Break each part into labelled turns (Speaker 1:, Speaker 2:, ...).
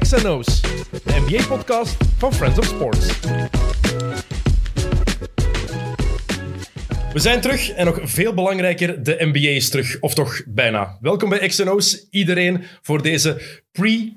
Speaker 1: XNO's, de NBA-podcast van Friends of Sports. We zijn terug en nog veel belangrijker, de NBA is terug, of toch bijna. Welkom bij XNO's, iedereen, voor deze pre-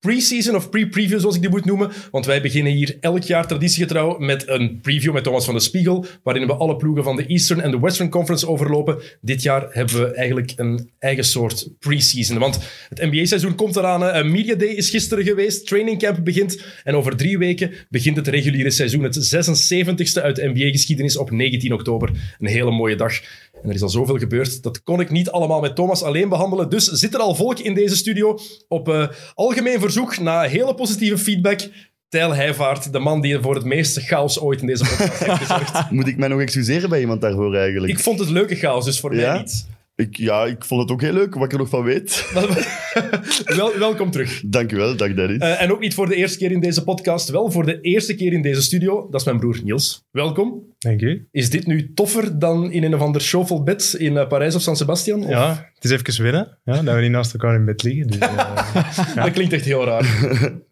Speaker 1: pre-season of pre-preview, zoals ik die moet noemen. Want wij beginnen hier elk jaar traditiegetrouw met een preview met Thomas van de Spiegel, waarin we alle ploegen van de Eastern en de Western Conference overlopen. Dit jaar hebben we eigenlijk een eigen soort pre-season, want het NBA-seizoen komt eraan. hè. Eh, Media Day is gisteren geweest, training camp begint en over drie weken begint het reguliere seizoen. Het 76ste uit de NBA-geschiedenis op 19 oktober. Een hele mooie dag. En er is al zoveel gebeurd. Dat kon ik niet allemaal met Thomas alleen behandelen. Dus zit er al volk in deze studio. Op eh, algemeen verzoek, na hele positieve feedback. Tijl Heijvaart, de man die voor het meeste chaos ooit in deze podcast heeft gezorgd.
Speaker 2: Moet ik mij nog excuseren bij iemand daarvoor eigenlijk?
Speaker 1: Ik vond het leuke chaos, dus voor mij
Speaker 2: Ja?
Speaker 1: niet.
Speaker 2: Ik- ja, ik vond het ook heel leuk, wat ik er nog van weet.
Speaker 1: Wel, welkom terug.
Speaker 2: Dankjewel, dag Dennis.
Speaker 1: Eh, en ook niet voor de eerste keer in deze podcast, wel voor de eerste keer in deze studio. Dat is mijn broer Niels. Welkom.
Speaker 3: Dank u.
Speaker 1: Is dit nu toffer dan in een of ander showful-bed in eh, Parijs of San Sebastian? Of-
Speaker 3: Ja, het is even winnen. Ja, dat we niet naast elkaar in bed liggen. Dus, eh,
Speaker 1: Dat klinkt echt heel raar.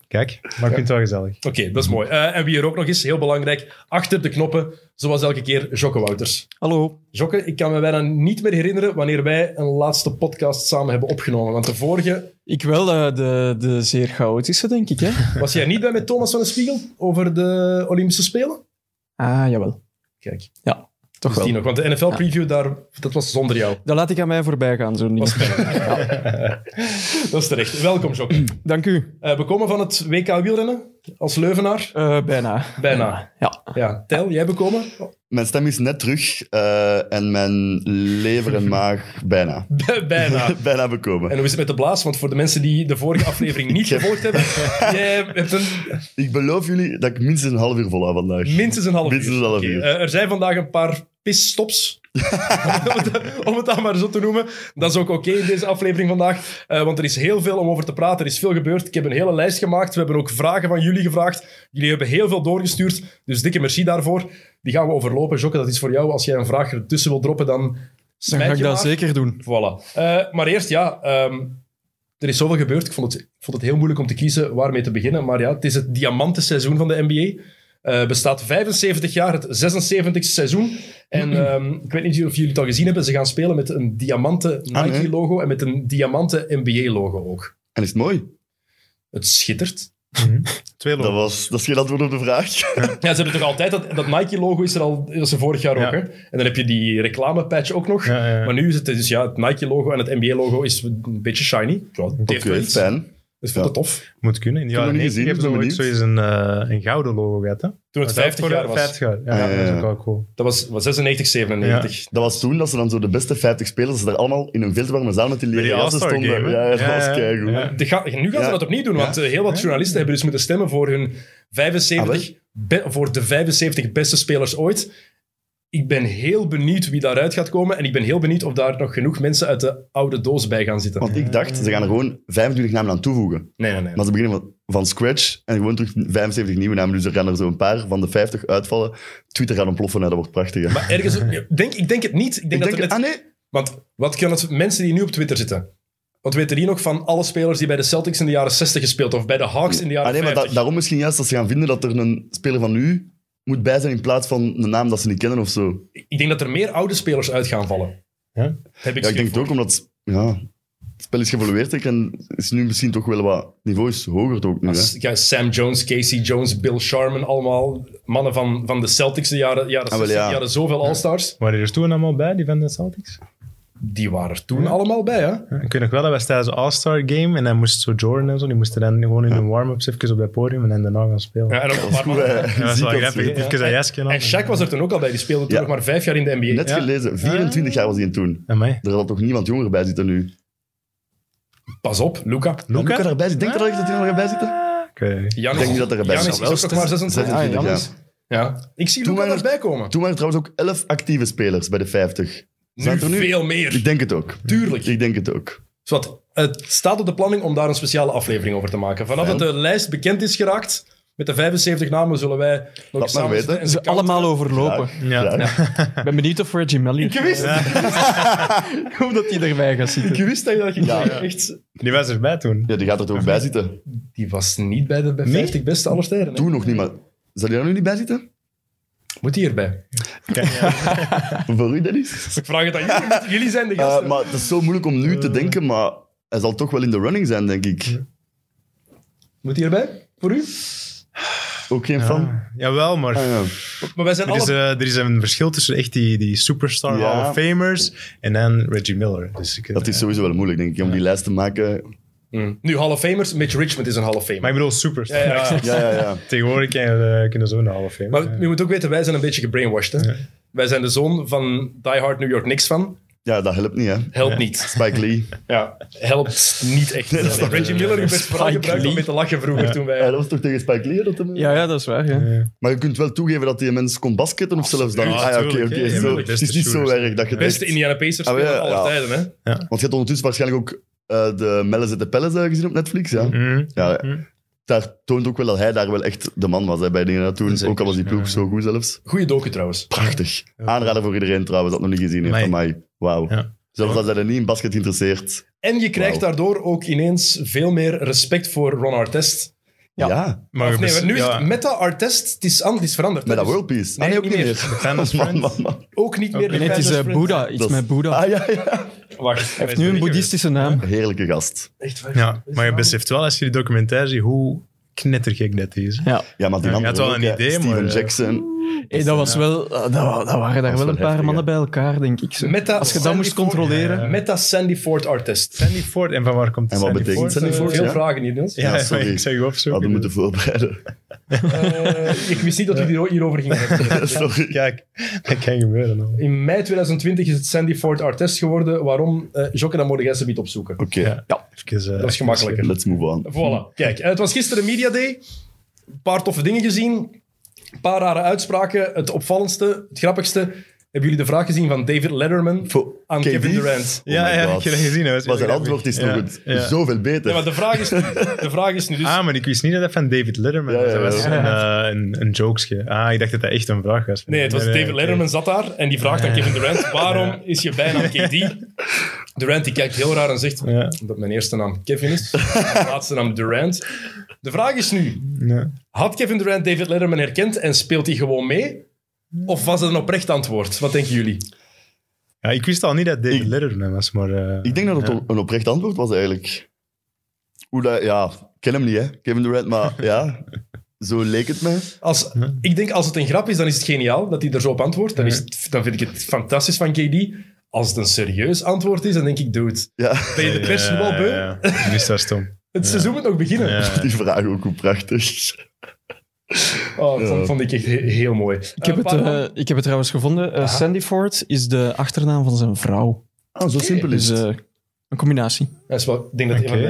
Speaker 3: kijk, maar ik vind het wel gezellig.
Speaker 1: Oké, dat is mooi. Eh, en wie er ook nog is, heel belangrijk, achter de knoppen, zoals elke keer, Jocke Wouters.
Speaker 4: Hallo.
Speaker 1: Jocke, ik kan me bijna niet meer herinneren wanneer wij een laatste podcast samen hebben opgenomen. Want de vorige
Speaker 4: Ik wel, eh, de, de zeer chaotische, denk ik. Hè?
Speaker 1: was jij niet bij met Thomas van den Spiegel over de Olympische Spelen?
Speaker 4: Ah, jawel.
Speaker 1: Kijk,
Speaker 4: Toch
Speaker 1: dat is die
Speaker 4: wel.
Speaker 1: nog. Want de NFL-preview, daar, dat was zonder jou.
Speaker 4: Dat laat ik aan mij voorbij gaan, zo'n ding.
Speaker 1: Dat is, dat is terecht. Welkom, Jocke.
Speaker 4: Dank u.
Speaker 1: Eh, we komen van het WK wielrennen als Leuvenaar.
Speaker 4: Eh, bijna.
Speaker 1: Bijna.
Speaker 4: Ja.
Speaker 1: Ja, Tel, jij bekomen?
Speaker 2: Mijn stem is net terug eh, en mijn lever en maag bijna.
Speaker 1: Bij- Bijna.
Speaker 2: bijna bekomen.
Speaker 1: En hoe is het met de blaas? Want voor de mensen die de vorige aflevering niet gevolgd hebben, jij hebt een,
Speaker 2: Ik beloof jullie dat ik minstens een half uur vol hou vandaag.
Speaker 1: minstens een half
Speaker 2: Minstens
Speaker 1: uur.
Speaker 2: een half
Speaker 1: Oké,
Speaker 2: uur.
Speaker 1: eh, er zijn vandaag een paar pisstops. om, het, om het dan maar zo te noemen. Dat is ook oké in deze aflevering vandaag. eh, want er is heel veel om over te praten. Er is veel gebeurd. Ik heb een hele lijst gemaakt. We hebben ook vragen van jullie gevraagd. Jullie hebben heel veel doorgestuurd. Dus dikke merci daarvoor. Die gaan we overlopen. Jokke, dat is voor jou. Als jij een vraag ertussen wil droppen, dan
Speaker 4: Dan
Speaker 1: smijt
Speaker 4: ga ik
Speaker 1: je
Speaker 4: dat
Speaker 1: maar.
Speaker 4: zeker doen.
Speaker 1: Voilà. Eh, maar eerst, ja, ehm, er is zoveel gebeurd. Ik vond, het, ik vond het heel moeilijk om te kiezen waarmee te beginnen. Maar ja, het is het diamantenseizoen van de NBA. Eh, bestaat 75 jaar, het 76e seizoen. En ehm, ik weet niet of jullie het al gezien hebben. Ze gaan spelen met een diamanten
Speaker 2: Ah, nee.
Speaker 1: Nike-logo en met een diamanten NBA-logo ook.
Speaker 2: En is het mooi?
Speaker 1: Het schittert.
Speaker 3: Twee
Speaker 2: Dat,
Speaker 3: lopen.
Speaker 2: was, dat is geen antwoord op de vraag.
Speaker 1: Ja, ze hebben toch altijd dat, dat Nike-logo is er al, dat is er vorig jaar
Speaker 3: Ja.
Speaker 1: ook. Hè? En dan heb je die reclamepatch ook nog.
Speaker 3: Ja, ja, ja.
Speaker 1: Maar nu is het dus ja, het Nike-logo en het NBA-logo is een beetje shiny. Ja, het heeft
Speaker 2: Oké,
Speaker 1: wel iets.
Speaker 2: fijn.
Speaker 1: Dus ik vond het tof.
Speaker 3: Moet kunnen. In de
Speaker 2: Ik heb
Speaker 3: jaren
Speaker 2: nog niet
Speaker 3: 90 hebben ze
Speaker 2: gezien, ik ben
Speaker 3: ook zoiets een, eh, een gouden logo gehad. Hè?
Speaker 1: Toen het
Speaker 3: Maar
Speaker 1: 50
Speaker 3: dat
Speaker 1: jaar
Speaker 3: voor-
Speaker 1: was.
Speaker 3: 50 jaar. Ja,
Speaker 2: Ja, ja,
Speaker 3: dat is
Speaker 2: ja.
Speaker 3: ook wel cool.
Speaker 1: Dat was, was 96, 97.
Speaker 2: Dat was toen dat ze dan zo de beste 50 spelers, dat ze daar allemaal in een veel te warme zaal met die
Speaker 3: Bij die
Speaker 2: leren jassen
Speaker 3: All-Star
Speaker 2: stonden.
Speaker 3: Game, hè?
Speaker 2: Ja, dat
Speaker 3: Ja,
Speaker 2: was
Speaker 3: ja.
Speaker 2: keigoed.
Speaker 3: Ja.
Speaker 1: De ga- nu gaan ze
Speaker 2: Ja.
Speaker 1: dat opnieuw doen, want eh, heel wat journalisten hebben dus moeten stemmen voor hun 75, be- voor de 75 beste spelers ooit. Ik ben heel benieuwd wie daaruit gaat komen en ik ben heel benieuwd of daar nog genoeg mensen uit de oude doos bij gaan zitten.
Speaker 2: Want ik dacht, ze gaan er gewoon 25 namen aan toevoegen.
Speaker 1: Nee, nee, nee.
Speaker 2: Maar ze beginnen van, van scratch en gewoon terug 75 nieuwe namen. Dus er gaan er zo een paar van de 50 uitvallen. Twitter gaat ontploffen, hè, dat wordt prachtig. hè.
Speaker 1: Maar ergens, ik denk, ik denk het niet. Ik denk
Speaker 2: ik
Speaker 1: dat
Speaker 2: denk,
Speaker 1: er net-
Speaker 2: ah nee,
Speaker 1: Want wat kunnen het mensen die nu op Twitter zitten? Wat weten die nog van alle spelers die bij de Celtics in de jaren 60 gespeeld of bij de Hawks in de jaren
Speaker 2: ah, nee maar da-
Speaker 1: 50?
Speaker 2: daarom misschien juist dat ze gaan vinden dat er een speler van nu moet bij zijn in plaats van een naam dat ze niet kennen of zo.
Speaker 1: Ik denk dat er meer oude spelers uit gaan vallen.
Speaker 3: Ja?
Speaker 1: Heb ik
Speaker 2: Ja, ik denk
Speaker 1: schrik
Speaker 2: het ook omdat ja, het spel is geëvolueerd denk ik, en is nu misschien toch wel wat niveau is hoger ook nu. Hè.
Speaker 1: S- ja, Sam Jones, Casey Jones, Bill Sharman, allemaal mannen van, van de Celtics de jaren, jaren
Speaker 2: Ah, wel,
Speaker 1: 60,
Speaker 2: ja.
Speaker 1: die hadden zoveel All-Stars.
Speaker 3: Waren er toen allemaal bij, die van de Celtics?
Speaker 1: Die waren er toen allemaal bij, hè?
Speaker 3: Ja, Ik weet nog wel, dat was tijdens de All-Star Game. En dan moest zo Jordan en zo, die moesten dan gewoon in hun warm-ups even op dat podium en dan daarna gaan spelen.
Speaker 1: Ja, en, ook een paar
Speaker 2: Goed,
Speaker 1: mannen.
Speaker 2: hè.
Speaker 3: Ja, dat is
Speaker 2: Ziek
Speaker 3: wel
Speaker 2: als
Speaker 3: grappig.
Speaker 2: we-
Speaker 3: Even dat jasje aan.
Speaker 1: en Shaq was er toen ook al bij, die speelde toen
Speaker 2: Ja.
Speaker 1: nog maar vijf jaar in de NBA.
Speaker 2: Net
Speaker 3: Ja.
Speaker 2: gelezen, 24 jaar was hij toen.
Speaker 3: Amai.
Speaker 2: Er zal toch niemand jonger bij zitten nu.
Speaker 1: Pas op, Luca.
Speaker 2: Luca
Speaker 3: Luca?
Speaker 2: erbij zit. Denk je dat hij er nog bij zit?
Speaker 3: Oké.
Speaker 1: Janis,
Speaker 2: Ik denk niet dat er erbij
Speaker 1: Janis
Speaker 2: is.
Speaker 1: is ook nog maar 26.
Speaker 4: Ah,
Speaker 2: 26
Speaker 4: Giannis.
Speaker 2: jaar.
Speaker 1: Ja. Ik zie
Speaker 2: Toen
Speaker 1: Luca
Speaker 2: waren er-
Speaker 1: erbij komen.
Speaker 2: Toen waren er trouwens ook 11 actieve spelers bij de 50.
Speaker 1: Nu
Speaker 2: Zijn er nu?
Speaker 1: veel meer.
Speaker 2: Ik denk het ook.
Speaker 1: Tuurlijk.
Speaker 2: Ik denk het ook.
Speaker 1: Dus Zowat, het staat op de planning om daar een speciale aflevering over te maken. Vanaf dat de lijst bekend is geraakt, Met de 75 namen zullen wij nog
Speaker 2: maar
Speaker 1: samen
Speaker 2: weten.
Speaker 1: zitten en
Speaker 4: Ze
Speaker 1: ze counteren.
Speaker 4: allemaal overlopen.
Speaker 3: Ja.
Speaker 2: Graag.
Speaker 4: Ik ben benieuwd of Reggie Melly...
Speaker 1: Ik wist,
Speaker 4: Hoe dat hij erbij gaat zitten.
Speaker 1: ik wist dat je dat ging
Speaker 2: Ja.
Speaker 1: zeggen. Echt.
Speaker 3: Die was erbij toen.
Speaker 2: Ja, die gaat er toch bij zitten.
Speaker 1: Die was niet bij de bij
Speaker 3: Nee?
Speaker 1: 50 beste aller tijden. hè.
Speaker 2: Toen nog niet, maar... Zal die daar nu niet bij zitten?
Speaker 1: Moet die erbij?
Speaker 2: Voor u, Dennis?
Speaker 1: Dus ik vraag het aan jullie. Jullie zijn de
Speaker 2: Eh,
Speaker 1: gasten.
Speaker 2: maar het is zo moeilijk om nu te denken, maar hij zal toch wel in de running zijn, denk ik.
Speaker 1: Moet die erbij? Voor u?
Speaker 2: Ook geen fan?
Speaker 3: Ja. Jawel, maar
Speaker 2: Ah, ja.
Speaker 1: Maar wij zijn
Speaker 3: er, is,
Speaker 1: alle...
Speaker 3: eh, er is een verschil tussen echt die, die superstar
Speaker 2: Ja.
Speaker 3: Hall of Famers en dan Reggie Miller. Dus ik,
Speaker 2: Dat is sowieso wel moeilijk, denk ik, om die lijst te maken.
Speaker 1: Hm. Nu, Hall of Famers. Mitch Richmond is een Hall of Famer.
Speaker 3: Maar ik bedoel, superstar.
Speaker 1: Ja, ja.
Speaker 2: Ja, ja, ja.
Speaker 3: Tegenwoordig kunnen, kunnen zo'n Hall of Famer.
Speaker 1: Maar je moet ook weten, wij zijn een beetje gebrainwashed. Hè? Wij zijn de zoon van Die Hard New York Knicks van.
Speaker 2: Ja, dat helpt niet, hè.
Speaker 1: Helpt niet.
Speaker 2: Spike Lee.
Speaker 1: Ja, helpt niet echt.
Speaker 2: dat is toch-
Speaker 1: Reggie Miller, je bent vooral
Speaker 4: Spike
Speaker 1: gebruikt om
Speaker 4: Lee.
Speaker 1: mee te lachen vroeger toen wij...
Speaker 2: Ja, dat was toch tegen Spike Lee? Dat hem-
Speaker 4: Ja, ja, dat is waar. Ja.
Speaker 2: Maar je kunt wel toegeven dat die mens kon basketten of zelfs dan.
Speaker 3: Ja,
Speaker 2: ah ja, oké,
Speaker 3: tuurlijk,
Speaker 2: oké.
Speaker 3: hè. Ja,
Speaker 2: zo-
Speaker 3: maar de
Speaker 2: Het
Speaker 3: beste
Speaker 2: is niet zo
Speaker 3: shooters.
Speaker 2: erg dat je het
Speaker 1: Beste
Speaker 2: echt-
Speaker 1: Indiana Pacers
Speaker 2: Ah,
Speaker 1: speler
Speaker 2: ja,
Speaker 1: aller
Speaker 2: ja.
Speaker 1: tijden. Hè?
Speaker 2: Want je hebt ondertussen waarschijnlijk ook eh, de Melles en de Pelles eh, gezien op Netflix, ja.
Speaker 3: Mhm.
Speaker 2: ja Daar toont ook wel dat hij daar wel echt de man was hè, bij dingen toen.
Speaker 3: Zeker,
Speaker 2: Ook al was die ploeg zo goed zelfs.
Speaker 1: Goeie docu trouwens.
Speaker 2: Prachtig. Aanrader voor iedereen trouwens dat nog niet gezien heeft
Speaker 3: Amai.
Speaker 2: van mij. Wauw.
Speaker 3: Ja.
Speaker 2: Zelfs als hij er niet in basket interesseert.
Speaker 1: En je krijgt
Speaker 2: Wauw.
Speaker 1: daardoor ook ineens veel meer respect voor Ron Artest.
Speaker 2: Ja.
Speaker 4: Ja.
Speaker 3: Maar
Speaker 1: Of
Speaker 3: we
Speaker 1: nee,
Speaker 3: bes-
Speaker 1: nu is
Speaker 3: ja.
Speaker 1: het meta Artest, het is, an- het is veranderd. hè.
Speaker 2: Met dat
Speaker 1: Dus
Speaker 2: World Peace.
Speaker 1: Nee, ook niet
Speaker 3: Thanos
Speaker 2: Man,
Speaker 3: Friends.
Speaker 2: man, man.
Speaker 1: Ook niet meer de
Speaker 4: Nee, het is eh,
Speaker 1: Fans
Speaker 4: Boeddha. Iets
Speaker 2: Dat is-
Speaker 4: met Boeddha.
Speaker 2: Ah ja, ja.
Speaker 1: Friends. Wacht,
Speaker 4: Hij heeft nu een boeddhistische naam.
Speaker 2: Heerlijke gast.
Speaker 1: Echt waar.
Speaker 3: Ja, maar je beseft wel als je die documentaire ziet hoe knettergek dat is. hè.
Speaker 4: Ja.
Speaker 2: Ja, maar die
Speaker 3: Ja,
Speaker 2: man
Speaker 3: je had wel
Speaker 2: ook,
Speaker 3: een
Speaker 2: hè.
Speaker 3: idee, maar,
Speaker 2: Steven
Speaker 3: eh,
Speaker 2: Jackson.
Speaker 4: Hey, dat, was wel, eh, dat, wa- dat waren daar
Speaker 2: is
Speaker 4: wel
Speaker 2: wel
Speaker 4: een paar
Speaker 2: heftig,
Speaker 4: mannen
Speaker 2: hè.
Speaker 4: bij elkaar, denk ik. zo.
Speaker 1: Meta
Speaker 4: Als je dat
Speaker 1: Sandy
Speaker 4: moest
Speaker 1: Ford-
Speaker 4: controleren.
Speaker 3: Ja.
Speaker 1: Meta Sandy Ford Artest. Eh,
Speaker 3: Sandy Ford, en van waar komt
Speaker 2: En wat
Speaker 3: Sandy
Speaker 2: betekent
Speaker 3: Ford?
Speaker 2: Sandy Ford?
Speaker 1: Veel
Speaker 2: Ja.
Speaker 1: vragen hier, Niels.
Speaker 3: Ja,
Speaker 2: Ja, sorry.
Speaker 3: ik zou je opzoeken.
Speaker 2: Hadden moeten voorbereiden.
Speaker 1: Eh, ik wist niet dat we hier- hierover gingen hebben.
Speaker 2: Sorry.
Speaker 3: Kijk, dat kan gebeuren. al.
Speaker 1: In mei 2020 is het Sandy Ford Artest geworden. Waarom? Eh Jokke, dat moet jij ze niet opzoeken.
Speaker 2: Oké,
Speaker 3: Ja, even, eh,
Speaker 1: Dat is gemakkelijker.
Speaker 2: let's move on.
Speaker 1: Voilà. Kijk, eh, het was gisteren Media Day. Een paar toffe dingen gezien. Een paar rare uitspraken. Het opvallendste, het grappigste. Hebben jullie de vraag gezien van David Letterman
Speaker 2: Voor
Speaker 1: aan
Speaker 2: KD?
Speaker 1: Kevin Durant?
Speaker 2: Oh
Speaker 3: Ja,
Speaker 2: my
Speaker 3: ja,
Speaker 2: God.
Speaker 3: ik heb dat gezien, hè. Dat is
Speaker 2: Maar zijn
Speaker 3: heel
Speaker 2: antwoord is nog
Speaker 3: grappig.
Speaker 2: het
Speaker 3: Ja, ja.
Speaker 2: zoveel beter.
Speaker 1: Ja, maar de vraag is, de vraag is nu dus...
Speaker 3: Ah, maar ik wist niet dat dat van David Letterman
Speaker 2: Ja,
Speaker 3: was.
Speaker 2: ja,
Speaker 3: Dat was
Speaker 2: ja.
Speaker 3: een, eh, een, een jokesje. Ah, ik dacht dat dat echt een vraag was.
Speaker 1: Nee, het was David
Speaker 3: oké.
Speaker 1: Letterman zat daar en die vraagt aan Kevin Durant, waarom is je bijnaam KD? Durant die kijkt heel raar en zegt,
Speaker 3: Ja.
Speaker 1: omdat mijn eerste naam Kevin is, mijn laatste naam Durant. De vraag is nu,
Speaker 3: Ja.
Speaker 1: had Kevin Durant David Letterman herkend en speelt hij gewoon mee? Of was het een oprecht antwoord? Wat denken jullie?
Speaker 3: Ja, ik wist al niet dat David
Speaker 2: Ik-
Speaker 3: Letterman was, maar... eh,
Speaker 2: Ik denk dat het een oprecht antwoord was eigenlijk. Hoe dat, ja, ik ken hem niet, hè? Kevin Durant, maar ja, zo leek het mij.
Speaker 1: Als, ik denk, als het een grap is, dan is het geniaal dat hij er zo op antwoordt. Dan, is het- dan vind ik het fantastisch van KD. Als het een serieus antwoord is, dan denk ik, dude,
Speaker 2: Ja,
Speaker 1: ben je de pers nu al
Speaker 3: eh, ja,
Speaker 1: beu?
Speaker 3: ja, ja. Ik wist dat stom.
Speaker 1: Het seizoen moet nog beginnen.
Speaker 3: Ja.
Speaker 2: die vraag ook hoe prachtig.
Speaker 1: Oh, dat vond- vond ik echt he- heel mooi.
Speaker 4: Ik heb, het, eh, ik heb het trouwens gevonden. Eh, Sandy Ford is de achternaam van zijn vrouw.
Speaker 2: Ah, zo simpel is
Speaker 4: Dus
Speaker 2: het.
Speaker 4: eh, een combinatie.
Speaker 1: Dat is wel, ik denk dat het een
Speaker 3: Oké.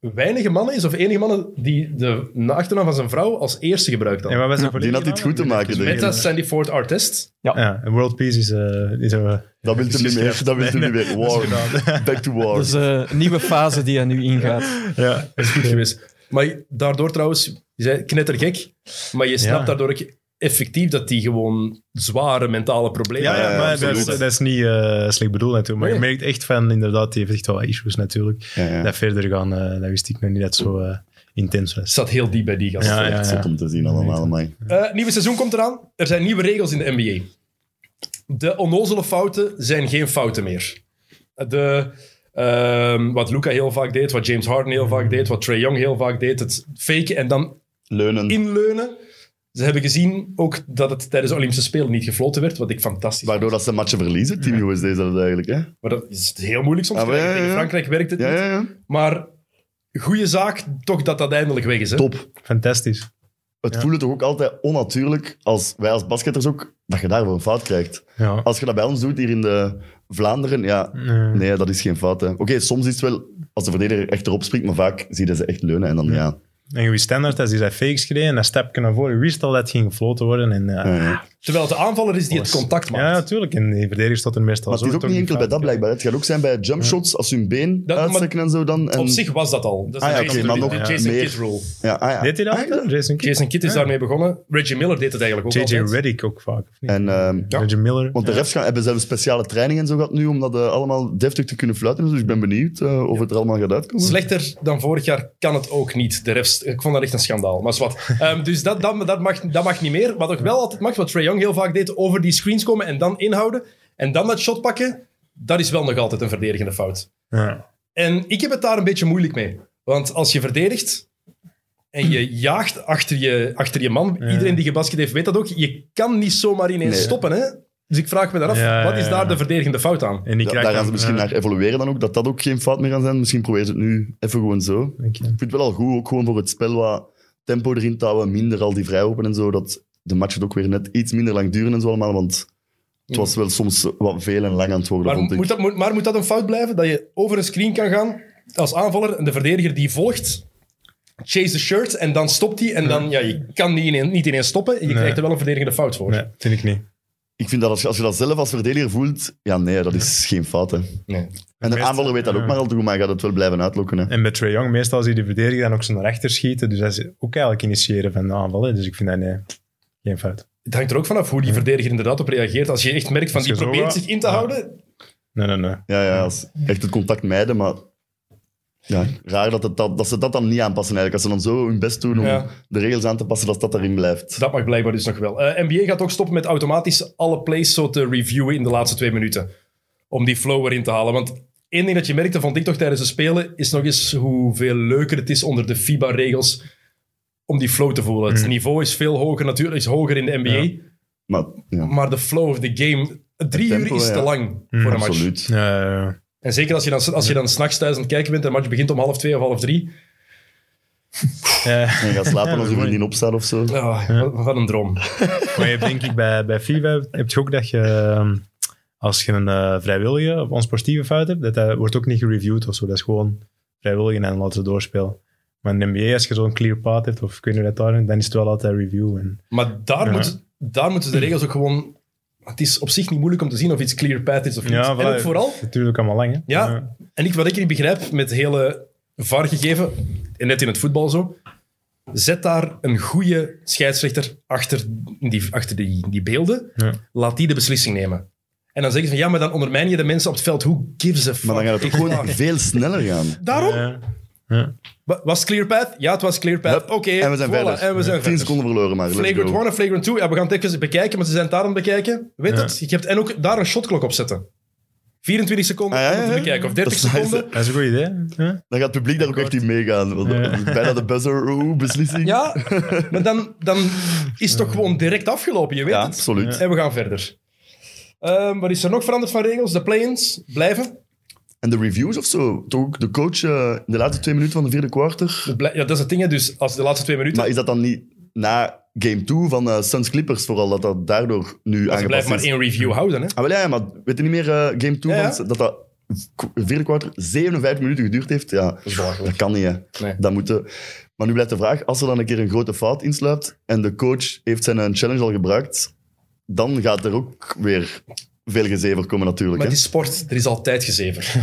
Speaker 1: van de weinige mannen is, of enige mannen, die de na- achternaam van zijn vrouw als eerste gebruikt
Speaker 3: En
Speaker 1: had.
Speaker 3: wat was
Speaker 4: Ja,
Speaker 3: de volledige
Speaker 2: die had
Speaker 3: naam?
Speaker 2: iets goed te maken,
Speaker 3: Dus
Speaker 2: denk ik.
Speaker 1: Meta Sandy Ford Artist.
Speaker 3: Ja, en World Peace is... eh is eh,
Speaker 2: Dat wil
Speaker 3: is
Speaker 2: hem niet meer.
Speaker 3: geschrapt.
Speaker 2: Dat wil hem niet
Speaker 3: Nee,
Speaker 2: meer.
Speaker 3: dat is
Speaker 2: War.
Speaker 3: gedaan.
Speaker 2: Back to war.
Speaker 4: Dat is eh, een nieuwe fase die hij nu ingaat.
Speaker 3: ja,
Speaker 1: Dat is goed geweest. Maar daardoor trouwens, je zei knettergek, maar je snapt
Speaker 3: Ja.
Speaker 1: daardoor ook effectief dat die gewoon zware mentale problemen
Speaker 3: Ja, ja,
Speaker 2: ja,
Speaker 3: maar dat is,
Speaker 2: absoluut.
Speaker 3: dat is niet eh slecht bedoeld natuurlijk.
Speaker 1: Nee.
Speaker 3: Maar je merkt echt van, inderdaad, die heeft echt wel issues natuurlijk.
Speaker 2: Ja, ja.
Speaker 3: Dat verder gaan, eh dat wist ik nog niet dat het zo eh, intens was.
Speaker 1: zat heel diep bij die gast.
Speaker 3: Ja, Ah, ja,
Speaker 2: Echt zot
Speaker 3: ja.
Speaker 2: om te zien allemaal, man.
Speaker 1: Eh, nieuwe seizoen komt eraan. Er zijn nieuwe regels in de NBA. De onnozele fouten zijn geen fouten meer. De, ehm, wat Luca heel vaak deed, wat James Harden heel vaak deed, wat Trae Young heel vaak deed, het faken en dan
Speaker 2: Leunen.
Speaker 1: inleunen. Ze hebben gezien ook dat het tijdens de Olympische Spelen niet gefloten werd, wat ik fantastisch vond.
Speaker 2: Waardoor dat ze matchen verliezen. Team USA is dat eigenlijk, hè?
Speaker 1: Maar dat is heel moeilijk soms.
Speaker 2: Ah, maar ja, ja,
Speaker 1: Tegen
Speaker 2: ja.
Speaker 1: Frankrijk werkt het
Speaker 2: Ja,
Speaker 1: niet.
Speaker 2: ja, ja.
Speaker 1: Maar goede zaak toch dat dat eindelijk weg is. Hè?
Speaker 2: Top.
Speaker 3: Fantastisch.
Speaker 2: Het
Speaker 3: Ja.
Speaker 2: voelde toch ook altijd onnatuurlijk, als wij als basketters ook, dat je daarvoor een fout krijgt.
Speaker 3: Ja.
Speaker 2: Als je dat bij ons doet hier in de Vlaanderen, ja,
Speaker 3: Eh,
Speaker 2: nee, dat is geen fout. hè. Oké, soms is het wel als de verdediger echt erop springt, maar vaak zie je ze echt leunen en dan ja.
Speaker 3: En je wist standaard, als hij zijn fakes gereden en dat stapje naar voren, je wist al dat het ging gefloten worden. En, eh,
Speaker 2: Ja, ja.
Speaker 1: Terwijl het de aanvaller is die het contact maakt.
Speaker 3: Ja, natuurlijk. En die verdediger staat er meestal
Speaker 2: Maar het
Speaker 3: zo,
Speaker 2: is ook
Speaker 3: toch, eh,
Speaker 2: niet
Speaker 3: die
Speaker 2: enkel bij dat
Speaker 3: fout.
Speaker 2: blijkbaar. Het gaat ook zijn bij jumpshots, als ze hun been
Speaker 1: Dat-
Speaker 2: uitstrekken en zo dan. En,
Speaker 1: Op zich was dat al. Dat is
Speaker 2: Ah ja,
Speaker 1: de Jason,
Speaker 2: oké, maar
Speaker 1: de-
Speaker 2: nog
Speaker 1: de Jason
Speaker 2: meer.
Speaker 1: Kidd rule.
Speaker 2: ja, ah ja.
Speaker 3: Deed hij dat?
Speaker 2: Ah, ja.
Speaker 3: Jason Kidd.
Speaker 1: Jason Kidd is
Speaker 3: Ja.
Speaker 1: daarmee begonnen. Reggie Miller deed het eigenlijk ook
Speaker 3: JJ
Speaker 1: altijd.
Speaker 3: Reddick ook vaak. Of niet?
Speaker 2: En, ehm,
Speaker 1: Ja.
Speaker 3: JJ Miller.
Speaker 2: Want de refs gaan, hebben zelfs speciale trainingen en zo gehad nu, om dat eh, allemaal deftig te kunnen fluiten. Dus ik ben benieuwd eh, of het er allemaal gaat uitkomen.
Speaker 1: Slechter dan vorig jaar kan het ook niet. De refs, ik vond dat echt een schandaal. Maar is wat. Ehm, dus dat, dat, dat, mag, dat mag niet meer. Wat ook wel altijd mag, wat Trae Young heel vaak deed, over die screens komen en dan inhouden en dan dat shot pakken, dat is wel nog altijd een verdedigende fout.
Speaker 3: Ja.
Speaker 1: En ik heb het daar een beetje moeilijk mee. Want als je verdedigt en je jaagt achter je, achter je man,
Speaker 3: Ja.
Speaker 1: iedereen die gebasket heeft weet dat ook, je kan niet zomaar ineens
Speaker 2: Nee.
Speaker 1: stoppen. Hè? Dus ik vraag me daar af,
Speaker 3: Ja, ja,
Speaker 1: wat is
Speaker 3: ja.
Speaker 1: daar de verdedigende fout aan?
Speaker 3: En die
Speaker 2: Da-
Speaker 3: krijgt
Speaker 2: daar gaan
Speaker 3: dan,
Speaker 2: ze misschien
Speaker 3: eh,
Speaker 2: naar evolueren dan ook, dat dat ook geen fout meer kan zijn. Misschien proberen ze het nu even gewoon zo. Ik
Speaker 3: denk je.
Speaker 2: vind het wel al goed, ook gewoon voor het spel wat tempo erin te houden, minder al die vrijopen en zo, dat de match het ook weer net iets minder lang duren en zo allemaal, want het was wel soms wat veel en lang aan het worden,
Speaker 1: Maar
Speaker 2: vond ik.
Speaker 1: moet, dat, moet, maar moet dat een fout blijven? Dat je over een screen kan gaan als aanvaller en de verdediger die volgt, chase the shirt en dan stopt hij. En dan, ja, je kan niet ineens, niet ineens stoppen. En je
Speaker 3: Nee.
Speaker 1: krijgt er wel een verdedigende fout voor.
Speaker 3: Nee, vind ik niet.
Speaker 2: Ik vind dat als je, als je dat zelf als verdediger voelt, ja nee, dat is geen fout. Hè.
Speaker 1: Nee.
Speaker 2: En de
Speaker 3: Meestal-
Speaker 2: aanvaller weet dat ook
Speaker 3: ja.
Speaker 2: maar al te goed, maar hij gaat het wel blijven uitlokken. Hè.
Speaker 3: En met Trae Young, meestal zie je de verdediger dan ook zo naar rechter schieten. Dus dat is ook eigenlijk initiëren van de aanval. hè. Dus ik vind dat nee, geen fout.
Speaker 1: Het hangt er ook vanaf hoe die verdediger inderdaad op reageert. Als je echt merkt van
Speaker 3: Als
Speaker 1: die
Speaker 3: je zo
Speaker 1: probeert
Speaker 3: gaat-
Speaker 1: zich in te
Speaker 3: Ja.
Speaker 1: houden.
Speaker 3: Nee, nee, nee.
Speaker 2: Ja, ja, als- echt het contact mijden, maar... Ja, raar dat, het dat, dat ze dat dan niet aanpassen eigenlijk. Als ze dan zo hun best doen om
Speaker 1: Ja.
Speaker 2: de regels aan te passen, dat dat erin blijft.
Speaker 1: Dat mag blijkbaar dus nog wel. Eh, NBA gaat ook stoppen met automatisch alle plays zo te reviewen in de laatste twee minuten. Om die flow erin te halen. Want één ding dat je merkte, vond ik toch tijdens het spelen, is nog eens hoeveel leuker het is onder de FIBA-regels om die flow te voelen. Het niveau is veel hoger, natuurlijk is hoger in de NBA.
Speaker 2: Maar ja,
Speaker 1: Maar de flow of the game, drie
Speaker 2: Het tempo,
Speaker 1: uur is te
Speaker 2: ja.
Speaker 1: lang voor een match.
Speaker 2: absoluut.
Speaker 3: Eh,
Speaker 1: En zeker als je dan, als je dan s'nachts thuis aan het kijken bent en de match begint om half twee of half drie.
Speaker 3: eh,
Speaker 2: En gaat slapen als je
Speaker 3: mooi.
Speaker 2: vriendin opstaat of zo.
Speaker 1: Ah, wat- Wat een droom.
Speaker 3: Maar je hebt denk ik bij, bij FIFA heb je ook dat je ehm, als je een eh, vrijwillige of onsportieve fout hebt, dat, dat wordt ook niet gereviewd of zo. Dat is gewoon vrijwillig en laten ze doorspelen. Maar in de NBA, als je zo'n clear path hebt, of ik weet niet hoe dat daar is, dan is het wel altijd review. En,
Speaker 1: Maar daar,
Speaker 3: Ja.
Speaker 1: moet, daar moeten de regels ook gewoon... Het is op zich niet moeilijk om te zien of iets clear path is of niet.
Speaker 3: Ja,
Speaker 1: en
Speaker 3: voilà.
Speaker 1: ook vooral...
Speaker 3: natuurlijk allemaal lang, hè?
Speaker 1: Ja, en ik, wat ik niet begrijp met hele VAR-gegeven, en net in het voetbal zo, zet daar een goede scheidsrechter achter die, achter die, die beelden.
Speaker 3: Ja.
Speaker 1: Laat die de beslissing nemen. En dan zeggen ze van, ja, maar dan ondermijn je de mensen op het veld. Who gives a fuck?
Speaker 2: Maar dan gaat het ook
Speaker 1: Echt
Speaker 2: gewoon
Speaker 1: waar.
Speaker 2: veel sneller gaan.
Speaker 1: Daarom?
Speaker 3: Ja. Ja.
Speaker 1: Wa- Was het clear path? Ja, het was clear path. Oké,
Speaker 2: en we zijn
Speaker 1: voilà,
Speaker 2: verder.
Speaker 1: En we zijn
Speaker 2: Tien
Speaker 1: verder.
Speaker 2: seconden verloren, maar let's
Speaker 1: Flagrant
Speaker 2: go.
Speaker 1: 1 en Flagrant 2. Ja, we gaan het even bekijken, maar ze zijn het daar aan het bekijken. Weet
Speaker 3: Ja.
Speaker 1: het? Je hebt, en ook daar een shotklok op zetten. 24 seconden
Speaker 2: Ah, ja,
Speaker 1: om het
Speaker 2: ja,
Speaker 1: te
Speaker 2: ja.
Speaker 1: bekijken. Of 30
Speaker 2: Dat is nice,
Speaker 1: seconden.
Speaker 3: Dat is een goed idee. Ja.
Speaker 2: Dan gaat het publiek daar ook echt in meegaan. Want
Speaker 3: Ja.
Speaker 2: Bijna de buzzer oeh, beslissing.
Speaker 1: Ja, maar dan, dan is het toch gewoon direct afgelopen, je weet
Speaker 2: Ja,
Speaker 1: het.
Speaker 2: absoluut.
Speaker 1: En we gaan verder. Ehm, wat is er nog veranderd van regels? De play-ins blijven.
Speaker 2: En de reviews of zo. Toch ook de coach eh, de laatste twee minuten van de vierde kwartier.
Speaker 1: De blij- ja, dat is het ding, hè. dus als de laatste twee minuten...
Speaker 2: Maar is dat dan niet na game 2 van eh, Suns Clippers vooral dat dat daardoor nu
Speaker 1: ze
Speaker 2: aangepast
Speaker 1: blijven maar
Speaker 2: is?
Speaker 1: één review houden. Hè.
Speaker 2: Ah, wel, ja, ja, maar weet je niet meer eh, game 2
Speaker 1: Ja, ja.
Speaker 2: dat dat k- vierde kwart 57 minuten geduurd heeft? Ja, dat,
Speaker 1: is belachelijk.
Speaker 2: kan niet. Hè.
Speaker 1: Nee.
Speaker 2: Dat moet, eh, maar nu blijft de vraag, als er dan een keer een grote fout insluipt en de coach heeft zijn eh, challenge al gebruikt, dan gaat er ook weer veel gezever komen natuurlijk.
Speaker 1: Maar
Speaker 2: Hè?
Speaker 1: het is sport, er is altijd gezever.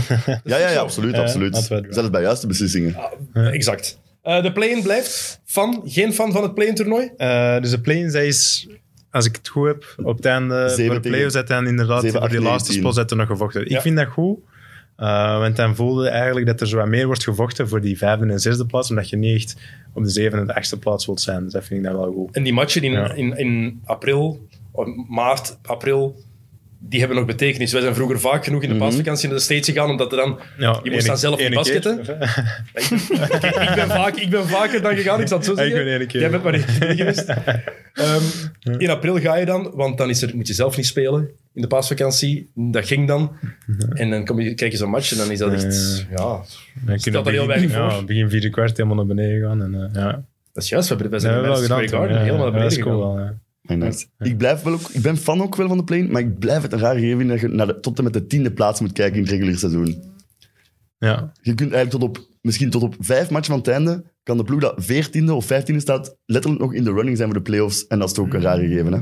Speaker 2: Ja, ja, ja, absoluut,
Speaker 3: Ja,
Speaker 2: absoluut.
Speaker 3: altijd wel.
Speaker 2: Zelfs bij juiste beslissingen.
Speaker 1: exact. Eh, de play-in blijft. Fan, geen fan van het play-in toernooi.
Speaker 3: Eh, dus de play zij is, als ik het goed heb, op het einde
Speaker 2: Zeven
Speaker 3: voor
Speaker 2: tegen-
Speaker 3: de play-offs, dat dan inderdaad
Speaker 2: zeven,
Speaker 3: voor die
Speaker 2: acht,
Speaker 3: laatste
Speaker 2: negentien.
Speaker 3: spot dat er nog gevochten wordt.
Speaker 1: Ja.
Speaker 3: Ik vind dat goed, eh, want dan voelde je eigenlijk dat er zo wat meer wordt gevochten voor die vijfde en zesde plaats, omdat je niet echt op de zevende en de achtste plaats wilt zijn. Dus dat vind ik dan wel goed.
Speaker 1: En die matchen in,
Speaker 3: Ja.
Speaker 1: in, in april, of maart, april, die hebben nog betekenis. Wij zijn vroeger vaak genoeg in de paasvakantie naar de States gegaan, omdat er dan...
Speaker 3: Mhm. Ja,
Speaker 1: Je moest dan zelf niet basketten. ik, ben vaak, ik ben vaker dan gegaan, ik zal het zo
Speaker 3: Ik
Speaker 1: zeggen.
Speaker 3: ben één keer.
Speaker 1: Jij bent maar één keer geweest. Ehm, in april ga je dan, want dan is er, moet je zelf niet spelen in de paasvakantie. Dat ging dan.
Speaker 3: Mhm.
Speaker 1: En dan kom je, kijk je zo'n match en dan is dat echt... Ja, Stelt er heel weinig voor.
Speaker 3: Ja, begin vierde kwart helemaal naar beneden gaan. En, eh, ja.
Speaker 1: dat is juist. We hebben wij
Speaker 3: Dat
Speaker 1: zijn
Speaker 3: hebben
Speaker 1: in
Speaker 3: we wel
Speaker 1: Madison
Speaker 3: gedaan.
Speaker 1: Square
Speaker 3: toen,
Speaker 1: Garden
Speaker 3: ja.
Speaker 1: helemaal
Speaker 3: Ja,
Speaker 1: naar
Speaker 3: dat is
Speaker 1: beneden
Speaker 3: cool
Speaker 1: gegaan.
Speaker 3: wel, ja.
Speaker 2: Mijn nice. Ik, blijf wel ook, ik ben fan ook wel van de plane, maar ik blijf het een raar gegeven vinden dat je naar de- tot en met de tiende plaats moet kijken in het reguliere seizoen.
Speaker 3: Ja.
Speaker 2: Je kunt eigenlijk tot op, misschien tot op vijf matchen van het einde, kan de ploeg dat veertiende of vijftiende staat, letterlijk nog in de running zijn voor de playoffs. En dat is toch ook een raar gegeven, hè?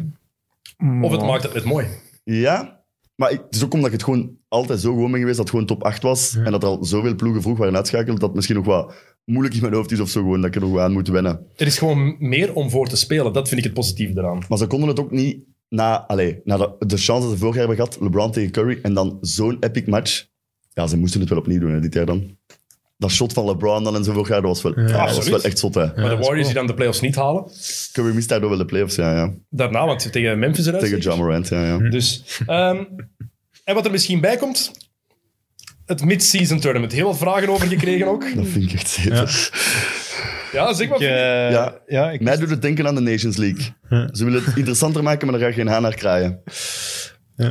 Speaker 1: Of het maakt het mooi.
Speaker 2: Ja, maar ik- het is ook omdat ik het gewoon altijd zo gewoon ben geweest dat het gewoon top 8 was. En dat er al zoveel ploegen vroeg waren uitschakeld dat het misschien nog wat moeilijk in mijn hoofd is of zo gewoon dat ik er nog wat aan moet wennen.
Speaker 1: Er is gewoon meer om voor te spelen. Dat vind ik het positieve eraan.
Speaker 2: Maar ze konden het ook niet na, allez, na de, de chance dat ze vorig jaar hebben gehad, LeBron tegen Curry en dan zo'n epic match. Ja, ze moesten het wel opnieuw doen hè, dit jaar dan. Dat shot van LeBron dan en zo vorig jaar, dat was wel, ja, dat was
Speaker 1: absoluut.
Speaker 2: wel echt zot. Hè.
Speaker 1: Maar de
Speaker 3: dat is
Speaker 1: Warriors die dan de playoffs niet halen.
Speaker 2: Curry mist daardoor wel de playoffs, ja. ja.
Speaker 1: Daarna, want tegen Memphis eruit.
Speaker 2: Tegen
Speaker 1: zeker?
Speaker 2: John Morant, ja. ja.
Speaker 1: Dus, ehm, en wat er misschien bij komt, het mid-season tournament. Heel wat vragen over gekregen ook.
Speaker 2: Dat vind ik echt zeker.
Speaker 1: Ja, zeg maar.
Speaker 3: Ik, eh,
Speaker 2: Ja.
Speaker 3: ja. ik,
Speaker 2: Mij doet het denken aan de Nations League. Ze willen het interessanter maken, maar daar ga je geen haan naar kraaien.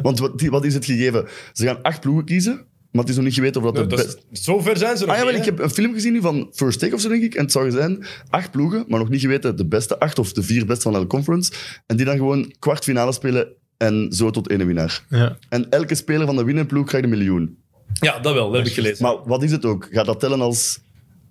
Speaker 2: Want wat, die- wat is het gegeven? Ze gaan acht ploegen kiezen, maar het is nog niet geweten of dat de
Speaker 1: dat
Speaker 2: best...
Speaker 1: is- zover dus zijn ze nog
Speaker 2: Ah ja,
Speaker 1: niet,
Speaker 2: wel, ik
Speaker 1: hè.
Speaker 2: heb een film gezien nu van First Take of zo, denk ik. En het zou zijn acht ploegen, maar nog niet geweten de beste acht of de vier beste van elke conference. En die dan gewoon kwartfinale spelen en zo tot één winnaar.
Speaker 3: ja.
Speaker 2: En elke speler van de winnende ploeg krijgt een miljoen.
Speaker 1: Ja, dat wel, dat heb ik gelezen.
Speaker 2: Maar wat is het ook? Gaat dat tellen als...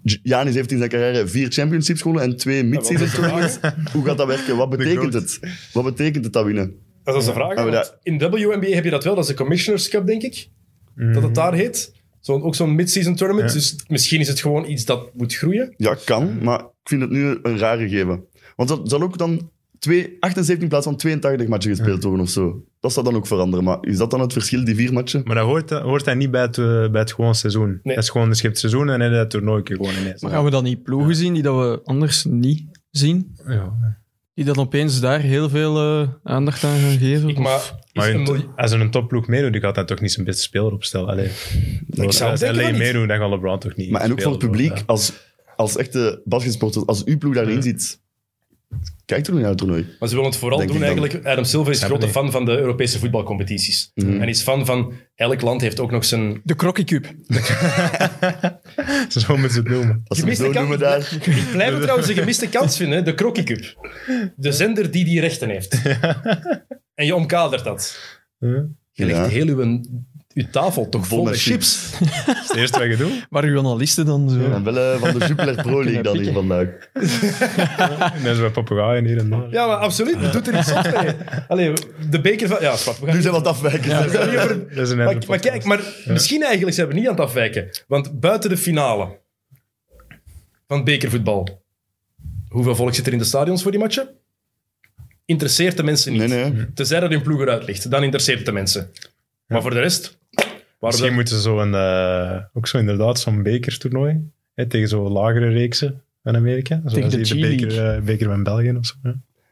Speaker 2: J- Janis heeft in zijn carrière vier championships gewonnen en twee mid-season toernooien? Hoe gaat dat werken? Wat betekent het? Wat betekent het dat winnen?
Speaker 1: dat is de vraag.
Speaker 2: maar
Speaker 1: want
Speaker 2: dat-
Speaker 1: In WNBA heb je dat wel, dat is de Commissioners Cup, denk ik.
Speaker 3: Mm.
Speaker 1: Dat
Speaker 3: Mhm.
Speaker 1: het daar heet. Zo, ook zo'n mid-season tournament. Dus misschien is het gewoon iets dat moet groeien.
Speaker 2: Ja, kan, maar ik vind het nu een raar gegeven. Want dat zal ook dan twee, 78 in plaats van 82 matchen gespeeld worden of zo. Dat zal dan ook veranderen. Maar is dat dan het verschil, die vier matchen?
Speaker 3: Maar dat hoort, hoort hij niet bij het, eh, bij het gewoon seizoen.
Speaker 1: Nee.
Speaker 3: Dat is gewoon, dus je hebt het seizoen en dan heb je dat toernooi gewoon ineens.
Speaker 4: Maar gaan we dan niet ploegen zien die dat we anders niet zien?
Speaker 3: Ja.
Speaker 4: Die dat opeens daar heel veel eh, aandacht aan gaan geven?
Speaker 1: Ik, maar is
Speaker 3: Maar
Speaker 1: een
Speaker 3: een to-
Speaker 1: miljoen-
Speaker 3: als er een topploeg meedoet, die gaat dan toch niet zijn beste speler opstellen. Allee.
Speaker 1: ik zou
Speaker 3: als
Speaker 1: denken van
Speaker 3: alleen
Speaker 1: niet.
Speaker 3: meedoet, dan gaat LeBron toch niet.
Speaker 2: Maar en ook voor
Speaker 3: spelen,
Speaker 2: het publiek,
Speaker 3: bro.
Speaker 2: als, als echte basketsporters, als uw ploeg daarin zit, kijk er nu naar het toernooi.
Speaker 1: Maar ze willen het vooral
Speaker 2: Denk
Speaker 1: doen
Speaker 2: ik dan.
Speaker 1: eigenlijk. Adam Silver is
Speaker 3: Snap
Speaker 1: grote
Speaker 3: het
Speaker 1: fan van de Europese voetbalcompetities.
Speaker 2: Mhm.
Speaker 1: En is fan van elk land heeft ook nog zijn.
Speaker 4: De Crocky Cube.
Speaker 3: Zo moeten ze het noemen.
Speaker 2: Als ze het
Speaker 1: Gemiste
Speaker 2: zo
Speaker 1: kans.
Speaker 2: noemen daar.
Speaker 1: Ik blijf het trouwens een gemiste kans vinden, hè, de Crocky Cup. De zender die die rechten heeft. En je omkadert dat.
Speaker 3: Ja.
Speaker 1: Je legt
Speaker 2: Ja.
Speaker 1: heel uw, uw tafel toch vol
Speaker 2: met
Speaker 1: met chips.
Speaker 3: Dat is het eerste wat je doet.
Speaker 4: Maar uw analisten dan zo.
Speaker 2: En wel eh, van de Jupiler Pro League dan hier vandaag.
Speaker 3: En dan zijn we papegaaien hier en daar.
Speaker 1: Ja, maar absoluut. Dat doet er iets op mee. Allee, de beker van... Ja, schat, we gaan
Speaker 2: Nu zijn we aan het afwijken.
Speaker 1: we gaan niet over-
Speaker 3: Dat is een
Speaker 1: Maar,
Speaker 3: andere
Speaker 1: maar
Speaker 3: podcast.
Speaker 1: kijk, maar misschien eigenlijk zijn we niet aan het afwijken. Want buiten de finale van bekervoetbal, hoeveel volk zit er in de stadions voor die matchen? Interesseert de mensen niet.
Speaker 2: Nee, nee.
Speaker 1: Tenzij dat hun ploeg eruit ligt, dan interesseert het de mensen. Maar voor de rest... Waarom
Speaker 3: Misschien moeten ze zo een, eh, ook zo inderdaad zo'n bekerstoernooi hè, tegen zo'n lagere reeksen van Amerika. Zoals
Speaker 4: Tegen de
Speaker 3: hier
Speaker 4: G-League.
Speaker 3: beker, eh, beker van België of zo. hè.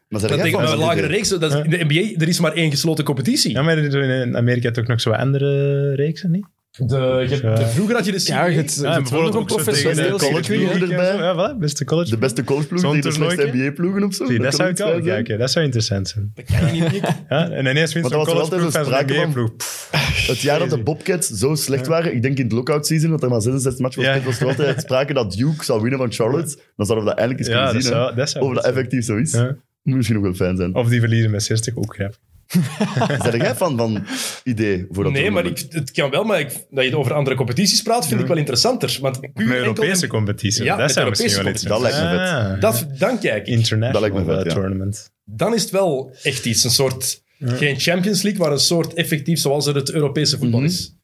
Speaker 2: Maar zijn
Speaker 1: dat
Speaker 2: jij
Speaker 1: tegen
Speaker 2: van
Speaker 1: een lagere
Speaker 2: België?
Speaker 1: reeks, dat is- in de NBA er is maar één gesloten competitie.
Speaker 3: Ja, maar er is zo in Amerika toch nog zo'n andere reeksen, niet?
Speaker 1: De, je hebt- de- vroeger had je de
Speaker 4: Ja,
Speaker 1: CBA.
Speaker 4: je hebt- je hebt wel nog een professioneel
Speaker 2: tegen de
Speaker 4: circuit, hè.
Speaker 2: college- eh, erbij.
Speaker 3: Ja, voilà, beste college.
Speaker 2: De beste collegeploeg
Speaker 3: Zo'n
Speaker 2: tegen de slechtste
Speaker 3: toernooitje?
Speaker 2: NBA-ploegen of zo?
Speaker 3: Zie, dat zou
Speaker 2: kan niet
Speaker 3: ik wel
Speaker 2: zijn.
Speaker 3: kijken. Dat zou interessant zijn.
Speaker 1: Dat kan je niet-
Speaker 3: Ja, en ineens wint
Speaker 2: Maar dat
Speaker 3: zo'n
Speaker 2: was er altijd
Speaker 3: collegeploeg
Speaker 2: een
Speaker 3: van zo'n
Speaker 2: sprake van.
Speaker 3: NBA-ploeg.
Speaker 2: Het jaar dat de Bobcats zo slecht waren, ik denk in het lockout season, dat er maar 66 matchen was,
Speaker 3: Ja.
Speaker 2: gespeeld, was er altijd sprake dat Duke zou winnen van Charlotte. Dan zouden we dat eindelijk eens
Speaker 3: Ja,
Speaker 2: kunnen
Speaker 3: dat
Speaker 2: zien. hè.
Speaker 3: zou- dat zou
Speaker 2: of dat
Speaker 3: goed zijn.
Speaker 2: effectief zo is.
Speaker 3: Ja.
Speaker 2: Moet misschien ook wel fijn zijn.
Speaker 3: Of die verliezen met 60, ook grappig. Oh.
Speaker 2: Zijn jij fan van idee voor dat
Speaker 1: Nee, maar
Speaker 2: toernooi?
Speaker 1: ik, het kan wel, maar ik, dat je over andere competities praat, vind ik wel interessanter. Want puur
Speaker 3: Met
Speaker 1: enkel-
Speaker 3: Europese competities,
Speaker 1: Ja, met
Speaker 3: dat zou misschien wel iets
Speaker 1: Europese
Speaker 2: competities. Dat
Speaker 3: zijn.
Speaker 2: lijkt me
Speaker 3: Ah,
Speaker 1: Dat, dan kijk ik.
Speaker 2: Dat lijkt
Speaker 3: International
Speaker 2: me vet,
Speaker 3: eh,
Speaker 2: ja.
Speaker 3: tournament.
Speaker 1: Dan is het wel echt iets. Een soort, geen Champions League, maar een soort effectief zoals het, het Europese voetbal
Speaker 2: Mhm.
Speaker 1: is.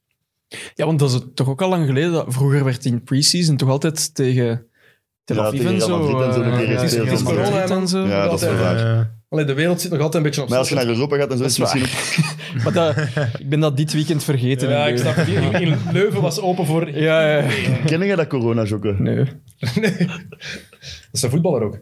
Speaker 4: Ja, want dat is het toch ook al lang geleden. Dat, vroeger werd in pre-season toch altijd tegen Tel
Speaker 2: Ja,
Speaker 4: Aviv
Speaker 2: tegen
Speaker 4: en
Speaker 2: Real
Speaker 4: zo.
Speaker 2: Madrid en zo
Speaker 4: eh,
Speaker 2: een keer
Speaker 4: ja,
Speaker 2: gespeeld.
Speaker 4: tegen
Speaker 1: Het is
Speaker 4: Real Madrid
Speaker 1: corona,
Speaker 4: en zo.
Speaker 2: Ja, dat is wel waar.
Speaker 3: Eh,
Speaker 1: Alleen de wereld zit nog altijd een beetje op
Speaker 2: Maar als je
Speaker 1: slot.
Speaker 2: naar Europa gaat en zo, is het
Speaker 4: Dat is
Speaker 2: misschien
Speaker 4: Maar dat, ik ben dat dit weekend vergeten.
Speaker 1: Ja,
Speaker 4: in
Speaker 1: ik
Speaker 4: Leuven.
Speaker 1: snap het. In- In Leuven was open voor...
Speaker 4: Ja, ja.
Speaker 2: ook... Kennen jij dat corona-jokken?
Speaker 4: Nee.
Speaker 1: Dat is een voetballer ook.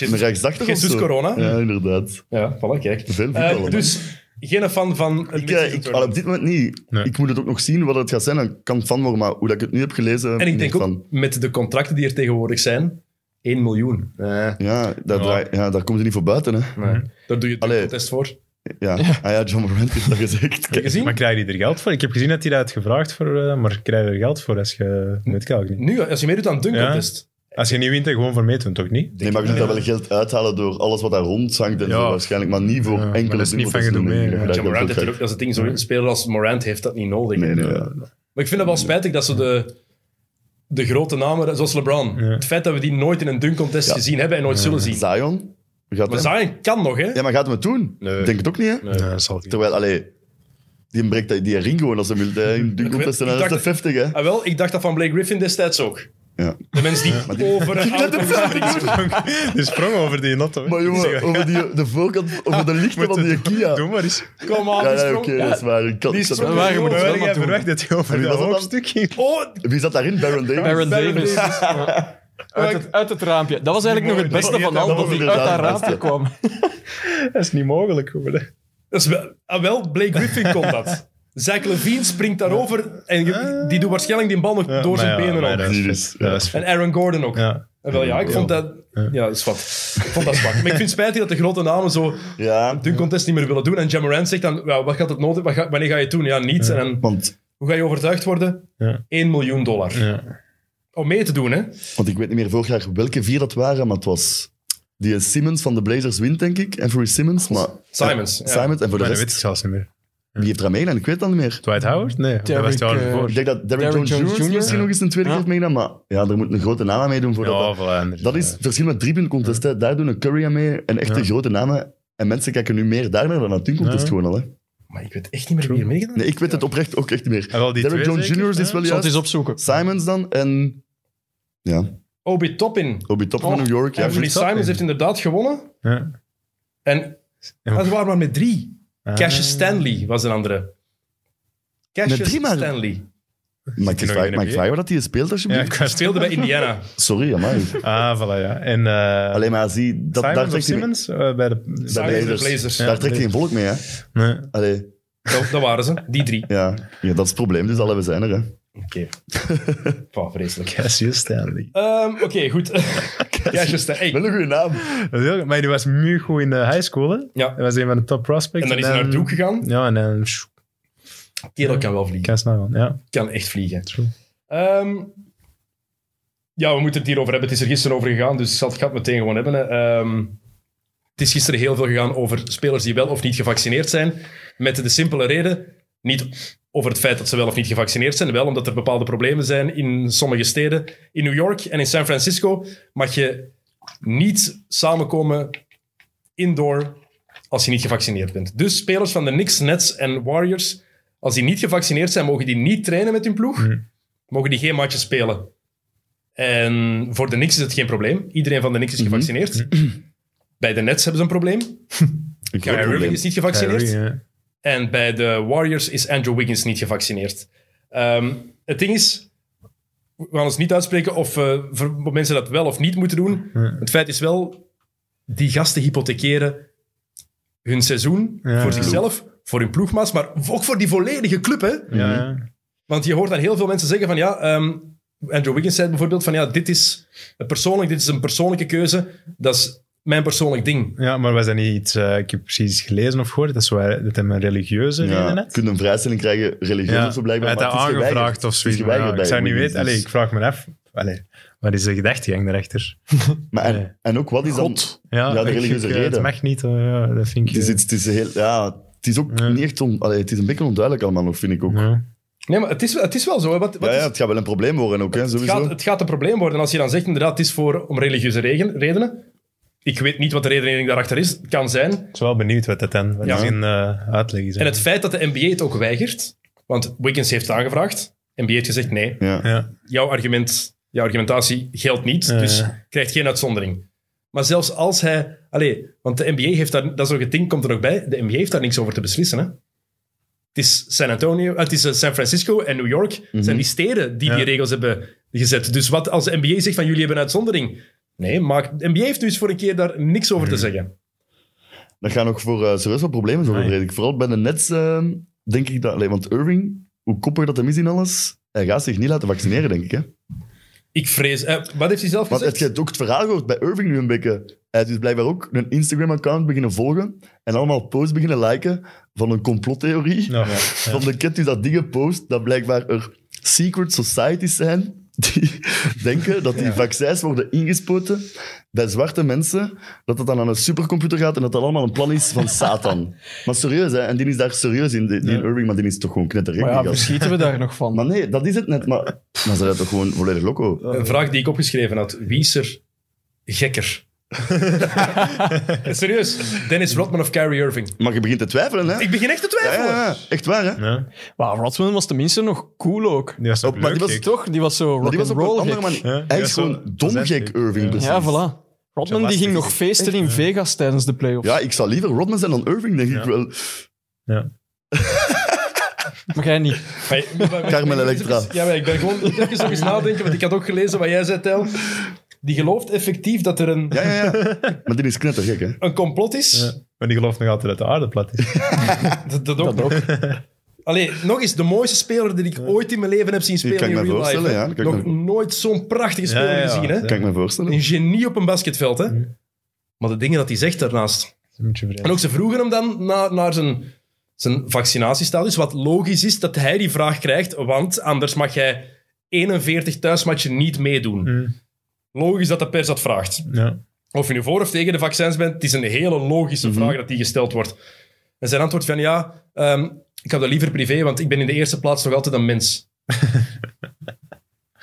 Speaker 2: Een rechtsdachtig of
Speaker 1: Jesus
Speaker 2: zo?
Speaker 1: corona.
Speaker 2: Ja, inderdaad.
Speaker 1: Ja, voilà, kijk.
Speaker 2: Veel
Speaker 1: Eh,
Speaker 2: voetballen.
Speaker 1: dus, geen fan van... het
Speaker 2: Ik, eh, ik, al op dit moment niet.
Speaker 3: Nee.
Speaker 2: Ik moet het ook nog zien wat het gaat zijn. Ik kan fan worden, maar hoe dat ik het nu heb gelezen...
Speaker 1: En ik
Speaker 2: niet
Speaker 1: denk
Speaker 2: fan.
Speaker 1: ook, met de contracten die er tegenwoordig zijn, 1 miljoen.
Speaker 2: Eh, Ja, dat
Speaker 3: Ja.
Speaker 2: draai- ja, daar komen ze niet voor buiten. Hè.
Speaker 1: Nee. Daar doe je
Speaker 2: Allee.
Speaker 1: de test voor. Heb
Speaker 2: Ja. Ah ja, John Morant heeft dat gezegd.
Speaker 1: je gezien?
Speaker 3: Maar krijg je er geld voor? Ik heb gezien dat hij dat had gevraagd voor, eh, maar krijg je er geld voor als je... Weet ik eigenlijk niet.
Speaker 1: Nu, als je meedoet aan het
Speaker 3: Ja.
Speaker 1: dunkeltest.
Speaker 3: Als je niet wint, dan gewoon voor meedoen, toch niet?
Speaker 2: Nee, maar je moet daar wel geld uithalen door alles wat daar rondhangt en
Speaker 3: Ja.
Speaker 2: zo waarschijnlijk, maar niet voor
Speaker 3: Ja, maar
Speaker 2: enkele
Speaker 3: dat is niet
Speaker 2: dingen,
Speaker 3: van
Speaker 2: want
Speaker 3: gedoe
Speaker 2: dat is
Speaker 3: mee,
Speaker 2: niet
Speaker 3: ja.
Speaker 2: dat
Speaker 1: Ja,
Speaker 2: je
Speaker 1: Morant
Speaker 2: dat
Speaker 1: heeft er ook,
Speaker 2: krijgt.
Speaker 1: dat is het ding, zo'n speler als Morant heeft dat niet nodig.
Speaker 2: Nee, nee, ja.
Speaker 1: Maar ik vind het wel spijtig dat ze de, de grote namen, zoals LeBron, het feit dat we die nooit in een dunk contest gezien hebben en nooit zullen zien.
Speaker 2: Zion? Gaat
Speaker 1: Maar
Speaker 2: hem-
Speaker 1: Zion kan nog, hè?
Speaker 2: Ja, maar gaat hem het doen?
Speaker 1: Nee.
Speaker 2: Ik Denk het ook niet, hè?
Speaker 1: Nee.
Speaker 3: Nee, dat zal niet.
Speaker 2: Terwijl, allee, die breekt die- die ring gewoon als ze wil. hè. Die
Speaker 1: weet-
Speaker 2: komt best
Speaker 1: ik
Speaker 2: naar de
Speaker 1: dacht-
Speaker 2: 50, hè?
Speaker 1: Ah, wel, ik dacht dat van Blake Griffin destijds ook.
Speaker 2: Ja.
Speaker 1: De mensen die, over een
Speaker 3: Die sprong over die Dus not, hoor.
Speaker 2: Maar jongen, over die, de voorkant, over de lichten van die Kia.
Speaker 3: Doe maar eens.
Speaker 1: Kom aan,
Speaker 2: Ja,
Speaker 1: die
Speaker 2: ja oké,
Speaker 1: sprong.
Speaker 2: dat is waar. Ik kan-
Speaker 1: Die
Speaker 2: ik zat-
Speaker 1: sprong-
Speaker 4: waar, je
Speaker 1: Oh,
Speaker 4: moet het
Speaker 3: Terwijl
Speaker 4: wel
Speaker 3: jij
Speaker 4: maar doen.
Speaker 3: verwacht dat je over
Speaker 2: wie was
Speaker 3: dat
Speaker 2: dat dan?
Speaker 3: hoofdstuk ging.
Speaker 1: Oh,
Speaker 2: Wie zat daarin? Baron Davis?
Speaker 4: Baron
Speaker 1: Baron
Speaker 4: Davis.
Speaker 1: Davis.
Speaker 4: Ja. Uit, het, uit het raampje. Dat was eigenlijk nog het beste
Speaker 2: Dat
Speaker 4: van
Speaker 2: was
Speaker 4: al, dat die uit
Speaker 2: inderdaad
Speaker 4: dat
Speaker 2: het beste.
Speaker 4: raampje kwam.
Speaker 3: Dat is niet mogelijk geworden.
Speaker 1: dat is wel, ah, wel, Blake Griffin kon dat. Zach Levine springt daarover en je- die doet waarschijnlijk die bal nog door zijn benen op.
Speaker 2: is-
Speaker 3: Ja,
Speaker 2: ja.
Speaker 3: dat is
Speaker 1: En Aaron Gordon ook.
Speaker 3: Ja.
Speaker 1: Ah, wel, ja, ik vond dat... Ja, dat is wat. Ik vond dat zwak. Maar ik vind het spijtig dat de grote namen zo
Speaker 2: Ja,
Speaker 1: hun contest niet meer willen doen. En Jamarant zegt dan, ja, wat gaat het nodig? Wat ga- wanneer ga je het doen? Ja, niets. En dan,
Speaker 2: want,
Speaker 1: hoe ga je overtuigd worden?
Speaker 3: Ja.
Speaker 1: 1 miljoen dollar.
Speaker 3: Ja.
Speaker 1: Om mee te doen, hè?
Speaker 2: want ik weet niet meer vorig jaar welke vier dat waren, maar het was... Die Simmons van de Blazers wint, denk ik. Avery Simmons, maar...
Speaker 1: Simons, ja.
Speaker 2: Simons, en voor de
Speaker 3: Maar dat weet
Speaker 2: rest,
Speaker 3: ik zelfs niet meer.
Speaker 2: wie heeft er aan meegedaan? Ik weet dat niet meer.
Speaker 3: Dwight Howard? Nee, dat was
Speaker 4: Derrick,
Speaker 3: het jaar
Speaker 4: eh,
Speaker 3: ervoor.
Speaker 2: Ik denk dat Derrick
Speaker 4: Derrick
Speaker 2: Jones,
Speaker 4: Jones
Speaker 2: Jr.
Speaker 4: Jr.
Speaker 2: misschien
Speaker 3: Ja.
Speaker 2: nog eens een tweede
Speaker 4: Ja.
Speaker 2: keer heeft meegedaan, maar ja, er moet een grote naam aan meedoen voor dat.
Speaker 3: Ja, voilà, inderdaad.
Speaker 2: Dat is het verschil met driepunt contest. hè. Daar doen een Curry aan mee en echte
Speaker 3: Ja.
Speaker 2: grote namen. En mensen kijken nu meer daarnaar dan naar het contest
Speaker 3: Ja.
Speaker 2: gewoon al. Hè.
Speaker 1: Maar ik weet echt niet meer wie er meegedaan
Speaker 2: Nee, ik weet het oprecht ook echt niet meer.
Speaker 3: En wel die
Speaker 2: Derrick
Speaker 3: twee
Speaker 2: Jones
Speaker 3: zeker,
Speaker 2: Jr. is
Speaker 3: hè?
Speaker 2: wel
Speaker 4: Ik zal het eens
Speaker 2: juist.
Speaker 4: opzoeken.
Speaker 2: Simons dan en... Ja,
Speaker 1: Obi Toppin.
Speaker 2: Obi Top van
Speaker 1: Oh,
Speaker 2: New York. Ja,
Speaker 1: Anthony
Speaker 3: wie is dat
Speaker 1: Simons
Speaker 3: nu?
Speaker 1: heeft inderdaad gewonnen.
Speaker 3: Ja.
Speaker 1: En
Speaker 3: Ja.
Speaker 1: dat waren maar met drie.
Speaker 3: Ah.
Speaker 1: Cassius Stanley was een andere. Cassius
Speaker 2: Met drie maar?
Speaker 1: Stanley.
Speaker 2: Mag ik
Speaker 3: nog in de
Speaker 2: vragen- mag ik
Speaker 3: NBA?
Speaker 2: vragen wat hij speelt
Speaker 3: Ja,
Speaker 2: alsjeblieft?
Speaker 3: ik was
Speaker 1: Speelde bij Indiana.
Speaker 2: Sorry, amai.
Speaker 3: Ah, voilà, ja. En eh,
Speaker 2: Alleen maar zie, dat, daar
Speaker 3: Simons of
Speaker 2: trekt hij
Speaker 3: Simmons? Eh, bij de...
Speaker 2: Bij
Speaker 1: Simons
Speaker 2: Blazers.
Speaker 1: de Blazers.
Speaker 2: daar trekt hij geen volk mee, hè?
Speaker 3: Nee.
Speaker 2: Allee,
Speaker 1: Dat, dat waren ze, die drie.
Speaker 2: ja. ja, dat is het probleem, dus alle we zijn er, hè?
Speaker 1: Oké. Pah, vreselijk.
Speaker 3: Cassius Stanley.
Speaker 1: Ehm, Oké, goed. Cassius Stanley. Hey,
Speaker 2: Wel een goede naam.
Speaker 3: Dat is heel goed. Maar die was nu goed in de high school, hè?
Speaker 1: Ja.
Speaker 3: Hij was een van de top prospects.
Speaker 1: En dan is hij naar Duke gegaan.
Speaker 3: ehm, Ja, en dan... sjoe,
Speaker 1: Kerel kan wel vliegen.
Speaker 3: Kan snel gaan, ja.
Speaker 1: Kan echt vliegen.
Speaker 3: True.
Speaker 1: Ehm, ja, we moeten het hierover hebben. Het is er gisteren over gegaan, dus ik zal het gat meteen gewoon hebben. hè. Ehm, het is gisteren heel veel gegaan over spelers die wel of niet gevaccineerd zijn. Met de simpele reden, niet over het feit dat ze wel of niet gevaccineerd zijn, wel omdat er bepaalde problemen zijn in sommige steden. In New York en in San Francisco mag je niet samenkomen indoor als je niet gevaccineerd bent. Dus spelers van de Knicks, Nets en Warriors, als die niet gevaccineerd zijn, mogen die niet trainen met hun ploeg
Speaker 2: Hmm.
Speaker 1: mogen die geen matches spelen. En voor de Knicks is het geen probleem. Iedereen van de Knicks is gevaccineerd. Bij de Nets hebben ze een probleem.
Speaker 2: Een Mhm.
Speaker 1: Kyrie
Speaker 2: groot probleem.
Speaker 1: Irving is niet gevaccineerd.
Speaker 3: Kyrie, hè.
Speaker 1: En bij de Warriors is Andrew Wiggins niet gevaccineerd. Ehm, het ding is, we gaan ons niet uitspreken of eh, voor mensen dat wel of niet moeten doen. Het feit is wel, die gasten hypothekeren hun seizoen
Speaker 3: Ja,
Speaker 1: voor
Speaker 3: ja.
Speaker 1: zichzelf, voor hun ploegmaats, maar ook voor die volledige club. Hè?
Speaker 3: Ja, ja.
Speaker 1: Want je hoort dan heel veel mensen zeggen van ja, ehm, Andrew Wiggins zei bijvoorbeeld van ja, dit is een persoonlijk, dit is een persoonlijke keuze, dat is mijn persoonlijk ding.
Speaker 3: Ja, maar was dat niet iets... eh, ik heb precies gelezen of gehoord. Dat, is waar, dat hem een religieuze reden
Speaker 2: Ja,
Speaker 3: had.
Speaker 2: je kunt een vrijstelling krijgen, religieus
Speaker 3: Ja,
Speaker 2: of zo blijkbaar.
Speaker 3: Hij had
Speaker 2: maar
Speaker 3: dat
Speaker 2: het is geweigerd.
Speaker 3: aangevraagd of
Speaker 2: Het is
Speaker 3: zoiets. maar
Speaker 2: geweigerd
Speaker 3: ja,
Speaker 2: bij
Speaker 3: ik zou niet
Speaker 2: Wiggins,
Speaker 3: weten. Allee,
Speaker 2: dus.
Speaker 3: ik vraag me af. Allee, wat is de gedachtegang daarachter?
Speaker 2: Maar en,
Speaker 3: Nee.
Speaker 2: en ook, wat is dan... Ja, de
Speaker 3: ik
Speaker 2: religieuze
Speaker 3: vind, eh,
Speaker 2: reden.
Speaker 3: Het mag niet. eh, ja, dat vind ik...
Speaker 2: Het is,
Speaker 3: eh,
Speaker 2: iets- het is heel... Ja, het is ook
Speaker 3: Ja.
Speaker 2: niet echt... On, allee, het is een beetje onduidelijk allemaal nog, vind ik ook.
Speaker 3: ja.
Speaker 1: Nee, maar het is, wel- het is wel zo. hè. Wat, wat
Speaker 2: Ja,
Speaker 1: is-
Speaker 2: ja, het gaat wel een probleem worden ook, hè,
Speaker 1: het,
Speaker 2: sowieso.
Speaker 1: gaat, het gaat een probleem worden als je dan zegt inderdaad, het is voor, om religieuze regen- redenen. Ik weet niet wat de redenering daarachter is. Het kan zijn.
Speaker 3: Ik ben wel benieuwd wat dat dan wat
Speaker 1: Ja.
Speaker 3: zijn eh, uitleg is. hè.
Speaker 1: En het feit dat de NBA het ook weigert, want Wiggins heeft het aangevraagd, NBA heeft gezegd nee,
Speaker 2: Ja.
Speaker 3: Ja.
Speaker 1: jouw argument, jouw argumentatie geldt niet,
Speaker 3: Ja,
Speaker 1: dus
Speaker 3: ja.
Speaker 1: krijgt geen uitzondering. Maar zelfs als hij... Allee, want de NBA heeft daar... Dat soort ding komt er ook bij. De NBA heeft daar niks over te beslissen, hè. Het is San Antonio... eh, Het is eh, San Francisco en New York. zijn die steden die die
Speaker 3: Ja.
Speaker 1: regels hebben gezet. Dus wat als de NBA zegt van jullie hebben een uitzondering... Nee, maar de NBA heeft dus voor een keer daar niks over te zeggen.
Speaker 2: Dat gaan nog voor eh serieus wat problemen zorgen,
Speaker 3: Nee.
Speaker 2: vrees ik. Vooral bij de Nets eh, denk ik dat... Allee, want Irving, hoe koppig dat hem is in alles, hij gaat zich niet laten vaccineren, denk ik. Hè.
Speaker 1: Ik vrees... eh, wat heeft hij zelf
Speaker 2: Want het,
Speaker 1: gezegd?
Speaker 2: je hebt ook het verhaal gehoord bij Irving nu een beetje. Hij is dus blijkbaar ook een Instagram-account beginnen volgen en allemaal posts beginnen liken van een complottheorie.
Speaker 3: Nou, ja.
Speaker 2: Van de cat die dat dingen post, dat blijkbaar er secret societies zijn die denken dat die vaccins worden ingespoten bij zwarte mensen, dat dat dan aan een supercomputer gaat en dat dat allemaal een plan is van Satan. maar serieus, hè? En die is daar serieus in, die, die Irving, maar die is toch gewoon knettergek.
Speaker 4: Maar
Speaker 2: die
Speaker 4: ja,
Speaker 2: gast.
Speaker 4: verschieten we daar nog van?
Speaker 2: Maar nee, dat is het net. Maar, maar ze zijn toch gewoon volledig loco.
Speaker 1: Een vraag die ik opgeschreven had. Wie is er gekker? Serieus, Dennis Rodman of Kyrie Irving.
Speaker 2: Maar je begint te twijfelen, hè?
Speaker 1: Ik begin echt te
Speaker 2: Ja,
Speaker 1: twijfelen.
Speaker 2: ja, ja. echt waar, hè?
Speaker 3: Ja,
Speaker 4: Maar Rodman was tenminste nog cool ook.
Speaker 3: die was
Speaker 2: Op-
Speaker 3: ook
Speaker 2: Oh, maar
Speaker 3: leuk,
Speaker 2: die was
Speaker 3: gek.
Speaker 4: Toch? Die was zo
Speaker 2: Maar die was op een
Speaker 4: rock'n'roll
Speaker 2: andere
Speaker 4: gek.
Speaker 2: manier.
Speaker 3: Ja, die
Speaker 2: Hij
Speaker 3: was
Speaker 2: is
Speaker 3: zo-
Speaker 2: gewoon domgek,
Speaker 3: dat is
Speaker 2: Irving,
Speaker 3: echt-
Speaker 2: precies.
Speaker 4: Ja, voilà. Rodman die
Speaker 3: lastig
Speaker 4: ging
Speaker 3: is
Speaker 4: nog
Speaker 3: het.
Speaker 4: feesten in Vegas tijdens de playoffs.
Speaker 2: Ja, ik zou liever Rodman zijn dan Irving, denk ik wel.
Speaker 4: Maar jij niet.
Speaker 1: Hey, maar- maar-
Speaker 2: Carmen
Speaker 1: maar-
Speaker 2: Electra.
Speaker 1: Ja, maar ik ben gewoon ik moet even nog eens nadenken, want ik had ook gelezen wat jij zei, Tel. Die gelooft effectief dat er een,
Speaker 2: Ja, ja, ja. Maar die is knettergek, hè?
Speaker 1: een complot is.
Speaker 3: Ja. Maar die gelooft nog altijd dat de aarde plat is.
Speaker 1: Dat, dat ook. Allee, nog eens, de mooiste speler die ik ooit in mijn leven heb zien spelen
Speaker 2: kan ik
Speaker 1: in
Speaker 2: me
Speaker 1: real life.
Speaker 2: voorstellen,
Speaker 1: hè.
Speaker 2: ja, dat kan ik
Speaker 1: nog
Speaker 2: me-
Speaker 1: nooit zo'n prachtige
Speaker 3: Ja,
Speaker 1: speler
Speaker 3: ja,
Speaker 1: gezien. Hè?
Speaker 3: ja.
Speaker 2: Kan ik me voorstellen.
Speaker 1: Een genie op een basketveld. Hè?
Speaker 3: Mm.
Speaker 1: Maar de dingen dat hij zegt daarnaast.
Speaker 3: Dat is een beetje vreemd.
Speaker 1: En ook ze vroegen hem dan na, naar zijn, zijn vaccinatiestatus. Wat logisch is dat hij die vraag krijgt, want anders mag hij 41 thuismatchen niet meedoen.
Speaker 3: Mm,
Speaker 1: Logisch dat de pers dat vraagt.
Speaker 3: Ja.
Speaker 1: Of je nu voor of tegen de vaccins bent, het is een hele logische vraag dat die gesteld wordt. En zijn antwoord van ja, ehm, ik heb dat liever privé, want ik ben in de eerste plaats nog altijd een mens.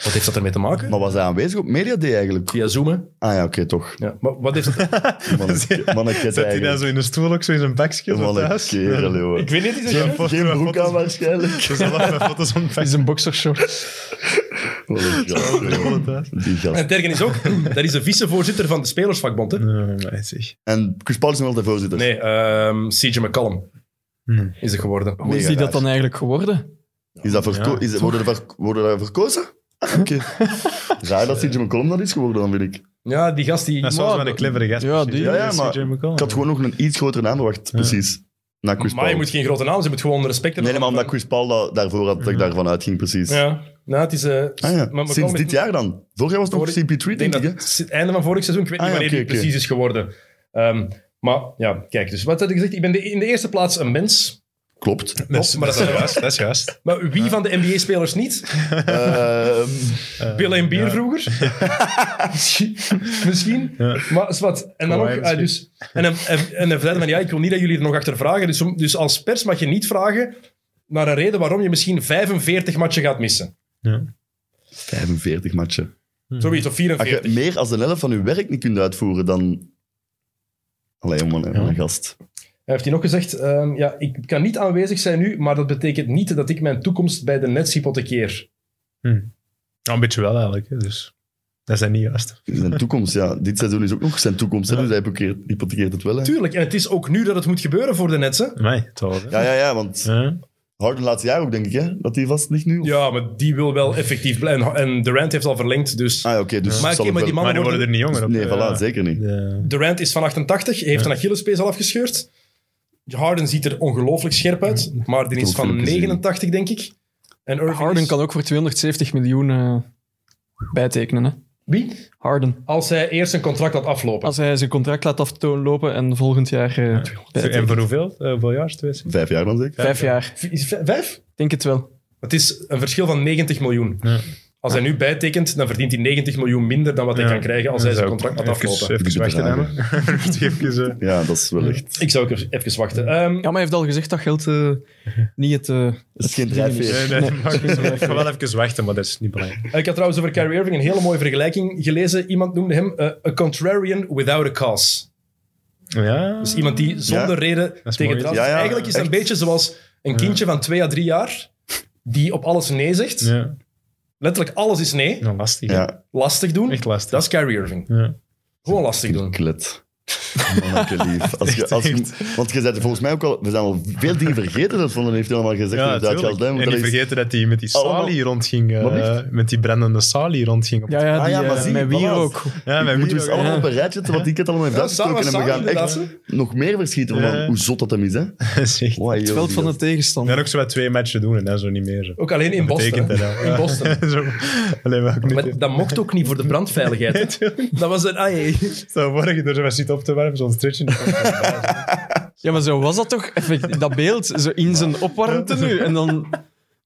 Speaker 1: wat heeft dat ermee te maken?
Speaker 2: Maar was hij aanwezig op Media Day eigenlijk?
Speaker 1: Via zoomen.
Speaker 2: Ah ja, oké, toch.
Speaker 1: Ja, maar wat heeft dat...
Speaker 2: Mannetje, mannetje
Speaker 3: Zet hij dan
Speaker 2: eigenlijk.
Speaker 3: zo in een stoel ook zo in zijn bakje? zo
Speaker 2: Wat een
Speaker 3: thuis?
Speaker 2: kerel, joh.
Speaker 1: ik weet niet, is
Speaker 3: Geen
Speaker 1: dat
Speaker 3: foto's-
Speaker 2: Geen broek aan waarschijnlijk.
Speaker 3: Ze zal allemaal foto's
Speaker 4: Het
Speaker 3: ontvangen.
Speaker 4: is een boxershort.
Speaker 2: Wat een gast, joh. Die gast.
Speaker 1: En Tergen is ook, dat is de vicevoorzitter van de Spelersvakbond. Hè?
Speaker 3: Nee, zeg.
Speaker 2: En Chris Paul is nog altijd voorzitter.
Speaker 1: Nee, ehm, CJ McCollum
Speaker 3: Hmm.
Speaker 1: is het geworden.
Speaker 4: Hoe is
Speaker 2: Mega
Speaker 4: die dat
Speaker 2: raar.
Speaker 4: dan eigenlijk geworden?
Speaker 2: Is dat verko-
Speaker 3: Ja,
Speaker 2: is, worden, er ver- worden er verkozen? Ah, Oké. Raar dat CJ McCollum dat is geworden, dan vind ik.
Speaker 1: Ja, die gast die...
Speaker 3: Dat is wel eens wel een clevere gast.
Speaker 4: Ja, die-
Speaker 2: Ja, ja, maar
Speaker 3: CJ McCollum.
Speaker 2: Ik had gewoon nog een iets grotere naam verwacht, precies. Na Chris
Speaker 1: maar je
Speaker 2: Paul.
Speaker 1: moet geen grote naam, ze moet gewoon respect hebben.
Speaker 2: Nee, nee, maar omdat
Speaker 1: Van-
Speaker 2: Chris Paul dat daarvoor had, dat ik daarvan uitging, precies.
Speaker 1: Ja, nou, het is... eh,
Speaker 2: Ah,
Speaker 1: maar
Speaker 2: ja.
Speaker 1: McCollum
Speaker 2: Sinds
Speaker 1: heeft-
Speaker 2: dit jaar dan? Vorig jaar was het nog
Speaker 1: Vorig-
Speaker 2: CP3,
Speaker 1: Ik
Speaker 2: denk ik,
Speaker 1: denk
Speaker 2: hè?
Speaker 1: dat het einde van vorig seizoen, ik weet
Speaker 2: Ah,
Speaker 1: niet
Speaker 2: ja,
Speaker 1: wanneer
Speaker 2: oké,
Speaker 1: die
Speaker 2: oké.
Speaker 1: precies is geworden. Ehm, maar ja, kijk, dus wat had ik gezegd? Ik ben de- in de eerste plaats een mens.
Speaker 2: Klopt.
Speaker 3: Dat is-
Speaker 1: Maar dat
Speaker 3: dat is
Speaker 1: is-
Speaker 3: juist. Dat is juist.
Speaker 1: Maar wie van de NBA-spelers niet?
Speaker 2: Ehm,
Speaker 3: Eh,
Speaker 1: Bill en Bier
Speaker 3: ja.
Speaker 1: vroeger? Misschien. Misschien. Maar is wat. En dan ook,
Speaker 3: Kawhi
Speaker 1: ah, dus, en, dan- en, en dan verder van, ja, ik wil niet dat jullie er nog achter vragen. Dus, om- dus als pers mag je niet vragen naar een reden waarom je misschien 45 matchen gaat missen.
Speaker 2: 45 matchen.
Speaker 1: Zoiets, of
Speaker 2: Als
Speaker 1: 44.
Speaker 2: je meer als een helft van je werk niet kunt uitvoeren, dan... Allee, jongen, hè,
Speaker 3: Ja.
Speaker 2: een gast.
Speaker 1: Hij heeft hij nog gezegd, ehm, ja, ik kan niet aanwezig zijn nu, maar dat betekent niet dat ik mijn toekomst bij de Nets hypothekeer.
Speaker 3: Ja, een beetje wel eigenlijk. hè, Dus dat zijn niet juist.
Speaker 2: Zijn toekomst, ja. Dit seizoen is ook nog zijn toekomst, hè, dus hij hypothekeert- hypothekeert het wel. Hè.
Speaker 1: Tuurlijk, en het is ook nu dat het moet gebeuren voor de Nets. Hè?
Speaker 3: Mij, het wel, hè.
Speaker 2: Ja, ja, ja, want
Speaker 3: Ja.
Speaker 2: Harden laatste jaar ook, denk ik, hè? Dat hij vast ligt nu.
Speaker 1: Ja, maar die wil wel effectief blijven. En Durant heeft al verlengd, dus...
Speaker 2: Ah, ja, oké, dus
Speaker 1: Maar
Speaker 2: zal
Speaker 1: oké, maar
Speaker 2: het wel-
Speaker 1: mannen
Speaker 3: Maar die worden
Speaker 1: worden-
Speaker 3: er niet jonger op.
Speaker 2: Nee,
Speaker 3: hè.
Speaker 2: voilà, zeker niet.
Speaker 3: De-
Speaker 1: Durant is van 88, heeft een Achillespees al afgescheurd. Harden ziet er ongelooflijk scherp uit, maar die is
Speaker 2: Heel
Speaker 1: van
Speaker 2: filmpjes zien.
Speaker 1: 89, denk ik. En Irving
Speaker 4: Harden
Speaker 1: is-
Speaker 4: kan ook voor 270 miljoen eh, bijtekenen. Hè?
Speaker 1: Wie?
Speaker 4: Harden.
Speaker 1: Als hij eerst een contract had aflopen.
Speaker 4: Als hij zijn contract laat aflopen en volgend jaar eh,
Speaker 3: En
Speaker 4: bijtekent.
Speaker 3: voor hoeveel? Eh, hoeveel jaar? Twee, zes?
Speaker 2: Vijf jaar dan zeker.
Speaker 4: Vijf jaar.
Speaker 1: V- is het v- vijf?
Speaker 4: Ik denk het wel.
Speaker 1: Het is een verschil van 90 miljoen.
Speaker 3: Ja.
Speaker 1: Als hij nu bijtekent, dan verdient hij 90 miljoen minder dan wat hij
Speaker 3: Ja.
Speaker 1: kan krijgen als hij zijn contract had
Speaker 3: Even-
Speaker 1: aflopen.
Speaker 3: Even,
Speaker 2: Die
Speaker 3: wachten,
Speaker 2: bedragen.
Speaker 3: hè, man. Even, eh,
Speaker 2: Ja, dat is wel echt...
Speaker 1: Ik zou ook even wachten. Ehm,
Speaker 4: Ja, maar hij heeft al gezegd dat geld eh, niet het... eh,
Speaker 2: Dat is geen
Speaker 4: het ding
Speaker 2: drijfveer.
Speaker 4: is.
Speaker 3: Nee, nee,
Speaker 4: Nee.
Speaker 3: maar ik ga wel even wachten, maar dat is niet belangrijk.
Speaker 1: Ik had trouwens over Kyrie Irving een hele mooie vergelijking gelezen. Iemand noemde hem eh, a contrarian without a cause.
Speaker 3: Ja,
Speaker 1: Dus iemand die zonder
Speaker 2: Ja.
Speaker 1: reden
Speaker 3: is
Speaker 1: tegen
Speaker 3: mooi.
Speaker 1: draad
Speaker 2: Ja, ja,
Speaker 1: Eigenlijk is dat een beetje zoals een kindje van twee à drie jaar die op alles nee zegt.
Speaker 3: ja.
Speaker 1: Letterlijk alles is nee.
Speaker 3: Nou, lastig. hè.
Speaker 2: Ja,
Speaker 1: Lastig doen.
Speaker 3: Echt lastig.
Speaker 1: Dat is Kyrie Irving.
Speaker 3: Ja.
Speaker 1: Gewoon lastig doen.
Speaker 2: klet. Manneke lief. Als je, als je, want je zei volgens mij ook al... We zijn al veel dingen vergeten dat Vonden heeft helemaal gezegd.
Speaker 3: Ja,
Speaker 2: inderdaad, Charles
Speaker 3: natuurlijk.
Speaker 2: Dijn, want
Speaker 3: en niet
Speaker 2: dat is- Oh,
Speaker 3: vergeten dat hij met die
Speaker 2: Allemaal-
Speaker 3: salie rondging. eh,
Speaker 2: Wat echt?
Speaker 3: met die brandende salie rondging. Op
Speaker 4: Ja, ja,
Speaker 2: Ah,
Speaker 4: die,
Speaker 2: ja, maar
Speaker 4: eh,
Speaker 2: zie,
Speaker 4: met wie
Speaker 2: voilà.
Speaker 4: ook.
Speaker 3: ja
Speaker 2: we
Speaker 3: mijn
Speaker 2: moeten
Speaker 3: moeder
Speaker 2: dus
Speaker 3: ook,
Speaker 2: allemaal
Speaker 4: ja.
Speaker 2: op een rijtje zetten, wat ik het allemaal heeft
Speaker 1: Ja,
Speaker 2: uitgesproken. En
Speaker 1: samen,
Speaker 2: we gaan
Speaker 1: samen,
Speaker 2: echt
Speaker 1: inderdaad,
Speaker 2: nog meer verschieten van
Speaker 3: Ja.
Speaker 2: hoe zot dat hem is. Hè?
Speaker 3: dat is echt-
Speaker 2: Wow,
Speaker 4: Het veld van de tegenstander.
Speaker 3: Dan ook zo wat twee matchen doen en dan zo niet meer. Zo.
Speaker 1: Ook alleen in Boston.
Speaker 3: Betekent dat
Speaker 1: hè.
Speaker 3: dan?
Speaker 1: In
Speaker 3: Ja.
Speaker 1: Boston.
Speaker 3: zo, alleen maar ook niet.
Speaker 1: Maar dat mocht ook niet voor de brandveiligheid. hè. Dat was een... Ah, jee.
Speaker 3: Stel voor dat je er zo wat zit op te werpen, zo'n stretch. in de kop.
Speaker 4: Ja, maar zo was dat toch? Effect, dat beeld, zo in zijn opwarmtenu. En dan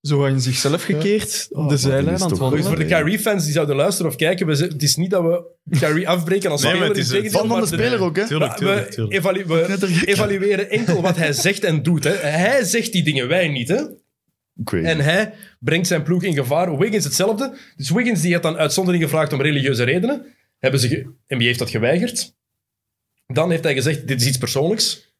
Speaker 4: zo in zichzelf
Speaker 2: Oh,
Speaker 4: gekeerd op de zijlijn aan het
Speaker 2: toch
Speaker 1: Dus
Speaker 4: wandelen.
Speaker 1: voor de Kyrie-fans die zouden luisteren of kijken, we, z- het is niet dat we Kyrie afbreken als
Speaker 3: Nee, maar
Speaker 1: speler.
Speaker 3: het is
Speaker 1: integendeel,
Speaker 2: Van van de
Speaker 1: maar
Speaker 2: speler ook, hè?
Speaker 3: Tuurlijk, tuurlijk,
Speaker 1: We,
Speaker 3: tuurlijk.
Speaker 1: evalu- we
Speaker 2: Knettergek.
Speaker 1: evalueren enkel wat hij zegt en doet. Hè. Hij zegt die dingen, wij niet. Hè.
Speaker 2: Crazy.
Speaker 1: En hij brengt zijn ploeg in gevaar. Wiggins hetzelfde. Dus Wiggins die had dan uitzondering gevraagd om religieuze redenen. Hebben ze ge- NBA heeft dat geweigerd. Dan heeft hij gezegd, dit is iets persoonlijks.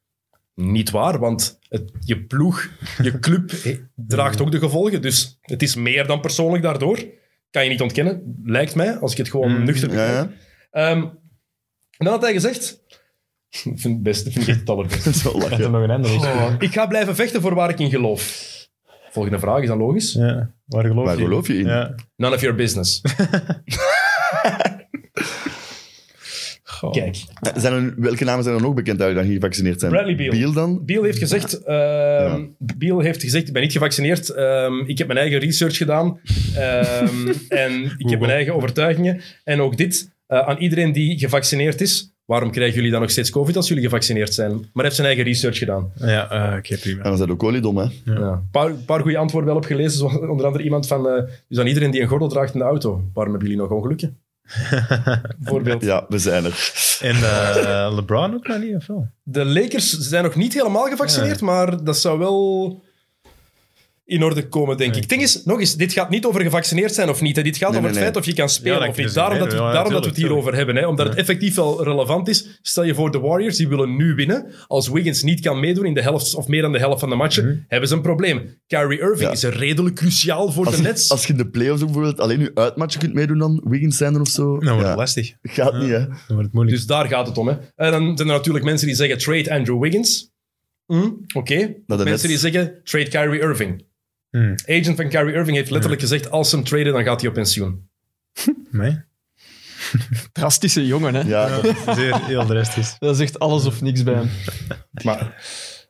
Speaker 1: Niet waar, want het, je ploeg, je club eh, draagt ook de gevolgen. Dus het is meer dan persoonlijk daardoor. Kan je niet ontkennen, lijkt mij, als ik het gewoon nuchter
Speaker 2: Mm, Ja, ja.
Speaker 1: Ehm, en dan had hij gezegd... Ik vind het best, ik vind het echt het allerbeste.
Speaker 2: Dat is wel
Speaker 3: Dat er
Speaker 2: lachen.
Speaker 3: nog een ander is.
Speaker 2: Oh.
Speaker 1: Ik ga blijven vechten voor waar ik in geloof. Volgende vraag, is dat logisch?
Speaker 3: Ja. Waar geloof
Speaker 2: Waar
Speaker 3: je in?
Speaker 2: geloof je in?
Speaker 3: Ja.
Speaker 1: None of your business. Kijk,
Speaker 2: Zijn er, welke namen zijn er nog bekend uit die gevaccineerd zijn?
Speaker 1: Bradley Beal.
Speaker 2: dan?
Speaker 1: Biel heeft gezegd, ehm, Biel heeft gezegd, ik ben niet gevaccineerd. ehm, ik heb mijn eigen research gedaan. ehm, en ik heb mijn eigen overtuigingen. En ook dit, eh, aan iedereen die gevaccineerd is, waarom krijgen jullie dan nog steeds COVID als jullie gevaccineerd zijn? Maar hij heeft zijn eigen research gedaan.
Speaker 3: Ja, eh, oké, prima.
Speaker 2: En we zijn ook oliedom, hè?
Speaker 1: Ja. Een paar, paar goede antwoorden wel op gelezen. Zoals onder andere iemand van, eh, dus aan iedereen die een gordel draagt in de auto, waarom hebben jullie nog ongelukken? Bijvoorbeeld.
Speaker 2: Ja, we zijn er.
Speaker 3: En eh, LeBron ook nog niet, of wel?
Speaker 1: De Lakers zijn nog niet helemaal gevaccineerd, maar dat zou wel in orde komen, denk ik. Het ding is, nog eens, dit gaat niet over gevaccineerd zijn of niet. Hè. Dit gaat
Speaker 2: Nee,
Speaker 1: over
Speaker 2: nee,
Speaker 1: het
Speaker 2: nee.
Speaker 1: feit of je kan spelen
Speaker 3: Ja, dat
Speaker 1: of
Speaker 3: kun je
Speaker 1: niet. Daarom,
Speaker 3: zeggen,
Speaker 1: dat we,
Speaker 3: ja,
Speaker 1: daarom dat we
Speaker 3: tuurlijk,
Speaker 1: het hierover hebben. Hè. Omdat het effectief wel relevant is. Stel je voor, de Warriors, die willen nu winnen. Als Wiggins niet kan meedoen in de helft of meer dan de helft van de matchen, hebben ze een probleem. Kyrie Irving
Speaker 2: Ja.
Speaker 1: is redelijk cruciaal voor de Nets.
Speaker 2: Als, als je in de playoffs ook bijvoorbeeld alleen je uitmatchen kunt meedoen dan, Wiggins zijn er of zo.
Speaker 3: Dan Nou, wordt
Speaker 2: ja.
Speaker 3: het lastig.
Speaker 2: Gaat niet, hè?
Speaker 3: Dan wordt het moeilijk.
Speaker 1: Dus daar gaat het om. Hè. En dan zijn er natuurlijk mensen die zeggen trade Andrew Wiggins. Hm, Oké. Mensen
Speaker 2: Nets.
Speaker 1: die zeggen trade Kyrie Irving.
Speaker 3: Hmm.
Speaker 1: Agent van Kyrie Irving heeft letterlijk gezegd als ze hem traden, dan gaat hij op pensioen.
Speaker 2: Dus-
Speaker 3: Nee.
Speaker 4: Drastische jongen, hè.
Speaker 2: Ja, dat-
Speaker 3: Zeer heel drastisch.
Speaker 4: Dat is echt alles of niks bij hem.
Speaker 1: Maar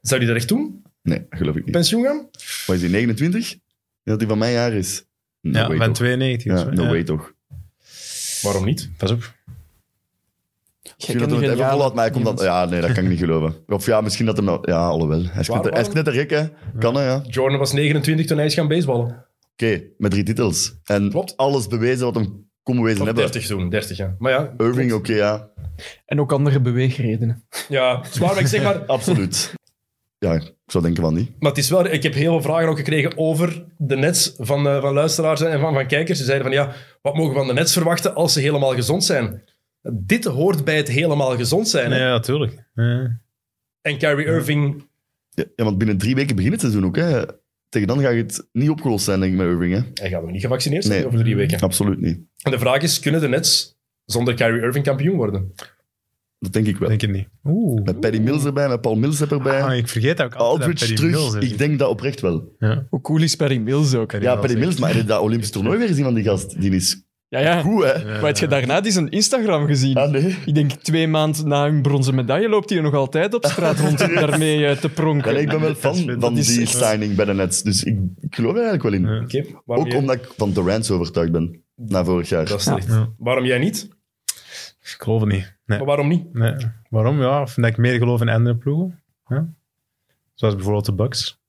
Speaker 1: zou hij dat echt doen?
Speaker 2: Nee, geloof ik niet.
Speaker 1: Pensioen gaan?
Speaker 2: Wat is die, 29? Ik denk Dat hij van mijn jaar is. No
Speaker 3: Ja,
Speaker 2: way,
Speaker 3: van
Speaker 2: toch?
Speaker 3: 92.
Speaker 2: Ja,
Speaker 3: of zo.
Speaker 2: no
Speaker 3: Ja.
Speaker 2: way toch.
Speaker 1: Waarom niet?
Speaker 3: Pas op.
Speaker 2: Misschien dat hij het even volhoudt, maar hij komt dan... Ja, nee, dat kan ik niet geloven. Of ja, misschien dat hem... nou- Ja, alhoewel. Hij
Speaker 1: Waarom-
Speaker 2: is knetter- hij is knettergek, hè? Kan, hè, ja. Oké,
Speaker 1: Jordan was 29 toen hij is gaan baseballen.
Speaker 2: met drie titels. En
Speaker 1: Klopt.
Speaker 2: alles bewezen wat hem kon bewezen
Speaker 1: Of
Speaker 2: hebben.
Speaker 1: 30 toen, 30 ja. Maar ja,
Speaker 2: Irving, oké, ja.
Speaker 4: En ook andere beweegredenen.
Speaker 1: ja zwaar, maar ik zeg maar...
Speaker 2: Absoluut. Ja, ik zou denken van niet.
Speaker 1: Maar het is wel, ik heb heel veel vragen ook gekregen over de Nets van, eh, van luisteraars en van, van kijkers. Ze zeiden van ja, wat mogen we van de Nets verwachten als ze helemaal gezond zijn? Dit hoort bij het helemaal gezond zijn. hè?
Speaker 3: Nee, ja, tuurlijk. Ja.
Speaker 1: En Kyrie Irving,
Speaker 2: Ja, ja, want binnen drie weken begint het seizoen ook, hè. Tegen dan ga je het niet opgelost zijn, denk ik, met Irving, hè.
Speaker 1: hij gaat nog niet gevaccineerd zijn
Speaker 2: Nee.
Speaker 1: over drie weken.
Speaker 2: Absoluut niet.
Speaker 1: En de vraag is, kunnen de Nets zonder Kyrie Irving kampioen worden?
Speaker 2: Dat denk ik wel.
Speaker 3: Denk ik niet. Oeh.
Speaker 2: Met Paddy Mills erbij, met Paul Millsap erbij.
Speaker 3: Ah, ik vergeet dat ook altijd. dat
Speaker 2: Aldridge
Speaker 3: Paddy
Speaker 2: terug.
Speaker 3: Mills er
Speaker 2: ik
Speaker 3: zit.
Speaker 2: denk dat oprecht wel.
Speaker 4: Hoe cool is Perry Mills ook?
Speaker 2: Ja, Paddy
Speaker 3: echt.
Speaker 2: Mills, maar heb je dat Olympisch toernooi weer gezien van die gast? Die is
Speaker 4: Ja, ja.
Speaker 2: goed, hè?
Speaker 4: Maar heb je daarna die zijn Instagram gezien?
Speaker 2: Ah, nee.
Speaker 4: Ik denk twee maanden na hun bronzen medaille loopt hij nog altijd op straat rond daarmee eh, te
Speaker 2: Ja, nee,
Speaker 4: pronken.
Speaker 2: ik ben wel
Speaker 3: Dat is-
Speaker 2: fan
Speaker 3: dat
Speaker 2: van
Speaker 4: is
Speaker 2: die
Speaker 4: echt-
Speaker 2: signing bij de Nets. Dus ik, ik geloof er eigenlijk wel in.
Speaker 3: Ja.
Speaker 1: Oké, waarom,
Speaker 2: Ook
Speaker 1: jij-
Speaker 2: omdat ik van Durant zo overtuigd ben. Na vorig jaar.
Speaker 1: Dat is terecht.
Speaker 3: Ja.
Speaker 1: waarom jij niet?
Speaker 3: Ik geloof het niet. Nee.
Speaker 1: Maar waarom niet?
Speaker 3: nee. Waarom? Ja, of dat ik meer geloof in andere ploegen. Ja. Zoals bijvoorbeeld de Bucks.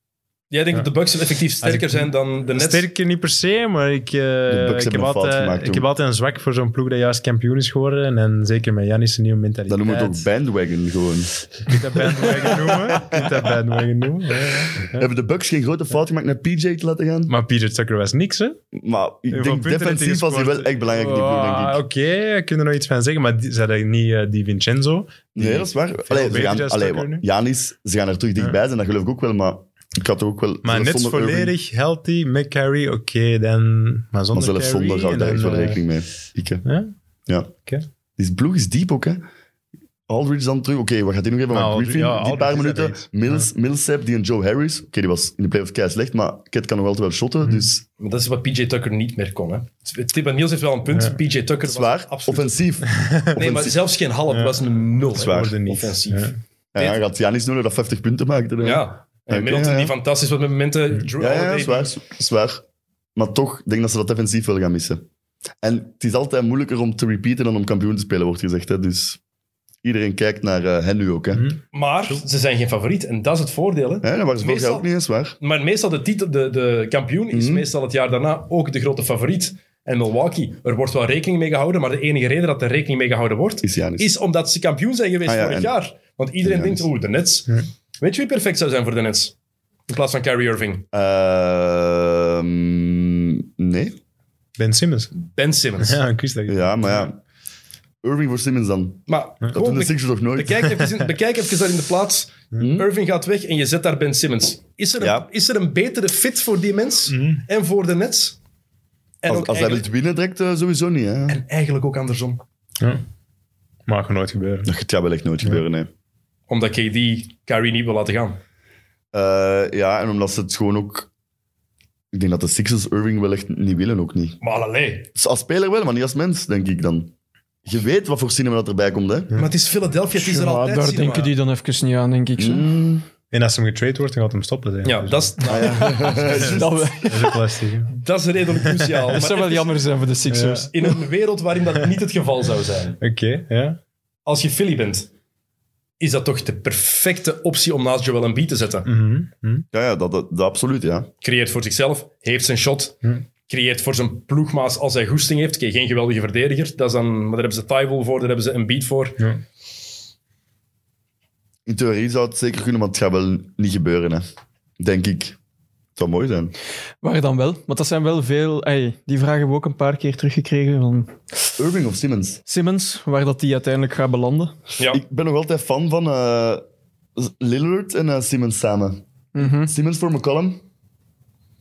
Speaker 1: Jij denkt
Speaker 3: Ja.
Speaker 1: dat de Bucks effectief sterker
Speaker 3: ik-
Speaker 1: zijn dan de Nets?
Speaker 3: Sterker niet per se, maar ik, eh,
Speaker 2: Bucks hebben een
Speaker 3: ik, heb,
Speaker 2: fout gemaakt
Speaker 3: altijd, ik
Speaker 2: toen.
Speaker 3: heb altijd een zwak voor zo'n ploeg dat juist kampioen is geworden. En zeker met Janis' nieuwe
Speaker 2: Dat
Speaker 3: mentaliteit.
Speaker 2: noemen we het ook bandwagon gewoon.
Speaker 3: Je kunt dat bandwagon noemen. Je kunt dat bandwagon noemen. Ja, ja, ja.
Speaker 2: Hebben de Bucks geen grote fout gemaakt naar PJ te laten gaan?
Speaker 3: Maar Peter Tucker was niks, hè?
Speaker 2: Maar ik
Speaker 3: Hoeveel
Speaker 2: denk
Speaker 3: punten heeft
Speaker 2: defensief
Speaker 3: hij
Speaker 2: was hij wel echt belangrijk in die ploeg, denk ik.
Speaker 3: Ah, Oké, je kunt er nog iets van zeggen, maar die, ze hadden niet eh, die Vincenzo.
Speaker 2: Nee, dat is waar. Allee, ze
Speaker 3: beter
Speaker 2: gaan,
Speaker 3: juist
Speaker 2: allee,
Speaker 3: Tucker nu.
Speaker 2: Janis, ze gaan er terug dichtbij zijn, dat geloof ik ook wel, maar ik had toch ook wel...
Speaker 3: Maar
Speaker 2: zelfs
Speaker 3: net
Speaker 2: zonder Irving-
Speaker 3: volledig healthy, met Carrie, oké, dan... Maar
Speaker 2: maar
Speaker 3: zonder
Speaker 2: zelfs
Speaker 3: Curry
Speaker 2: zonder hou ik daar
Speaker 3: en dan,
Speaker 2: echt wel
Speaker 3: eh,
Speaker 2: rekening mee. Ik, hè.
Speaker 3: Ja?
Speaker 2: ja.
Speaker 3: Oké.
Speaker 2: Die ploeg is diep ook, hè. Aldridge dan terug. Oké, wat gaat hij nog hebben?
Speaker 3: Nou,
Speaker 2: Want Griffin,
Speaker 3: ja,
Speaker 2: die
Speaker 3: Aldridge
Speaker 2: paar
Speaker 3: is
Speaker 2: minuten.
Speaker 3: er iets.
Speaker 2: Mills, Millsap, die en Joe Harris. Oké, die was in de playoffs kei slecht, maar Cat kan nog altijd wel shotten,
Speaker 3: Hmm.
Speaker 2: dus...
Speaker 1: Maar dat is wat PJ Tucker niet meer kon. Hè. Stephen Niels heeft wel een punt. PJ Tucker was
Speaker 2: Zwaar,
Speaker 1: absoluut.
Speaker 2: offensief.
Speaker 1: Nee, maar
Speaker 2: offensief.
Speaker 1: zelfs geen half was een nul. hè.
Speaker 2: Zwaar.
Speaker 3: worden niet.
Speaker 1: Offensief.
Speaker 3: Ja.
Speaker 2: Ja, ja, gaat Janis nodig dat 50 punten maakte. dan.
Speaker 1: Ja. Oh, En
Speaker 2: Oké,
Speaker 1: Middleton
Speaker 2: ja, ja.
Speaker 1: die fantastisch was met momenten. Drew
Speaker 2: Ja, ja,
Speaker 1: Holiday,
Speaker 2: zwaar, zwaar. Maar toch denk ik dat ze dat defensief wel gaan missen. En het is altijd moeilijker om te repeaten dan om kampioen te spelen, wordt gezegd. Hè? Dus iedereen kijkt naar eh, hen nu ook. Hè?
Speaker 3: Mhm.
Speaker 1: Maar ze zijn geen favoriet. En dat is het voordeel. Hè.
Speaker 2: Ja, dat waren ze vorig jaar ook niet eens, waar?
Speaker 1: Maar meestal de, titel, de, de kampioen is
Speaker 2: Mhm.
Speaker 1: meestal het jaar daarna ook de grote favoriet. En Milwaukee, er wordt wel rekening mee gehouden, maar de enige reden dat er rekening mee gehouden wordt,
Speaker 2: Is Janis.
Speaker 1: is omdat ze kampioen zijn geweest
Speaker 2: Ah, ja,
Speaker 1: vorig
Speaker 2: en-
Speaker 1: jaar. Want iedereen
Speaker 2: Ja,
Speaker 1: denkt,
Speaker 2: dus-
Speaker 1: oeh, de Nets.
Speaker 3: Ja.
Speaker 1: Weet je wie perfect zou zijn voor de Nets? In plaats van Kyrie Irving.
Speaker 2: Ehm, nee.
Speaker 3: Ben Simmons.
Speaker 1: Ben Simmons.
Speaker 3: Ja, ik wist dat.
Speaker 2: Ja, maar ja. Irving voor Simmons dan.
Speaker 1: Maar
Speaker 2: Dat doen
Speaker 1: gewoon
Speaker 2: de
Speaker 1: be-
Speaker 2: Sixers nog nooit.
Speaker 1: bekijk, even, bekijk even daar in de plaats.
Speaker 4: Hmm?
Speaker 1: Irving gaat weg en je zet daar Ben Simmons. Is er een,
Speaker 2: Ja.
Speaker 1: is er een betere fit voor die mens en voor de Nets? En
Speaker 2: Als,
Speaker 1: ook
Speaker 2: als hij
Speaker 1: eigenlijk,
Speaker 2: wilt winnen, direct eh, sowieso niet. Hè.
Speaker 1: en eigenlijk ook andersom.
Speaker 3: Maar dat kan nooit gebeuren.
Speaker 2: Dat gaat wel echt nooit gebeuren, nee.
Speaker 1: Omdat KD Kyrie niet wil laten gaan.
Speaker 2: Eh, ja, en omdat ze het gewoon ook... Ik denk dat de Sixers Irving wel echt niet willen, ook niet.
Speaker 1: Maar allee.
Speaker 2: Dus als speler wel, maar niet als mens, denk ik dan. Je weet wat voor cinema dat erbij komt, hè.
Speaker 1: Maar het is Philadelphia, het is er
Speaker 4: Ja,
Speaker 1: altijd.
Speaker 4: daar
Speaker 1: cinema.
Speaker 4: denken die dan even niet aan, denk ik. zo.
Speaker 2: Mm.
Speaker 3: En als hem getrade wordt, dan gaat hem stoppen. Denk. ik.
Speaker 1: Ja,
Speaker 3: Dus
Speaker 1: dat is,
Speaker 2: Ah, ja.
Speaker 4: Dat, we-
Speaker 3: dat is ook lastig. hè.
Speaker 1: dat is redelijk cruciaal.
Speaker 4: dat
Speaker 1: Maar
Speaker 4: zou wel
Speaker 1: even
Speaker 4: jammer zijn voor de Sixers.
Speaker 1: In een wereld waarin dat niet het geval zou zijn.
Speaker 3: Oké, ja.
Speaker 1: Als je Philly bent, is dat toch de perfecte optie om naast Joel Embiid te zetten.
Speaker 3: Mhm, mhm.
Speaker 2: ja, ja, dat, dat, dat absoluut, ja.
Speaker 1: creëert voor zichzelf, heeft zijn shot,
Speaker 3: Hm.
Speaker 1: creëert voor zijn ploegmaat als hij goesting heeft. Oké, geen geweldige verdediger, dat is dan, maar daar hebben ze Tybal voor, daar hebben ze een beat voor.
Speaker 3: Ja.
Speaker 2: In theorie zou het zeker kunnen, maar het gaat wel niet gebeuren, hè. Denk ik. Het zou mooi zijn.
Speaker 4: Waar dan wel? Want dat zijn wel veel... ey, die vragen hebben we ook een paar keer teruggekregen van
Speaker 2: Irving of Simmons?
Speaker 4: Simmons, waar dat die uiteindelijk gaat belanden.
Speaker 1: Ja.
Speaker 2: Ik ben nog altijd fan van eh, Lillard en eh, Simmons samen.
Speaker 4: Mhm.
Speaker 2: Simmons voor McCollum.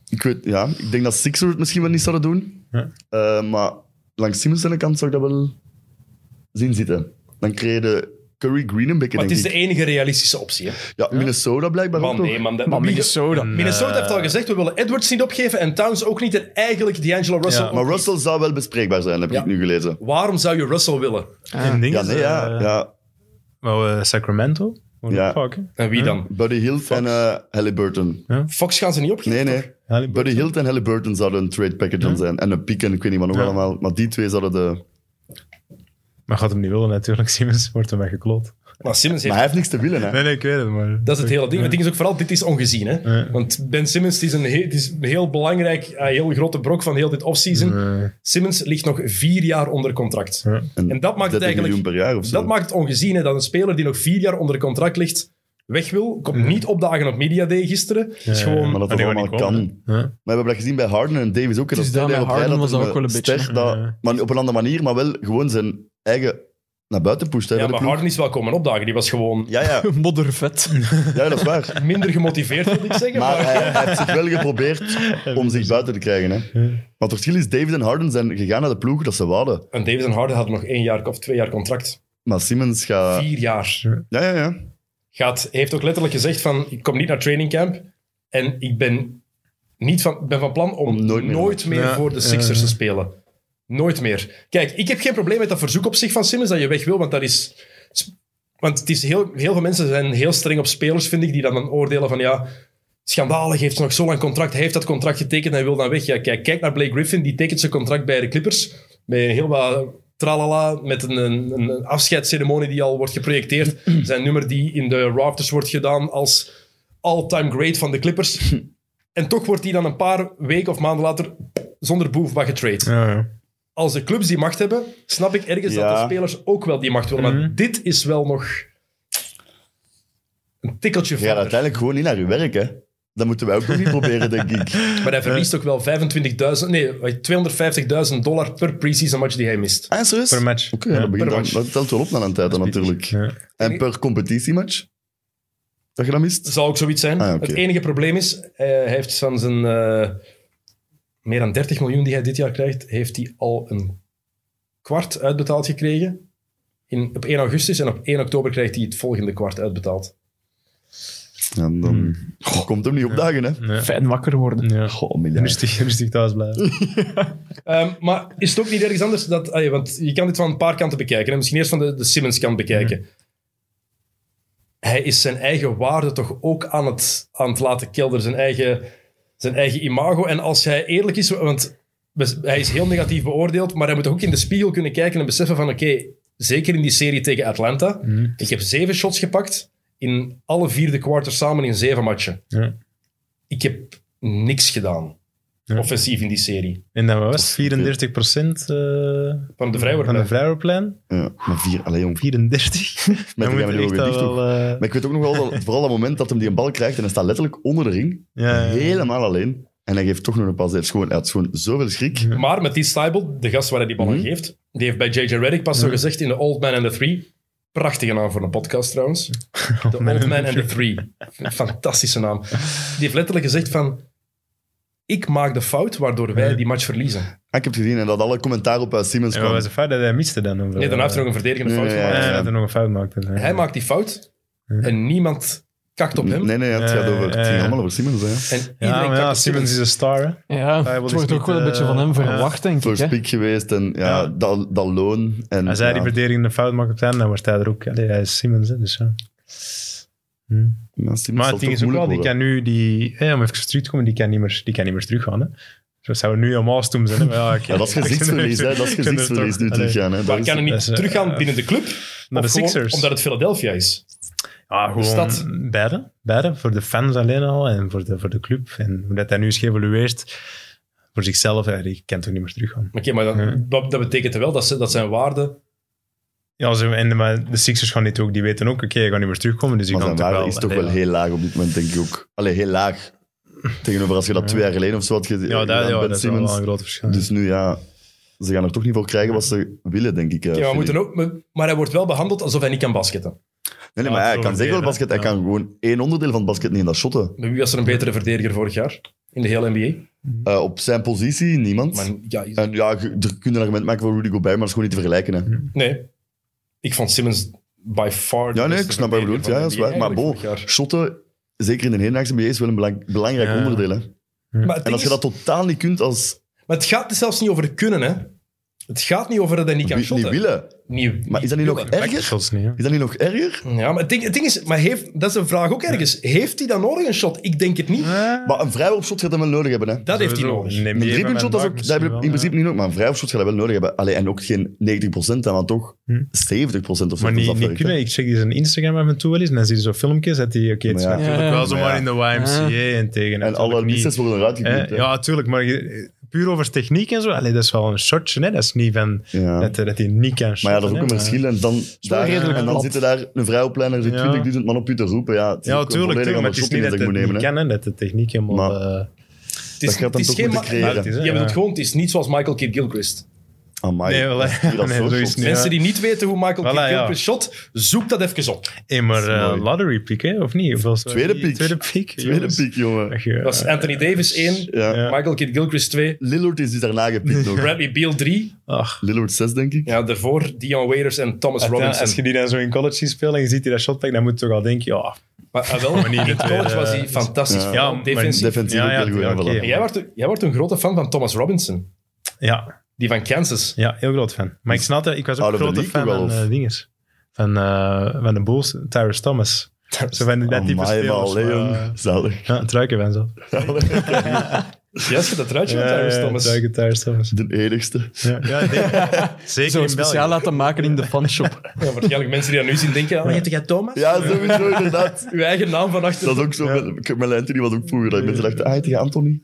Speaker 2: Ik weet, ja, ik denk dat Sixers het misschien wel niet zouden doen.
Speaker 3: Ja.
Speaker 2: Eh, maar langs Simmons zijn kant zou ik dat wel zien zitten. Dan krijg je de Curry Green een beetje,
Speaker 1: Maar
Speaker 2: denk
Speaker 1: het is
Speaker 2: ik.
Speaker 1: de enige realistische optie. Hè.
Speaker 2: Ja, Minnesota blijkbaar ook
Speaker 1: Man,
Speaker 2: nog.
Speaker 1: nee, man, dat-
Speaker 4: Maar
Speaker 1: Minnesota-
Speaker 4: Minnesota...
Speaker 1: Minnesota heeft al gezegd, we willen Edwards niet opgeven en Towns ook niet en eigenlijk D'Angelo Russell
Speaker 3: Ja,
Speaker 1: ook
Speaker 2: Maar
Speaker 1: niet.
Speaker 2: Russell zou wel bespreekbaar zijn, heb
Speaker 1: Ja.
Speaker 2: ik nu gelezen.
Speaker 1: Waarom zou je Russell willen?
Speaker 3: En ding
Speaker 2: Ah. Ja,
Speaker 3: is,
Speaker 2: nee, ja.
Speaker 3: eh,
Speaker 2: ja.
Speaker 3: wel, eh, Sacramento. Wordt
Speaker 2: Ja.
Speaker 3: ook vaak, hè.
Speaker 1: En wie dan?
Speaker 2: Buddy Hield en eh Halliburton.
Speaker 1: Fox gaan ze niet opgeven.
Speaker 2: Nee, nee.
Speaker 3: Halliburton.
Speaker 2: Buddy Hield en Halliburton zouden een trade package dan zijn. En een pick en ik weet niet wat nog
Speaker 3: Ja.
Speaker 2: allemaal. Maar die twee zouden de...
Speaker 3: Maar gaat hem niet willen, natuurlijk. Simmons wordt hem weggekloot.
Speaker 1: Maar Simmons
Speaker 2: Maar
Speaker 1: heeft...
Speaker 2: hij heeft niks te willen, hè.
Speaker 3: Nee, nee, ik weet het, maar...
Speaker 1: Dat is het hele ding. Het ding is ook vooral, dit is ongezien. Hè?
Speaker 3: Ja.
Speaker 1: Want Ben Simmons die is, een heel, het is een heel belangrijk, eh, heel grote brok van heel dit offseason.
Speaker 3: Nee.
Speaker 1: Simmons ligt nog vier jaar onder contract.
Speaker 3: Ja.
Speaker 1: En dat maakt het
Speaker 2: 30 miljoen
Speaker 1: eigenlijk
Speaker 2: per jaar of zo.
Speaker 1: dat maakt het ongezien hè, dat een speler die nog vier jaar onder contract ligt weg wil. Komt niet opdagen op Media Day gisteren. Het is
Speaker 3: Ja,
Speaker 1: gewoon,
Speaker 2: Mhm. maar dat
Speaker 3: Maar
Speaker 4: Ah,
Speaker 2: dat
Speaker 3: die
Speaker 2: allemaal
Speaker 3: gaan niet
Speaker 2: kan.
Speaker 3: komen, Ja.
Speaker 2: Maar we hebben dat gezien bij Harden en Davis ook. En
Speaker 4: Het
Speaker 2: dat
Speaker 4: is
Speaker 2: stelde
Speaker 4: daar
Speaker 2: je
Speaker 4: met
Speaker 2: op rij dat
Speaker 4: Harden was dat
Speaker 2: hem
Speaker 4: ook wel een beetje,
Speaker 2: ster dat-
Speaker 3: Ja.
Speaker 2: Maar op een andere manier, maar wel gewoon zijn eigen naar buiten pusht. Hè,
Speaker 1: ja,
Speaker 2: bij de
Speaker 1: maar
Speaker 2: ploeg.
Speaker 1: Harden is wel komen opdagen. Die was gewoon
Speaker 2: ja, ja,
Speaker 4: Moddervet.
Speaker 2: ja, dat is waar.
Speaker 1: minder gemotiveerd, wil ik zeggen. Maar,
Speaker 2: Maar hij, hij heeft zich wel geprobeerd om zich buiten te krijgen. Hè.
Speaker 3: Ja.
Speaker 2: Maar het verschil is, David en Harden zijn gegaan naar de ploeg dat ze wouden.
Speaker 1: en Davis en Harden hadden nog één jaar of twee jaar contract.
Speaker 2: Maar Simmons gaat...
Speaker 1: Vier jaar.
Speaker 2: Ja, ja, ja.
Speaker 1: Gaat, heeft ook letterlijk gezegd van, ik kom niet naar trainingcamp en ik ben, niet van, ben van plan om,
Speaker 2: Om
Speaker 1: nooit
Speaker 2: nooit
Speaker 1: meer,
Speaker 2: meer-
Speaker 3: Ja,
Speaker 1: voor de Sixers
Speaker 3: eh.
Speaker 1: te spelen. Nooit meer. Kijk, ik heb geen probleem met dat verzoek op zich van Simmons dat je weg wil, want dat is... Want het is heel, heel veel mensen zijn heel streng op spelers, vind ik, die dan, dan oordelen van, ja, schandalig, heeft nog zo lang contract, hij heeft dat contract getekend en hij wil dan weg. Ja, kijk, kijk naar Blake Griffin, die tekent zijn contract bij de Clippers, met heel wat tralala, met een, een, een afscheidsceremonie die al wordt geprojecteerd. Zijn nummer die in de rafters wordt gedaan als all-time great van de Clippers. En toch wordt die dan een paar weken of maanden later zonder boefba getrade.
Speaker 3: Ja, ja.
Speaker 1: Als de clubs die macht hebben, snap ik ergens dat
Speaker 2: Ja.
Speaker 1: de spelers ook wel die macht willen. Maar
Speaker 3: Mhm.
Speaker 1: dit is wel nog een tikkeltje
Speaker 2: Je gaat
Speaker 1: verder.
Speaker 2: uiteindelijk gewoon niet naar je werk, hè. Dat moeten wij ook nog niet proberen, denk ik.
Speaker 1: Maar hij verliest ook wel 25.000, nee, 250.000 dollar per preseason match die hij mist.
Speaker 2: Ah, serieus?
Speaker 3: Per match.
Speaker 2: Oké, ja, dat, begint
Speaker 1: per
Speaker 2: dan-
Speaker 1: match.
Speaker 2: dat telt wel op na een tijd dan, natuurlijk.
Speaker 3: Ja.
Speaker 2: En per competitiematch? Dat je dat mist?
Speaker 1: Zal ook zoiets zijn.
Speaker 2: Ah, oké.
Speaker 1: Het enige probleem is, eh, hij heeft van zijn eh, meer dan 30 miljoen die hij dit jaar krijgt, heeft hij al een kwart uitbetaald gekregen in, op 1 augustus. En op 1 oktober krijgt hij het volgende kwart uitbetaald.
Speaker 2: En dan komt hem niet opdagen, hè?
Speaker 3: Hmm. Ja. Mm.
Speaker 4: Fijn wakker worden.
Speaker 3: Ja.
Speaker 2: Goh, miljard.
Speaker 3: Rustig, rustig thuis blijven.
Speaker 1: Ehm, maar is het ook niet ergens anders? Dat, ah, ja, want je kan dit van een paar kanten bekijken. En misschien eerst van de, de Simmons-kant bekijken.
Speaker 3: Hmm.
Speaker 1: Hij is zijn eigen waarde toch ook aan het, aan het laten kelderen. Zijn eigen, zijn eigen imago. En als hij eerlijk is... Want we- hij is heel negatief beoordeeld. Maar hij moet toch ook in de spiegel kunnen kijken en beseffen van... Oké, zeker in die serie tegen Atlanta.
Speaker 3: Mhm,
Speaker 1: Ik heb zeven shots gepakt. In alle vierde quarters samen in zeven matchen.
Speaker 3: Ja.
Speaker 1: Ik heb niks gedaan.
Speaker 3: Ja.
Speaker 1: Offensief in die serie.
Speaker 3: En dan was 34 procent eh,
Speaker 1: Van de vrijwoord.
Speaker 3: van de vrijwoordplein.
Speaker 2: Ja, maar vier, allee, jong.
Speaker 3: 34.
Speaker 2: Met
Speaker 3: Dan
Speaker 2: de
Speaker 3: moet
Speaker 2: camera
Speaker 3: je echt
Speaker 2: weer dicht,
Speaker 3: al
Speaker 2: toch?
Speaker 3: wel... eh,
Speaker 2: Maar ik weet ook nog wel, dat, vooral dat moment dat hem die een bal krijgt en hij staat letterlijk onder de ring.
Speaker 3: ja, ja.
Speaker 2: Helemaal alleen. En hij geeft toch nog een pas. Hij heeft gewoon, hij had gewoon zoveel schrik.
Speaker 1: Maar met die Stibel, de gast waar hij die ballen
Speaker 2: Mhm.
Speaker 1: geeft, die heeft bij JJ Reddick pas
Speaker 3: Mhm.
Speaker 1: zo gezegd in The Old Man and the Three. Prachtige naam voor een podcast trouwens. The Old Man and the Three. Fantastische naam. Die heeft letterlijk gezegd van... Ik maak de fout waardoor wij die match verliezen.
Speaker 2: Ah, ik heb het gezien en dat alle commentaar op uit Siemens
Speaker 3: En wat
Speaker 2: kwam.
Speaker 3: was de fout dat hij miste dan? Of,
Speaker 1: Nee, dan heeft hij nog een verdedigende
Speaker 2: Nee,
Speaker 1: fout
Speaker 2: nee,
Speaker 1: gemaakt.
Speaker 3: Ja,
Speaker 2: Ja.
Speaker 3: dat hij nog een fout maakte.
Speaker 1: Hij maakt die fout en niemand kakt op hem.
Speaker 2: Nee, nee, het gaat
Speaker 3: Eh,
Speaker 2: over, het ging
Speaker 3: eh.
Speaker 2: allemaal over Siemens. Hè.
Speaker 1: En iedereen
Speaker 3: Ja, maar
Speaker 1: kakt
Speaker 3: ja,
Speaker 1: op
Speaker 3: Simmons is een star. hè.
Speaker 4: Ja,
Speaker 3: Bijbel
Speaker 4: het
Speaker 3: is
Speaker 4: wordt
Speaker 3: niet,
Speaker 4: ook wel een beetje
Speaker 3: eh,
Speaker 4: van hem verwacht, denk
Speaker 2: Voor
Speaker 4: ik. Hè?
Speaker 2: Spiek geweest en ja,
Speaker 3: Ja.
Speaker 2: Dat, dat loon. En,
Speaker 3: Als hij
Speaker 2: ja,
Speaker 3: die verdedigende fout maakt op het einde, dan wordt hij er ook. Allee, hij is Simmons, hè, dus ja. Hm.
Speaker 2: ja, Siemens
Speaker 3: Maar
Speaker 2: zal
Speaker 3: het ding
Speaker 2: toch
Speaker 3: is ook wel,
Speaker 2: moeilijk
Speaker 3: die
Speaker 2: worden.
Speaker 3: kan nu, die, hè, om even terug te komen, die kan niet meer, die kan niet meer teruggaan. Hè. Zo zouden we nu allemaal stoem zijn. hè. Maar ja, oké.
Speaker 2: Ja, dat is gezichtsverlies, hè. Dat is
Speaker 3: Ik vind het
Speaker 2: gezichtsverlies
Speaker 3: toch-
Speaker 2: nu
Speaker 3: Allee,
Speaker 2: teruggaan. Hè.
Speaker 1: Maar
Speaker 2: Dat
Speaker 1: kan
Speaker 2: is-
Speaker 1: hij niet
Speaker 3: dat is, eh,
Speaker 1: teruggaan
Speaker 3: eh,
Speaker 1: binnen de club?
Speaker 3: Naar de
Speaker 1: Of gewoon
Speaker 3: Sixers.
Speaker 1: Omdat het Philadelphia is.
Speaker 3: Ja, gewoon
Speaker 1: stad.
Speaker 3: beide. Beide, voor de fans alleen al en voor de, voor de club. En hoe dat hij nu is geëvolueerd voor zichzelf, hè, die kan toch niet meer teruggaan.
Speaker 1: Oké, maar dan,
Speaker 3: Ja.
Speaker 1: dat, dat betekent wel dat, ze, dat zijn waarde...
Speaker 3: Ja, ze, en, maar de Sixers gaan dit ook, die weten ook, oké, hij gaat niet meer terugkomen. Dus die
Speaker 2: Maar
Speaker 3: gaan
Speaker 2: zijn
Speaker 3: toch
Speaker 2: waarde
Speaker 3: wel,
Speaker 2: is toch
Speaker 3: allee,
Speaker 2: wel
Speaker 3: ja.
Speaker 2: heel laag op dit moment, denk ik ook. Allee, heel laag. Tegenover als je dat twee jaar geleden of zo had gezien.
Speaker 3: Ja, dat, ja,
Speaker 2: Ben
Speaker 3: dat is wel
Speaker 2: Simmons.
Speaker 3: wel een groot verschil.
Speaker 2: Dus nu, ja, ze gaan er toch niet voor krijgen wat ze willen, denk ik. eh,
Speaker 1: Ja, we
Speaker 2: vind
Speaker 1: moeten
Speaker 2: ik.
Speaker 1: ook, maar- maar hij wordt wel behandeld alsof hij niet kan basketten.
Speaker 2: Nee, nee,
Speaker 3: Ja,
Speaker 2: maar hij
Speaker 3: zo
Speaker 2: kan zeker wel
Speaker 3: leren,
Speaker 2: basket. Hij
Speaker 3: ja.
Speaker 2: kan gewoon één onderdeel van het basket niet in dat shotten.
Speaker 1: Maar wie was er een betere verdediger vorig jaar in de hele NBA?
Speaker 2: Eh, op zijn positie, niemand.
Speaker 1: Maar, ja,
Speaker 2: En ja, je- er kun je een argument maken voor Rudy Gobert, maar dat is gewoon niet te vergelijken. Hè.
Speaker 1: nee. Ik vond Simmons by far... de
Speaker 2: Ja, nee,
Speaker 1: beste
Speaker 2: ik snap wat
Speaker 1: verdediger
Speaker 2: je bedoelt.
Speaker 1: van
Speaker 2: Ja,
Speaker 1: de
Speaker 2: dat is
Speaker 1: NBA
Speaker 2: waar. Maar bo,
Speaker 1: eigenlijk vorig jaar.
Speaker 2: shotten, zeker in de hedendaagse NBA, is wel een belang- belangrijk
Speaker 3: Ja.
Speaker 2: onderdeel. Hè.
Speaker 1: Maar, het
Speaker 2: En als je
Speaker 1: ding
Speaker 2: dat
Speaker 1: is-
Speaker 2: totaal niet kunt als
Speaker 1: maar het gaat dus zelfs niet over het kunnen, hè. Het gaat niet over dat hij niet kan
Speaker 2: niet
Speaker 1: shotten.
Speaker 2: willen.
Speaker 1: Niet-
Speaker 2: Maar is dat niet nog
Speaker 1: willen.
Speaker 2: erger?
Speaker 3: Shots niet, hè.
Speaker 2: Is dat niet nog erger?
Speaker 1: Ja, maar het ding, het ding is... Maar heeft, dat is een vraag ook ergens. Heeft hij dan nodig een shot? Ik denk het niet.
Speaker 2: Maar een vrijworpshot gaat hij wel nodig hebben. Hè.
Speaker 1: Dat heeft hij
Speaker 3: Sowieso.
Speaker 1: nodig.
Speaker 3: Nee,
Speaker 2: Een
Speaker 3: meer van
Speaker 2: driepuntshot, dat, is
Speaker 3: mijn
Speaker 2: ook-
Speaker 3: markt
Speaker 2: dat heb je in
Speaker 3: misschien wel,
Speaker 2: principe niet nodig. Maar een vrijworpshot gaat hij wel nodig hebben. Allee, en ook geen 90% dan, maar toch
Speaker 3: Hm.
Speaker 2: 70% of zo.
Speaker 3: Maar
Speaker 2: dat is
Speaker 3: niet, niet
Speaker 2: afwerkt, hè.
Speaker 3: kunnen. Ik check die zijn Instagram af en toe wel eens en dan zie je zo filmpjes dat hij... Oké, het is
Speaker 2: Maar ja.
Speaker 3: natuurlijk
Speaker 4: Ja.
Speaker 3: wel zomaar
Speaker 2: Maar ja.
Speaker 3: in de YMCA en
Speaker 2: En
Speaker 3: tegen.
Speaker 2: alle
Speaker 3: natuurlijk niet.
Speaker 2: misses worden eruit
Speaker 3: Eh,
Speaker 2: geknipt. hè.
Speaker 3: Ja, natuurlijk. Maar je- puur over techniek en zo, allee, dat is wel een shotje. Hè? Dat is niet van
Speaker 2: Ja.
Speaker 3: dat, dat hij niet kan
Speaker 2: Maar ja, dat
Speaker 3: shotten,
Speaker 2: is ook
Speaker 3: hè,
Speaker 2: een
Speaker 3: maar-
Speaker 2: verschil. En dan, daar,
Speaker 4: redelijk
Speaker 2: en dan
Speaker 4: plat.
Speaker 2: zitten daar een vrijopleider die
Speaker 3: Ja.
Speaker 2: 20.000 man op u te roepen. Ja, het is ook
Speaker 3: Ja,
Speaker 2: een
Speaker 3: tuurlijk,
Speaker 2: volledig
Speaker 3: tuurlijk, maar
Speaker 2: andere dus
Speaker 3: het is
Speaker 2: shot die je
Speaker 3: niet dat het
Speaker 2: moet nemen.
Speaker 3: niet
Speaker 2: hè.
Speaker 3: kan, hè, dat de techniek helemaal...
Speaker 2: Maar-
Speaker 3: eh,
Speaker 1: Het is,
Speaker 2: Dat gaat
Speaker 1: het
Speaker 2: dan
Speaker 1: is
Speaker 2: toch
Speaker 1: geen...
Speaker 2: moeten
Speaker 1: ma-
Speaker 2: creëren.
Speaker 1: Ja,
Speaker 3: Ja,
Speaker 1: Je bedoelt
Speaker 3: ja.
Speaker 1: gewoon, het is niet zoals Michael Kidd-Gilchrist.
Speaker 2: Amai,
Speaker 3: Nee, wel,
Speaker 2: dat is niet dat
Speaker 3: nee,
Speaker 2: soort
Speaker 3: zo is
Speaker 2: shots.
Speaker 3: het niet.
Speaker 1: Mensen
Speaker 3: Ja.
Speaker 1: die niet weten hoe Michael
Speaker 3: Voilà, ja.
Speaker 1: Kidd-Gilchrist shot, zoek dat even op.
Speaker 3: immer
Speaker 2: Dat is
Speaker 3: eh,
Speaker 2: mooi.
Speaker 3: lottery pick, hè? Of niet? Hoeveel-
Speaker 2: Tweede pick.
Speaker 3: Tweede pick.
Speaker 2: Tweede piek, jongen.
Speaker 3: eh,
Speaker 1: Dat is Anthony Davis 1,
Speaker 2: Ja.
Speaker 3: Ja.
Speaker 1: Michael Kidd-Gilchrist 2,
Speaker 2: Lillard is dus daarna gepikt nog.
Speaker 1: Bradley Beal 3,
Speaker 3: Ach,
Speaker 2: Lillard 6, denk ik.
Speaker 1: ja, daarvoor Dion Waiters en Thomas
Speaker 3: uiteindelijk,
Speaker 1: Robinson.
Speaker 3: als je die dan zo in college ziet spelen en je ziet die dat shotpack, dan moet je toch al denken, ja...
Speaker 1: Maar, ah, wel, maar
Speaker 3: niet
Speaker 1: in
Speaker 3: de tweede,
Speaker 1: coach was hij
Speaker 3: eh,
Speaker 1: fantastisch.
Speaker 2: ja.
Speaker 1: vooral
Speaker 3: Ja, maar-
Speaker 1: defensief.
Speaker 2: Defensief
Speaker 3: Ja,
Speaker 2: ook
Speaker 3: ja,
Speaker 2: heel goed
Speaker 3: ja,
Speaker 2: aanvallen.
Speaker 1: En jij, wordt, jij wordt een grote fan van Thomas Robinson,
Speaker 3: ja
Speaker 1: die van Kansas.
Speaker 3: Ja, heel groot fan. Maar ik snapte, ik was ook
Speaker 2: Out
Speaker 3: een
Speaker 2: of the
Speaker 3: grote
Speaker 2: league wel,
Speaker 3: fan van
Speaker 2: of?
Speaker 3: eh, dinges. Van, eh, van de Bulls, Tyrus Thomas. Zo van die- dat type
Speaker 2: Amai, maar alleen,
Speaker 3: spelers. maar,
Speaker 2: jong.
Speaker 3: eh,
Speaker 2: Zalig.
Speaker 3: Ja, het ruiken van zo.
Speaker 1: Ja, als je dat truitje met Tyrese Thomas.
Speaker 3: Truiken Tyrus Thomas.
Speaker 2: De enigste.
Speaker 3: Ja, ja, ik denk- zeker
Speaker 4: Zo
Speaker 3: in
Speaker 4: speciaal laten maken in de fanshop.
Speaker 1: Ja, waarschijnlijk mensen die dat nu zien denken, oh, je hebt jij Thomas?
Speaker 2: Ja, sowieso, inderdaad.
Speaker 1: Uw eigen naam van achter.
Speaker 2: Dat is ook zo. met- ik- Mijn Anthony was ook vroeger. Dat mensen dachten, ah, tegen Anthony.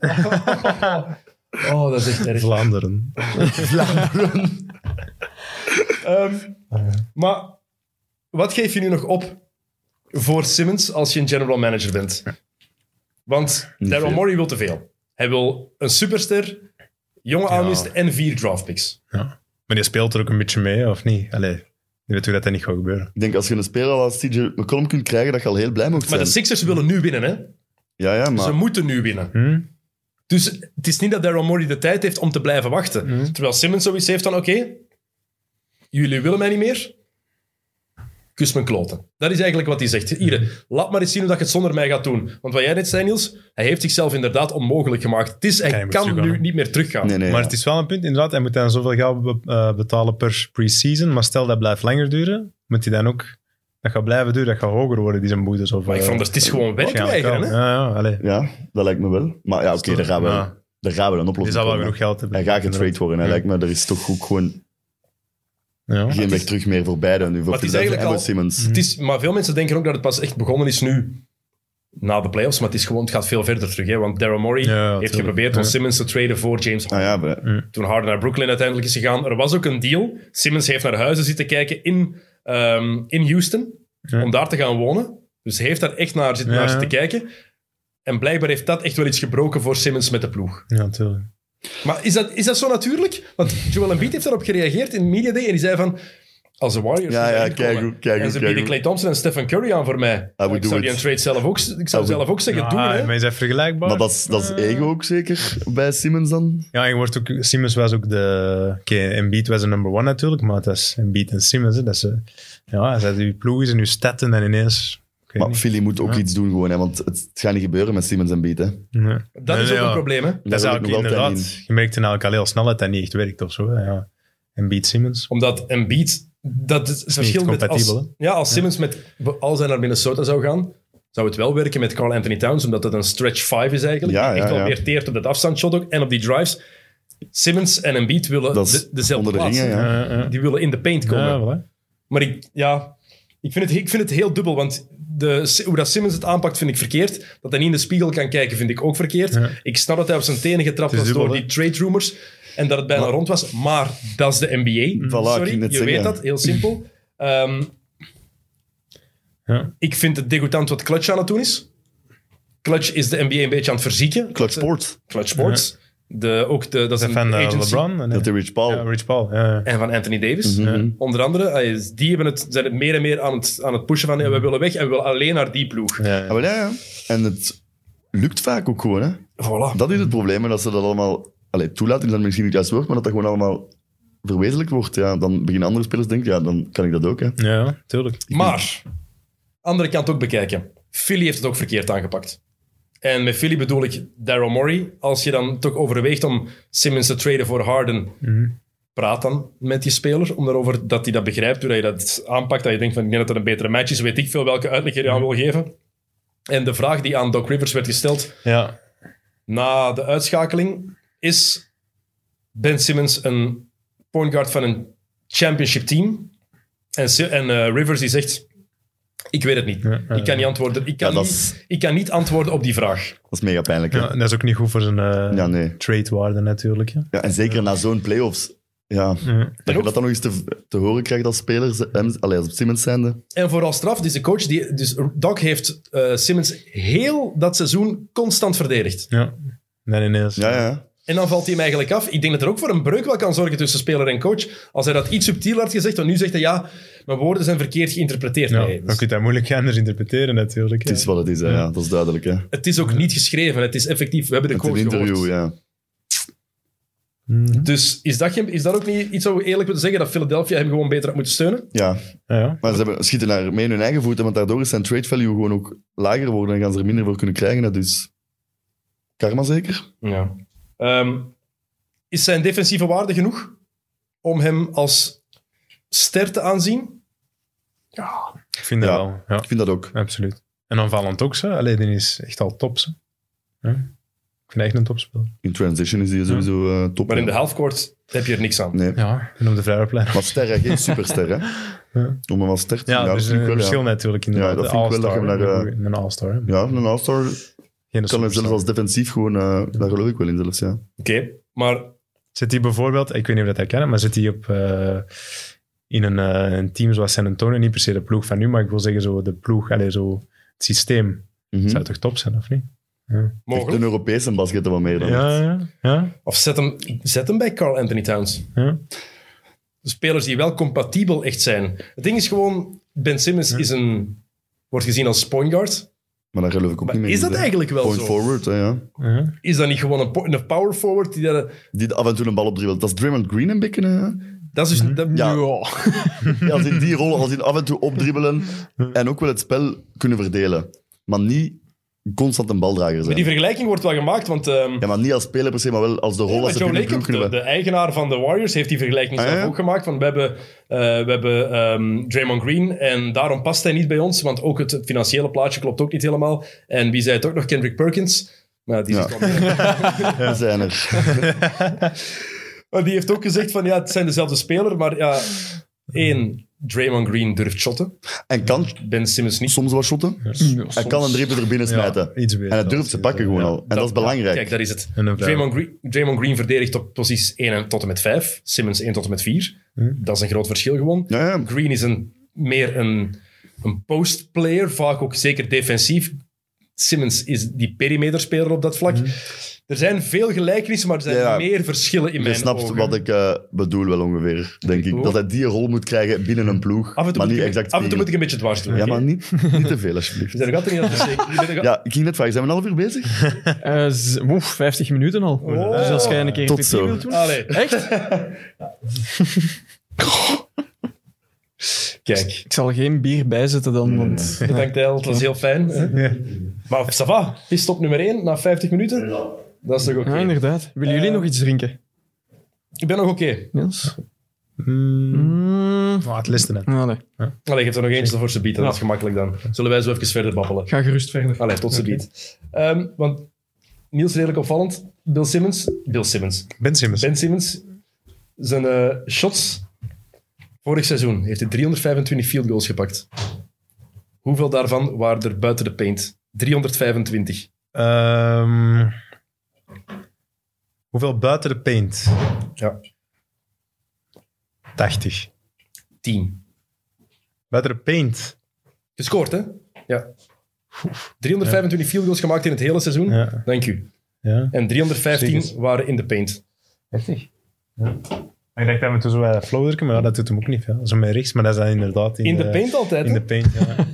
Speaker 1: Oh, dat is echt
Speaker 3: België.
Speaker 1: erg.
Speaker 3: Vlaanderen.
Speaker 1: Ehm, maar wat geef je nu nog op voor Simmons als je een general manager bent? Want
Speaker 2: Niet
Speaker 1: Daryl
Speaker 2: veel.
Speaker 1: Morey wil te veel. Hij wil een superster, jonge aanwist en vier draftpicks.
Speaker 3: Maar die speelt er ook een beetje mee, of niet? Allee, je weet hoe dat, dat niet gaat gebeuren.
Speaker 2: Ik denk, als je een speler als CJ McCollum kunt krijgen, dat je al heel blij mocht
Speaker 1: Maar
Speaker 2: zijn.
Speaker 1: de Sixers willen nu winnen, hè?
Speaker 2: Ja, ja, maar...
Speaker 1: Ze moeten nu winnen.
Speaker 3: Hm?
Speaker 1: Dus het is niet dat Daryl Morey de tijd heeft om te blijven wachten.
Speaker 3: Mhm.
Speaker 1: Terwijl Simmons zoiets heeft van, oké, jullie willen mij niet meer, kus mijn kloten. Dat is eigenlijk wat hij zegt.
Speaker 3: Mhm.
Speaker 1: Hier, laat maar eens zien hoe dat je het zonder mij gaat doen. Want wat jij net zei, Niels, hij heeft zichzelf inderdaad onmogelijk gemaakt. Het is, hij,
Speaker 3: Hij moet
Speaker 1: kan
Speaker 3: teruggaan,
Speaker 1: nu
Speaker 3: hè?
Speaker 1: niet meer teruggaan.
Speaker 2: Nee, nee,
Speaker 3: Maar
Speaker 2: ja.
Speaker 3: het is wel een punt, inderdaad. Hij moet dan zoveel geld be- eh, betalen per pre-season. Maar stel dat blijft langer duren, moet hij dan ook... Dat gaat blijven duren, dat gaat hoger worden, die zijn boetes. Of,
Speaker 1: Maar ik
Speaker 3: eh,
Speaker 1: vond dat het is gewoon
Speaker 3: waarschijnlijk
Speaker 1: werkweigeren.
Speaker 3: wel.
Speaker 1: hè?
Speaker 3: Ja, ja, allee.
Speaker 2: Ja, dat lijkt me wel. Maar ja, oké, daar, gaan we-
Speaker 3: Ja.
Speaker 2: daar gaan we dan
Speaker 3: Die
Speaker 2: oplossen.
Speaker 3: zal wel genoeg geld hebben.
Speaker 2: Hij gaat getraind worden. Hij
Speaker 3: Ja.
Speaker 2: lijkt me, er is toch ook gewoon
Speaker 3: Ja.
Speaker 2: geen weg terug meer voor beide. Nu voor
Speaker 1: Maar het is
Speaker 2: Philadelphia en voor
Speaker 1: eigenlijk
Speaker 3: Mhm.
Speaker 2: Simmons.
Speaker 3: Mm.
Speaker 1: Het is, maar veel mensen denken ook dat het pas echt begonnen is nu, na de playoffs. Maar het, is gewoon, het gaat veel verder terug. Hè? Want Daryl Morey
Speaker 3: Ja,
Speaker 1: heeft
Speaker 3: tuurlijk.
Speaker 1: geprobeerd om
Speaker 3: Ja.
Speaker 1: Simmons te traden voor James Harden.
Speaker 2: Ah ja, maar-
Speaker 1: toen Harden naar Brooklyn uiteindelijk is gegaan. Er was ook een deal. Simmons heeft naar huizen zitten kijken in, ehm, in Houston. Om daar te gaan wonen. Dus hij heeft daar echt naar zitten,
Speaker 3: Ja.
Speaker 1: naar zitten kijken. En blijkbaar heeft dat echt wel iets gebroken voor Simmons met de ploeg.
Speaker 3: Ja, natuurlijk.
Speaker 1: Maar is dat, is dat zo natuurlijk? Want Joel Embiid heeft daarop gereageerd in Media Day en die zei van... Als de Warriors
Speaker 2: Ja,
Speaker 1: erin
Speaker 2: ja,
Speaker 1: komen
Speaker 2: keigoed, keigoed,
Speaker 1: en ze bieden
Speaker 2: keigoed.
Speaker 1: Clay Thompson en Stephen Curry aan voor mij.
Speaker 2: would
Speaker 1: ik
Speaker 2: do
Speaker 1: zou
Speaker 2: it.
Speaker 1: die een trade zelf ook, ik zou
Speaker 2: I
Speaker 1: zelf ook zeggen, doen.
Speaker 3: Ah,
Speaker 1: hè. Ah.
Speaker 3: maar is dat vergelijkbaar?
Speaker 2: Maar dat is, dat is
Speaker 3: Eh.
Speaker 2: ego ook zeker bij Simmons dan?
Speaker 3: Ja, je wordt ook, Simmons was ook de... Oké, Embiid was de number one natuurlijk, maar dat is Embiid en Simmons. Hè, dat is, eh, ja, dat is uw ploeg is en uw stetten en ineens... ik weet
Speaker 2: Maar
Speaker 3: niet.
Speaker 2: Philly moet ook
Speaker 3: Ja. iets
Speaker 2: iets doen gewoon, hè, want het, gaat niet gebeuren met Simmons en Beat. Hè.
Speaker 3: Nee.
Speaker 1: Dat
Speaker 3: Nee,
Speaker 1: is
Speaker 3: nee,
Speaker 1: ook een
Speaker 3: ja.
Speaker 1: probleem, hè?
Speaker 3: Dat is
Speaker 2: Daar heb ik
Speaker 3: eigenlijk
Speaker 2: nog wel
Speaker 3: inderdaad. Je merkte eigenlijk al heel snel dat dat niet echt werkt of zo. hè, Ja. En Beat Simmons.
Speaker 1: Omdat Embiid... Dat is het verschil met... Als,
Speaker 3: compatibel,
Speaker 1: ja, als Simmons met... Als hij naar Minnesota zou gaan, zou het wel werken met Carl Anthony Towns, omdat dat een stretch five is eigenlijk.
Speaker 2: Ja,
Speaker 1: die
Speaker 2: ja,
Speaker 1: echt wel
Speaker 2: ja.
Speaker 1: meer teert op dat afstandsshot ook en op die drives. Simmons en Embiid willen
Speaker 2: Dat is
Speaker 1: de- dezelfde
Speaker 2: onder de
Speaker 1: plaats.
Speaker 2: ringen, ja.
Speaker 3: Ja, ja.
Speaker 1: Die willen in de paint komen.
Speaker 3: Ja, voilà.
Speaker 1: Maar ik, ja, ik, vind het, ik vind het heel dubbel, want de, hoe dat Simmons het aanpakt, vind ik verkeerd. Dat hij niet in de spiegel kan kijken, vind ik ook verkeerd.
Speaker 3: Ja.
Speaker 1: Ik snap dat hij op zijn tenen getrapt
Speaker 3: Het
Speaker 1: was
Speaker 3: is dubbel,
Speaker 1: door die trade rumors en dat het bijna rond was. Maar dat is de NBA.
Speaker 2: ik
Speaker 1: Sorry,
Speaker 2: ging
Speaker 1: je
Speaker 2: net zeggen.
Speaker 1: weet dat, heel simpel. Ehm,
Speaker 3: Ja.
Speaker 1: ik vind het degoutant wat Clutch aan het doen is. Clutch is de NBA een beetje aan het verzieken.
Speaker 2: Clutch Sport,
Speaker 1: Clutch Sports. De, ook de, dat is een
Speaker 3: Van eh,
Speaker 1: agency.
Speaker 3: LeBron. en-
Speaker 2: dat de Rich Paul.
Speaker 3: Ja, Rich Paul. Ja, ja.
Speaker 1: En van Anthony Davis.
Speaker 2: Mhm.
Speaker 1: Onder andere, eh, die hebben het, zijn het meer en meer aan het, aan het pushen van eh, we willen weg en we willen alleen naar die ploeg.
Speaker 3: Ja,
Speaker 2: Ah, Ja,
Speaker 3: ja.
Speaker 2: maar ja, ja. En het lukt vaak ook gewoon. Hè.
Speaker 1: Voilà.
Speaker 2: Dat is het probleem, hè, dat ze dat allemaal... Allee, toelaten is dan misschien niet juist woord, maar dat dat gewoon allemaal verwezenlijk wordt. Ja, dan beginnen andere spelers te denken, ja, dan kan ik dat ook. Hè.
Speaker 3: Ja, tuurlijk.
Speaker 1: Maar, andere kant ook bekijken. Philly heeft het ook verkeerd aangepakt. En met Philly bedoel ik Daryl Morey. Als je dan toch overweegt om Simmons te traden voor Harden, praat dan met je speler om daarover dat hij dat begrijpt, hoe dat je dat aanpakt. Dat je denkt van, ik denk dat dat een betere match is, weet ik veel welke uitleg je aan wil geven. En de vraag die aan Doc Rivers werd gesteld
Speaker 3: Ja.
Speaker 1: na de uitschakeling is Ben Simmons een point guard van een championship team. En, Si- en eh, Rivers die zegt, ik weet het niet.
Speaker 3: Ja, ja,
Speaker 1: ik kan niet antwoorden. Ik kan,
Speaker 2: Ja, dat is-
Speaker 1: niet, ik kan niet antwoorden op die vraag.
Speaker 2: Dat is mega pijnlijk. Hè.
Speaker 3: ja,
Speaker 2: Ja,
Speaker 3: en dat is ook niet goed voor zijn eh,
Speaker 2: nee.
Speaker 3: trade-waarde natuurlijk. hè.
Speaker 2: Ja, en zeker na zo'n playoffs. Ja,
Speaker 3: Ja.
Speaker 2: dat
Speaker 1: ook-
Speaker 2: je dat dan nog eens te, te horen krijgt als speler, ze- hem- allee, als Simmons zijnde.
Speaker 1: En vooral straf, dus de coach, die, dus Doc heeft eh, Simmons heel dat seizoen constant verdedigd.
Speaker 3: ja. En dan ineens.
Speaker 2: Ja, ja.
Speaker 1: En dan valt hij hem eigenlijk af. Ik denk dat er ook voor een breuk wel kan zorgen tussen speler en coach. Als hij dat iets subtieler had gezegd, want nu zegt hij ja, mijn woorden zijn verkeerd geïnterpreteerd.
Speaker 3: Ja,
Speaker 1: Nee, dus- dat
Speaker 3: dan
Speaker 1: is-
Speaker 3: kun je dat moeilijk anders interpreteren natuurlijk.
Speaker 2: Het
Speaker 3: ja.
Speaker 2: is wat het is, hè. Ja, dat is duidelijk. Hè.
Speaker 1: het is ook niet geschreven, het is effectief. We hebben de
Speaker 2: Het is een
Speaker 1: coach
Speaker 2: interview,
Speaker 1: gehoord.
Speaker 2: ja.
Speaker 3: Mhm.
Speaker 1: Dus is dat, geen- is dat ook niet iets waar we eerlijk moeten zeggen, dat Philadelphia hem gewoon beter had moeten steunen?
Speaker 2: Ja,
Speaker 3: Ja, Ah, ja.
Speaker 2: maar ze hebben, schieten naar mee in hun eigen voeten, want daardoor is zijn trade value gewoon ook lager geworden en gaan ze er minder voor kunnen krijgen. hè. Dus karma zeker?
Speaker 1: Ja. Ehm, is zijn defensieve waarde genoeg om hem als ster te aanzien?
Speaker 3: Ik vind dat
Speaker 2: Ja.
Speaker 3: wel. Ja,
Speaker 2: Ik vind dat ook.
Speaker 3: absoluut. En aanvallend ook, ze. Alleen die is echt al top, ze. Ja. Ik vind dat echt een topspeler.
Speaker 2: In transition is hij sowieso eh, top.
Speaker 1: Maar in
Speaker 2: ja.
Speaker 1: de halfcourt heb je er niks aan.
Speaker 2: Nee.
Speaker 3: Ja, en op de vrijwelplein.
Speaker 2: Maar ster, hè, geen superster, hè?
Speaker 3: Ja.
Speaker 2: Om hem als ster te
Speaker 3: Ja,
Speaker 2: dat
Speaker 1: eh,
Speaker 3: dus
Speaker 2: vind
Speaker 3: een
Speaker 2: ik wel,
Speaker 3: verschil
Speaker 2: ja.
Speaker 3: natuurlijk inderdaad.
Speaker 2: Ja, dat
Speaker 3: De
Speaker 2: vind ik wel
Speaker 3: All-Star,
Speaker 2: dat je hem daar,
Speaker 3: een goeie- Een All-Star, hè.
Speaker 2: Ja, een all-star
Speaker 3: Geen
Speaker 2: kan er
Speaker 3: superstar.
Speaker 2: zelfs als defensief gewoon... eh, daar geloof ik wel in zelfs, ja.
Speaker 1: Oké, maar
Speaker 3: Zit hij bijvoorbeeld, ik weet niet of dat hij kan, maar zit hij op, eh, in een, eh, een team zoals San Antonio, niet per se de ploeg van nu, maar ik wil zeggen zo de ploeg, allee, zo het systeem.
Speaker 2: Mhm.
Speaker 3: Zou toch top zijn, of niet?
Speaker 2: Echt een
Speaker 1: mogelijk.
Speaker 2: Europese basket wat meer dan.
Speaker 3: Ja, ja, ja.
Speaker 1: Of zet hem, zet hem bij Carl Anthony Towns.
Speaker 3: Ja.
Speaker 1: De spelers die wel compatibel echt zijn. Het ding is gewoon, Ben Simmons is een, wordt gezien als point guard.
Speaker 2: Maar daar geloof ik ook
Speaker 1: Maar
Speaker 2: niet mee.
Speaker 1: is dat eigenlijk wel
Speaker 2: Point
Speaker 1: zo?
Speaker 2: forward, hè, ja.
Speaker 3: ja.
Speaker 1: Is dat niet gewoon een, po- een power forward die dat...
Speaker 2: Die af en toe een bal opdribbelt. Dat is Draymond Green een beetje, hè.
Speaker 1: Dat is dus, dat-
Speaker 2: Mhm. Ja. Ja, als in die rol, als in af en toe opdribbelen en ook wel het spel kunnen verdelen. Maar niet constant een baldrager
Speaker 1: Maar die
Speaker 2: zijn.
Speaker 1: vergelijking wordt wel gemaakt, want... ehm,
Speaker 2: Ja, maar niet als speler per se, maar wel als de rol
Speaker 1: maar
Speaker 2: als ze
Speaker 1: Joe
Speaker 2: binnen de ploeg
Speaker 1: Lacob, de,
Speaker 2: kunnen
Speaker 1: de
Speaker 2: hebben.
Speaker 1: eigenaar van de Warriors, heeft die vergelijking
Speaker 2: Ah,
Speaker 1: zelf
Speaker 2: ja?
Speaker 1: ook gemaakt. Van we hebben, eh, we hebben ehm, Draymond Green en daarom past hij niet bij ons, want ook het financiële plaatje klopt ook niet helemaal. En wie zei het ook nog? Kendrick Perkins. Nou, die, is
Speaker 2: Ja.
Speaker 1: ook wel-
Speaker 2: We zijn er.
Speaker 1: Maar die heeft ook gezegd van ja, het zijn dezelfde speler, maar ja, één, Draymond Green durft shotten.
Speaker 2: En kan
Speaker 1: Ben Simmons niet.
Speaker 2: soms wat shotten. Hij kan een dribbel er binnen smijten.
Speaker 3: iets beter
Speaker 2: En dat
Speaker 3: dan
Speaker 2: durft ze pakken
Speaker 3: Simmons,
Speaker 2: gewoon
Speaker 3: ja.
Speaker 2: al. En dat is
Speaker 1: Kijk,
Speaker 2: belangrijk.
Speaker 1: daar is het.
Speaker 3: En een vrouw.
Speaker 1: Draymond Green, Draymond Green verdedigt op posities 1 en tot en met 5. Simmons 1 tot en met 4.
Speaker 3: Hm.
Speaker 1: Dat is een groot verschil gewoon.
Speaker 2: Ja, ja.
Speaker 1: Green is een, meer een, een postplayer, vaak ook zeker defensief. Simmons is die perimeterspeler op dat
Speaker 3: Hm.
Speaker 1: vlak. Er zijn veel gelijkenissen, maar er zijn
Speaker 2: Ja.
Speaker 1: meer verschillen in
Speaker 2: Je
Speaker 1: mijn
Speaker 2: snapt
Speaker 1: ogen.
Speaker 2: wat ik eh, bedoel wel ongeveer, denk ik.
Speaker 1: Ook.
Speaker 2: Dat hij die rol moet krijgen binnen een ploeg,
Speaker 1: Af en toe, moet,
Speaker 2: maar niet
Speaker 1: ik,
Speaker 2: exact
Speaker 1: af en toe moet
Speaker 2: spiegel.
Speaker 1: ik een beetje dwars doen.
Speaker 2: Ja,
Speaker 1: oké?
Speaker 2: maar niet, niet te veel,
Speaker 1: We
Speaker 2: alsjeblieft.
Speaker 1: zijn nog altijd niet aan het zeker. We zijn nog-
Speaker 2: Ja, ik ging net vragen, zijn we een half uur bezig?
Speaker 4: Eh, z- oef, 50 minuten al.
Speaker 1: Oh.
Speaker 4: Dus als jij een keer
Speaker 2: Tot
Speaker 4: pipi
Speaker 2: zo.
Speaker 4: wilt doen-
Speaker 1: Allee,
Speaker 4: Echt?
Speaker 1: kijk.
Speaker 4: Ik zal geen bier bijzetten dan, want...
Speaker 1: Bedankt, Dijl. Het was heel fijn. hè?
Speaker 3: Ja.
Speaker 1: Maar ça va. Pist op nummer 1 na 50 minuten. Dat is toch oké.
Speaker 4: Ja, inderdaad. Willen jullie nog iets drinken?
Speaker 1: Ik ben nog oké.
Speaker 4: Niels?
Speaker 3: Mm.
Speaker 4: Mm,
Speaker 3: Maar het listen, hè.
Speaker 4: nou, nee.
Speaker 1: Allee, geef er nog eentje voor ze bieden. Dat
Speaker 4: Ja.
Speaker 1: is gemakkelijk dan. Zullen wij zo even verder babbelen?
Speaker 4: Ga gerust verder.
Speaker 1: Allee, tot ze biedt. Ehm, want Niels, redelijk opvallend. Bill Simmons. Bill Simmons.
Speaker 3: Ben Simmons.
Speaker 1: Ben Simmons. Zijn eh, shots. Vorig seizoen heeft hij 325 field goals gepakt. Hoeveel daarvan waren er buiten de paint? 325.
Speaker 3: Ehm, hoeveel buiten de paint?
Speaker 1: Ja.
Speaker 3: 80.
Speaker 1: 10.
Speaker 3: Buiten de paint?
Speaker 1: Gescoord, hè? Ja. 325 field goals gemaakt in het hele seizoen.
Speaker 3: Ja.
Speaker 1: Dank u.
Speaker 3: ja.
Speaker 1: En 315
Speaker 3: Zeker.
Speaker 1: waren in de paint.
Speaker 3: Ik dacht dat we toen zo bij flow drukken, maar ja, dat doet hem ook niet veel. Zo met rechts, maar dat is dan inderdaad in, eh,
Speaker 1: In de paint altijd,
Speaker 3: In
Speaker 1: hè?
Speaker 3: de paint, ja.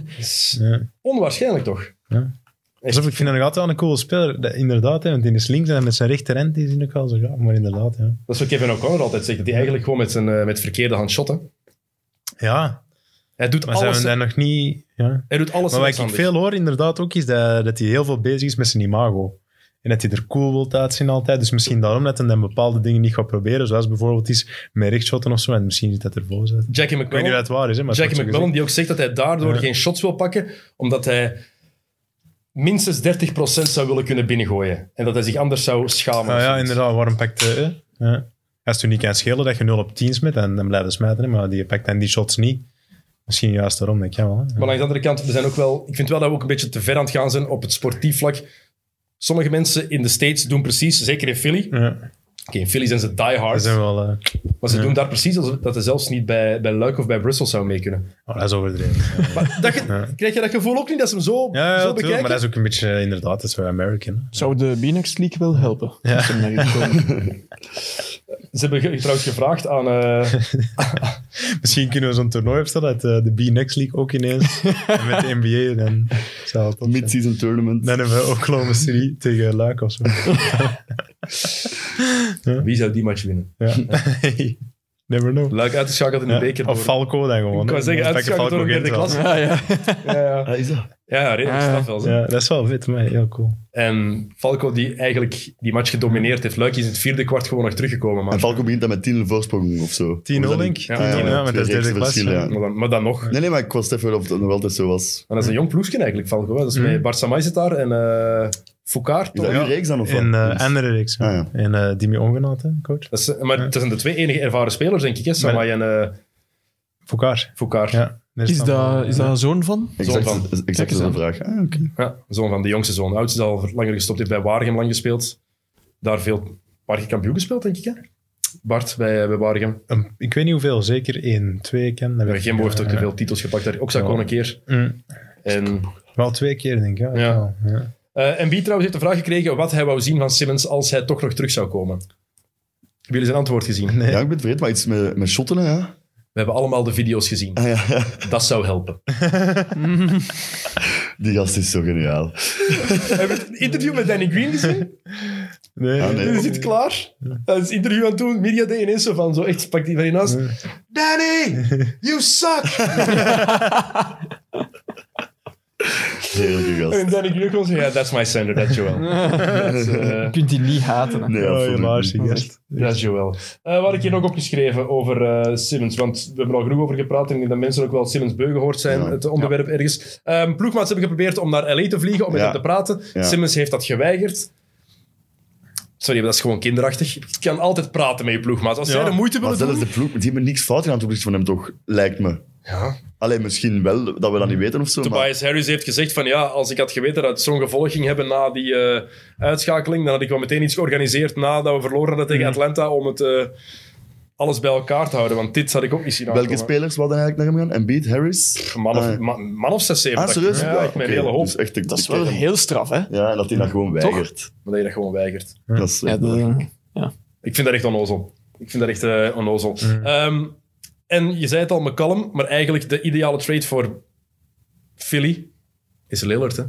Speaker 3: ja.
Speaker 1: Onwaarschijnlijk toch?
Speaker 3: Alsof ik vind hem nog altijd wel een coole speler. Dat- inderdaad, hè, want in is links en met zijn rechterhand is hij ook wel zo gaaf. Maar inderdaad, ja.
Speaker 1: Dat is wat Kevin O'Connor altijd zegt, dat hij eigenlijk gewoon met zijn eh, met verkeerde hand shot, hè.
Speaker 3: Ja,
Speaker 1: Hij doet
Speaker 3: maar zijn
Speaker 1: alles,
Speaker 3: we daar nog niet... Ja.
Speaker 1: hij doet alles
Speaker 3: Maar wat ik
Speaker 1: rechtshandig.
Speaker 3: veel hoor inderdaad ook, is dat, dat hij heel veel bezig is met zijn imago. En dat hij er cool wilt uitzien altijd. Dus misschien daarom dat hij dan bepaalde dingen niet gaat proberen. Zoals bijvoorbeeld is met rechtshotten of zo. En misschien zit dat er boos uit.
Speaker 1: Jackie
Speaker 3: Ik weet niet of
Speaker 1: McMillan,
Speaker 3: dat waar is, hè, maar het
Speaker 1: Jackie
Speaker 3: wordt zo
Speaker 1: McMillan die ook zegt dat hij daardoor
Speaker 3: Ja.
Speaker 1: geen shots wil pakken, omdat hij minstens 30% zou willen kunnen binnengooien. En dat hij zich anders zou schamen.
Speaker 3: gezegd. Ah, ja, inderdaad. Waarom pakt hij... hè? Ja. Als het u niet kan schelen dat je 0 op 10 smit, dan, dan blijft hij smijten. hè. Maar die pakt dan die shots niet. Misschien juist daarom, denk ik. Ja, wel, hè.
Speaker 1: Maar aan de andere kant, we zijn ook wel, ik vind wel dat we ook een beetje te ver aan het gaan zijn op het sportief vlak. Sommige mensen in de States doen precies, zeker in Philly. Oké,
Speaker 3: Ja,
Speaker 1: in Philly zijn ze
Speaker 3: dat
Speaker 1: diehard.
Speaker 3: zijn wel... eh,
Speaker 1: Maar ze
Speaker 3: Ja.
Speaker 1: doen daar precies alsof dat ze zelfs niet bij, bij Luik of bij Brussel zou mee kunnen.
Speaker 3: Oh, dat is overdreven. Ja.
Speaker 1: Maar dat ge-
Speaker 3: Ja.
Speaker 1: krijg je dat gevoel ook niet dat ze hem zo,
Speaker 3: Ja, ja
Speaker 1: zo
Speaker 3: tuurlijk,
Speaker 1: bekijken?
Speaker 3: maar dat is ook een beetje eh, inderdaad, dat is wel American. hè.
Speaker 4: Zou de Beanox League wel helpen? Als ze hem naar hier komen?
Speaker 1: Ze hebben ge- trouwens gevraagd aan... eh,
Speaker 3: Misschien kunnen we zo'n toernooi opstellen uit eh, de B-Next League ook ineens. en met de NBA dan zou het top zijn.
Speaker 2: Mid-season tournament.
Speaker 3: Dan hebben we Oklahoma City tegen Luik of zo.
Speaker 1: wie zou die match winnen?
Speaker 3: Ja. Never know.
Speaker 1: Luik uitgeschakeld in de
Speaker 3: Ja.
Speaker 1: beker.
Speaker 3: Of
Speaker 1: door-
Speaker 3: Falco dan gewoon.
Speaker 1: Ik wou
Speaker 3: hè.
Speaker 1: zeggen,
Speaker 3: Dan pakken
Speaker 1: uitgeschakeld door een
Speaker 3: Falco
Speaker 1: derde
Speaker 3: Gent
Speaker 1: klasse.
Speaker 4: ja, ja.
Speaker 1: Ja, ja.
Speaker 2: Ah, is dat?
Speaker 1: ja redelijk
Speaker 4: Ja.
Speaker 1: straf wel.
Speaker 3: wel.
Speaker 1: zeg.
Speaker 3: Ja, dat is wel vet, maar heel cool.
Speaker 1: En Falco, die eigenlijk die match gedomineerd heeft. Luik is in het vierde kwart gewoon nog teruggekomen. Maar,
Speaker 2: En Falco begint dan met 10 voorsprong of zo.
Speaker 3: 10-0 denk ik.
Speaker 2: Ja,
Speaker 1: Ja,
Speaker 2: ja,
Speaker 1: ja,
Speaker 3: maar dat
Speaker 2: twee
Speaker 3: is derde
Speaker 2: reeksen
Speaker 3: klas,
Speaker 2: verschil,
Speaker 3: ja.
Speaker 2: ja.
Speaker 1: maar, dan, maar dan nog.
Speaker 2: Nee, nee, maar ik was even of het nog altijd zo was.
Speaker 1: Maar dat is een jong ploesje eigenlijk, Falco. hè. Dat is met Bart Samai zit daar en eh Foucaert.
Speaker 2: Is dat
Speaker 1: toch?
Speaker 2: uw reeks dan? Of
Speaker 3: En
Speaker 2: wat?
Speaker 3: eh andere reeks. ja.
Speaker 2: Ah,
Speaker 3: En eh Dimi Ongenaat, hè, coach.
Speaker 1: Dat is, eh, maar dat zijn de twee enige ervaren spelers, denk ik. Hè? Samai en eh
Speaker 3: Voor elkaar.
Speaker 1: Foucaert. Ja.
Speaker 3: Ja. Er
Speaker 4: Is
Speaker 3: staan
Speaker 4: dat,
Speaker 3: wel,
Speaker 4: is dat een zoon van?
Speaker 1: Zo'n
Speaker 2: Exact, exact
Speaker 4: Kijk
Speaker 2: zo'n
Speaker 4: eens
Speaker 2: vraag. Ah, oké.
Speaker 1: zoon van de jongste zoon. Oud is al langer gestopt, heeft bij Waregem lang gespeeld. Daar veel Waregem kampioen gespeeld, denk ik. Hè? Bart bij, bij Waregem.
Speaker 3: eh, een- ik weet niet hoeveel, zeker één, twee ken. dat weet
Speaker 1: Bij
Speaker 3: ik
Speaker 1: Gembo
Speaker 3: niet.
Speaker 1: heeft ook
Speaker 3: Ja.
Speaker 1: te veel titels gepakt. Daar ook gewoon een keer.
Speaker 3: Mm.
Speaker 1: En
Speaker 3: Wel twee keer, denk ik. Ja.
Speaker 1: Ja.
Speaker 3: Wel, ja.
Speaker 1: Eh, en B trouwens heeft de vraag gekregen wat hij wou zien van Simmons als hij toch nog terug zou komen. Hebben jullie zijn antwoord gezien?
Speaker 3: Nee.
Speaker 2: Ja, ik ben het vergeten, maar iets met, met shotten, hè? Ja.
Speaker 1: We hebben allemaal de video's gezien.
Speaker 2: Ah, ja, ja.
Speaker 1: Dat zou helpen.
Speaker 2: Die gast is zo geniaal.
Speaker 1: Hebben we het interview met Danny Green gezien?
Speaker 3: Nee.
Speaker 2: Ah, nee.
Speaker 1: Die zit klaar. Dat is interview aan toen. Media deed ineens zo van, zo echt, pakt die van je naast. Danny, you suck!
Speaker 2: Heerlijke gast.
Speaker 1: En Danny Green kon zeggen, ja, that's my sender, that's Joel. That's, eh,
Speaker 4: Je kunt die niet haten. hè.
Speaker 2: Nee,
Speaker 3: Ja,
Speaker 2: absoluut
Speaker 3: helaas,
Speaker 2: niet.
Speaker 3: die gast.
Speaker 1: Dat is Joel. Eh, wat ik hier nog opgeschreven over eh, Simmons, want we hebben er al genoeg over gepraat en ik denk dat mensen ook wel Simmons beu gehoord zijn,
Speaker 2: Ja.
Speaker 1: het onderwerp ergens. Ehm ploegmaats hebben geprobeerd om naar LA te vliegen, om met
Speaker 2: Ja.
Speaker 1: hem te praten.
Speaker 2: Ja.
Speaker 1: Simmons heeft dat geweigerd. Sorry, maar dat is gewoon kinderachtig. Je kan altijd praten met je ploegmaats. Als zij de moeite
Speaker 2: Maar
Speaker 1: willen doen...
Speaker 2: zelfs de ploeg, die hebben niks fout gedaan ten opzichte van hem, toch? Lijkt me.
Speaker 1: Ja.
Speaker 2: Alleen misschien wel, dat we dat niet weten of zo. Maar,
Speaker 1: Tobias Harris heeft gezegd van ja, als ik had geweten dat het zo'n gevolg ging hebben na die eh,
Speaker 2: Mhm.
Speaker 1: uitschakeling, dan had ik wel meteen iets georganiseerd nadat we verloren hadden tegen Atlanta om het... eh, alles bij elkaar te houden. Want dit had ik ook niet zien
Speaker 2: Welke
Speaker 1: aankomen.
Speaker 2: spelers hadden eigenlijk naar hem gaan? Embiid, Harris?
Speaker 1: Een Man of,
Speaker 2: Ah.
Speaker 1: ma- man of 6, 7.
Speaker 2: Ah, serieus?
Speaker 1: Ja, ik mijn
Speaker 2: oké.
Speaker 1: hele hoop.
Speaker 2: Dus echt, ik-
Speaker 4: Dat is
Speaker 2: ik
Speaker 4: wel
Speaker 2: ken hem.
Speaker 4: heel straf, hè?
Speaker 2: Ja, en dat hij dat gewoon
Speaker 4: Toch?
Speaker 2: weigert.
Speaker 1: Maar dat je dat gewoon weigert.
Speaker 2: Dat is, eh,
Speaker 4: Ja, dat-
Speaker 1: Ik vind dat echt onnozel. Ik vind dat echt eh, onnozel. Ehm, en je zei het al, McCallum, maar eigenlijk de ideale trade voor Philly is Lillard. Hè?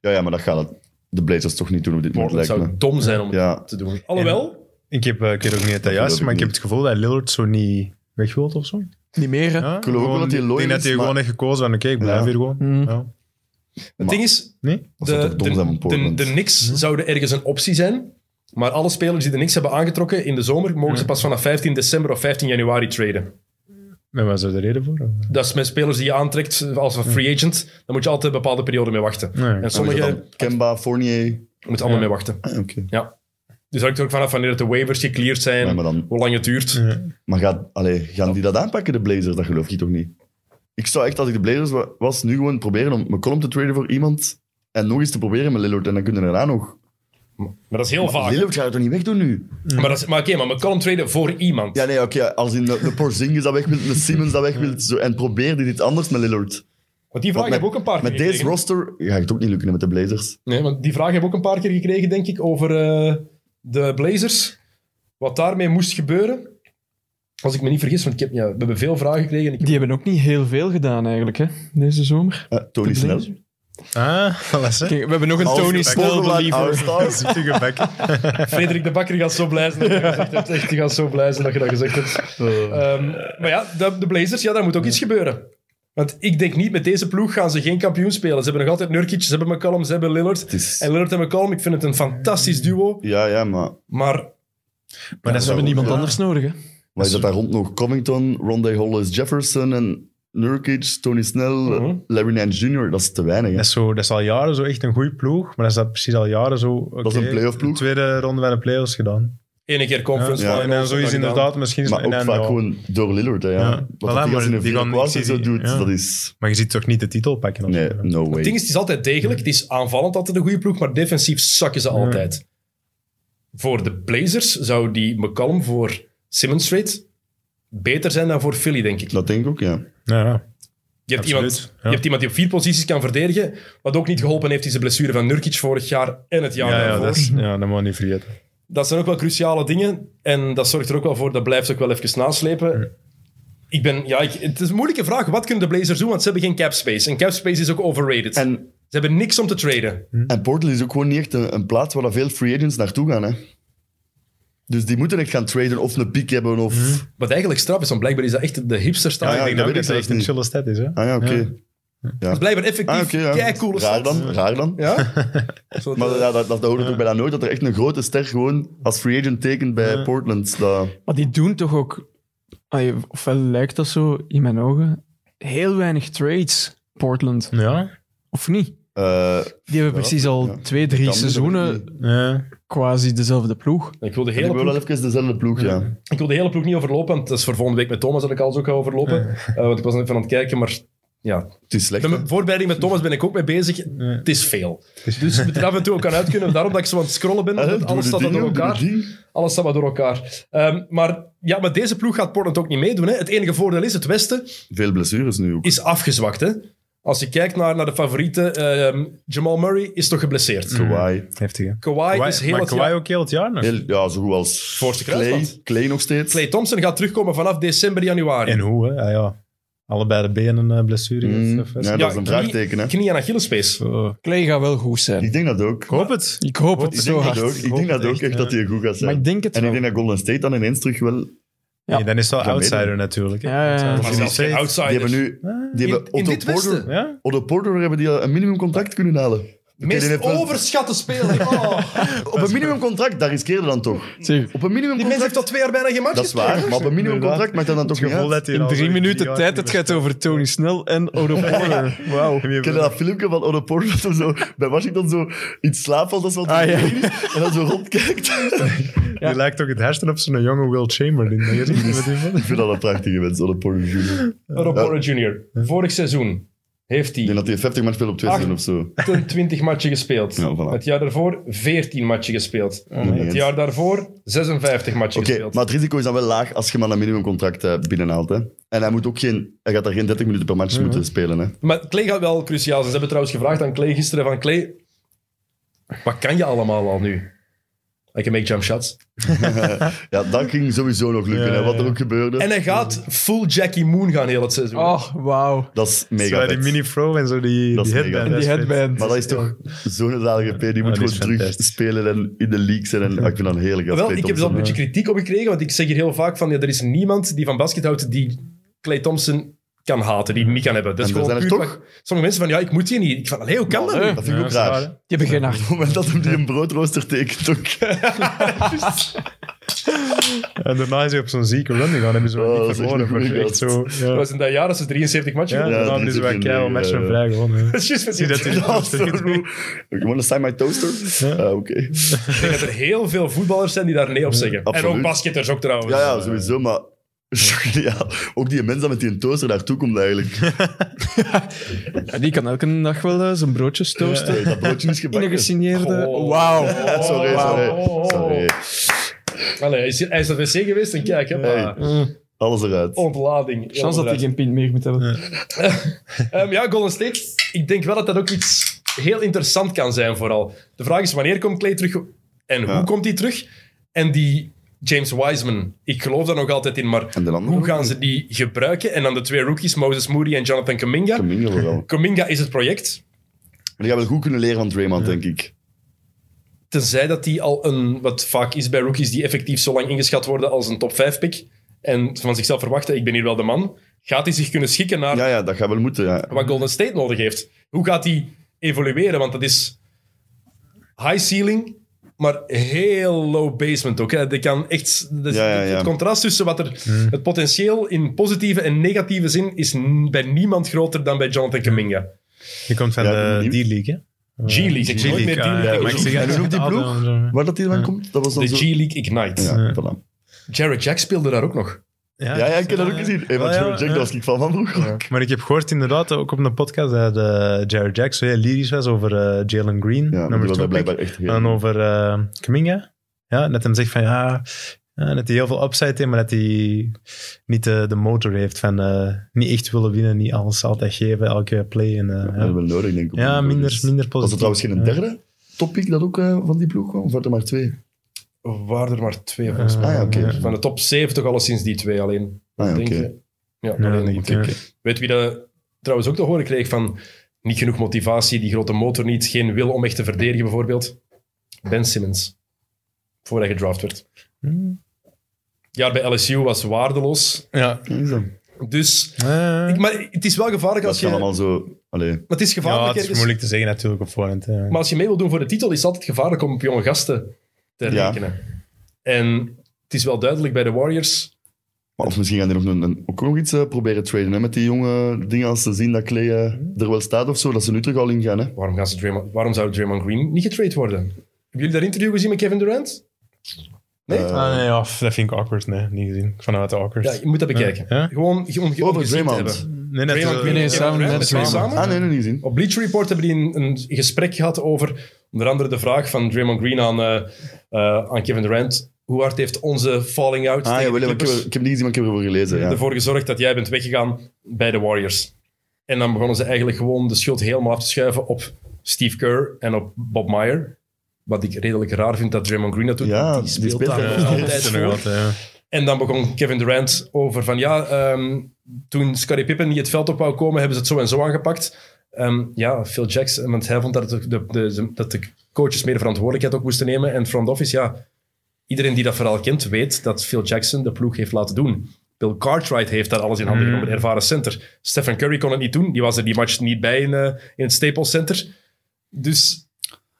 Speaker 2: ja, ja, maar dat gaat het- de Blazers toch niet doen op dit moment,
Speaker 1: Het
Speaker 2: lijkt
Speaker 1: zou
Speaker 2: me.
Speaker 1: dom zijn om
Speaker 2: Ja.
Speaker 1: het te doen. Alhoewel,
Speaker 3: Ik heb, eh, ik weet ook niet het dat juist,
Speaker 2: geloof
Speaker 3: is,
Speaker 2: ik
Speaker 3: maar ik heb
Speaker 2: niet.
Speaker 3: het gevoel dat Lillard zo niet weg wilt of zo.
Speaker 4: Niet meer, hè?
Speaker 3: Ja?
Speaker 2: geloof ook wel dat hij
Speaker 3: ik
Speaker 2: loyal
Speaker 3: denk dat
Speaker 2: is,
Speaker 3: hij
Speaker 2: maar-
Speaker 3: gewoon heeft gekozen van oké, ik blijf
Speaker 2: Ja.
Speaker 3: hier gewoon.
Speaker 4: Mm.
Speaker 3: Ja.
Speaker 1: het ding is,
Speaker 3: Nee?
Speaker 2: Dat zou toch dom zijn van
Speaker 1: de, de,
Speaker 2: Portland. Hm?
Speaker 1: de Knicks zouden ergens een optie zijn, maar alle spelers die de Knicks hebben aangetrokken in de zomer, mogen
Speaker 2: Hm.
Speaker 1: ze pas vanaf 15 december of 15 januari traden.
Speaker 3: En wat is de reden voor?
Speaker 1: Dat is met spelers die je aantrekt als een free agent, daar moet je altijd een bepaalde periode mee wachten.
Speaker 3: Nee.
Speaker 1: En
Speaker 2: Wat is Hm. dat
Speaker 1: sommigen
Speaker 2: dan? Kemba, Fournier.
Speaker 1: moeten allemaal
Speaker 3: Ja.
Speaker 1: mee wachten.
Speaker 2: Ah, oké.
Speaker 1: Ja. Dus hangt er ook vanaf wanneer de waivers gecleared zijn,
Speaker 2: Ja, maar dan-
Speaker 1: hoe lang het duurt.
Speaker 2: Maar gaat, allee, gaan die dat aanpakken, de Blazers? Dat geloof ik toch niet? Ik zou echt, als ik de Blazers wa- was, nu gewoon proberen om McCollum te traden voor iemand. En nog eens te proberen met Lillard. En dan kunnen we daarna nog.
Speaker 1: Maar dat is
Speaker 4: Oh,
Speaker 1: heel vaak.
Speaker 2: Lillard gaat het toch niet wegdoen nu?
Speaker 1: Maar, dat is- maar oké, maar McCollum traden voor iemand.
Speaker 2: Ja, nee, oké. als in de, de Porzingis dat weg wil, de Simmons dat weg wil. Zo, en probeer die dit anders met Lillard.
Speaker 1: want die vraag
Speaker 2: met,
Speaker 1: heb ik ook een paar keer
Speaker 2: Met deze
Speaker 1: gekregen.
Speaker 2: roster gaat het ook niet lukken met de Blazers.
Speaker 1: Nee, want die vraag heb ik ook een paar keer gekregen, denk ik, over eh, de Blazers. Wat daarmee moest gebeuren. Als ik me niet vergis, want ik heb, ja, we hebben veel vragen gekregen. en Ik heb-
Speaker 4: Die hebben ook niet heel veel gedaan, eigenlijk, hè? Deze zomer.
Speaker 2: Eh, Tony Snell.
Speaker 3: Ah, alles hè.
Speaker 4: Kijk, we hebben nog een
Speaker 2: Als
Speaker 4: Tony
Speaker 2: je
Speaker 4: Snell
Speaker 2: Spotlight
Speaker 4: believer.
Speaker 2: All-Stars.
Speaker 3: Zoetige bek.
Speaker 1: Frederik de Bakker gaat zo blij zijn dat je dat gezegd hebt. Echt, die gaat zo blij zijn dat je dat gezegd hebt.
Speaker 3: Oh.
Speaker 1: Ehm, maar ja, de, de Blazers, ja, daar moet ook iets gebeuren. Want ik denk niet, met deze ploeg gaan ze geen kampioen spelen. Ze hebben nog altijd Nurkic, ze hebben McCallum, ze hebben Lillard.
Speaker 2: is-
Speaker 1: En Lillard en McCallum, ik vind het een fantastisch duo.
Speaker 2: Ja, ja, maar
Speaker 1: Maar
Speaker 3: Maar dat
Speaker 4: Ze hebben niemand
Speaker 3: ja.
Speaker 4: anders nodig, hè?
Speaker 3: Dus-
Speaker 2: wat is dat daar rond nog? Covington, Rondé Hollis, Jefferson en Nurkic, Tony Snell,
Speaker 1: Mhm.
Speaker 2: Larry Nance Jr. Dat is te weinig. hè.
Speaker 3: Dat is, zo, dat is al jaren zo echt een goede ploeg, maar dat is dat precies al jaren zo. oké,
Speaker 2: is een playoff-ploeg.
Speaker 3: de Tweede ronde bij de playoffs gedaan.
Speaker 1: Ene keer conference
Speaker 2: Ja,
Speaker 3: Ja,
Speaker 1: final.
Speaker 3: en dan
Speaker 1: dan
Speaker 3: zoiets
Speaker 1: gedaan.
Speaker 3: inderdaad misschien.
Speaker 2: Maar
Speaker 3: en
Speaker 2: ook
Speaker 3: dan,
Speaker 2: vaak
Speaker 3: ja.
Speaker 2: gewoon door Lillard. Hè, ja.
Speaker 3: Ja.
Speaker 2: Wat
Speaker 3: Voilà,
Speaker 2: dat die
Speaker 3: maar
Speaker 2: gast in een
Speaker 3: die
Speaker 2: vierde
Speaker 3: gaan-
Speaker 2: kwart
Speaker 3: ik zie
Speaker 2: zo
Speaker 3: die-
Speaker 2: doet,
Speaker 3: ja.
Speaker 2: dat is...
Speaker 3: Maar je ziet toch niet de titel pakken? of
Speaker 2: Nee,
Speaker 3: zo?
Speaker 2: no
Speaker 1: Het
Speaker 2: way.
Speaker 1: ding is, het is altijd degelijk. Het is aanvallend altijd een goede ploeg, maar defensief zakken ze altijd. Voor de Blazers zou die McCallum voor Simmons trade beter zijn dan voor Philly, denk ik.
Speaker 2: Dat denk ik ook, ja.
Speaker 3: Ja, ja.
Speaker 4: Ah,
Speaker 1: Je hebt,
Speaker 3: absoluut,
Speaker 1: iemand,
Speaker 3: ja.
Speaker 1: je hebt iemand die op vier posities kan verdedigen, wat ook niet geholpen heeft is de blessure van Nurkic vorig jaar en het jaar
Speaker 3: ja, ja,
Speaker 1: daarvoor.
Speaker 3: dat,
Speaker 1: Dat,
Speaker 3: is, ja, dat moet je niet vergeten.
Speaker 1: zijn ook wel cruciale dingen en dat zorgt er ook wel voor, dat blijft ook wel even naslepen. Ik ben, ja, ik- het is een moeilijke vraag. Wat kunnen de Blazers doen? Want ze hebben geen cap space. En cap space is ook overrated.
Speaker 2: En,
Speaker 3: Mhm.
Speaker 1: Ze hebben niks om te traden.
Speaker 2: en Portland is ook gewoon niet echt een, een plaats waar dat veel free agents naartoe gaan. Hè. Dus die moeten echt gaan traden of een pick hebben of...
Speaker 3: Mhm.
Speaker 1: Wat eigenlijk straf is, want blijkbaar is dat echt de hipster staat.
Speaker 2: Ja, ja,
Speaker 3: ik denk
Speaker 2: dat
Speaker 3: ook
Speaker 2: weet ik
Speaker 3: dat dat
Speaker 2: zelfs
Speaker 3: echt een
Speaker 2: niet.
Speaker 3: chille stad is. Hè?
Speaker 2: Ah ja, oké.
Speaker 1: Dat is blijkbaar
Speaker 2: Ah,
Speaker 1: effectief
Speaker 2: oké, ja.
Speaker 1: kei coole
Speaker 2: Raar
Speaker 1: stad.
Speaker 2: dan, raar dan.
Speaker 1: Ja? Zo eh,
Speaker 2: Maar
Speaker 1: de-
Speaker 2: ja, dat, dat, dat hoorde toch bijna nooit, dat er echt een grote ster gewoon als free agent tekent bij Portland. Dat,
Speaker 4: Maar die doen toch ook, ay, ofwel lijkt dat zo in mijn ogen, heel weinig trades, Portland.
Speaker 3: Ja.
Speaker 4: Of niet?
Speaker 2: eh,
Speaker 4: Die hebben precies al
Speaker 2: ja.
Speaker 4: twee, drie
Speaker 2: kan, dat weet
Speaker 4: seizoenen
Speaker 2: ik
Speaker 3: ja.
Speaker 4: quasi dezelfde ploeg.
Speaker 1: Ik wil, de
Speaker 2: die
Speaker 1: hele
Speaker 2: hebben wel
Speaker 1: ploeg,
Speaker 2: even dezelfde ploeg, ja.
Speaker 1: ik wil de hele ploeg niet overlopen, want dat is voor volgende week met Thomas dat ik alles ook ga overlopen. Eh, want ik was net van aan het kijken, maar ja.
Speaker 2: Het is slecht,
Speaker 1: Bij
Speaker 2: hè.
Speaker 1: mijn voorbereiding met Thomas ben ik ook mee bezig. Het is veel. Dus je moet er af en toe ook aan uit kunnen. Daarom dat ik zo aan het scrollen ben.
Speaker 2: Ah, hè,
Speaker 1: want
Speaker 2: doe
Speaker 1: alles
Speaker 2: de
Speaker 1: staat dan
Speaker 2: ding,
Speaker 1: door
Speaker 2: doe de
Speaker 1: elkaar.
Speaker 2: ding.
Speaker 1: Alles staat maar door elkaar. Ehm, maar ja, met deze ploeg gaat Portland ook niet meedoen. Hè. Het enige voordeel is, het Westen
Speaker 2: Veel blessures nu ook.
Speaker 1: is afgezwakt. Hè. Als je kijkt naar, naar de favorieten, ehm, Jamal Murray is toch geblesseerd.
Speaker 2: Mm. Kawhi.
Speaker 3: Heftig.
Speaker 4: Ah,
Speaker 3: hè.
Speaker 1: Kawhi,
Speaker 3: Kawhi-
Speaker 1: is heel
Speaker 3: maar
Speaker 1: het
Speaker 3: Kawhi
Speaker 1: jaar...
Speaker 3: ook heel het jaar nog.
Speaker 2: Heel- ja, zo goed als
Speaker 1: Voorste
Speaker 2: Clay,
Speaker 1: kruisband.
Speaker 2: Clay nog steeds.
Speaker 1: Clay Thompson gaat terugkomen vanaf december, januari.
Speaker 3: En hoe, hè? Ja, ja. Allebei de benen eh, blessure.
Speaker 2: Mm,
Speaker 3: of- of-
Speaker 2: ja, dat is een
Speaker 1: knie-
Speaker 2: vraagteken, hè.
Speaker 1: Knie en Achillespees.
Speaker 3: Zo.
Speaker 4: Clay gaat wel goed zijn.
Speaker 2: Ik denk dat ook.
Speaker 3: Oh. Ik hoop het.
Speaker 4: Ik hoop het
Speaker 2: Ik
Speaker 4: zo
Speaker 2: denk
Speaker 4: hard.
Speaker 2: dat ook. Ik
Speaker 3: hoop
Speaker 2: denk dat
Speaker 3: het
Speaker 2: ook
Speaker 3: echt,
Speaker 2: echt
Speaker 3: ja.
Speaker 2: dat hij goed gaat
Speaker 4: Maar
Speaker 2: zijn.
Speaker 4: ik denk het
Speaker 2: En ik
Speaker 4: wel.
Speaker 2: denk dat Golden State dan ineens terug wel... Die
Speaker 4: Ja.
Speaker 3: Nee, dan is het wel
Speaker 2: Ja,
Speaker 3: outsider
Speaker 2: midden.
Speaker 3: natuurlijk. hè.
Speaker 4: Ja, ja, ja.
Speaker 3: Outsider.
Speaker 1: Maar zelfs geen outsider.
Speaker 2: hebben nu... Die
Speaker 1: Ah, dus- In-
Speaker 2: hebben
Speaker 1: in
Speaker 2: Otto
Speaker 1: dit Westen.
Speaker 2: Porter...
Speaker 3: Ja?
Speaker 2: Otto Porter hebben die al een minimumcontract kunnen halen. Oké, die
Speaker 1: Meest
Speaker 2: heeft wel-
Speaker 1: overschatte speler. Oh.
Speaker 2: Op een minimumcontract, daar riskeerde dan toch. Op
Speaker 4: Zeg,
Speaker 2: een
Speaker 1: Die mens
Speaker 2: minimumcontract...
Speaker 1: heeft al twee jaar bijna geen match
Speaker 2: Dat is waar, maar op een minimumcontract maakt dat dan
Speaker 3: Het
Speaker 2: toch niet
Speaker 3: gevoel
Speaker 2: uit.
Speaker 3: dat hij
Speaker 4: in
Speaker 3: al
Speaker 4: drie
Speaker 3: zo
Speaker 4: minuten
Speaker 3: jaar niet
Speaker 4: tijd, het gaat over Tony Snell en Odo Porter. Wauw.
Speaker 3: meer-
Speaker 2: Ken je dat filmpje van Otto Porter dat hem zo bij Washington zo in slaap valt als wat
Speaker 4: Ah, ja.
Speaker 2: en dan zo rondkijkt?
Speaker 3: Die lijkt ook het hersen op zo'n jonge Will Chamberlain. Dat is niet wat hij van-
Speaker 2: Ik vind dat een prachtige mens, Otto Porter Jr.
Speaker 1: Rob Porter Jr. Vorig seizoen heeft
Speaker 2: Ik denk
Speaker 1: hij
Speaker 2: dat hij 50 matchen speelt op twee
Speaker 1: Acht.
Speaker 2: seizoenen of zo.
Speaker 1: 28 matchen gespeeld.
Speaker 2: Ja, voilà.
Speaker 1: Het jaar daarvoor 14 matchen gespeeld.
Speaker 2: nee,
Speaker 1: het
Speaker 2: eens.
Speaker 1: jaar daarvoor 56 matchen
Speaker 2: Oké,
Speaker 1: gespeeld.
Speaker 2: maar het risico is dan wel laag als je maar een minimumcontract eh, binnenhaalt. Hè. En hij, moet ook geen, hij gaat daar geen 30 minuten per match moeten spelen. Hè.
Speaker 1: Maar Clay gaat wel cruciaal zijn. Ze hebben trouwens gevraagd aan Clay gisteren van Clay, wat kan je allemaal al nu? I can make jump shots.
Speaker 2: Ja, dat ging sowieso nog lukken,
Speaker 3: Ja,
Speaker 2: hè, wat er
Speaker 3: ja.
Speaker 2: ook gebeurde.
Speaker 1: En hij gaat full Jackie Moon gaan heel het seizoen.
Speaker 4: Oh, wauw.
Speaker 2: dat is mega
Speaker 3: Zo, die
Speaker 2: vet.
Speaker 3: mini-fro en zo, die,
Speaker 2: Dat is
Speaker 3: die
Speaker 2: mega
Speaker 3: headband.
Speaker 2: vet.
Speaker 4: Die
Speaker 3: dat is vet.
Speaker 4: headband.
Speaker 2: Maar dat is toch zo'n zalige P. Die moet
Speaker 3: die is
Speaker 2: gewoon terug
Speaker 3: fantastisch.
Speaker 2: spelen en in de league zijn. En, ah, ik vind dat een hele gast.
Speaker 1: Wel,
Speaker 2: Klay
Speaker 1: ik heb er al
Speaker 2: Thompson.
Speaker 1: een beetje kritiek op gekregen, want ik zeg hier heel vaak van ja, er is niemand die van basket houdt die Clay Thompson kan haten, die hem niet kan hebben. Dat is
Speaker 2: En er
Speaker 1: gewoon
Speaker 2: zijn er
Speaker 1: puur
Speaker 2: toch?
Speaker 1: wat- Sommige mensen van ja, ik moet hier niet. Ik van, allee, hoe kan dat? nu?
Speaker 2: Dat vind ik
Speaker 3: Ja,
Speaker 2: ook
Speaker 3: dat is
Speaker 2: raar.
Speaker 3: waar,
Speaker 2: Op
Speaker 3: hè.
Speaker 2: het
Speaker 4: Je hebt geen hart.
Speaker 2: moment dat hem die een broodrooster tekent ook.
Speaker 3: En daarna is hij op zo'n zieke run gegaan. Hebben ze
Speaker 2: Oh,
Speaker 3: wel
Speaker 2: dat
Speaker 3: niet
Speaker 2: is
Speaker 3: verloren.
Speaker 2: echt
Speaker 3: Maar
Speaker 2: een
Speaker 3: echt zo...
Speaker 1: Dat
Speaker 3: Ja,
Speaker 1: was in dat jaar, dat ze 73 matchen
Speaker 3: ja,
Speaker 1: gewonnen.
Speaker 2: dat
Speaker 3: daarna hebben
Speaker 2: is
Speaker 3: ze wel
Speaker 2: een
Speaker 3: keihard
Speaker 2: ding,
Speaker 3: matchen
Speaker 2: eh.
Speaker 3: vrij gewonnen. hè.
Speaker 1: Dat is juist wat
Speaker 3: Zie
Speaker 1: je
Speaker 3: dat hij
Speaker 1: zegt.
Speaker 2: Dat is zo goed. You wanna sign my toaster?
Speaker 3: Ja.
Speaker 2: Ah, Oké.
Speaker 1: Ik denk dat er heel veel voetballers zijn die daar nee op zeggen. En
Speaker 2: Absoluut.
Speaker 1: ook basketters ook trouwens.
Speaker 2: Ja, ja, sowieso, maar... Ja, ook die mens dat met die toaster daartoe komt eigenlijk.
Speaker 4: Ja, die kan elke dag wel eh, zijn broodjes toasten.
Speaker 2: Hey, dat broodje is
Speaker 4: In een
Speaker 2: gebakken.
Speaker 4: gesigneerde...
Speaker 1: Goh.
Speaker 4: Wauw.
Speaker 2: Ah, Sorry,
Speaker 3: Oh,
Speaker 2: sorry.
Speaker 1: Wauw.
Speaker 2: sorry.
Speaker 1: Allee, hij is hier- hij is naar de wc geweest en kijk, hè,
Speaker 2: Hey.
Speaker 1: maar-
Speaker 2: Alles eruit.
Speaker 1: Oh. ontlading.
Speaker 4: Chance dat hij geen pint meer moet hebben.
Speaker 1: Ehm, ja, Golden State. Ik denk wel dat dat ook iets heel interessant kan zijn, vooral. De vraag is, wanneer komt Clay terug en
Speaker 2: Ja.
Speaker 1: hoe komt hij terug? En die James Wiseman, ik geloof daar nog altijd in, maar
Speaker 2: En de andere?
Speaker 1: hoe gaan ze die gebruiken? En dan de twee rookies, Moses Moody en Jonathan Kuminga.
Speaker 2: Kaminga vooral.
Speaker 1: Kuminga is het project,
Speaker 2: Maar die gaan wel goed kunnen leren van Draymond, denk ik.
Speaker 1: tenzij dat die al een, wat vaak is bij rookies, die effectief zo lang ingeschat worden als een top 5 pick. En van zichzelf verwachten, ik ben hier wel de man. Gaat hij zich kunnen schikken naar
Speaker 2: Ja, ja, dat gaat wel moeten, ja.
Speaker 1: wat Golden State nodig heeft. Hoe gaat die evolueren? Want dat is high ceiling, maar heel low basement ook. Hè. Die kan echt, dat is-
Speaker 2: Ja, ja, ja.
Speaker 1: Het contrast tussen wat er... Het potentieel in positieve en negatieve zin is n- bij niemand groter dan bij Jonathan Kaminga.
Speaker 3: Die komt van
Speaker 2: Ja,
Speaker 3: de
Speaker 2: die-
Speaker 3: D-League, hè?
Speaker 1: G-League. Ik zeg nooit meer
Speaker 3: ah,
Speaker 1: D-League.
Speaker 3: ja, maar ik zeg-
Speaker 2: En hoe noemt die ploeg?
Speaker 3: altijd zo-
Speaker 2: Waar dat die dan komt, dat was dan
Speaker 1: De
Speaker 2: zo...
Speaker 1: G-League Ignite.
Speaker 2: Ja, voilà.
Speaker 1: Jared Jack speelde daar ook nog.
Speaker 2: Ja, ja, ik heb dat ook gezien. Hey,
Speaker 3: Ah,
Speaker 2: maar
Speaker 3: ja,
Speaker 2: Joe Jack,
Speaker 3: ja.
Speaker 2: dat was ik van van vroeger.
Speaker 3: Maar ik heb gehoord inderdaad, ook op een podcast, dat eh, Jared Jack zo heel lyrisch was over eh, Jalen Green,
Speaker 2: Ja, maar die
Speaker 3: nummer
Speaker 2: was daar
Speaker 3: 2
Speaker 2: blijkbaar echt heel...
Speaker 3: En dan over eh Kaminga. Ja, dat hem zegt van ja, ja, dat hij heel veel upside heeft, maar dat hij niet eh, de motor heeft van eh, niet echt willen winnen, niet alles altijd geven, elke play. En, eh,
Speaker 2: Dat is
Speaker 3: ja.
Speaker 2: wel nodig, denk ik. op
Speaker 3: Ja,
Speaker 2: die
Speaker 3: minder,
Speaker 2: ploeg.
Speaker 3: minder positief.
Speaker 2: Was er trouwens geen
Speaker 3: Ja.
Speaker 2: derde topic dat ook eh, van die ploeg kwam? Of waren er maar twee?
Speaker 1: Waar er maar twee volgens
Speaker 3: Eh,
Speaker 1: mij.
Speaker 2: Ah ja, oké.
Speaker 1: Van de top 7 toch alleszins die twee alleen.
Speaker 2: Ah ja,
Speaker 1: Denk
Speaker 2: oké.
Speaker 1: je? Ja,
Speaker 3: Ja,
Speaker 1: alleen
Speaker 3: niet,
Speaker 1: die
Speaker 3: ja.
Speaker 1: Weet wie dat trouwens ook te horen kreeg van niet genoeg motivatie, die grote motor niet, geen wil om echt te verdedigen bijvoorbeeld? Ben Simmons. Voor hij gedraft werd.
Speaker 3: Hmm.
Speaker 1: Ja, bij LSU was waardeloos.
Speaker 3: Ja.
Speaker 2: Ja, is dat.
Speaker 1: Dus,
Speaker 3: Eh,
Speaker 1: ik, maar het is wel gevaarlijk
Speaker 2: Dat
Speaker 1: als je...
Speaker 2: kan
Speaker 1: Maar
Speaker 2: allemaal zo... Allee,
Speaker 1: het is
Speaker 3: ja,
Speaker 1: gevaarlijk
Speaker 3: het is
Speaker 1: ergens.
Speaker 3: moeilijk te zeggen natuurlijk op voorhand. hè.
Speaker 1: Maar als je mee wil doen voor de titel, is het altijd gevaarlijk om op jonge gasten te
Speaker 2: Ja.
Speaker 1: rekenen. En het is wel duidelijk bij de Warriors.
Speaker 2: maar of misschien gaan die nog een, een- ook nog iets eh, proberen traden, hè, met die jonge dingen als ze zien dat Clay eh, er wel staat of zo, dat ze nu terug al ingaan. Hè.
Speaker 1: Waarom, gaan ze Draymond, waarom zou Draymond Green niet getrade worden? Hebben jullie dat interview gezien met Kevin Durant? Nee?
Speaker 2: Eh,
Speaker 3: Ah, nee, ja, f- dat vind ik awkward. Nee, niet gezien. Ik vond dat wat awkward.
Speaker 1: Ja, je moet dat bekijken.
Speaker 3: Ja?
Speaker 1: Gewoon ge- om, ge- om
Speaker 2: Over
Speaker 1: gezien te
Speaker 2: Draymond.
Speaker 1: hebben.
Speaker 3: nee, dat,
Speaker 1: Draymond
Speaker 3: eh,
Speaker 1: Green
Speaker 4: nee,
Speaker 1: en Kevin
Speaker 4: samen,
Speaker 1: Durant,
Speaker 4: net
Speaker 1: de twee
Speaker 4: samen.
Speaker 1: samen.
Speaker 2: Ah, nee, nog niet
Speaker 3: Oh,
Speaker 2: gezien.
Speaker 1: Op Bleach Report hebben die een, een gesprek gehad over onder andere de vraag van Draymond Green aan, eh, eh, aan Kevin Durant. Hoe hard heeft onze falling out
Speaker 2: Ah,
Speaker 1: tegen
Speaker 2: ja,
Speaker 1: de
Speaker 2: wel, ik, heb,
Speaker 1: Clippers
Speaker 2: ik heb niet gezien, maar ik heb ervoor gelezen. Ja.
Speaker 1: ervoor gezorgd dat jij bent weggegaan bij de Warriors? En dan begonnen ze eigenlijk gewoon de schuld helemaal af te schuiven op Steve Kerr en op Bob Meyer. Wat ik redelijk raar vind dat Draymond Green dat doet.
Speaker 2: Ja,
Speaker 1: want
Speaker 2: die
Speaker 1: die speelt,
Speaker 2: speelt
Speaker 1: daar
Speaker 2: daar
Speaker 1: nog
Speaker 2: nog
Speaker 3: dat
Speaker 1: altijd
Speaker 3: is er
Speaker 1: voor.
Speaker 3: nog altijd, ja.
Speaker 1: En dan begon Kevin Durant over van ja, ehm, toen Scottie Pippen niet het veld op wou komen, hebben ze het zo en zo aangepakt. Ehm, ja, Phil Jackson, want hij vond dat, het de, de, dat de coaches meer verantwoordelijkheid ook moesten nemen. En front office, ja, iedereen die dat verhaal kent, weet dat Phil Jackson de ploeg heeft laten doen. Bill Cartwright heeft daar alles in handen
Speaker 2: Mm.
Speaker 1: genomen, een ervaren center. Stephen Curry kon het niet doen, die was er die match niet bij in, eh, in het Staples Center. Dus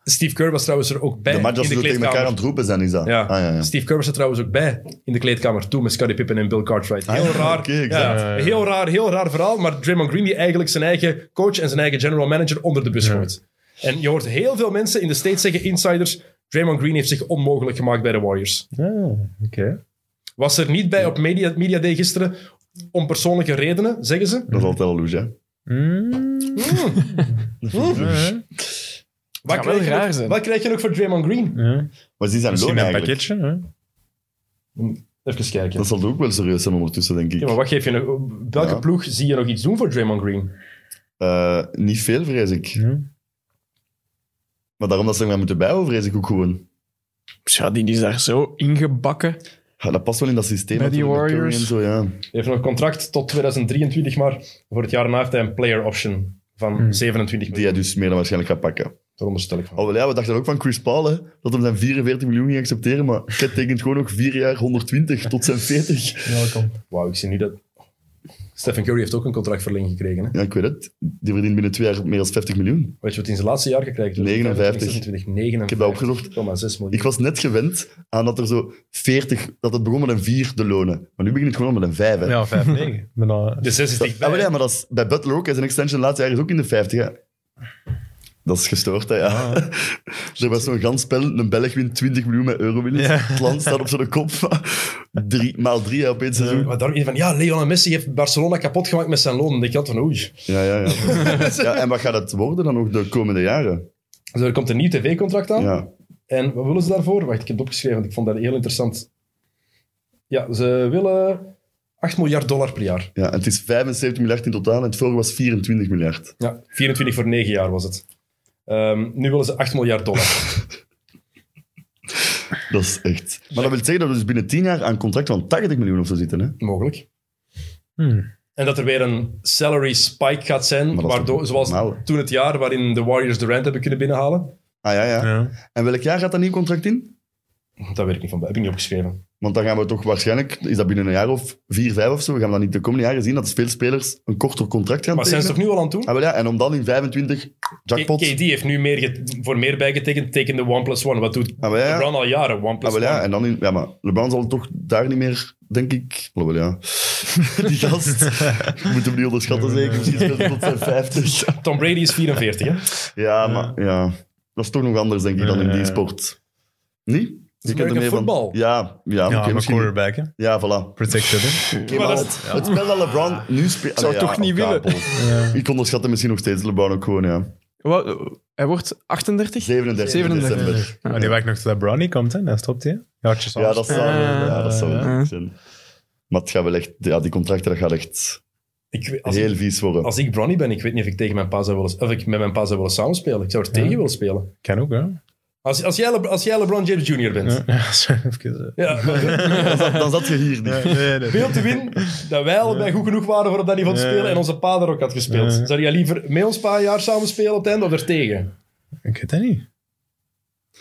Speaker 1: Steve Kerr was trouwens er ook bij
Speaker 2: De match dat
Speaker 1: in
Speaker 2: ze
Speaker 1: de
Speaker 2: zo tegen elkaar
Speaker 1: kleedkamer.
Speaker 2: aan het roepen zijn, is dat?
Speaker 1: Ja.
Speaker 2: Ah, ja, ja.
Speaker 1: Steve Kerr was er trouwens ook bij in de kleedkamer toen met Scottie Pippen en Bill Cartwright. Heel
Speaker 2: Ah, ja,
Speaker 1: raar.
Speaker 2: oké,
Speaker 1: ja,
Speaker 2: exact.
Speaker 1: ja,
Speaker 3: Ja, ja, ja.
Speaker 1: Heel raar, heel raar verhaal. Maar Draymond Green die eigenlijk zijn eigen coach en zijn eigen general manager onder de bus gooit. En je hoort heel veel mensen in de States zeggen, insiders, Draymond Green heeft zich onmogelijk gemaakt bij de Warriors.
Speaker 3: Ah, oké.
Speaker 1: Was er niet bij op Media, media Day gisteren om persoonlijke redenen, zeggen ze.
Speaker 2: Dat is altijd al louche, hè.
Speaker 3: Hmm.
Speaker 1: Wat,
Speaker 4: zou wel
Speaker 1: krijg je
Speaker 4: raar
Speaker 1: nog-
Speaker 4: zijn.
Speaker 1: wat krijg je nog voor Draymond Green?
Speaker 3: Ja.
Speaker 2: Maar die zijn loon
Speaker 3: Misschien met een
Speaker 2: eigenlijk.
Speaker 3: pakketje. Hè?
Speaker 1: Even kijken.
Speaker 2: Dat zal ook wel serieus zijn ondertussen, denk ik.
Speaker 1: Ja, maar wat geef je nog, welke
Speaker 2: Ja.
Speaker 1: ploeg zie je nog iets doen voor Draymond Green?
Speaker 2: Eh, niet veel, vrees ik.
Speaker 3: Ja.
Speaker 2: Maar daarom dat ze hem gaan moeten bijhouden, vrees ik ook gewoon.
Speaker 4: Ja, die is daar zo ingebakken.
Speaker 2: Ja, dat past wel in dat systeem.
Speaker 4: Bij die
Speaker 2: natuurlijk, met Curry
Speaker 4: Warriors.
Speaker 2: En zo, ja.
Speaker 1: Hij heeft nog een contract tot 2023, maar voor het jaar na heeft hij een player option van 27
Speaker 2: Die
Speaker 1: miljoen.
Speaker 2: hij dus meer dan waarschijnlijk gaat pakken.
Speaker 1: Daar onderstel ik van.
Speaker 2: Oh, wel, ja, we dachten ook van Chris Paul, hè, dat hem zijn 44 miljoen ging accepteren, maar Cat tekent gewoon nog 4 jaar 120 tot zijn 40.
Speaker 3: Welkom.
Speaker 1: Wauw, ik zie nu dat... Stephen Curry heeft ook een contractverlenging gekregen. Hè?
Speaker 2: Ja, ik weet het. Die verdient binnen 2 jaar meer dan 50 miljoen.
Speaker 1: Weet je wat hij in zijn laatste jaar gekregen heeft?
Speaker 2: 59.
Speaker 1: 26,
Speaker 2: Ik heb dat opgezocht.
Speaker 1: 59,6 miljoen.
Speaker 2: Ik was net gewend aan dat er zo 40, dat het begon met een 4 de lonen. Maar nu begint het gewoon met een 5. Hè.
Speaker 3: Ja, 5-9. Bijna-
Speaker 1: De 6 is
Speaker 2: Dat- ah,
Speaker 1: dichtbij.
Speaker 2: wel, ja, maar dat is bij Butler ook. hè. Zijn extension laatste jaar is ook in de 50. Hè. Dat is gestoord, hè, ja. er was zo'n gans spel. Een Belg wint 20 miljoen met euro winst.
Speaker 3: Ja.
Speaker 2: Het land staat op zijn kop. Drie, maal drie hè, op één seizoen.
Speaker 1: Eh, Maar daarom iedereen van, ja, Lionel Messi heeft Barcelona kapot gemaakt met zijn loon. En ik had van, oei. Dus
Speaker 2: Ja, ja, ja. ja. En wat gaat het worden dan ook de komende jaren?
Speaker 1: Dus er komt een nieuw tv-contract aan.
Speaker 2: Ja.
Speaker 1: En wat willen ze daarvoor? Wacht, ik heb het opgeschreven, want ik vond dat heel interessant. Ja, ze willen 8 miljard dollar per jaar.
Speaker 2: ja, en het is 75 miljard in totaal en het vorige was 24 miljard.
Speaker 1: Ja, 24 voor 9 jaar was het. Ehm, nu willen ze 8 miljard dollar.
Speaker 2: Dat is echt. Maar dat wil zeggen dat we dus binnen 10 jaar aan een contract van 80 miljoen of zo zitten. Hè?
Speaker 1: Mogelijk.
Speaker 3: Hmm.
Speaker 1: En dat er weer een salary spike gaat zijn,
Speaker 2: Maar dat is nou.
Speaker 1: waardoor,
Speaker 2: toch
Speaker 1: zoals
Speaker 2: normaal?
Speaker 1: toen het jaar waarin de Warriors Durant hebben kunnen binnenhalen.
Speaker 2: Ah ja, ja.
Speaker 3: Ja.
Speaker 2: En welk jaar gaat dat nieuw contract in?
Speaker 1: Dat weet ik niet van, heb ik niet opgeschreven.
Speaker 2: Want dan gaan we toch waarschijnlijk, is dat binnen een jaar of vier, vijf of zo, gaan we dan niet de komende jaren zien dat veel spelers een korter contract gaan
Speaker 1: Maar zijn ze toch
Speaker 2: tekenen?
Speaker 1: nu al aan het doen?
Speaker 2: Ah, wel ja, en om dan in 25
Speaker 1: K-
Speaker 2: jackpot.
Speaker 1: KD heeft nu meer get- voor meer bijgetekend, tekende 1 plus 1. Wat doet
Speaker 2: Ah, wel ja.
Speaker 1: LeBron al jaren? 1
Speaker 2: Ah,
Speaker 1: plus
Speaker 2: wel ja,
Speaker 1: 1.
Speaker 2: en dan in, ja, maar LeBron zal toch daar niet meer, denk ik. Alhoewel, ja. Die gast. Je moet hem niet onderschatten, zeker. Misschien speelt hij tot zijn 50.
Speaker 1: Tom Brady is 44, hè?
Speaker 2: Ja, maar ja. Dat is toch nog anders, denk ik, dan in
Speaker 3: Ja,
Speaker 2: die
Speaker 3: ja.
Speaker 2: sport. Niet? Je
Speaker 1: American football.
Speaker 2: Ja, ja,
Speaker 3: Ja,
Speaker 2: oké,
Speaker 3: maar
Speaker 2: misschien.
Speaker 3: quarterback, hè.
Speaker 2: Ja, voilà.
Speaker 3: Protected, hè.
Speaker 2: Oké,
Speaker 1: Maar
Speaker 2: maar
Speaker 1: dat
Speaker 2: het, het spel dat LeBron nu Ah, speelt...
Speaker 4: Zou
Speaker 2: Allee,
Speaker 4: toch niet
Speaker 2: op
Speaker 4: willen.
Speaker 2: Kapel. Ik onderschat hem misschien nog steeds, LeBron ook gewoon, ja.
Speaker 4: Wat, eh, hij wordt 38?
Speaker 2: 37,
Speaker 4: 37.
Speaker 2: december.
Speaker 3: Maar die werkt nog tot dat Brownie komt, hè. Dan stopt hij. Jaartjes
Speaker 2: Ja, dat zou,
Speaker 4: Ah.
Speaker 2: ja, dat zou
Speaker 3: Ja.
Speaker 2: natuurlijk zijn. Maar het gaat wel echt... Ja, die contracten, dat gaat echt
Speaker 1: Ik, weet- als,
Speaker 2: heel
Speaker 1: ik,
Speaker 2: vies worden.
Speaker 1: als ik Bronny ben, ik weet niet of ik, tegen mijn pa zou willen, of ik met mijn pa zou willen samenspelen. Ik zou er tegen willen spelen.
Speaker 3: Kan ook, hè.
Speaker 1: Als, als, jij, Le- als jij LeBron James Jr. bent,
Speaker 3: Ja, Ja, sorry, even... eh.
Speaker 1: Ja,
Speaker 2: Dan zat- dan zat je hier niet.
Speaker 3: Nee, nee, nee.
Speaker 1: veel te win dat wij allebei goed genoeg waren voor op dat niveau te
Speaker 3: Ja.
Speaker 1: spelen en onze pa daar ook had gespeeld.
Speaker 3: Ja.
Speaker 1: Zou jij liever met ons pa een jaar samen spelen op het einde of er tegen?
Speaker 3: eh, Ik weet dat niet.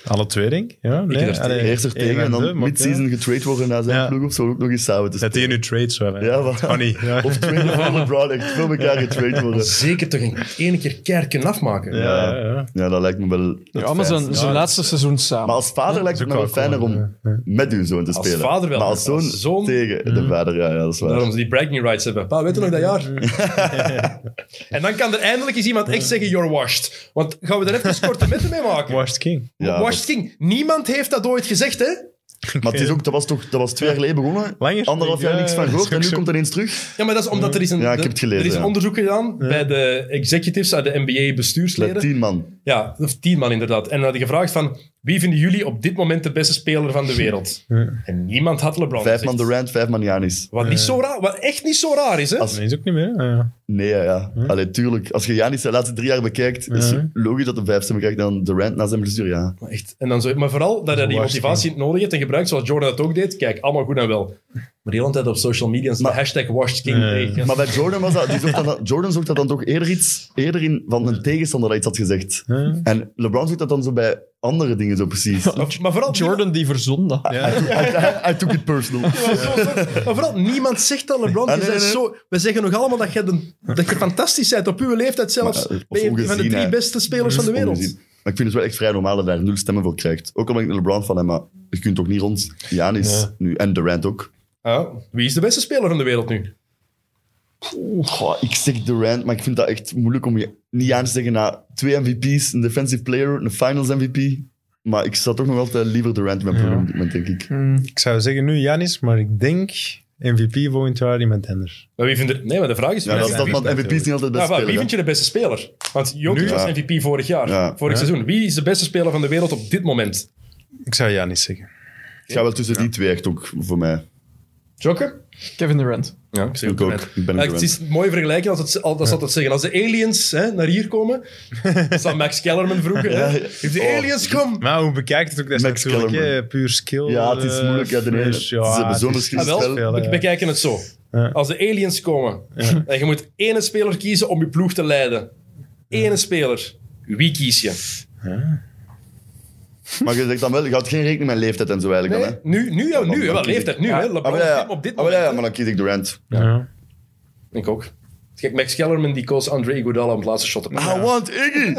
Speaker 3: Alle twee, denk ik. Ja, nee.
Speaker 1: er
Speaker 3: allee,
Speaker 2: Eerst er
Speaker 3: één
Speaker 2: tegen en
Speaker 3: de,
Speaker 2: dan
Speaker 3: maar ja.
Speaker 2: mid-season getrade worden naar zijn
Speaker 3: Ja.
Speaker 2: ploeg of zo ook nog eens samen te
Speaker 3: Dat die nu trades zo hebben.
Speaker 2: Ja, voilà.
Speaker 3: maar... niet. Ja.
Speaker 2: Of tweede van LeBron, echt veel elkaar getrade worden.
Speaker 1: Zeker toch een ene keer kerken afmaken.
Speaker 3: Ja, ja, ja.
Speaker 2: Ja, dat lijkt me wel... het
Speaker 4: Ja, maar
Speaker 2: fijnst.
Speaker 4: zijn, zijn
Speaker 3: Ja,
Speaker 4: laatste seizoen
Speaker 2: Maar
Speaker 4: samen.
Speaker 2: als vader lijkt
Speaker 3: Dat
Speaker 2: het
Speaker 3: is
Speaker 2: me wel
Speaker 3: ook wel
Speaker 2: fijner
Speaker 3: cool,
Speaker 2: om met uw zoon te
Speaker 1: Als
Speaker 2: spelen.
Speaker 1: vader wel,
Speaker 2: Maar
Speaker 1: maar
Speaker 2: als zoon,
Speaker 1: als zoon-
Speaker 2: tegen de vader, ja, ja dat is waar.
Speaker 1: Daarom ze die bragging rights hebben. Pa, weet je nog dat jaar? en dan kan er eindelijk eens iemand echt zeggen, you're washed. Want gaan we daar even korte metten mee maken?
Speaker 3: Washed King.
Speaker 2: Ja,
Speaker 1: washed King. Niemand heeft dat ooit gezegd, hè?
Speaker 2: Maar het is ook, dat, was toch, dat was twee jaar geleden begonnen.
Speaker 3: Langer.
Speaker 2: Anderhalf jaar
Speaker 3: Ja,
Speaker 2: niks
Speaker 3: ja,
Speaker 2: van
Speaker 3: dat is
Speaker 2: gehoord en
Speaker 3: ook
Speaker 2: nu
Speaker 3: zo.
Speaker 2: komt er eens terug.
Speaker 1: Ja, maar dat is omdat er is een,
Speaker 2: Ja, ik
Speaker 1: de-
Speaker 2: heb het gelezen,
Speaker 1: er is een
Speaker 2: ja.
Speaker 1: onderzoek gedaan bij de executives uit de
Speaker 2: Met
Speaker 1: NBA-bestuursleden.
Speaker 2: tien man.
Speaker 1: Ja, of tien man inderdaad. En dan had hij gevraagd van, wie vinden jullie op dit moment de beste speler van de wereld? En niemand had
Speaker 3: Oh,
Speaker 1: LeBron
Speaker 2: Vijf
Speaker 1: gezegd.
Speaker 2: man Durant, vijf man Janis.
Speaker 1: Wat, niet zo raar, wat echt niet zo raar is, hè?
Speaker 2: Als-
Speaker 3: Nee, is ook niet meer. hè. Ja.
Speaker 2: Nee, ja. ja. Allee, tuurlijk. Als je Janis de laatste drie jaar bekijkt, is het logisch dat de vijf stemmen krijgt dan Durant na zijn blessure. Ja.
Speaker 1: Maar, echt. En dan zo, maar vooral dat hij die
Speaker 3: Verwacht,
Speaker 1: motivatie nodig heeft en gebruikt, zoals Jordan dat ook deed. Kijk, allemaal goed en wel. Maar de hele tijd op social media is de
Speaker 2: Maar-
Speaker 1: hashtag washed king.
Speaker 3: Nee.
Speaker 1: tegen.
Speaker 2: Maar bij Jordan was dat, die zocht dat, Jordan zocht dat dan toch eerder iets, eerder in van een tegenstander dat iets had gezegd.
Speaker 3: Ja.
Speaker 2: En LeBron zoekt dat dan zo bij andere dingen zo precies.
Speaker 1: maar, maar vooral
Speaker 4: Jordan die verzonde.
Speaker 2: I, took- I- I took it personal.
Speaker 1: Maar vooral, niemand zegt dat, LeBron.
Speaker 2: Ah,
Speaker 1: Je
Speaker 2: nee,
Speaker 1: bent
Speaker 2: nee,
Speaker 1: Zo, we zeggen nog allemaal dat je, de- dat je fantastisch bent. Op uw leeftijd zelfs
Speaker 2: Maar, eh,
Speaker 1: ben je een van de
Speaker 2: ongezien,
Speaker 1: drie
Speaker 2: hè.
Speaker 1: beste spelers van de wereld.
Speaker 2: Ongezien. Maar ik vind het wel echt vrij normaal dat hij daar nul stemmen voor krijgt. Ook al ben ik een LeBron van hem, maar je kunt toch niet rond Janis
Speaker 3: Ja.
Speaker 2: nu en Durant ook.
Speaker 1: Ah, wie is de beste speler van de wereld nu?
Speaker 2: Goh, ik zeg Durant, maar ik vind dat echt moeilijk om je niet aan te zeggen na twee MVP's, een defensive player, een finals MVP. Maar ik zou toch nog altijd liever Durant met mijn ploeg op dit moment, denk ik.
Speaker 3: Ik zou zeggen nu Janis, maar ik denk MVP volgend jaar iemand anders.
Speaker 1: Maar wie vindt er... Nee, maar de vraag is...
Speaker 2: Ja, dat is dat,
Speaker 3: MVP
Speaker 2: want MVP is niet altijd de
Speaker 1: Ja, maar
Speaker 2: beste
Speaker 1: wie
Speaker 2: speler.
Speaker 1: vind je de beste speler? Want Jokic
Speaker 2: Nu?
Speaker 1: was
Speaker 2: Ja.
Speaker 1: MVP vorig jaar,
Speaker 2: Ja.
Speaker 1: vorig
Speaker 3: Ja.
Speaker 1: seizoen. Wie is de beste speler van de wereld op dit moment?
Speaker 3: Ik zou ja niet zeggen.
Speaker 2: hè. Ik ga wel tussen die twee echt ook, voor mij.
Speaker 1: Joker?
Speaker 4: Kevin Durant.
Speaker 1: Ja, ik zeg
Speaker 2: Ik ook. Ik ben
Speaker 1: Ja,
Speaker 2: hem
Speaker 1: het
Speaker 2: gewend.
Speaker 1: is mooi vergelijken als het, als dat ze altijd zeggen. Als de aliens hè, naar hier komen, dat zou Max Kellerman vroeger. hè.
Speaker 2: Ja.
Speaker 1: If the
Speaker 2: Oh.
Speaker 1: aliens come.
Speaker 3: Maar hoe bekijkt het ook? Dat is
Speaker 2: Max
Speaker 3: natuurlijk
Speaker 2: Kellerman.
Speaker 3: hè, puur skill.
Speaker 2: Ja, het is
Speaker 3: eh,
Speaker 2: moeilijk, ja, de ene-
Speaker 3: fresh,
Speaker 2: ze hebben
Speaker 3: het
Speaker 2: zo'n
Speaker 3: is-
Speaker 2: skill
Speaker 1: Ah, wel,
Speaker 2: spel.
Speaker 1: we bekijken het zo.
Speaker 3: Ja.
Speaker 1: Als de aliens komen en je moet één speler kiezen om je ploeg te leiden. Ene speler. Wie kies je?
Speaker 2: Maar je zegt dan wel, je houdt geen rekening met leeftijd en zo eigenlijk dan, hè?
Speaker 1: Nu, nu, ja, nu, hè, wel
Speaker 2: dan kies
Speaker 1: leeftijd nu. Hè, LeBron
Speaker 2: Ah, maar ja, ja.
Speaker 1: op dit- op dit
Speaker 2: Ah, maar
Speaker 1: moment.
Speaker 2: ja, ja,
Speaker 1: hè.
Speaker 2: maar dan kies ik Durant.
Speaker 3: Ja.
Speaker 1: Ik ook. Kijk, Max Kellerman die koos Andre Iguodala om het laatste shot te maken.
Speaker 2: I want Iggy!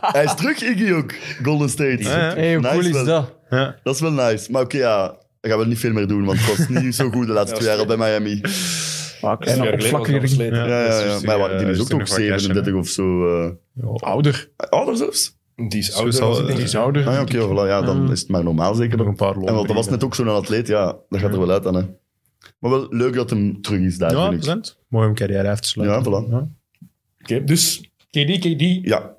Speaker 2: Hij is terug, Iggy ook. Golden State.
Speaker 3: Ja, ja.
Speaker 4: Hey, hoe
Speaker 2: Nice
Speaker 4: cool is
Speaker 2: wel.
Speaker 4: dat?
Speaker 3: Ja.
Speaker 2: Dat is wel nice. Maar oké, ja, ik ga wel niet veel meer doen, want het was niet zo goed de laatste twee jaar al bij Miami.
Speaker 4: En
Speaker 1: Een jaar
Speaker 4: een
Speaker 1: geleden was dat
Speaker 4: opflakkering.
Speaker 1: versleten.
Speaker 2: Ja,
Speaker 3: dat
Speaker 2: ja,
Speaker 3: is
Speaker 2: ja.
Speaker 3: rustig,
Speaker 2: Maar
Speaker 3: eh,
Speaker 2: ja, die is ook
Speaker 3: rustig
Speaker 2: nog
Speaker 3: nog wat
Speaker 2: 37 of zo. eh
Speaker 4: Ouder.
Speaker 2: ouder zelfs?
Speaker 1: Die is
Speaker 3: Zo
Speaker 1: ouder.
Speaker 3: zal-
Speaker 1: als ik denk.
Speaker 3: die
Speaker 4: is ouder.
Speaker 2: Ah ja, oké, voilà, ja, dan is het maar normaal zeker.
Speaker 3: Nog een paar
Speaker 2: En want dat was net ook zo'n atleet, ja, dat gaat er wel uit aan, hè. Maar wel leuk dat hem terug is daar,
Speaker 3: Ja,
Speaker 2: vind ik.
Speaker 3: present. Mooi om carrière af te
Speaker 2: Ja,
Speaker 3: sluiten.
Speaker 2: voilà.
Speaker 1: Oké, Dus KD, KD,
Speaker 2: Ja,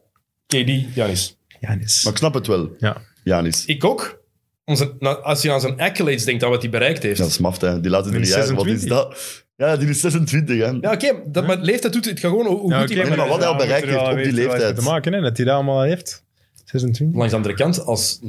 Speaker 1: KD, Janis.
Speaker 3: Ja, is.
Speaker 2: maar ik snap het wel,
Speaker 3: Ja.
Speaker 2: Janis.
Speaker 1: Ik ook. Onze, nou, als je aan zijn accolades denkt, aan wat hij bereikt heeft.
Speaker 2: Ja,
Speaker 1: Ja,
Speaker 2: dat is maft, hè. Die laatste
Speaker 3: Die
Speaker 2: drie
Speaker 3: is
Speaker 2: jaar, wat is
Speaker 3: 26.
Speaker 2: dat? Ja, die is 26, hè.
Speaker 1: oké, dat, maar leeftijd doet het gewoon. Hoe, hoe
Speaker 3: Ja,
Speaker 1: goed
Speaker 3: oké,
Speaker 1: hij
Speaker 2: maar wat hij al
Speaker 3: ja,
Speaker 2: bereikt
Speaker 3: moet er
Speaker 2: heeft
Speaker 3: wel
Speaker 2: op die
Speaker 3: weten wat hij
Speaker 2: leeftijd.
Speaker 3: te maken, hè, dat hij dat allemaal al heeft. 26.
Speaker 1: Langs de andere kant, als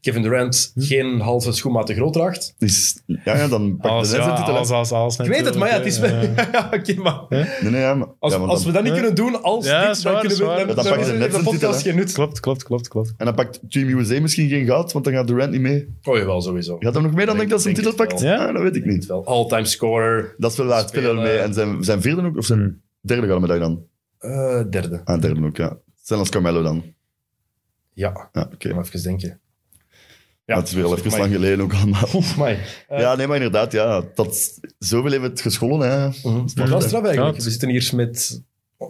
Speaker 1: Kevin Durant
Speaker 2: Hm?
Speaker 1: geen halve schoenmaat te groot draagt.
Speaker 2: Die is- ja, ja, dan pak
Speaker 3: Alles,
Speaker 2: de ja,
Speaker 3: ja,
Speaker 2: titel. hè.
Speaker 3: alles, alles, alles.
Speaker 1: Ik weet het, maar ja, het is wel.
Speaker 3: eh,
Speaker 1: Ja, oké, maar
Speaker 2: Nee, nee, ja, maar...
Speaker 1: als,
Speaker 2: ja, want
Speaker 1: als we
Speaker 2: dan-
Speaker 1: dat niet
Speaker 3: Ja.
Speaker 1: kunnen doen, als
Speaker 3: Ja,
Speaker 1: dit,
Speaker 3: is
Speaker 1: dan
Speaker 3: waar,
Speaker 1: kunnen we.
Speaker 3: is waar.
Speaker 1: Dan,
Speaker 2: Ja,
Speaker 1: dan,
Speaker 2: dan pak je
Speaker 1: is
Speaker 2: de
Speaker 1: de
Speaker 2: net zijn
Speaker 1: podcast geen nut.
Speaker 3: Klopt, klopt, klopt, klopt.
Speaker 2: En dan pakt Team USA misschien geen goud, want dan gaat Durant niet mee.
Speaker 1: Oh jawel, sowieso.
Speaker 2: Gaat hem nog mee dan
Speaker 1: Denk-
Speaker 2: denk, ik dat ze een
Speaker 1: denk
Speaker 2: titel
Speaker 1: het
Speaker 2: pakt?
Speaker 3: wel. Ja?
Speaker 2: Ah, dat weet ik niet.
Speaker 1: Niet wel. All-time scorer,
Speaker 2: Dat is wel laat spelen
Speaker 1: Spelen.
Speaker 2: mee. En zijn, zijn vierde ook? Of zijn
Speaker 3: Hmm.
Speaker 2: derde gouden medaille dan?
Speaker 1: eh, derde.
Speaker 2: Ah, derde ook, ja. Zijn als Carmelo dan.
Speaker 1: Ja,
Speaker 2: Ja, oké.
Speaker 1: maar even denken.
Speaker 2: Ja, het is weer al even
Speaker 1: amai.
Speaker 2: lang geleden ook allemaal.
Speaker 1: Oef, mij.
Speaker 2: Ja, nee, maar inderdaad, ja. Dat, zoveel heeft het geschollen, hè.
Speaker 1: Maar dat is straf eigenlijk.
Speaker 3: Ja.
Speaker 1: We zitten hier met...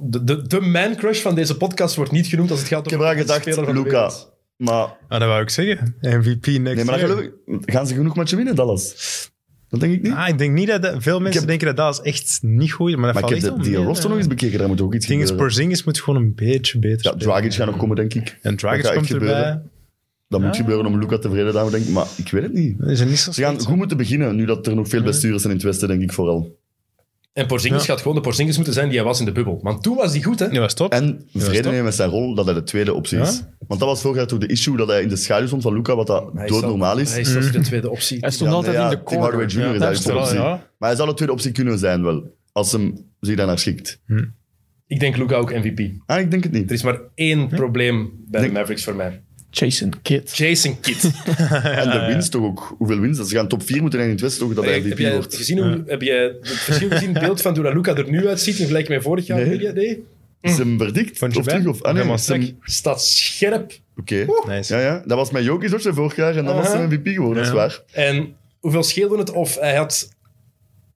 Speaker 1: De, de, de man-crush van deze podcast wordt niet genoemd als het gaat om...
Speaker 2: Ik heb eraan
Speaker 1: de
Speaker 2: gedacht,
Speaker 1: speler van de
Speaker 2: Luca.
Speaker 1: wereld.
Speaker 2: Maar,
Speaker 3: Ah, dat wou ik zeggen. MVP next
Speaker 2: nee, maar dan
Speaker 3: year.
Speaker 2: geloof ik, gaan ze genoeg matchen winnen, Dallas? Dat denk ik niet.
Speaker 3: Ah, ik denk niet dat... dat- veel mensen
Speaker 2: heb-
Speaker 3: denken dat dat is echt niet goed is, maar
Speaker 2: maar
Speaker 3: dat
Speaker 2: ik heb
Speaker 3: valt echt
Speaker 2: de, die
Speaker 3: wel mee.
Speaker 2: roster nog eens bekeken, daar moet ook iets
Speaker 3: Het ding is,
Speaker 2: gebeuren.
Speaker 3: Porzingis moet gewoon een beetje beter
Speaker 2: Ja,
Speaker 3: spelen.
Speaker 2: Dragic gaat nog komen, denk ik.
Speaker 3: En Dragic
Speaker 2: Dat gaat
Speaker 3: komt
Speaker 2: echt
Speaker 3: erbij.
Speaker 2: gebeuren. Dat moet gebeuren om Luca tevreden te houden, denk ik. Maar ik weet het niet.
Speaker 3: Dat Is er niet zo
Speaker 2: Ze gaan
Speaker 3: slecht,
Speaker 2: goed moeten beginnen, nu dat er nog veel bestuurders zijn in het Westen, denk ik vooral.
Speaker 1: En Porzingis
Speaker 3: Ja.
Speaker 1: gaat gewoon de Porzingis moeten zijn die hij was in de bubbel. Want toen was hij goed, hè?
Speaker 3: hè? Ja, was top.
Speaker 2: En vrede
Speaker 3: toch?
Speaker 2: nemen met zijn rol, dat hij de tweede optie
Speaker 3: Ja?
Speaker 2: is. Want dat was vorig jaar toch de issue dat hij in de schaduw stond van Luca, wat dat
Speaker 1: Hij
Speaker 2: doodnormaal
Speaker 1: zal-
Speaker 2: is.
Speaker 1: Hij is zelfs de tweede optie.
Speaker 4: Hij stond
Speaker 2: Ja,
Speaker 4: altijd
Speaker 2: ja,
Speaker 4: in de
Speaker 2: Tim Hardaway
Speaker 4: corner.
Speaker 2: Jr. is
Speaker 3: Ja,
Speaker 2: daar
Speaker 3: dat is
Speaker 2: de
Speaker 3: wel,
Speaker 2: optie.
Speaker 3: ja.
Speaker 2: Maar hij zou de tweede optie kunnen zijn wel, als hem zich daarnaar schikt.
Speaker 1: Ik denk Luca ook MVP.
Speaker 2: Ah, ik denk het
Speaker 1: Er
Speaker 2: niet.
Speaker 1: is maar één probleem bij de
Speaker 2: Denk-
Speaker 1: Mavericks voor mij.
Speaker 4: Jason Kidd.
Speaker 1: Jason Kidd.
Speaker 2: En de winst toch ook. Hoeveel winst? Dat ze gaan top 4 moeten en in het Westen toch dat hij
Speaker 1: heb,
Speaker 2: MVP
Speaker 1: jij
Speaker 2: wordt.
Speaker 1: gezien hoe, heb jij het verschil gezien, het beeld van hoe dat Luca er nu uitziet in vergelijking met vorig jaar?
Speaker 2: Nee.
Speaker 1: Nee. nee?
Speaker 2: Is hem verdikt?
Speaker 3: Vond je
Speaker 2: Of
Speaker 3: bij?
Speaker 2: terug? Of, ah, nee,
Speaker 3: Helemaal
Speaker 2: is hem-
Speaker 3: sec.
Speaker 1: Staat scherp.
Speaker 2: Oké.
Speaker 3: Nice.
Speaker 2: Ja, ja. Dat was met Jokic ook zijn vorig jaar en dan was hij
Speaker 1: Aha.
Speaker 2: MVP geworden, dat is
Speaker 3: Ja.
Speaker 2: waar.
Speaker 1: En hoeveel scheelde het of hij had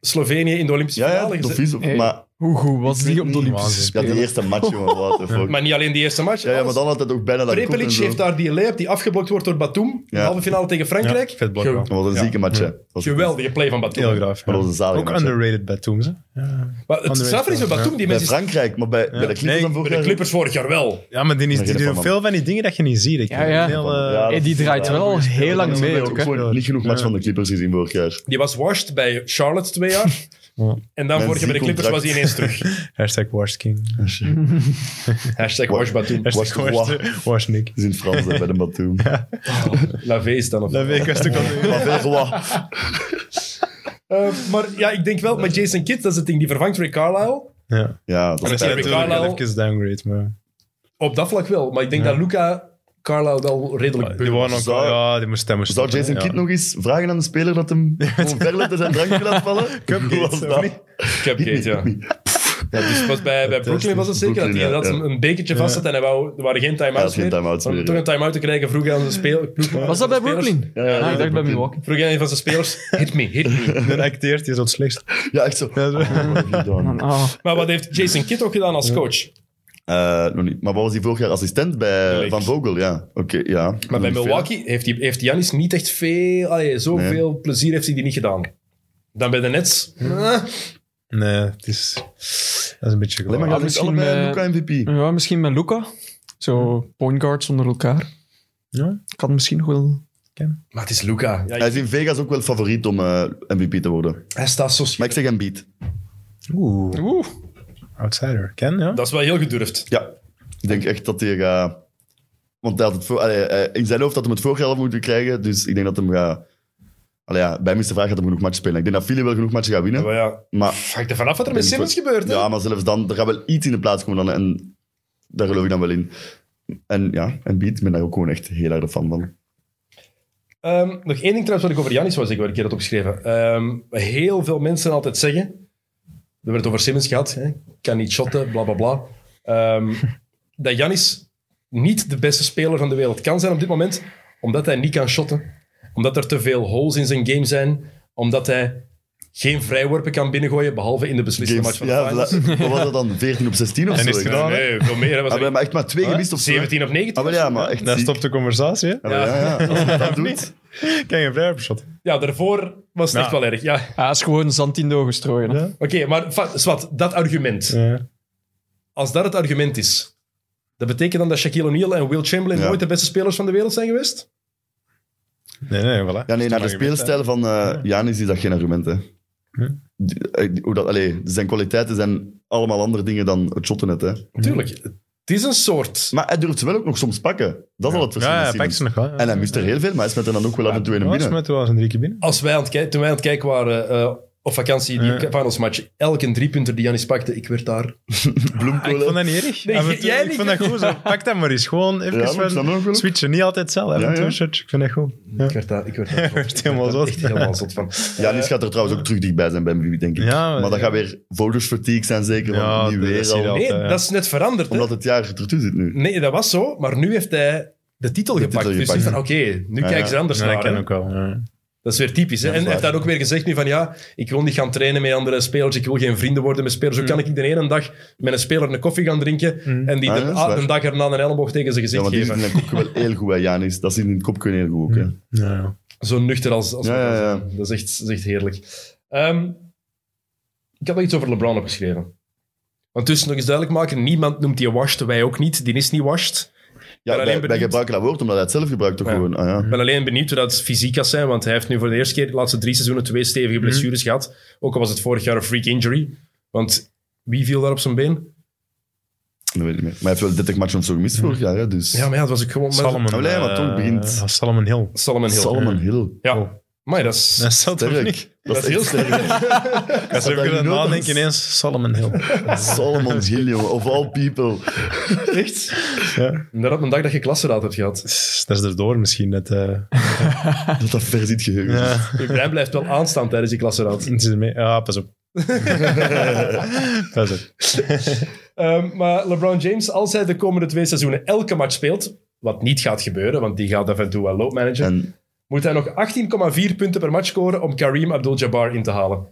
Speaker 1: Slovenië in de Olympische
Speaker 2: Ja, ja,
Speaker 1: finale
Speaker 2: top
Speaker 1: gezet?
Speaker 2: vies.
Speaker 4: Hey.
Speaker 2: Maar
Speaker 4: Hoe goed was die op de
Speaker 2: niet.
Speaker 4: Olympische
Speaker 2: ja, die
Speaker 4: Spelen?
Speaker 2: eerste match, jongen, what the fuck.
Speaker 1: Maar niet alleen die eerste match.
Speaker 2: Ja, ja, maar
Speaker 1: alles.
Speaker 2: dan had het ook bijna dat kop en
Speaker 1: Prepelic
Speaker 2: zo.
Speaker 1: heeft daar die layup die afgeblokt wordt door Batum. in De
Speaker 2: Ja.
Speaker 1: halve finale tegen Frankrijk.
Speaker 3: Ja, vet blok
Speaker 1: Ge-
Speaker 3: wel.
Speaker 2: Dat was een
Speaker 1: Ja.
Speaker 2: zieke match, hè. Dat was-
Speaker 1: geweldige play van Batum.
Speaker 3: Heel graaf. ja.
Speaker 2: Maar dat was een zalige
Speaker 3: Ook
Speaker 2: match, hè.
Speaker 3: underrated bij Toons. Ja.
Speaker 1: Maar het
Speaker 3: Underrated,
Speaker 1: straffer is met Batum, die
Speaker 3: ja.
Speaker 2: Bij
Speaker 1: mensen
Speaker 2: Frankrijk, maar bij, bij de
Speaker 3: Nee,
Speaker 2: Clippers dan
Speaker 1: bij
Speaker 2: vorig
Speaker 1: de
Speaker 2: jaar-
Speaker 1: Clippers vorig jaar wel.
Speaker 3: ja, maar die, is,
Speaker 2: Maar
Speaker 3: die
Speaker 2: geen
Speaker 3: doen
Speaker 2: van,
Speaker 3: veel van die dingen dat je niet ziet. Ik
Speaker 4: Ja, ja.
Speaker 3: vind het Heel, eh,
Speaker 2: Ja,
Speaker 4: Hey, die draait wel al heel lang
Speaker 2: Ik
Speaker 4: mee
Speaker 2: heb
Speaker 4: ook, hè.
Speaker 2: gewoon niet genoeg match van de Clippers gezien vorig jaar.
Speaker 1: Die was washed bij Charlotte twee jaar.
Speaker 3: Ja.
Speaker 1: En dan
Speaker 2: Met
Speaker 1: vorig jaar bij de
Speaker 2: ziek
Speaker 1: Clippers was hij ineens terug.
Speaker 3: Hashtag Worst King.
Speaker 1: Hashtag wash Batum.
Speaker 3: Hashtag
Speaker 2: Was-
Speaker 3: Worst- Worst Nick.
Speaker 2: Dat is in het Frans, hè, bij de Batum.
Speaker 1: La Vees dan. Of
Speaker 3: Dat weet ik was het ook al.
Speaker 2: Maar veel gewoon.
Speaker 1: Eh, maar ja, ik denk wel, met Jason Kidd, dat is het ding, die vervangt Rick Carlisle.
Speaker 3: Ja.
Speaker 2: Ja,
Speaker 1: Maar
Speaker 2: dat
Speaker 1: dat
Speaker 2: is
Speaker 1: is
Speaker 2: pijnlijk.
Speaker 1: Rick Carlisle.
Speaker 3: Even downgrade, maar...
Speaker 1: Op dat vlak wel, maar ik denk dat Luca Carlisle wel redelijk
Speaker 3: Die
Speaker 1: beul
Speaker 3: waren ook...
Speaker 2: Zou-
Speaker 3: Ja, die moest... die moest
Speaker 2: Zou
Speaker 3: stoppen,
Speaker 2: Jason
Speaker 3: ja.
Speaker 2: Kidd nog eens vragen aan de speler dat hem gewoon verletten zijn drankje laat vallen? Hoe was
Speaker 3: of
Speaker 2: dat?
Speaker 3: niet?
Speaker 1: is. Cupgate, ja. ja dus pas bij, bij Brooklyn was het zeker dat hij
Speaker 2: Brooklyn, ja,
Speaker 1: inderdaad een, een bekertje vast had en hij wou, er waren geen
Speaker 2: Ja, er
Speaker 1: time-outs
Speaker 2: was geen
Speaker 1: meer.
Speaker 2: time-outs
Speaker 1: Om
Speaker 2: meer,
Speaker 1: toch
Speaker 2: ja.
Speaker 1: een time-out te krijgen vroeg aan de speler. ploeg-
Speaker 4: Was dat bij Brooklyn?
Speaker 2: Ja, ja, ja, bij
Speaker 4: Ah, ik dacht bij
Speaker 2: Brooklyn.
Speaker 4: Milwaukee.
Speaker 1: Vroeg aan een van zijn spelers, hit me, hit me.
Speaker 3: Dan acteert hij zo het slechtst.
Speaker 2: Ja, echt zo.
Speaker 3: Ja, zo.
Speaker 2: Oh, wat heb je gedaan?
Speaker 4: Ah,
Speaker 1: Maar wat heeft Jason Kidd ook gedaan als coach?
Speaker 2: Eh, nog niet. Maar wat was hij vorig jaar assistent bij
Speaker 1: Lake.
Speaker 2: Van Vogel? Ja, oké, ja.
Speaker 1: Maar bij
Speaker 2: Niet veel.
Speaker 1: Milwaukee heeft, die, heeft Janis niet echt veel, allee, zoveel plezier heeft hij die niet gedaan. Dan bij de Nets. Eh,
Speaker 3: Nee, het is, dat is een beetje
Speaker 2: Alleen maar
Speaker 3: gelopen.
Speaker 2: gaan ze
Speaker 4: misschien,
Speaker 2: allebei
Speaker 4: eh,
Speaker 2: Luca MVP.
Speaker 4: Ja, misschien met Luca. Zo point guards onder elkaar.
Speaker 3: Ja.
Speaker 4: Kan misschien nog wel...
Speaker 1: Maar het is Luca. Ja,
Speaker 2: Hij is in Vegas ook wel favoriet om eh, MVP te worden.
Speaker 1: hij staat zo scherp.
Speaker 2: Maar ik zeg Embiid.
Speaker 3: Oeh,
Speaker 4: Oeh.
Speaker 3: outsider. Ken, ja?
Speaker 1: Dat is wel heel gedurfd.
Speaker 2: Ja. Ik denk echt dat hij gaat... Want hij had het voor, allee, hij- in zijn hoofd had hij het vorig jaar al moeten krijgen. Dus ik denk dat hem gaat... Allee, ja, bij mij is de vraag gaat hem genoeg matchen spelen. Ik denk dat Philly wel genoeg matchen gaat winnen.
Speaker 1: Maar ja,
Speaker 2: Maar,
Speaker 1: hangt er vanaf wat er met Simmons gebeurt. hè?
Speaker 2: ja, maar zelfs dan, er gaat wel iets in de plaats komen. Dan, en daar geloof ik dan wel in. En ja, Embiid, ik ben daar ook gewoon echt heel erg fan van.
Speaker 1: Ehm, nog één ding trouwens wat ik over Janis wou zeggen, waar ik hier had opgeschreven. Ehm, wat heel veel mensen altijd zeggen, we hebben het over Simmons gehad, hè, kan niet shotten, bla bla bla. Ehm, dat Janis niet de beste speler van de wereld kan zijn op dit moment, omdat hij niet kan shotten. Omdat er te veel holes in zijn game zijn, omdat hij geen vrijworpen kan binnengooien, behalve in de beslissende
Speaker 2: Games-
Speaker 1: match van
Speaker 2: ja,
Speaker 1: de
Speaker 2: la-
Speaker 1: finals.
Speaker 2: wat was dat dan? 14 op 16 of
Speaker 3: En
Speaker 2: zo?
Speaker 3: is het
Speaker 2: Ik-
Speaker 3: gedaan?
Speaker 1: Nee, nee, veel meer. Hij was
Speaker 2: Ah,
Speaker 1: echt
Speaker 2: we hebben echt maar twee gemist of zo. hè?
Speaker 1: 17 of 19.
Speaker 2: Ah, wel ja, maar echt
Speaker 3: Daar
Speaker 2: ziek.
Speaker 3: stopt de conversatie, hè?
Speaker 2: Ja, maar ja, ja. Als je dat doet,
Speaker 3: Ken je vrijwerpshot?
Speaker 1: Ja, daarvoor was het
Speaker 3: Ja.
Speaker 1: echt wel erg. Ja.
Speaker 4: Hij is gewoon Zantindo gestrooien. hè.
Speaker 3: Ja.
Speaker 1: Oké, maar fa- zwart, dat argument.
Speaker 3: Ja.
Speaker 1: als dat het argument is, dat betekent dan dat Shaquille O'Neal en Will Chamberlain
Speaker 2: Ja.
Speaker 1: nooit de beste spelers van de wereld zijn geweest?
Speaker 3: Nee, nee,
Speaker 2: Ja,
Speaker 3: voilà.
Speaker 2: nee, naar de
Speaker 3: Argument, hè.
Speaker 2: speelstijl van eh Janis is dat geen argument, hè.
Speaker 3: Hm.
Speaker 2: Die- eh, die- Hoe dat, allee, zijn kwaliteiten zijn allemaal andere dingen dan het shotten net, hè.
Speaker 1: Tuurlijk. Het is een soort.
Speaker 2: Maar hij durft ze wel ook nog soms pakken. Dat is al het verschil.
Speaker 3: Ja,
Speaker 2: met
Speaker 3: ja,
Speaker 2: Simmons.
Speaker 3: pak ze nog wel.
Speaker 2: En hij mist er heel veel, maar hij smet er dan ook wel af en toe in
Speaker 3: Ja,
Speaker 2: hem
Speaker 3: ze
Speaker 2: binnen.
Speaker 3: moeten wel eens een drie keer binnen.
Speaker 1: Als wij aan het kijken, toen wij aan het kijken waren eh, op vakantie, die
Speaker 3: Ja.
Speaker 1: finals match, elke driepunter die Janis pakte, ik werd daar.
Speaker 3: Ah, ik vond
Speaker 2: Bloemkolen.
Speaker 3: dat niet erg.
Speaker 1: Nee,
Speaker 3: Af en
Speaker 1: jij-
Speaker 3: toe-
Speaker 1: jij
Speaker 3: ik
Speaker 1: niet.
Speaker 3: vond dat goed. Zo, pak dat maar eens. Gewoon
Speaker 2: Ja,
Speaker 3: even
Speaker 2: maar ik
Speaker 3: van-
Speaker 2: snap dat ook wel.
Speaker 3: switchen. Niet altijd hetzelfde.
Speaker 2: Ja,
Speaker 3: Af en toe
Speaker 2: ja.
Speaker 3: een shotje. Ik vind dat goed. Ja.
Speaker 1: Ik werd daar, ik werd daar zot.
Speaker 3: werd helemaal
Speaker 1: Ik werd daar
Speaker 3: zot.
Speaker 1: Echt helemaal zot van.
Speaker 2: Janis gaat er trouwens ook terug dichtbij zijn bij MVP, denk ik.
Speaker 3: eh, Ja,
Speaker 2: maar dat
Speaker 3: ja.
Speaker 2: gaat weer voters fatigue zijn, zeker.
Speaker 3: Ja,
Speaker 2: want nu
Speaker 3: dat is
Speaker 2: weer al.
Speaker 3: ideaal.
Speaker 1: Nee,
Speaker 3: Altijd, ja.
Speaker 1: dat is net veranderd. hè.
Speaker 2: Omdat het jaar ertussen zit nu.
Speaker 1: Nee, dat was zo, maar nu heeft hij de titel gepakt.
Speaker 2: titel
Speaker 1: dus
Speaker 2: gepakt.
Speaker 1: ik dacht, oké, nu
Speaker 2: Ja,
Speaker 1: kijken ze
Speaker 2: ja.
Speaker 1: anders
Speaker 3: Ja, dat
Speaker 1: naar.
Speaker 3: ken
Speaker 1: hè.
Speaker 3: ik wel. Ja.
Speaker 1: Dat is weer typisch. Hè?
Speaker 2: Ja,
Speaker 1: en
Speaker 2: dat
Speaker 1: hij
Speaker 2: is
Speaker 1: heeft
Speaker 2: waar.
Speaker 1: daar ook weer gezegd nu van ja, ik wil niet gaan trainen met andere spelers. Ik wil geen vrienden worden met spelers.
Speaker 2: Mm.
Speaker 1: Hoe kan ik de ene dag met een speler een koffie gaan drinken en die
Speaker 2: Ah,
Speaker 1: de,
Speaker 2: ja, dat is
Speaker 1: ah,
Speaker 2: waar.
Speaker 1: de dag erna een elleboog tegen zijn
Speaker 2: Ja,
Speaker 1: gezicht
Speaker 2: want die zit
Speaker 1: geven?
Speaker 2: in zijn kopje wel heel goed, hè, Janis. Dat zit in het kopje heel goed ook, hè.
Speaker 3: Ja, ja.
Speaker 1: Zo nuchter als... als
Speaker 2: Ja, ja, ja.
Speaker 1: Dat, is echt, dat is echt heerlijk. Ehm, ik had nog iets over LeBron opgeschreven. Want tussen nog eens duidelijk maken, niemand noemt die washed, wij ook niet. Die is niet washed.
Speaker 2: Ja,
Speaker 1: alleen
Speaker 2: wij, wij
Speaker 1: benieuwd-
Speaker 2: gebruiken dat woord omdat hij het zelf gebruikt, toch
Speaker 1: Ja.
Speaker 2: gewoon. Ah, ja.
Speaker 1: Ik ben alleen benieuwd hoe dat fysiek gaat zijn, want hij heeft nu voor de eerste keer de laatste drie seizoenen twee stevige
Speaker 2: Mm-hmm.
Speaker 1: blessures gehad. Ook al was het vorig jaar een freak injury. Want wie viel daar op zijn been?
Speaker 2: Dat weet ik niet meer. Maar hij heeft wel 30 matchen of zo gemist vorig jaar, hè, dus...
Speaker 1: Ja, maar ja, dat was ook gewoon...
Speaker 3: Salomon.
Speaker 2: Nou, nee, maar
Speaker 3: eh,
Speaker 2: toch begint-
Speaker 3: ja, Salomon Hill.
Speaker 1: Salomon Hill.
Speaker 2: Salomon Hill.
Speaker 1: Oh. Ja. Maar dat is...
Speaker 3: Dat is zo toch
Speaker 2: Sterk.
Speaker 3: niet?
Speaker 2: Dat, is heel sterk.
Speaker 3: Ja, ze
Speaker 2: daar
Speaker 3: kunnen
Speaker 2: niet nodig.
Speaker 3: nadenken ineens. Salomon Hill.
Speaker 2: Salomon Hill, jongen. Of all people. Echt?
Speaker 1: En dat op een dag dat je klassenraad hebt gehad.
Speaker 3: Dat is erdoor misschien. Dat, eh,
Speaker 2: Dat dat vers in het geheugen. is.
Speaker 3: ja.
Speaker 1: Je brein blijft wel aanstaan tijdens die klassenraad.
Speaker 3: Het is ermee- ja, Ah, pas op. pas op.
Speaker 1: Ehm, maar LeBron James, als hij de komende twee seizoenen elke match speelt, wat niet gaat gebeuren, want die gaat af en toe wel loopmanager,
Speaker 2: En
Speaker 1: moet hij nog 18,4 punten per match scoren om Kareem Abdul-Jabbar in te halen.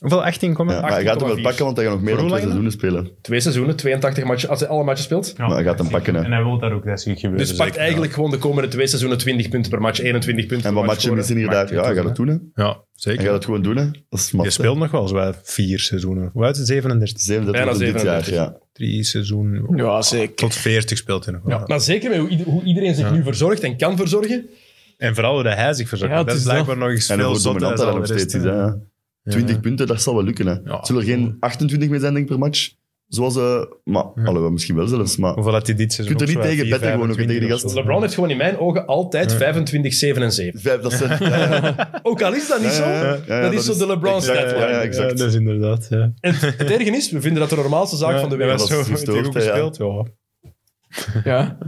Speaker 3: Hoeveel? 18,
Speaker 2: ja, maar hij gaat hem wel pakken, want hij gaat nog meer
Speaker 3: Voor
Speaker 2: dan
Speaker 3: hoe
Speaker 2: twee
Speaker 3: lang
Speaker 2: seizoenen spelen.
Speaker 1: Twee seizoenen, 82 matchen, als hij alle matchen speelt.
Speaker 2: Maar hij gaat hem pakken, hè.
Speaker 3: En hij wil dat ook, dat zie ik gebeuren.
Speaker 1: Dus pakt
Speaker 3: zeker.
Speaker 1: eigenlijk gewoon de komende twee seizoenen 20 punten per match, 21 punten
Speaker 2: En
Speaker 1: per
Speaker 2: wat matchen
Speaker 1: scoren.
Speaker 2: missen hier daar? Ja, hij gaat het doen, hè.
Speaker 3: Ja,
Speaker 2: Hij
Speaker 3: zeker.
Speaker 2: gaat het gewoon doen, hè. Dat is maf,
Speaker 3: Je speelt nog wel eens bij vier seizoenen. Hoe uit het 37?
Speaker 2: 37
Speaker 1: Bijna
Speaker 2: tot dit jaar,
Speaker 1: 37.
Speaker 2: ja.
Speaker 3: Drie seizoenen.
Speaker 4: Ja, zeker.
Speaker 3: Tot 40 speelt hij nog wel.
Speaker 1: Maar zeker met hoe, ieder- hoe iedereen zich nu verzorgt en kan verzorgen,
Speaker 3: En vooral hoe dat hij zich verzorgt.
Speaker 4: Ja, het
Speaker 3: dat is
Speaker 4: is dat.
Speaker 3: blijkbaar nog eens
Speaker 2: En
Speaker 3: veel
Speaker 2: hoe
Speaker 3: zotter
Speaker 2: dominant
Speaker 3: dan
Speaker 2: dat hij
Speaker 3: de
Speaker 2: nog
Speaker 3: rest,
Speaker 2: steeds is,
Speaker 3: hè.
Speaker 2: hè. ja. 20
Speaker 3: Ja.
Speaker 2: punten, dat zal wel lukken, hè.
Speaker 3: Ja.
Speaker 2: Het Zullen er geen 28 meer zijn, denk ik, per match? Zoals, eh maar, alhoewel, misschien wel zelfs, maar...
Speaker 3: Hoeveel had hij dit seizoen?
Speaker 2: Kunt er
Speaker 3: ook
Speaker 2: niet
Speaker 3: zo
Speaker 2: tegen
Speaker 3: bij vier,
Speaker 2: betten gewoon, ook
Speaker 3: 25
Speaker 2: tegen die
Speaker 3: of zo?
Speaker 1: LeBron heeft gewoon in mijn ogen altijd 25, 7 en 7.
Speaker 2: Vijf, dat zijn... ja, ja.
Speaker 1: Ook al is dat niet zo,
Speaker 2: Ja, ja, ja, ja,
Speaker 1: dat is
Speaker 2: dat
Speaker 1: zo
Speaker 2: is-
Speaker 1: de lebron
Speaker 2: exact,
Speaker 1: stat.
Speaker 2: ja, ja, exact.
Speaker 3: dat is inderdaad. Ja.
Speaker 1: En Het erge is, we vinden dat de normaalste zaak van de wereld.
Speaker 2: was
Speaker 3: Dat was
Speaker 2: zo
Speaker 3: zo
Speaker 2: gestoord, hè, ja.
Speaker 3: gespeeld. Ja.
Speaker 4: Ja.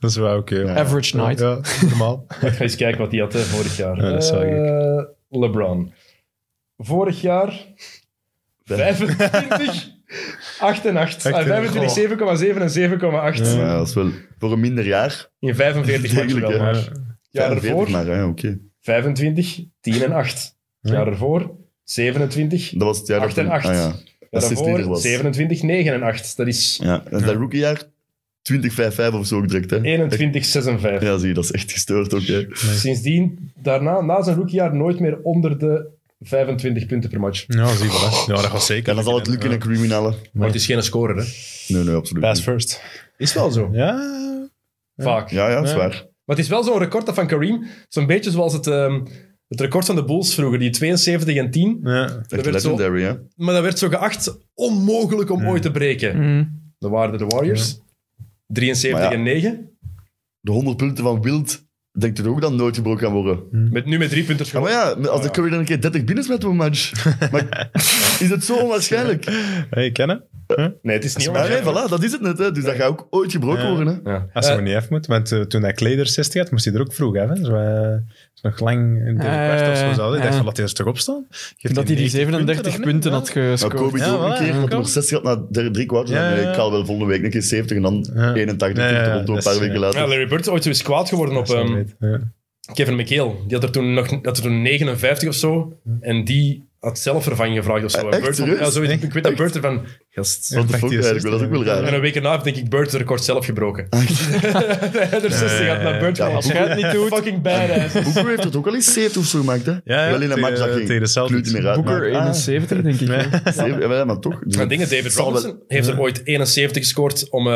Speaker 3: Dat is wel oké. ja.
Speaker 4: Average night.
Speaker 3: Ja, normaal.
Speaker 1: Ik ga eens kijken wat hij had hè, vorig jaar.
Speaker 3: Ja, dat zou ik.
Speaker 1: Eh, LeBron. Vorig jaar 25, 8 en 8. Ah, 25, 7,7 en 7,8.
Speaker 2: Maar ja, dat is wel voor een minder jaar.
Speaker 1: In 45 matchen
Speaker 2: Degelijk,
Speaker 1: wel.
Speaker 2: hè.
Speaker 1: maar. Jaar
Speaker 2: 45
Speaker 1: ervoor
Speaker 2: maar, hè, oké.
Speaker 1: 25, 10 en 8. Jaar ervoor 27.
Speaker 2: Dat was het jaar...
Speaker 1: Acht en
Speaker 2: dat-
Speaker 1: acht.
Speaker 2: Ah, ja.
Speaker 1: Jaar
Speaker 2: Dat is
Speaker 1: ervoor
Speaker 2: dit was.
Speaker 1: 27, 9 en 8. Dat is
Speaker 2: Ja, en zijn rookiejaar 20-5-5 of zo ook direct, hè.
Speaker 1: 21, 6 en 5.
Speaker 2: Ja, zie je, dat is echt gestoord ook, hè.
Speaker 1: Sindsdien, daarna, na zijn rookiejaar, nooit meer onder de 25 punten per match.
Speaker 3: Ja, zie je wel. hè. Ja, dat gaat zeker.
Speaker 2: Ja, dat zal het lukken in een criminele.
Speaker 1: Maar het is geen scorer, hè?
Speaker 2: Nee, nee, absoluut
Speaker 3: Pass
Speaker 2: niet.
Speaker 3: first.
Speaker 1: Is wel zo.
Speaker 3: Ja,
Speaker 1: Vaak.
Speaker 2: Ja, ja, dat is
Speaker 3: Ja.
Speaker 2: waar.
Speaker 1: Maar het is wel zo'n record dat van Kareem. Zo'n beetje zoals het, ehm, het record van de Bulls vroeger, die 72 en 10.
Speaker 3: ja.
Speaker 2: Echt
Speaker 1: werd zo-
Speaker 2: legendary, hè.
Speaker 1: Maar dat werd zo geacht onmogelijk om ooit te breken.
Speaker 4: Mm.
Speaker 1: Dat waren de Warriors. 73
Speaker 2: Maar ja.
Speaker 1: en 9.
Speaker 2: De 100 punten van Wild, denkt u ook dat nooit gebroken kan worden?
Speaker 1: Met, nu met drie punten
Speaker 2: Ja, maar
Speaker 1: gewonnen.
Speaker 2: Oh, ja, als de Curry dan een keer 30 binnen met een match, maar is het zo onwaarschijnlijk?
Speaker 3: Hey, kennen?
Speaker 1: Nee, het is niet
Speaker 2: Maar nee,
Speaker 1: onwaarschijnlijk.
Speaker 2: voilà, dat is het net. Hè. Dus dat gaat ook ooit gebroken
Speaker 3: Ja.
Speaker 2: worden. Hè.
Speaker 1: Ja.
Speaker 3: Als ze
Speaker 1: Eh,
Speaker 3: maar niet af moet. Want eh, toen hij Kleder 60 had, moest hij er ook vroeg af. Hè. Zo, eh, is nog lang in de
Speaker 4: Eh,
Speaker 3: kwart of zo. zat. Ik dacht
Speaker 4: ja.
Speaker 3: van, laat hij er toch op staan? Geeft
Speaker 4: Dat hij
Speaker 3: 90
Speaker 4: die 37 punten,
Speaker 3: of
Speaker 4: had
Speaker 3: niet?
Speaker 2: Maar
Speaker 4: gescoord.
Speaker 2: Kobe
Speaker 3: Ja,
Speaker 2: doet ook
Speaker 3: voilà,
Speaker 2: een keer,
Speaker 3: ja,
Speaker 2: dat hij
Speaker 3: kan.
Speaker 2: nog 60 had na drie, drie kwarters.
Speaker 3: Ja,
Speaker 2: en
Speaker 3: ja.
Speaker 2: ik haal wel volgende week een keer 70 en dan
Speaker 3: Ja.
Speaker 2: 81
Speaker 3: Ja,
Speaker 2: tegen
Speaker 3: ja,
Speaker 2: Toronto een
Speaker 3: dat is,
Speaker 2: paar weken
Speaker 3: ja.
Speaker 2: later.
Speaker 1: Ja, Larry Bird is ooit zo eens kwaad geworden op
Speaker 3: Ja,
Speaker 1: ehm,
Speaker 3: zo weet. Ja.
Speaker 1: Kevin McHale. Die had er toen, nog, had er toen 59 of zo. En die had zelf vervanging gevraagd of zo.
Speaker 2: Eh, echt,
Speaker 1: En Bird-
Speaker 2: serieus?
Speaker 1: ja, zo, weet-
Speaker 3: Echt?
Speaker 1: ik weet dat Bird ervan... Gast.
Speaker 2: What the
Speaker 3: Ja,
Speaker 2: fuck,
Speaker 3: pakt hij
Speaker 2: eigenlijk, dat is ook wel raar.
Speaker 1: En een week erna heeft denk ik Bird het record zelf gebroken. Hij had er 60 had naar Bird van.
Speaker 2: Ah, Ja, maar
Speaker 1: Als jij het niet doet... Fucking badass.
Speaker 2: Booker heeft het ook al eens 70 of zo gemaakt. Hè?
Speaker 3: ja,
Speaker 2: wel in een
Speaker 3: tegen-
Speaker 2: match dat ging.
Speaker 3: tegen de Celtics.
Speaker 2: Kluut niet meer uit,
Speaker 4: Booker
Speaker 2: maar- ah,
Speaker 4: 71, denk ik. hè.
Speaker 2: zeven- ja, maar toch. Dus
Speaker 1: Maar dingen,
Speaker 2: het
Speaker 1: David
Speaker 2: zal wel-
Speaker 1: Robinson heeft er ooit 71 gescoord om eh,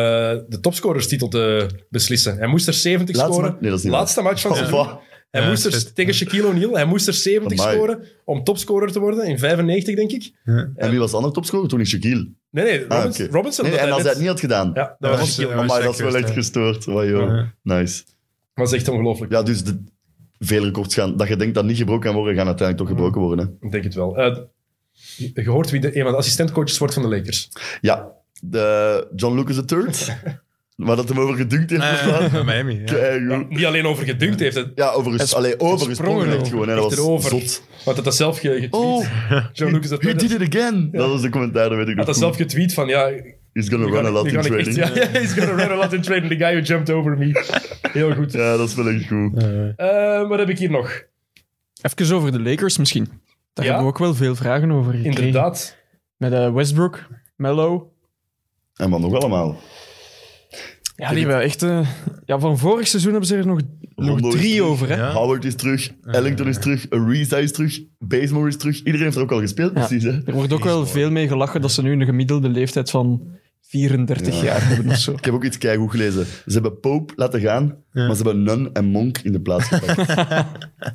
Speaker 1: de topscorerstitel te beslissen. Hij moest er 70
Speaker 2: Laatste
Speaker 1: scoren.
Speaker 2: match? Nee, dat is niet
Speaker 1: Laatste match van het
Speaker 2: Oh,
Speaker 1: seizoen.
Speaker 2: wow.
Speaker 1: Hij
Speaker 3: Ja,
Speaker 1: moest er
Speaker 3: shit.
Speaker 1: tegen Shaquille O'Neal. Hij moest er 70
Speaker 2: Amai.
Speaker 1: scoren om topscorer te worden in 95, denk ik.
Speaker 2: En wie was de andere topscorer? Toen is Shaquille.
Speaker 1: Nee, nee, Robinson.
Speaker 2: Ah, oké.
Speaker 1: Robinson
Speaker 2: Nee,
Speaker 1: omdat
Speaker 2: nee, en
Speaker 1: hij
Speaker 2: als hij
Speaker 1: net-
Speaker 2: het niet had gedaan.
Speaker 1: Ja, dat was
Speaker 3: was-
Speaker 1: Shaquille.
Speaker 3: ja.
Speaker 1: Dat
Speaker 2: Amai,
Speaker 3: slecht
Speaker 2: dat is wel
Speaker 3: geweest,
Speaker 2: echt
Speaker 3: hè.
Speaker 2: gestoord. Wow, joh.
Speaker 3: Ja.
Speaker 2: Nice.
Speaker 1: was echt ongelooflijk.
Speaker 2: Ja, dus de, veel records gaan... Dat je denkt dat niet gebroken kan worden, gaan uiteindelijk toch gebroken worden. Hè?
Speaker 1: Ik denk het wel. Eh, Je je hoort wie de, een van de assistentcoaches wordt van de Lakers.
Speaker 2: Ja, de John Lucas III. waar dat hem over gedunkt heeft.
Speaker 3: Eh,
Speaker 2: bestaan.
Speaker 3: Miami. ja.
Speaker 2: Kei goed.
Speaker 1: Niet alleen over gedunkt heeft, het,
Speaker 2: Ja, overigens. Allee, overgesprongen
Speaker 1: sprongen
Speaker 2: echt gewoon. Hè.
Speaker 1: Echt
Speaker 2: Dat was
Speaker 1: erover.
Speaker 2: zot.
Speaker 1: want dat dat zelf ge- getweet.
Speaker 2: Oh,
Speaker 1: John Lucas dat
Speaker 2: he did it again. Dat was de commentaar, dat weet ik
Speaker 1: had
Speaker 2: nog.
Speaker 1: dat
Speaker 2: goed.
Speaker 1: zelf getweet van ja,
Speaker 2: He's gonna
Speaker 1: Nu
Speaker 2: run
Speaker 1: ga
Speaker 2: a
Speaker 1: ik-
Speaker 2: lot
Speaker 1: nu
Speaker 2: in
Speaker 1: ga ik
Speaker 2: training.
Speaker 1: echt-
Speaker 2: ja.
Speaker 1: Ja, ja, he's gonna run a lot in training. The guy who jumped over me. Heel goed.
Speaker 2: dat is wel echt goed.
Speaker 3: Eh,
Speaker 1: Eh, wat heb ik hier nog?
Speaker 4: Even over de Lakers misschien. Daar
Speaker 1: Ja?
Speaker 4: hebben we ook wel veel vragen over gekregen.
Speaker 1: Inderdaad.
Speaker 4: Met eh, Westbrook, Mello.
Speaker 2: En wat nog allemaal?
Speaker 4: Ja, die hebben echt... eh, ja, van vorig seizoen hebben ze er nog, nog
Speaker 2: Rondo is
Speaker 4: drie
Speaker 2: terug.
Speaker 4: over, hè.
Speaker 3: Ja.
Speaker 2: Howard is terug, Ellington is terug, Ariza is terug, Bazemore is terug. Iedereen heeft er ook al gespeeld, precies. Hè?
Speaker 4: Er wordt ook wel veel mee gelachen dat ze nu een gemiddelde leeftijd van 34 jaar hebben of zo.
Speaker 2: Ik heb ook iets keigoed gelezen. Ze hebben Pope laten gaan, maar ze hebben Nun en Monk in de plaats gepakt.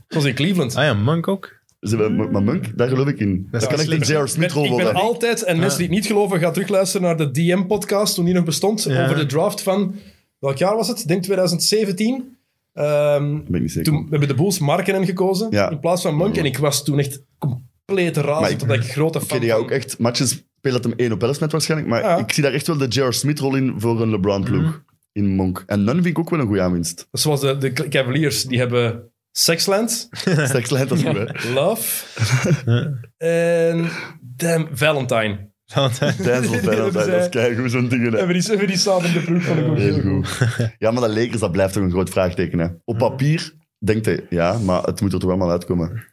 Speaker 1: Zoals in Cleveland.
Speaker 3: Ah ja, Monk ook.
Speaker 2: ze hebben, maar Monk, daar geloof ik in. Dat,
Speaker 3: is
Speaker 2: kan echt
Speaker 3: slim.
Speaker 2: een J.R.
Speaker 1: Ik
Speaker 2: Smith
Speaker 1: ben,
Speaker 2: rol
Speaker 1: ik ben
Speaker 2: worden.
Speaker 1: altijd, en mensen die het niet geloven, gaan terugluisteren naar de DM-podcast toen die nog bestond.
Speaker 3: Ja.
Speaker 1: Over de draft van, welk jaar was het? Ik denk 2017. Ehm,
Speaker 2: Dat ben ik niet zeker.
Speaker 1: toen hebben de Bulls Markenen gekozen
Speaker 2: Ja.
Speaker 1: in plaats van Monk.
Speaker 2: Ja.
Speaker 1: En ik was toen echt compleet
Speaker 2: Maar
Speaker 1: razend,
Speaker 2: ik-
Speaker 1: omdat ik grote
Speaker 2: Oké,
Speaker 1: fan
Speaker 2: die gaan ook
Speaker 1: van-
Speaker 2: echt matches spelen dat hem één op 11 met waarschijnlijk. Maar
Speaker 1: Ja.
Speaker 2: ik zie daar echt wel de J.R. Smith rol in voor een LeBron-ploeg. In Monk. En Nun vind ik ook wel een goede aanwinst.
Speaker 1: Zoals de, de Cavaliers, die hebben Sexland,
Speaker 2: Sex Land, dat is goed, hè.
Speaker 1: Love en damn, Valentine.
Speaker 2: Denzel Valentine,
Speaker 1: hebben ze-
Speaker 2: dat is keigoed, zo'n dingen. hè.
Speaker 1: Hebben die, hebben die samen in de ploeg van de computer.
Speaker 2: Heel goed. Ja, maar dat Lakers, dat blijft toch een groot vraagteken. Hè. Op papier denkt hij, ja, maar het moet er toch allemaal uitkomen.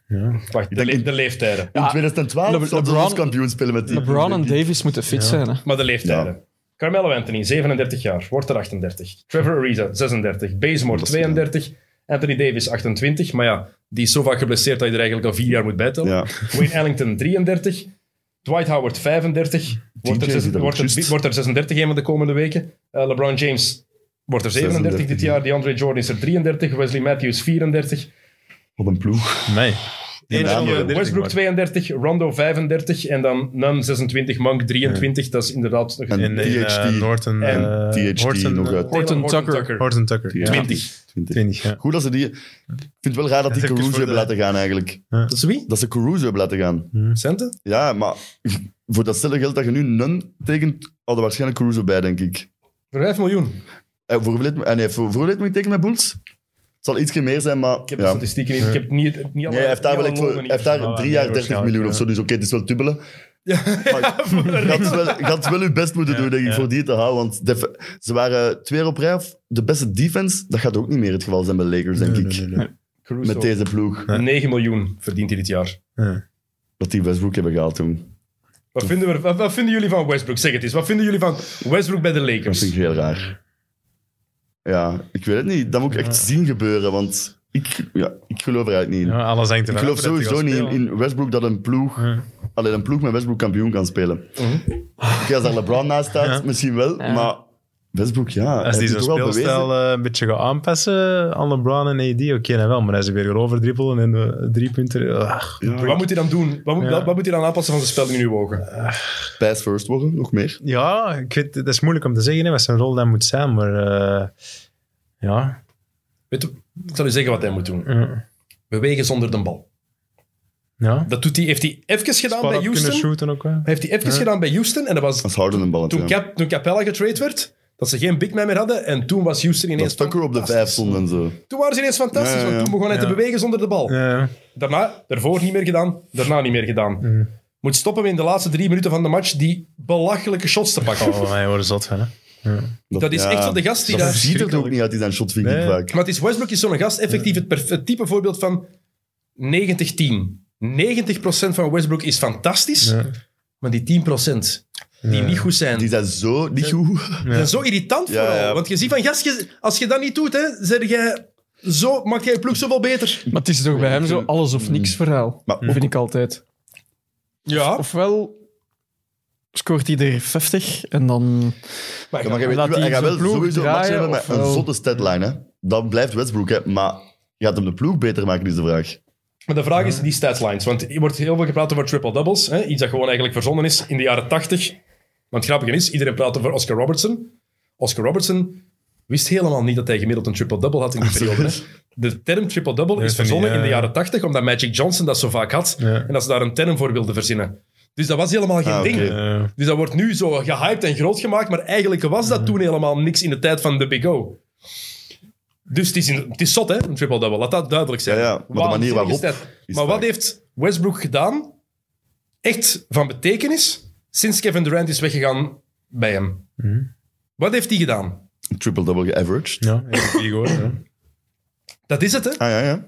Speaker 1: Wacht, de,
Speaker 2: denk
Speaker 1: le-
Speaker 2: in-
Speaker 1: de leeftijden.
Speaker 2: In
Speaker 4: Ja,
Speaker 2: 2012
Speaker 4: Le-
Speaker 2: zouden ze
Speaker 4: LeBron-
Speaker 2: ons kampioen spelen met die.
Speaker 4: LeBron en
Speaker 2: denk ik.
Speaker 4: Davis moeten fit zijn, hè.
Speaker 1: Maar de leeftijden. Carmelo Anthony, 37 jaar, wordt er 38. Trevor Ariza, 36. Bazemore,
Speaker 2: Dat is gedaan.
Speaker 1: 32. Anthony Davis, 28. Maar ja, die is zo vaak geblesseerd dat je er eigenlijk al vier jaar moet bijtellen.
Speaker 2: Ja.
Speaker 1: Wayne Ellington, 33. Dwight Howard, 35. Wordt er,
Speaker 2: TJ
Speaker 1: zes-
Speaker 2: zit er
Speaker 1: wordt, er,
Speaker 2: juist.
Speaker 1: wordt er 36 een van de komende weken. Eh, LeBron James wordt er 37 dit
Speaker 2: 36,
Speaker 1: jaar. DeAndre Jordan is er 33. Wesley Matthews, 34.
Speaker 2: Op een ploeg.
Speaker 3: Nee.
Speaker 2: Ja, maar
Speaker 1: Westbrook, 32. Rondo, 35. En dan Nunn, 26. Monk, 23. Dat is inderdaad... nog
Speaker 2: En
Speaker 1: een-
Speaker 3: In, in eh,
Speaker 2: THT.
Speaker 3: Norton.
Speaker 1: En
Speaker 3: eh,
Speaker 2: THT
Speaker 3: Horton,
Speaker 2: nog
Speaker 3: eh,
Speaker 2: uit.
Speaker 1: Taylor
Speaker 4: Tucker.
Speaker 3: Horton Tucker.
Speaker 2: Ja.
Speaker 1: 20.
Speaker 2: 20.
Speaker 3: 20, ja.
Speaker 2: Goed dat ze die... Ik vind het wel raar dat die
Speaker 3: Even
Speaker 2: Caruso
Speaker 3: voor de-
Speaker 2: hebben laten gaan, eigenlijk.
Speaker 1: Dat is wie?
Speaker 2: Dat ze Caruso hebben laten gaan.
Speaker 1: Centen?
Speaker 2: Ja, maar voor datzelfde geld dat je nu Nun tekent, hadden waarschijnlijk Caruso bij, denk ik.
Speaker 1: Voor 5 miljoen.
Speaker 2: En voor hoeveel heeft- en nee, voor, voor hoeveel heeft hij tekenen met Bulls? Het zal iets meer zijn, maar...
Speaker 1: Ik heb dus de
Speaker 2: ja.
Speaker 1: statistieken niet. Ik heb niet, niet alle,
Speaker 2: Nee, hij heeft daar, wel
Speaker 1: niet
Speaker 2: echt
Speaker 1: alle
Speaker 2: voor- hij
Speaker 1: lonen
Speaker 2: heeft daar
Speaker 3: Ja,
Speaker 2: drie
Speaker 3: nee,
Speaker 2: jaar 30
Speaker 3: waarschijnlijk,
Speaker 2: miljoen of
Speaker 3: ja.
Speaker 2: zo, dus oké, het is wel dubbelen. Maar je had wel, je had wel je best moeten doen, denk ik,
Speaker 3: ja.
Speaker 2: voor die te houden. Want def- ze waren twee op rij of de beste defense. Dat gaat ook niet meer het geval zijn bij Lakers, denk ik.
Speaker 1: Caruso.
Speaker 2: Met deze ploeg.
Speaker 3: Nee.
Speaker 1: 9 miljoen verdient hij dit jaar.
Speaker 2: Dat die Westbrook hebben gehaald toen.
Speaker 1: Wat vinden, we, wat, wat vinden jullie van Westbrook? Zeg het eens. Wat vinden jullie van Westbrook bij de
Speaker 2: Dat
Speaker 1: Lakers?
Speaker 2: vind ik heel raar. Ja, ik weet het niet. Dat moet ik echt zien gebeuren, want Ik, ja, ik geloof er eigenlijk niet in.
Speaker 3: Ja, alles hangt
Speaker 2: ik
Speaker 3: ervan
Speaker 2: geloof
Speaker 3: af dat hij
Speaker 2: sowieso
Speaker 3: gaat
Speaker 2: niet in,
Speaker 3: spelen.
Speaker 2: in Westbrook dat een ploeg,
Speaker 3: Ja.
Speaker 2: alleen een ploeg met Westbrook kampioen kan spelen. Oké, als daar LeBron naast staat,
Speaker 3: Mhm. Ja.
Speaker 2: misschien wel,
Speaker 4: Ja.
Speaker 2: maar Westbrook, ja. hij
Speaker 3: Als die
Speaker 2: heeft
Speaker 3: zijn
Speaker 2: het toch wel bewezen.
Speaker 3: speelstijl eh, een beetje gaat aanpassen aan LeBron en AD, oké, dan wel. Maar als ze weer gaan overdribbelen en eh, drie punten... ach.
Speaker 1: Wat moet hij dan doen? Wat moet,
Speaker 3: Ja.
Speaker 1: wat, wat moet hij dan aanpassen van zijn spel in uw ogen?
Speaker 2: Pass first worden, nog meer.
Speaker 3: Ja, ik weet, dat is moeilijk om te zeggen hè, wat zijn rol dan moet zijn, maar eh, ja.
Speaker 1: Weet je, ik zal u zeggen wat hij moet doen.
Speaker 3: Ja.
Speaker 1: Bewegen zonder de bal.
Speaker 3: ja.
Speaker 1: Dat doet hij, heeft hij even gedaan bij
Speaker 3: Spot-up kunnen
Speaker 1: Houston.
Speaker 3: shooten ook wel.
Speaker 1: Heeft hij even gedaan bij Houston. En dat was
Speaker 2: Dat is harder een bal.
Speaker 1: toen,
Speaker 2: ja.
Speaker 1: Cap, toen Capella getrade werd. Dat ze geen big man meer hadden. En toen was Houston
Speaker 2: Dat
Speaker 1: ineens...
Speaker 2: Tucker op de
Speaker 1: fantastisch.
Speaker 2: vijf stond en zo.
Speaker 1: Toen waren ze ineens fantastisch.
Speaker 2: Ja, ja, ja.
Speaker 1: Want toen begon hij te
Speaker 3: Ja.
Speaker 1: bewegen zonder de bal.
Speaker 3: Ja,
Speaker 1: Daarna, daarvoor niet meer gedaan. Daarna niet meer gedaan. Moet stoppen om in de laatste drie minuten van de match die belachelijke shots te pakken.
Speaker 3: oh, wij worden zot van, hè.
Speaker 1: Dat is
Speaker 2: ja,
Speaker 1: echt zo de gast die
Speaker 2: Dat
Speaker 1: daar...
Speaker 2: ziet er ook niet uit, die zijn shot, vind ik
Speaker 3: Nee.
Speaker 2: vaak.
Speaker 1: Maar het is Westbrook is zo'n gast, effectief het, perf- het type voorbeeld van 90-10. 90% van Westbrook is fantastisch,
Speaker 3: Ja.
Speaker 1: maar die 10% die
Speaker 3: Ja.
Speaker 1: niet goed zijn,
Speaker 2: Die
Speaker 1: die
Speaker 2: zijn zo niet goed.
Speaker 1: zijn zo irritant
Speaker 2: Ja,
Speaker 1: vooral.
Speaker 2: ja.
Speaker 1: Want je ziet van, gast, je- als je dat niet doet, hè, zeg jij, zo, maakt jij je ploeg zoveel beter.
Speaker 4: Maar het is toch bij hem zo alles of niks verhaal.
Speaker 2: Maar ook-
Speaker 4: vind ik altijd.
Speaker 1: Ja,
Speaker 4: Ofwel scoort hij er 50 en dan...
Speaker 1: maar,
Speaker 2: Ja, maar hij, weet,
Speaker 4: Laat
Speaker 2: wel, hij
Speaker 4: die
Speaker 2: gaat wel
Speaker 4: zijn ploeg
Speaker 2: sowieso een match
Speaker 4: draaien,
Speaker 2: hebben met
Speaker 4: of
Speaker 2: een
Speaker 4: wel-
Speaker 2: zotte deadline. Hè. Dan blijft Westbrook, hè. maar gaat hem de ploeg beter maken, is de vraag.
Speaker 1: Maar de vraag is die statslines. Want er wordt heel veel gepraat over triple-doubles. hè, Iets dat gewoon eigenlijk verzonnen is in de jaren tachtig. Want het grappige is, iedereen praat over Oscar Robertson. Oscar Robertson wist helemaal niet dat hij gemiddeld een triple-double had in die periode. hè. De term triple-double
Speaker 3: Nee,
Speaker 1: is
Speaker 3: dat niet,
Speaker 1: verzonnen in de
Speaker 3: ja.
Speaker 1: jaren tachtig, omdat Magic Johnson dat zo vaak had.
Speaker 3: Ja.
Speaker 1: En dat ze daar een term voor wilden verzinnen. Dus dat was helemaal geen
Speaker 2: Ah,
Speaker 1: ding.
Speaker 2: oké.
Speaker 3: Eh,
Speaker 1: Dus dat wordt nu zo gehyped en groot gemaakt, maar eigenlijk was dat
Speaker 2: Mhm.
Speaker 1: toen helemaal niks in de tijd van de Big O. Dus het is, in, het is zot, hè, een triple-double. Laat dat duidelijk zijn.
Speaker 2: Ja, ja, maar de
Speaker 1: Waanzinnige
Speaker 2: manier waarop
Speaker 1: stat.
Speaker 2: is
Speaker 1: Maar wat
Speaker 2: vaak-
Speaker 1: heeft Westbrook gedaan, echt van betekenis, sinds Kevin Durant is weggegaan bij hem?
Speaker 2: Mhm.
Speaker 1: Wat heeft hij gedaan?
Speaker 2: Triple-double geaveraged.
Speaker 3: ja, ik heb die gehoord, hè.
Speaker 1: Dat is het, hè?
Speaker 2: Ah ja, ja.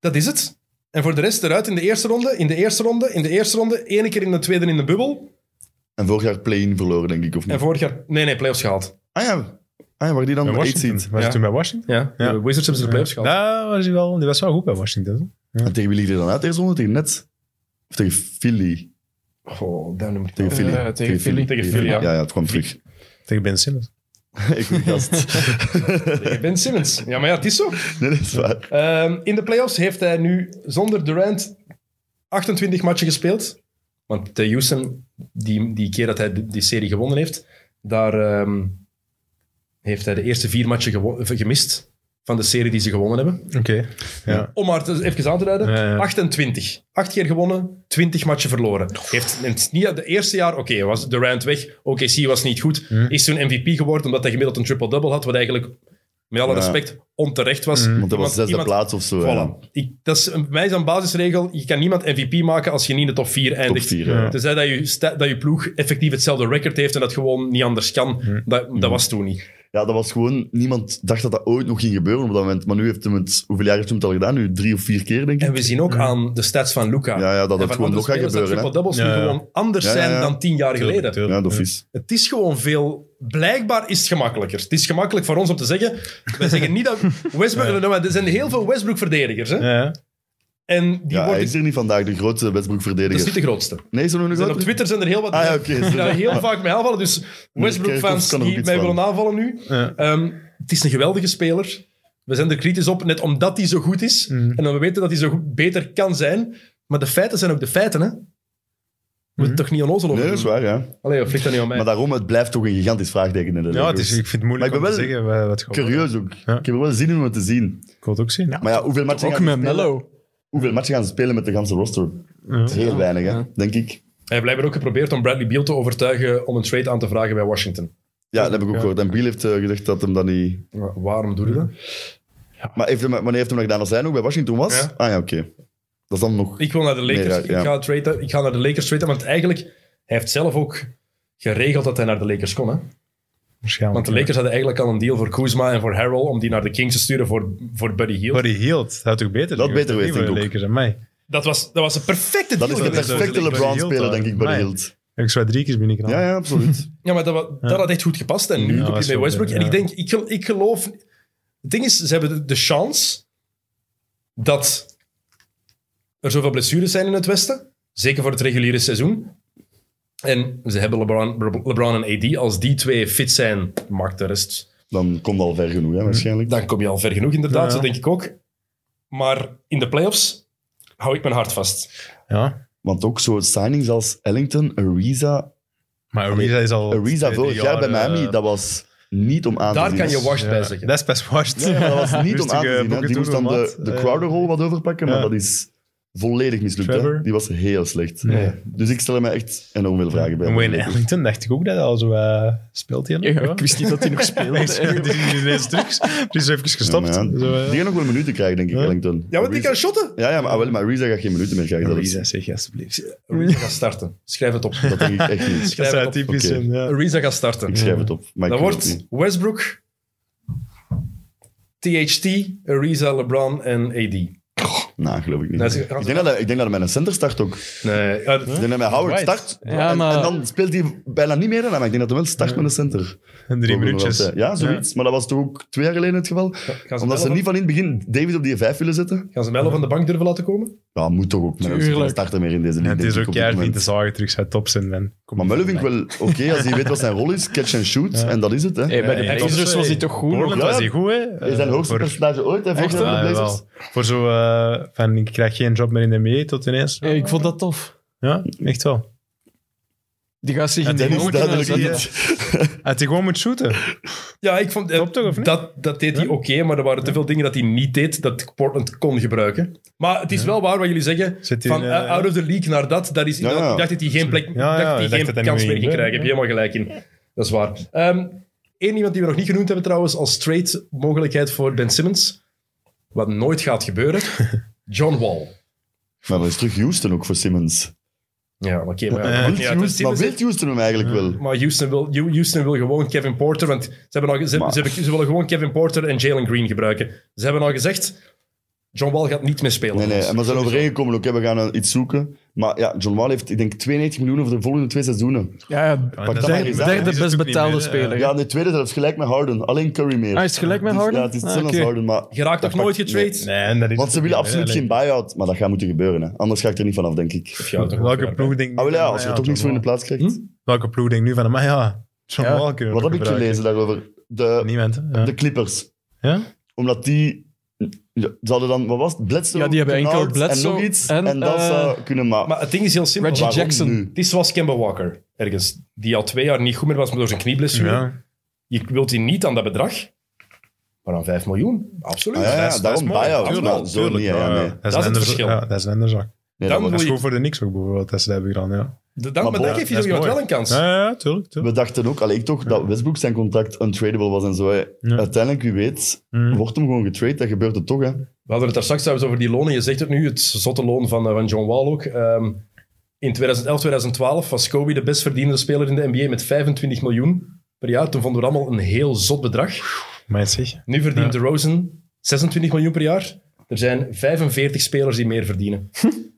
Speaker 1: Dat is het. En voor de rest eruit in de eerste ronde, in de eerste ronde, in de eerste ronde, ene keer in de tweede in de bubbel.
Speaker 2: En vorig jaar play-in verloren, denk ik, of niet?
Speaker 1: En vorig jaar, nee, nee, playoffs gehaald.
Speaker 2: Ah ja. Ah ja, waar die dan
Speaker 3: Bij
Speaker 2: nummer 8
Speaker 3: Washington.
Speaker 2: ziet.
Speaker 3: Was
Speaker 1: Ja.
Speaker 3: hij toen bij Washington?
Speaker 1: Ja,
Speaker 3: Ja.
Speaker 1: de Wizards hebben ze de playoffs gehaald.
Speaker 3: Daar was hij wel, die was wel goed bij Washington.
Speaker 2: En tegen wie liep hij dan uit? Eerst onder tegen Nets? Of tegen Philly?
Speaker 1: Oh, daar noem ik
Speaker 2: Tegen
Speaker 1: het.
Speaker 2: Philly.
Speaker 4: Eh, tegen Philly.
Speaker 1: Tegen Philly, ja.
Speaker 2: Ja, ja, het kwam terug.
Speaker 3: Tegen Ben Simmons.
Speaker 2: ik ben gast.
Speaker 1: Tegen Ben Simmons. Ja, maar ja, het is zo.
Speaker 2: Nee, dat is waar.
Speaker 1: Ehm, in de playoffs heeft hij nu zonder Durant 28 matchen gespeeld. Want de Houston, die, die keer dat hij die die serie gewonnen heeft, daar ehm, heeft hij de eerste vier matchen gewo- gemist van de serie die ze gewonnen hebben.
Speaker 3: Oké. Ja.
Speaker 1: Om maar te- even aan te duiden,
Speaker 3: Ja, ja.
Speaker 1: 28. Acht keer gewonnen, 20 matchen verloren. Heeft in het, niet- de eerste jaar, oké, was Durant weg, OKC was niet goed,
Speaker 3: Hmm.
Speaker 1: is toen MVP geworden omdat hij gemiddeld een triple-double had, wat eigenlijk, met alle
Speaker 2: Ja.
Speaker 1: respect, onterecht was.
Speaker 3: Hmm.
Speaker 2: Want dat was zesde
Speaker 1: iemand-
Speaker 2: plaats eh. of zo.
Speaker 1: Voilà.
Speaker 2: ja.
Speaker 1: Ik, dat is een, mij is een basisregel. Je kan niemand MVP maken als je niet in de top 4 eindigt.
Speaker 2: vier, ja.
Speaker 1: Tenzij dat je, sta- dat je ploeg effectief hetzelfde record heeft en dat gewoon niet anders kan.
Speaker 3: Hmm.
Speaker 1: Dat, dat was toen niet.
Speaker 2: Ja, dat was gewoon... Niemand dacht dat dat ooit nog ging gebeuren op dat moment. Maar nu heeft hem het... Hoeveel jaar heeft hem het al gedaan? Nu drie of vier keer, denk ik.
Speaker 1: En we zien
Speaker 3: Mm.
Speaker 1: ook aan de stats van Luca.
Speaker 2: Ja, ja, dat
Speaker 1: en van
Speaker 2: het gewoon
Speaker 1: andere
Speaker 2: nog gaat
Speaker 1: spelers dat
Speaker 2: gebeuren, hè.
Speaker 1: triple-doubles
Speaker 3: Ja,
Speaker 1: nu
Speaker 3: ja.
Speaker 1: gewoon anders
Speaker 2: Ja, ja, ja.
Speaker 1: zijn dan tien jaar
Speaker 3: Tuurlijk,
Speaker 1: geleden.
Speaker 3: tuurlijk.
Speaker 2: Ja, dat is.
Speaker 1: Het is gewoon veel... Blijkbaar is het gemakkelijker. Het is gemakkelijk voor ons om te zeggen... Wij zeggen niet dat... Westbrook, Nou, maar Er zijn heel veel Westbrook-verdedigers. hè.
Speaker 3: Ja, ja.
Speaker 1: En die
Speaker 2: Ja, hij
Speaker 1: worden...
Speaker 2: is er niet vandaag, de grote
Speaker 1: dat is niet
Speaker 2: Westbroek-verdediger.
Speaker 1: de grootste.
Speaker 2: Nee, is er nog een
Speaker 1: Er zijn
Speaker 2: grote?
Speaker 1: op Twitter zijn er heel wat
Speaker 2: Ah, ja,
Speaker 1: die
Speaker 2: oké, sorry.
Speaker 1: daar heel vaak mee aanvallen. Dus Westbrook-fans
Speaker 2: kan er ook
Speaker 1: die
Speaker 2: iets
Speaker 1: mij
Speaker 2: van.
Speaker 1: willen aanvallen nu.
Speaker 3: Ja.
Speaker 1: Ehm, het is een geweldige speler. We zijn er kritisch op, net omdat hij zo goed is. En dan we weten dat hij zo goed, beter kan zijn. Maar de feiten zijn ook de feiten, hè. Moet het toch niet onnozel over
Speaker 2: Nee,
Speaker 1: doen?
Speaker 2: dat is waar, ja.
Speaker 1: Allee, of ligt dat niet aan mij?
Speaker 2: Maar daarom, het blijft toch een gigantisch vraagteken in de
Speaker 3: ja het
Speaker 2: Lakers.
Speaker 3: is, ik vind het moeilijk
Speaker 2: Maar ik ben
Speaker 3: om te
Speaker 2: wel
Speaker 3: zeggen wat wat het gaat worden.
Speaker 2: Curieus ook.
Speaker 3: Ja.
Speaker 2: Ik heb er wel zin in om het te zien.
Speaker 3: Ik wil het ook zien. Ja.
Speaker 2: Maar ja, hoeveel matchen,
Speaker 4: Ook
Speaker 2: gaan ze
Speaker 4: met
Speaker 2: spelen,
Speaker 4: Mello.
Speaker 2: hoeveel matchen gaan ze spelen met de ganse roster? Dat is heel weinig, hè, denk ik.
Speaker 1: Hij heeft blijkbaar ook geprobeerd om Bradley Beal te overtuigen om een trade aan te vragen bij Washington.
Speaker 2: Ja, dat heb ik ook gehoord. En Biel heeft eh, gezegd dat hem dat niet...
Speaker 1: Maar Waarom doe je dat?
Speaker 2: Maar heeft hem, wanneer heeft hem dat gedaan? Als hij nog bij Washington was?
Speaker 1: Ja.
Speaker 2: Ah ja, oké. Dat is dan nog...
Speaker 1: Ik wil naar de Lakers.
Speaker 2: Nee, ja,
Speaker 1: ik,
Speaker 2: ja.
Speaker 1: ga traden, ik ga naar de Lakers traden, want eigenlijk... Hij heeft zelf ook geregeld dat hij naar de Lakers kon, hè.
Speaker 3: Waarschijnlijk.
Speaker 1: Want de Lakers hadden eigenlijk al een deal voor Kuzma en voor Harrell om die naar de Kings te sturen voor, voor Buddy Hield.
Speaker 3: Buddy Hield, dat had ook beter.
Speaker 2: Dat
Speaker 3: liggen.
Speaker 2: beter
Speaker 3: Niet
Speaker 2: weet, denk
Speaker 3: voor de
Speaker 2: ik ook.
Speaker 3: Lakers en mij.
Speaker 1: Dat was, dat was een perfecte deal.
Speaker 2: Dat is de
Speaker 1: geweest voor de
Speaker 2: perfecte
Speaker 1: Lakers.
Speaker 2: LeBron-speler,
Speaker 3: Hield
Speaker 2: denk ik,
Speaker 3: daar.
Speaker 2: bij
Speaker 3: Nee.
Speaker 2: Hield.
Speaker 3: Heb ik zo drie keer binnen
Speaker 2: Ja, ja, absoluut.
Speaker 1: Ja, maar dat, wa- dat had echt goed gepast. En nu
Speaker 3: Ja,
Speaker 1: kom
Speaker 3: dat
Speaker 1: je
Speaker 3: is
Speaker 1: bij
Speaker 3: wel
Speaker 1: Westbrook.
Speaker 3: goed,
Speaker 1: En ik
Speaker 3: ja.
Speaker 1: denk, ik, gel- ik geloof... Het ding is, ze hebben de, de chance dat er zoveel blessures zijn in het Westen. Zeker voor het reguliere seizoen. En ze hebben LeBron, LeBron en AD. Als die twee fit zijn, maakt de rest
Speaker 2: Dan komt al ver genoeg, hè, waarschijnlijk.
Speaker 1: dan kom je al ver genoeg, inderdaad.
Speaker 3: Ja.
Speaker 1: Dat denk ik ook. Maar in de playoffs hou ik mijn hart
Speaker 3: Ah,
Speaker 1: vast.
Speaker 3: Ja.
Speaker 2: Want ook zo signings als Ellington, Ariza.
Speaker 3: Maar Ariza is al...
Speaker 2: Ariza
Speaker 3: twee, drie
Speaker 2: Ah, vorig jaar bij
Speaker 3: eh,
Speaker 2: Miami, dat was niet om aan
Speaker 1: Daar
Speaker 2: te zien.
Speaker 1: kan je washed
Speaker 3: ja,
Speaker 1: bij zeggen.
Speaker 3: Dat is best eh, washed.
Speaker 2: Ja, maar dat was niet om
Speaker 3: Rustige
Speaker 2: aan te zien. hè.
Speaker 3: Booker
Speaker 2: Die moest dan
Speaker 3: Tour,
Speaker 2: de,
Speaker 3: wat?
Speaker 2: de
Speaker 3: Eh,
Speaker 2: crowder hole wat overpakken, maar
Speaker 3: ja.
Speaker 2: dat is volledig mislukt. Hè?
Speaker 3: Trevor?
Speaker 2: Die was heel slecht.
Speaker 3: Nee.
Speaker 2: Dus ik stel mij echt enorm veel vragen bij.
Speaker 3: En Wayne Ellington dacht ik ook dat hij al zo eh, speelt. Hij nog,
Speaker 4: Ja, ik wist niet dat hij nog speelde.
Speaker 3: Die
Speaker 4: eigenlijk.
Speaker 3: is ineens terug. Die is even
Speaker 2: Ja,
Speaker 3: gestopt.
Speaker 2: maar ja,
Speaker 3: Zo, eh.
Speaker 2: Die gaat nog wel minuten krijgen, denk ik,
Speaker 3: Ja.
Speaker 2: Ellington.
Speaker 1: Ja, want die
Speaker 2: Ariza-
Speaker 1: kan shotten.
Speaker 2: Ja, ja maar, ah, wel, maar Ariza gaat geen minuten meer krijgen. Dat, is-
Speaker 3: Ariza, zeg alsjeblieft.
Speaker 1: Ariza gaat starten. Schrijf het op.
Speaker 2: dat denk ik echt niet.
Speaker 1: Schrijf
Speaker 3: Dat
Speaker 1: het
Speaker 3: zou
Speaker 1: op.
Speaker 3: typisch
Speaker 2: Oké.
Speaker 3: zijn, ja.
Speaker 1: Ariza Eh, gaat
Speaker 2: Ik
Speaker 1: starten.
Speaker 2: schrijf het op. Maar ik
Speaker 1: Dan
Speaker 2: weet het
Speaker 1: wordt
Speaker 2: niet.
Speaker 1: Westbrook, THT, Ariza, LeBron en AD.
Speaker 2: Nou, geloof ik niet.
Speaker 1: Dat is-
Speaker 2: ik, denk dat, hij- ik denk dat hij met een center start ook.
Speaker 1: Nee, ja,
Speaker 2: Ik denk dat hij met Howard
Speaker 1: Right.
Speaker 2: start.
Speaker 4: Ja,
Speaker 2: en,
Speaker 4: maar-
Speaker 2: en dan speelt hij bijna niet meer. hè, Maar ik denk dat hij wel start met een center.
Speaker 3: En drie minuutjes.
Speaker 2: Ja, zoiets. Maar dat was toch ook twee jaar geleden het geval?
Speaker 1: gaan, ze
Speaker 2: Omdat ze
Speaker 1: Melo
Speaker 2: niet van in het begin David op die vijf willen zetten.
Speaker 1: van- gaan ze Melo van de bank durven laten komen?
Speaker 2: Ja, moet toch ook.
Speaker 4: Tuurlijk.
Speaker 2: Tuurlijk. starten meer in deze
Speaker 3: Ja,
Speaker 2: league.
Speaker 3: het
Speaker 2: denk
Speaker 3: is
Speaker 2: ik,
Speaker 3: ook
Speaker 2: op dit
Speaker 3: keihard niet
Speaker 2: moment.
Speaker 3: te zagen terug zijn top zijn. man. Kom
Speaker 2: Maar
Speaker 3: niet
Speaker 2: Melo vind ik
Speaker 3: van
Speaker 2: wel oké als hij weet wat zijn rol is. Catch and shoot. En dat is het. Hè.
Speaker 4: Hey, bij de
Speaker 3: Ja,
Speaker 4: Blazers
Speaker 3: ja.
Speaker 4: was hij toch goed?
Speaker 3: mij. Portland
Speaker 2: Ja.
Speaker 3: was hij goed, hè?
Speaker 2: is zijn
Speaker 3: Eh,
Speaker 2: hoogste
Speaker 3: voor-
Speaker 2: percentage ooit. Hè, volgens
Speaker 4: Echt,
Speaker 2: de
Speaker 3: Ja,
Speaker 2: Blazers.
Speaker 3: jawel. Voor zo eh, van ik krijg geen job meer in de NBA tot ineens.
Speaker 4: Ja, ik vond dat tof.
Speaker 3: Ja, echt wel.
Speaker 4: Die gaat zich in
Speaker 3: En
Speaker 4: de
Speaker 2: Dat is
Speaker 3: Moet
Speaker 4: jongen
Speaker 2: duidelijk
Speaker 4: zetten.
Speaker 2: niet.
Speaker 3: Had hij gewoon moet shooten.
Speaker 1: Ja, ik vond... eh,
Speaker 3: Klopt toch, of niet?
Speaker 1: Dat, dat deed hij
Speaker 3: Ja.
Speaker 1: oké, maar er waren te veel dingen dat hij niet deed dat Portland kon gebruiken. Maar het is wel waar wat jullie zeggen.
Speaker 3: Zit hij
Speaker 1: Van
Speaker 3: in,
Speaker 1: eh,
Speaker 3: eh,
Speaker 1: out of the league naar dat, dat is
Speaker 2: Ja,
Speaker 1: inderdaad-
Speaker 2: ja.
Speaker 1: Ik dacht dat hij geen, plek, ik
Speaker 3: ja,
Speaker 1: dacht dat
Speaker 3: ik
Speaker 1: hij
Speaker 3: dacht
Speaker 1: geen
Speaker 3: dat dat
Speaker 1: kans
Speaker 3: niet
Speaker 1: meer ging
Speaker 3: ging
Speaker 1: krijgen. Heb je helemaal gelijk in. Dat is waar. Eén iemand die we nog niet genoemd hebben trouwens, als trade mogelijkheid voor Ben Simmons. Wat nooit gaat gebeuren. John Wall.
Speaker 2: Maar dat is terug Houston ook voor Simmons.
Speaker 1: Ja, oké. maar ja,
Speaker 3: Eh,
Speaker 1: dat maakt
Speaker 2: Wilt
Speaker 1: niet uit. Dus
Speaker 2: Houston, maar
Speaker 1: Simmons
Speaker 2: wil Houston hem eigenlijk wel?
Speaker 1: Maar Houston wil, Houston wil gewoon Kevin Porter. Want ze, hebben al, ge- ze,
Speaker 2: Maar-
Speaker 1: ze, hebben- ze willen gewoon Kevin Porter en Jalen Green gebruiken. Ze hebben al gezegd: John Wall gaat niet meer spelen.
Speaker 2: Nee, nee. En we zijn overeengekomen ook. Hè. We gaan eh, iets zoeken. Maar ja, John Wall heeft, ik denk, 92 miljoen over de volgende twee seizoenen.
Speaker 4: Ja, ja,
Speaker 3: dat
Speaker 2: dat
Speaker 4: derde-
Speaker 2: maar eens aan, hè.
Speaker 4: derde
Speaker 3: Is het
Speaker 4: best
Speaker 3: ook niet
Speaker 4: betaalde
Speaker 3: meer, hè.
Speaker 4: speler.
Speaker 2: Ja, de tweede zelfs gelijk met Harden. Alleen Curry meer.
Speaker 4: Hij Ah, is gelijk met
Speaker 2: Het is-
Speaker 4: Harden?
Speaker 2: Ja, het is
Speaker 4: Ah,
Speaker 2: hetzelfde
Speaker 4: oké.
Speaker 2: als Harden. Maar
Speaker 1: Je raakt toch nooit getrade?
Speaker 3: Nee, en dat is
Speaker 2: Want ze
Speaker 3: het
Speaker 2: willen
Speaker 3: niet,
Speaker 2: absoluut
Speaker 3: hè.
Speaker 2: geen buy-out, maar dat gaat moeten gebeuren. Hè. Anders ga ik er niet vanaf, denk ik.
Speaker 1: Of ja, toch wel
Speaker 3: Welke
Speaker 1: ver,
Speaker 3: ploeg denkt
Speaker 2: Ah, wel ja, als
Speaker 3: Ah,
Speaker 2: je er toch niks voor
Speaker 3: John
Speaker 2: in de plaats krijgt.
Speaker 1: Hm?
Speaker 3: Wall. Welke ploeg denkt nu van, maar ja, John
Speaker 4: Ja.
Speaker 3: Wall kunnen we
Speaker 2: Wat heb ik
Speaker 3: gebruiken.
Speaker 2: gelezen daarover? De,
Speaker 3: Niemand, hè? Ja.
Speaker 2: de Clippers.
Speaker 3: Ja?
Speaker 2: Omdat die... ja, Ze hadden dan, wat was het? Bledsoe,
Speaker 4: Ja, die hebben enkel
Speaker 2: Kennard
Speaker 4: Bledsoe
Speaker 2: en nog iets. En,
Speaker 4: en,
Speaker 2: dat
Speaker 4: eh,
Speaker 2: zou kunnen, maar,
Speaker 1: Maar het ding is heel simpel.
Speaker 4: Reggie
Speaker 2: waarom
Speaker 4: Jackson.
Speaker 2: nu?
Speaker 1: Het is zoals Kemba Walker ergens, die al twee jaar niet goed meer was door zijn knieblessure.
Speaker 3: Ja.
Speaker 1: Je wilt die niet aan dat bedrag, maar aan 5 miljoen. Absoluut.
Speaker 2: Ah, ja, ja,
Speaker 3: Dat is- dat is
Speaker 2: daarom
Speaker 3: mooi,
Speaker 2: buy-out.
Speaker 3: tuurlijk,
Speaker 2: Maar zo
Speaker 3: tuurlijk,
Speaker 2: niet, ja,
Speaker 3: ja,
Speaker 2: nee.
Speaker 3: ja.
Speaker 1: is
Speaker 3: Dat is
Speaker 1: het
Speaker 3: een ander
Speaker 1: verschil.
Speaker 3: zak. Ja, dat is een ander zak.
Speaker 2: Nee,
Speaker 1: dan
Speaker 2: dat
Speaker 3: Dat
Speaker 1: moet
Speaker 3: is
Speaker 1: je-
Speaker 3: goed voor de niks ook bijvoorbeeld, dat ze dat hebben gedaan, ja.
Speaker 1: Dan,
Speaker 2: Maar
Speaker 1: maar
Speaker 2: bon,
Speaker 1: dan geef je
Speaker 3: dat
Speaker 1: zo
Speaker 3: is
Speaker 1: iemand
Speaker 3: mooi.
Speaker 1: wel een kans.
Speaker 3: Ja, ja, tuurlijk,
Speaker 2: We
Speaker 3: tuurlijk.
Speaker 2: dachten ook, allee, ik toch, dat Westbrook zijn contract untradable was en zo. hè. Uiteindelijk, wie weet,
Speaker 3: Mm.
Speaker 2: wordt hem gewoon getrade. Dat gebeurt het toch, hè.
Speaker 1: We hadden het daar straks trouwens over die lonen. Je zegt het nu, het zotte loon van, eh, van John Wall ook. Ehm, in 2011, 2012 was Kobe de best verdienende speler in de NBA met 25 miljoen per jaar. Toen vonden we dat allemaal een heel zot bedrag.
Speaker 3: Maar het zeg.
Speaker 1: Nu verdient
Speaker 3: Ja.
Speaker 1: DeRozan 26 miljoen per jaar. Er zijn 45 spelers die meer verdienen.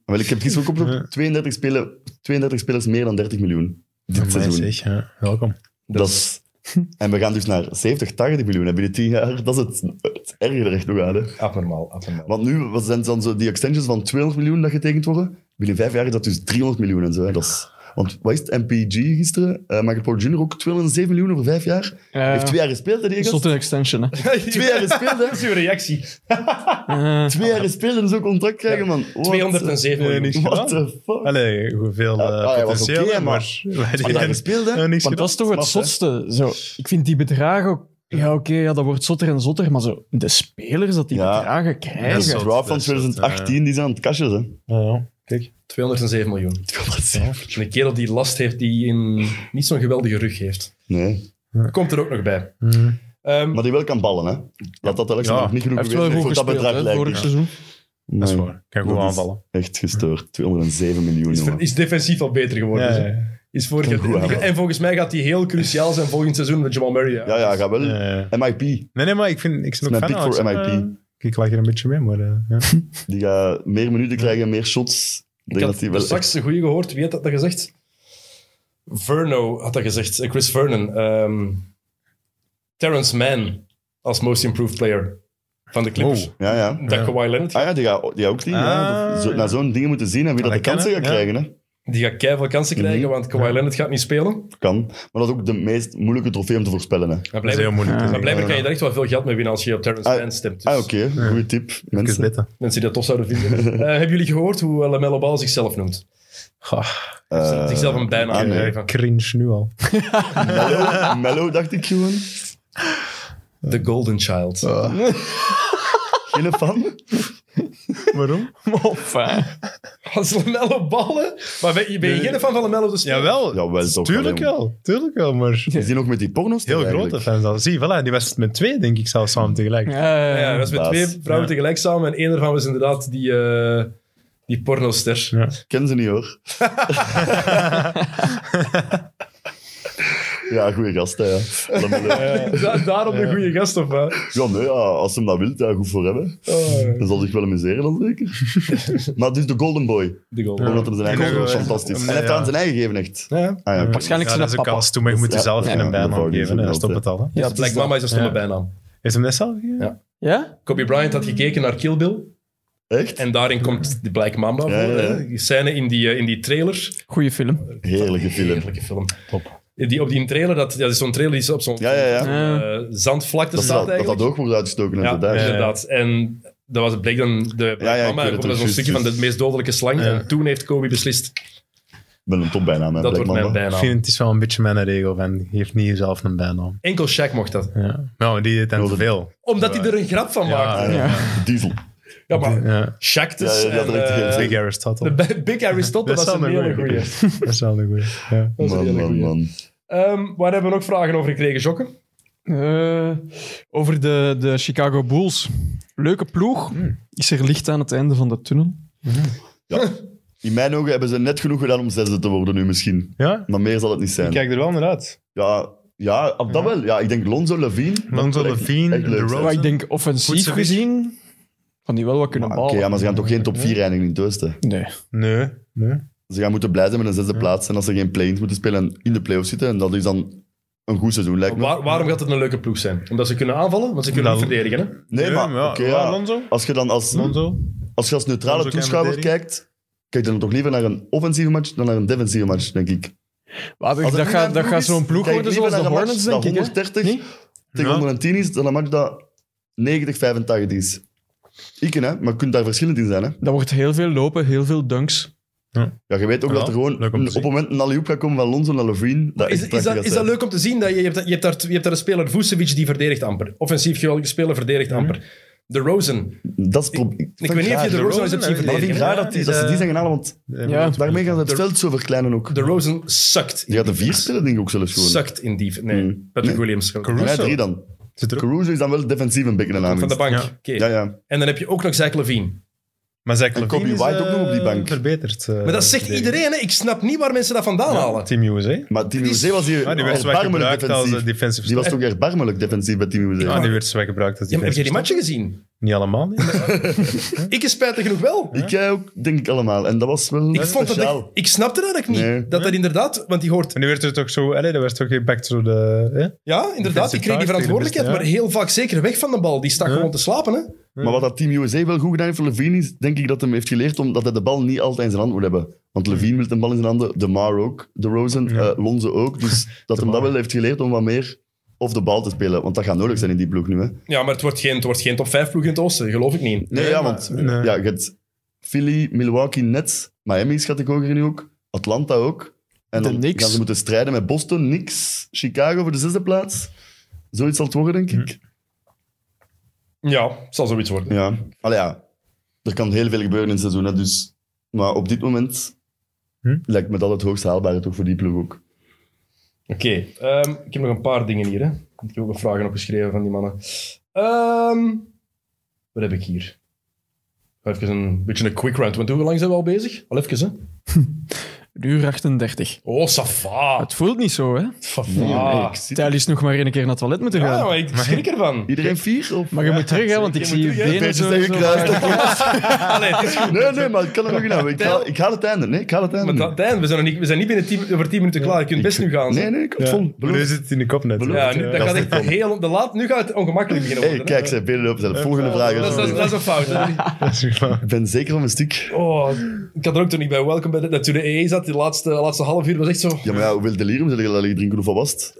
Speaker 2: Wel, ik heb gisteren ook
Speaker 3: Ja.
Speaker 2: opgezocht, 32, spelen, 32 spelers meer dan 30 miljoen dit
Speaker 3: Maar het
Speaker 2: seizoen.
Speaker 3: zeg, ja. Welkom.
Speaker 2: Dat is- en we gaan dus naar 70, 80 miljoen hè, binnen 10 jaar. Dat is het, het erge er echt nog aan. hè.
Speaker 1: Abnormaal, abnormaal.
Speaker 2: Want nu wat zijn dan zo die extensions van 200 miljoen dat getekend worden. Binnen 5 jaar is dat dus 300 miljoen en zo. Hè. Dat is, want wat is het? MPG gisteren? Eh Michael Porter Jr. ook 207 miljoen over 5 jaar.
Speaker 3: Eh,
Speaker 4: Ja,
Speaker 2: Heeft 2 jaar gespeeld, hè, die gast?
Speaker 4: Tot een extension, hè.
Speaker 2: Twee jaar gespeeld, hè?
Speaker 1: Dat is uw reactie.
Speaker 4: Eh,
Speaker 2: Twee jaar gespeeld en zo'n contract krijgen, man. What-
Speaker 1: 207
Speaker 3: Nee,
Speaker 1: miljoen.
Speaker 3: niks
Speaker 2: What
Speaker 3: gedaan.
Speaker 2: the fuck?
Speaker 3: Allee, hoeveel eh,
Speaker 2: Ah, ah, hij was
Speaker 3: potentieel,
Speaker 2: oké,
Speaker 3: hè,
Speaker 2: maar-
Speaker 3: maar...
Speaker 2: Twee jaar gespeeld, hè?
Speaker 3: Ja, niks
Speaker 2: Want
Speaker 4: Dat is toch het
Speaker 2: Snap, hè?
Speaker 4: zotste. Zo, ik vind die bedragen ook... Ja, oké, ja, dat wordt zotter en zotter, maar zo, de spelers dat die
Speaker 2: Ja.
Speaker 4: bedragen
Speaker 2: Ja, de
Speaker 4: krijgen...
Speaker 3: is zot,
Speaker 2: draft
Speaker 3: dat
Speaker 2: van
Speaker 3: is zot,
Speaker 2: 2018, die zijn aan het cashen, hè.
Speaker 3: Ja, ja. kijk.
Speaker 1: 207 miljoen. Een kerel die last heeft, die een, niet zo'n geweldige rug heeft.
Speaker 2: Nee.
Speaker 1: Komt er ook nog bij.
Speaker 3: Mhm.
Speaker 1: Ehm,
Speaker 2: Maar die wel kan ballen, hè. Laat dat Alex
Speaker 3: Ja.
Speaker 2: nog niet genoeg
Speaker 4: Hij heeft wel
Speaker 2: bewezen heeft voor dat
Speaker 4: goed gespeeld,
Speaker 2: bedrag
Speaker 4: hè,
Speaker 2: lijkt.
Speaker 4: vorig seizoen.
Speaker 2: me.
Speaker 3: Dat is
Speaker 2: Nee,
Speaker 3: waar.
Speaker 2: dat
Speaker 3: Kan goed
Speaker 2: is
Speaker 3: aanvallen.
Speaker 2: Echt gestoord. 207 miljoen,
Speaker 1: is,
Speaker 2: jongen.
Speaker 1: is defensief al beter geworden.
Speaker 3: Ja,
Speaker 1: dus, hè.
Speaker 3: ja,
Speaker 1: Is vorig jaar-
Speaker 2: Goed, hè.
Speaker 1: en volgens mij gaat hij heel cruciaal zijn volgend seizoen met Jamal Murray.
Speaker 2: Ja, ja, ga wel.
Speaker 3: ja, ja.
Speaker 2: MIP.
Speaker 3: Nee, nee, maar ik, vind, ik ben
Speaker 2: Mijn
Speaker 3: ook fan
Speaker 2: pick voor
Speaker 3: Alex,
Speaker 2: MIP.
Speaker 3: eh, Ik lag hier een beetje mee, maar... eh, ja.
Speaker 2: Die gaat meer minuten krijgen, meer shots. Ik
Speaker 1: Ik
Speaker 2: denk
Speaker 1: had
Speaker 2: dat die wel...
Speaker 1: straks een goede gehoord. Wie had dat, dat gezegd? Verno had dat gezegd. Eh, Chris Vernon. ehm Terrence Mann als most improved player. van de Clippers.
Speaker 2: Ja, ja.
Speaker 1: Dat Kawhi Leonard,
Speaker 2: Ah ja, die gaat, die gaat ook die. ja.
Speaker 3: Ah,
Speaker 2: Zo,
Speaker 3: ja.
Speaker 2: naar zo'n ding moeten zien en wie dat de
Speaker 3: Dat
Speaker 2: kansen gaat
Speaker 3: kennen, ja.
Speaker 2: krijgen. Hè.
Speaker 1: die gaat keihard kansen krijgen,
Speaker 2: Mhm.
Speaker 1: want Kawhi Leonard gaat niet spelen.
Speaker 2: Kan. Maar dat is ook de meest moeilijke trofee om te voorspellen. Hè.
Speaker 1: Maar
Speaker 3: Dat is heel
Speaker 1: blijkbaar,
Speaker 3: moeilijk. te
Speaker 4: Ja.
Speaker 1: maar
Speaker 3: zeggen.
Speaker 1: blijkbaar kan je daar echt wel veel geld mee winnen als je op Terrence
Speaker 2: Ah,
Speaker 1: Mann stemt. Dus
Speaker 2: Ah, oké. Goeie tip.
Speaker 3: Even
Speaker 2: Mensen.
Speaker 3: bidden.
Speaker 1: Mensen die dat tof zouden vinden. Eh, hebben jullie gehoord hoe eh, Lamelo Ball zichzelf noemt?
Speaker 2: Eh,
Speaker 1: zichzelf een bijnaam
Speaker 2: ah, nee.
Speaker 1: gegeven.
Speaker 3: eh, Cringe nu al.
Speaker 2: Mellow, mellow, dacht ik gewoon.
Speaker 1: The Golden Child.
Speaker 2: Ah. Geen fan?
Speaker 3: Waarom?
Speaker 2: eh.
Speaker 4: Enfin.
Speaker 1: Als Lamello ballen. Maar ben je, ben je
Speaker 3: Nee.
Speaker 1: geen fan van Lamello? Dus
Speaker 3: Jawel.
Speaker 2: Ja, wel toch.
Speaker 3: Tuurlijk
Speaker 2: alleen.
Speaker 3: wel. Tuurlijk wel, maar...
Speaker 2: Is die nog met die porno's?
Speaker 3: Heel grote fans al. Zie, voilà, die was met twee, denk ik, zelfs samen tegelijk.
Speaker 4: Ja,
Speaker 1: Ja,
Speaker 4: ja,
Speaker 1: hij
Speaker 4: ja.
Speaker 1: was met
Speaker 2: Baas.
Speaker 1: twee vrouwen
Speaker 3: Ja.
Speaker 1: tegelijk samen. En één daarvan was inderdaad die, eh die pornoster.
Speaker 3: Ja.
Speaker 2: Ken ze niet hoor. ja, goede gast, hè, ja. Allemaal leuk.
Speaker 1: Da- daarom de goede gast, of wat? Oh.
Speaker 2: Ja, nee, ja, als ze hem dat wilt, daar goed voor hebben. Dan zal zich wel amuseren, dan zeker. maar dus de Golden Boy.
Speaker 1: De goal.
Speaker 2: Omdat hem zijn eigen
Speaker 3: Golden
Speaker 2: was
Speaker 3: Boy.
Speaker 2: fantastisch. En
Speaker 3: Ja.
Speaker 2: hij heeft aan zijn eigen gegeven, echt.
Speaker 3: Ja.
Speaker 2: Ah, ja, oké.
Speaker 4: Waarschijnlijk
Speaker 3: Ja,
Speaker 4: zijn
Speaker 3: dat
Speaker 4: dat
Speaker 3: is ook
Speaker 4: papa.
Speaker 3: als toen, maar je moet
Speaker 2: Ja,
Speaker 3: er zelf
Speaker 2: ja,
Speaker 3: geen
Speaker 2: ja, dat
Speaker 3: bijnaam
Speaker 2: wou ik
Speaker 3: geven.
Speaker 2: niet
Speaker 3: hè.
Speaker 2: zo
Speaker 3: Stop het al. hè.
Speaker 4: Ja,
Speaker 1: Dat
Speaker 4: het is
Speaker 1: Black Mama
Speaker 4: dat.
Speaker 1: is een stomme
Speaker 3: Ja.
Speaker 1: bijnaam.
Speaker 3: Heeft hem dat zelf gegeven?
Speaker 1: Ja.
Speaker 4: Ja?
Speaker 1: Kobe Bryant had gekeken naar Kill Bill.
Speaker 2: Echt?
Speaker 1: En daarin komt de Black Mamba voor.
Speaker 2: Ja, ja, ja.
Speaker 1: hè. Die scène in die, eh, in die trailer.
Speaker 4: Goeie film.
Speaker 2: Heerlijke film.
Speaker 1: Heerlijke film. Die, op die trailer, dat, dat is zo'n trailer die is op zo'n
Speaker 2: Ja, ja, ja.
Speaker 1: eh, zandvlakte
Speaker 2: Dat
Speaker 1: staat
Speaker 2: dat, dat
Speaker 1: eigenlijk.
Speaker 2: dat ook wordt uitgestoken,
Speaker 1: Ja,
Speaker 2: inderdaad.
Speaker 3: ja.
Speaker 1: inderdaad. En dat was, bleek dan de
Speaker 2: Ja, ja, ik
Speaker 1: mama, dat
Speaker 2: weet het ook,
Speaker 1: was zo'n
Speaker 2: juist,
Speaker 1: stukje van de
Speaker 2: juist.
Speaker 1: meest dodelijke slang.
Speaker 3: Ja.
Speaker 1: En toen heeft Kobe beslist,
Speaker 2: Ik ben een topbijnaam, hè.
Speaker 1: dat
Speaker 2: Black
Speaker 1: wordt mijn
Speaker 2: Mamba.
Speaker 3: Ik
Speaker 1: bijnaam.
Speaker 3: vind het is wel een beetje mijn regel, van je heeft niet zelf een bijnaam.
Speaker 1: Enkel Shaq mocht dat.
Speaker 3: Ja. Nou, die deed dan te veel.
Speaker 1: Omdat hij er een grap van maakte.
Speaker 2: Ah, ja. Diesel.
Speaker 1: Ja, maar
Speaker 3: Ja.
Speaker 1: Shaq dus.
Speaker 2: Ja, ja, dat
Speaker 1: en,
Speaker 2: heeft
Speaker 1: eh,
Speaker 2: geen
Speaker 3: Big
Speaker 2: zin.
Speaker 3: Aristotle.
Speaker 1: de Bi- Big Aristotle was een hele goeie.
Speaker 3: goeie. Dat is wel een goeie. Ja.
Speaker 1: Dat is een
Speaker 2: Man,
Speaker 1: hele
Speaker 2: man,
Speaker 1: goeie.
Speaker 2: man.
Speaker 1: Ehm, waar hebben we nog vragen over gekregen, Jokken?
Speaker 4: Eh, over de, de Chicago Bulls. Leuke ploeg.
Speaker 2: Hmm.
Speaker 4: Is er licht aan het einde van de tunnel?
Speaker 2: In mijn ogen hebben ze net genoeg gedaan om zesde te worden nu misschien.
Speaker 3: ja?
Speaker 2: Maar meer zal het niet
Speaker 3: Ik
Speaker 2: zijn.
Speaker 3: kijk er wel naar uit.
Speaker 2: Ja, ja op dat wel. Ja, ik denk Lonzo Levine.
Speaker 3: Lonzo
Speaker 2: Dat zou echt-
Speaker 3: Levine,
Speaker 2: echt leuk
Speaker 3: de
Speaker 2: zijn.
Speaker 3: Rose.
Speaker 4: Maar ik denk offensief
Speaker 3: Poetsevic.
Speaker 4: gezien, van die wel wat kunnen
Speaker 2: Maar Oké,
Speaker 4: balen.
Speaker 2: ja, maar ze gaan toch geen top 4 eindigen in het oosten.
Speaker 4: Nee.
Speaker 3: Nee. nee.
Speaker 2: Ze gaan moeten blij zijn met een zesde plaats en als ze geen play-ins moeten spelen en in de play-offs zitten. En dat is dan een goed seizoen, lijkt me.
Speaker 1: Waar- waarom gaat het een leuke ploeg zijn? Omdat ze kunnen aanvallen, want ze kunnen
Speaker 3: Nou,
Speaker 1: niet verdedigen. Hè?
Speaker 2: Nee, maar
Speaker 3: ja.
Speaker 2: oké,
Speaker 3: Ja,
Speaker 2: ja. Hm?
Speaker 3: Lonzo?
Speaker 2: als je dan als,
Speaker 3: Lonzo?
Speaker 2: als, je als neutrale
Speaker 3: Lonzo kan
Speaker 2: toeschouwer
Speaker 3: verdedigen.
Speaker 2: kijkt, kijk dan toch liever naar een offensieve match dan naar een defensieve match, denk ik.
Speaker 4: Maar
Speaker 2: Als het
Speaker 4: dat
Speaker 2: nu
Speaker 4: gaat
Speaker 2: een
Speaker 4: dat gaat
Speaker 2: is,
Speaker 4: zo'n ploeg
Speaker 2: kijk
Speaker 4: worden
Speaker 2: liever
Speaker 4: zoals de
Speaker 2: naar een match
Speaker 4: Hornets, denk ik. hè?
Speaker 2: dat 130
Speaker 4: Nee?
Speaker 2: tegen
Speaker 3: Ja.
Speaker 2: 110 is dan een match dat 90, 85 is. Ik hè, maar je kunt daar verschillend in zijn. Hè.
Speaker 4: Dat wordt heel veel lopen, heel veel dunks.
Speaker 2: Ja, je weet ook
Speaker 3: Ja,
Speaker 2: dat er gewoon
Speaker 3: leuk om te
Speaker 2: een- op
Speaker 3: zien.
Speaker 2: het moment een alley-oop gaat komen van Lonzo naar Levine. Dat
Speaker 1: Is,
Speaker 2: echt
Speaker 1: is,
Speaker 2: prachtig
Speaker 1: dat,
Speaker 2: gaat
Speaker 1: is dat
Speaker 2: zijn.
Speaker 1: leuk om te zien? Dat je, je, hebt, je, hebt daar, je hebt daar een speler, Vucevic, die verdedigt amper. Offensief geweldige speler, verdedigt amper. De Rosen.
Speaker 2: Dat is het probleem.
Speaker 1: Ik weet niet of je de Rosen
Speaker 3: de
Speaker 1: al eens
Speaker 3: Rosen,
Speaker 1: hebt zien
Speaker 2: Maar dat
Speaker 3: hè,
Speaker 2: vind
Speaker 1: verdedigen.
Speaker 2: ik
Speaker 1: hè?
Speaker 2: raar dat, die, dat ze die zijn gaan halen, want
Speaker 4: Ja.
Speaker 2: daarmee gaan ze het veld zo verkleinen ook.
Speaker 1: eh, De Ah, Rosen sukt.
Speaker 2: Die gaat een vier spelen, denk ik ook zelfs gewoon.
Speaker 1: Sukt in die... Nee,
Speaker 2: Mm.
Speaker 1: Patrick
Speaker 2: Nee.
Speaker 1: Williams. Ah,
Speaker 2: En hij
Speaker 3: Caruso.
Speaker 2: drie dan.
Speaker 3: Zit er ook.
Speaker 2: Caruso is dan wel defensief een beetje een naam.
Speaker 1: Van de bank.
Speaker 3: Ja.
Speaker 1: Oké.
Speaker 2: Ja, ja.
Speaker 1: En dan heb je ook nog Zach Levine.
Speaker 3: Maar Zach
Speaker 2: En
Speaker 3: Levine
Speaker 2: Kobe
Speaker 3: is,
Speaker 2: White ook nog op die
Speaker 3: eh,
Speaker 2: bank.
Speaker 3: Verbeterd.
Speaker 1: Maar
Speaker 2: Eh,
Speaker 1: dat zegt iedereen. Hè? Ik snap niet waar mensen dat vandaan halen.
Speaker 3: Team USA.
Speaker 2: Maar Team USA was hier
Speaker 3: Ah, die werd zwaar
Speaker 2: erbarmelijk
Speaker 3: gebruikt als eh,
Speaker 2: defensief.
Speaker 3: defensive
Speaker 2: Die was
Speaker 3: stop.
Speaker 2: toch erbarmelijk defensief bij Team USA.
Speaker 3: Ah, die werd zwaar gebruikt als
Speaker 1: Ja, maar heb
Speaker 3: defensive
Speaker 1: je die
Speaker 3: stop.
Speaker 1: matchen gezien?
Speaker 3: Niet allemaal, niet.
Speaker 1: Ik is spijtig genoeg wel.
Speaker 2: Ik jij ook, denk ik allemaal. En dat was wel
Speaker 1: Ik, vond dat
Speaker 2: speciaal.
Speaker 1: echt- ik snapte dat eigenlijk niet.
Speaker 2: Nee.
Speaker 1: Dat dat inderdaad, want die hoort,
Speaker 3: En die werd er toch zo... Allee, dat werd toch gepakt door de... Hè?
Speaker 1: ja, inderdaad, die kreeg die verantwoordelijkheid, maar heel vaak zeker weg van de bal. Die stak gewoon te slapen. Hè?
Speaker 2: Maar wat dat Team USA wel goed gedaan heeft voor Levine is, denk ik dat hem heeft geleerd omdat hij de bal niet altijd in zijn hand moet hebben. Want Levine wil de bal in zijn handen, De Mar ook, De Rosen, eh, Lonzo ook. Dus dat hem dat wel heeft geleerd om wat meer of de bal te spelen. Want dat gaat nodig zijn in die ploeg nu. Hè.
Speaker 1: Ja, maar het wordt geen, het wordt geen top 5 ploeg in het oosten, geloof ik niet.
Speaker 2: Nee,
Speaker 3: Nee,
Speaker 2: ja,
Speaker 3: maar-
Speaker 2: want
Speaker 3: nee.
Speaker 2: Ja, je hebt Philly, Milwaukee, Nets, Miami schat ik ook er nu ook, Atlanta ook. En
Speaker 4: De
Speaker 2: dan
Speaker 4: Knicks.
Speaker 2: gaan ze moeten strijden met Boston, Knicks, Chicago voor de zesde plaats. Zoiets zal het worden, denk ik.
Speaker 1: Ja, het zal zoiets worden.
Speaker 2: Ja. Allee, ja, er kan heel veel gebeuren in het seizoen, hè, dus... Maar op dit moment
Speaker 3: Hm?
Speaker 2: lijkt me dat het hoogst haalbare toch voor die ploeg ook.
Speaker 1: Oké, ehm, ik heb nog een paar dingen hier. Hè. Ik heb ook nog vragen opgeschreven van die mannen. Ehm, wat heb ik hier? Even een beetje een quick round, want hoe lang zijn we al bezig? Al even, hè?
Speaker 4: Een uur 38.
Speaker 1: Oh, sava.
Speaker 4: Het voelt niet zo, hè?
Speaker 2: Nee,
Speaker 1: Sava.
Speaker 2: ik zit-
Speaker 4: Tijl is nog maar één keer naar het toilet moeten gaan.
Speaker 1: Ja, Ah, maar ik schrik ervan.
Speaker 2: Iedereen vier? Of?
Speaker 4: Maar je moet terug, hè, want ik
Speaker 1: je
Speaker 4: zie
Speaker 1: moet
Speaker 4: je
Speaker 1: terug, hè.
Speaker 4: benen
Speaker 2: Beetjes
Speaker 4: zo.
Speaker 2: tegen
Speaker 4: zo-
Speaker 2: kruis.
Speaker 1: Allee, Ah, het is goed.
Speaker 2: Nee, nee, maar ik kan er nog in hebben. Ik haal, ik haal het einde. Nee, ik haal het einde.
Speaker 1: Maar
Speaker 2: nu.
Speaker 1: dat- Dan, we, zijn nog niet, we zijn niet binnen tien, over 10 minuten klaar. Je kunt best nu gaan.
Speaker 2: Nee, nee, ik het vol.
Speaker 3: Nu zit het in de kop net.
Speaker 2: Beloofd,
Speaker 1: Ja, nu, dat
Speaker 2: Dat
Speaker 1: gaat
Speaker 2: is
Speaker 1: echt
Speaker 2: niet dom.
Speaker 1: heel... De laat, nu gaat het ongemakkelijk beginnen
Speaker 2: Hey,
Speaker 1: worden. hè.
Speaker 2: kijk, zijn benen lopen. zelf. Volgende vraag.
Speaker 1: Dat is, dat, is, dat
Speaker 2: alsjeblieft.
Speaker 1: is een fout. hè.
Speaker 3: Dat is gewoon-
Speaker 2: Ik ben zeker van mijn stuk.
Speaker 1: Oh, ik had er ook toen ik bij Welcome bij dat toen de EE zat, die laatste, laatste half uur was echt zo.
Speaker 2: Ja, maar ja, hoeveel delirium zullen je dat liggen drinken? Hoeveel was het?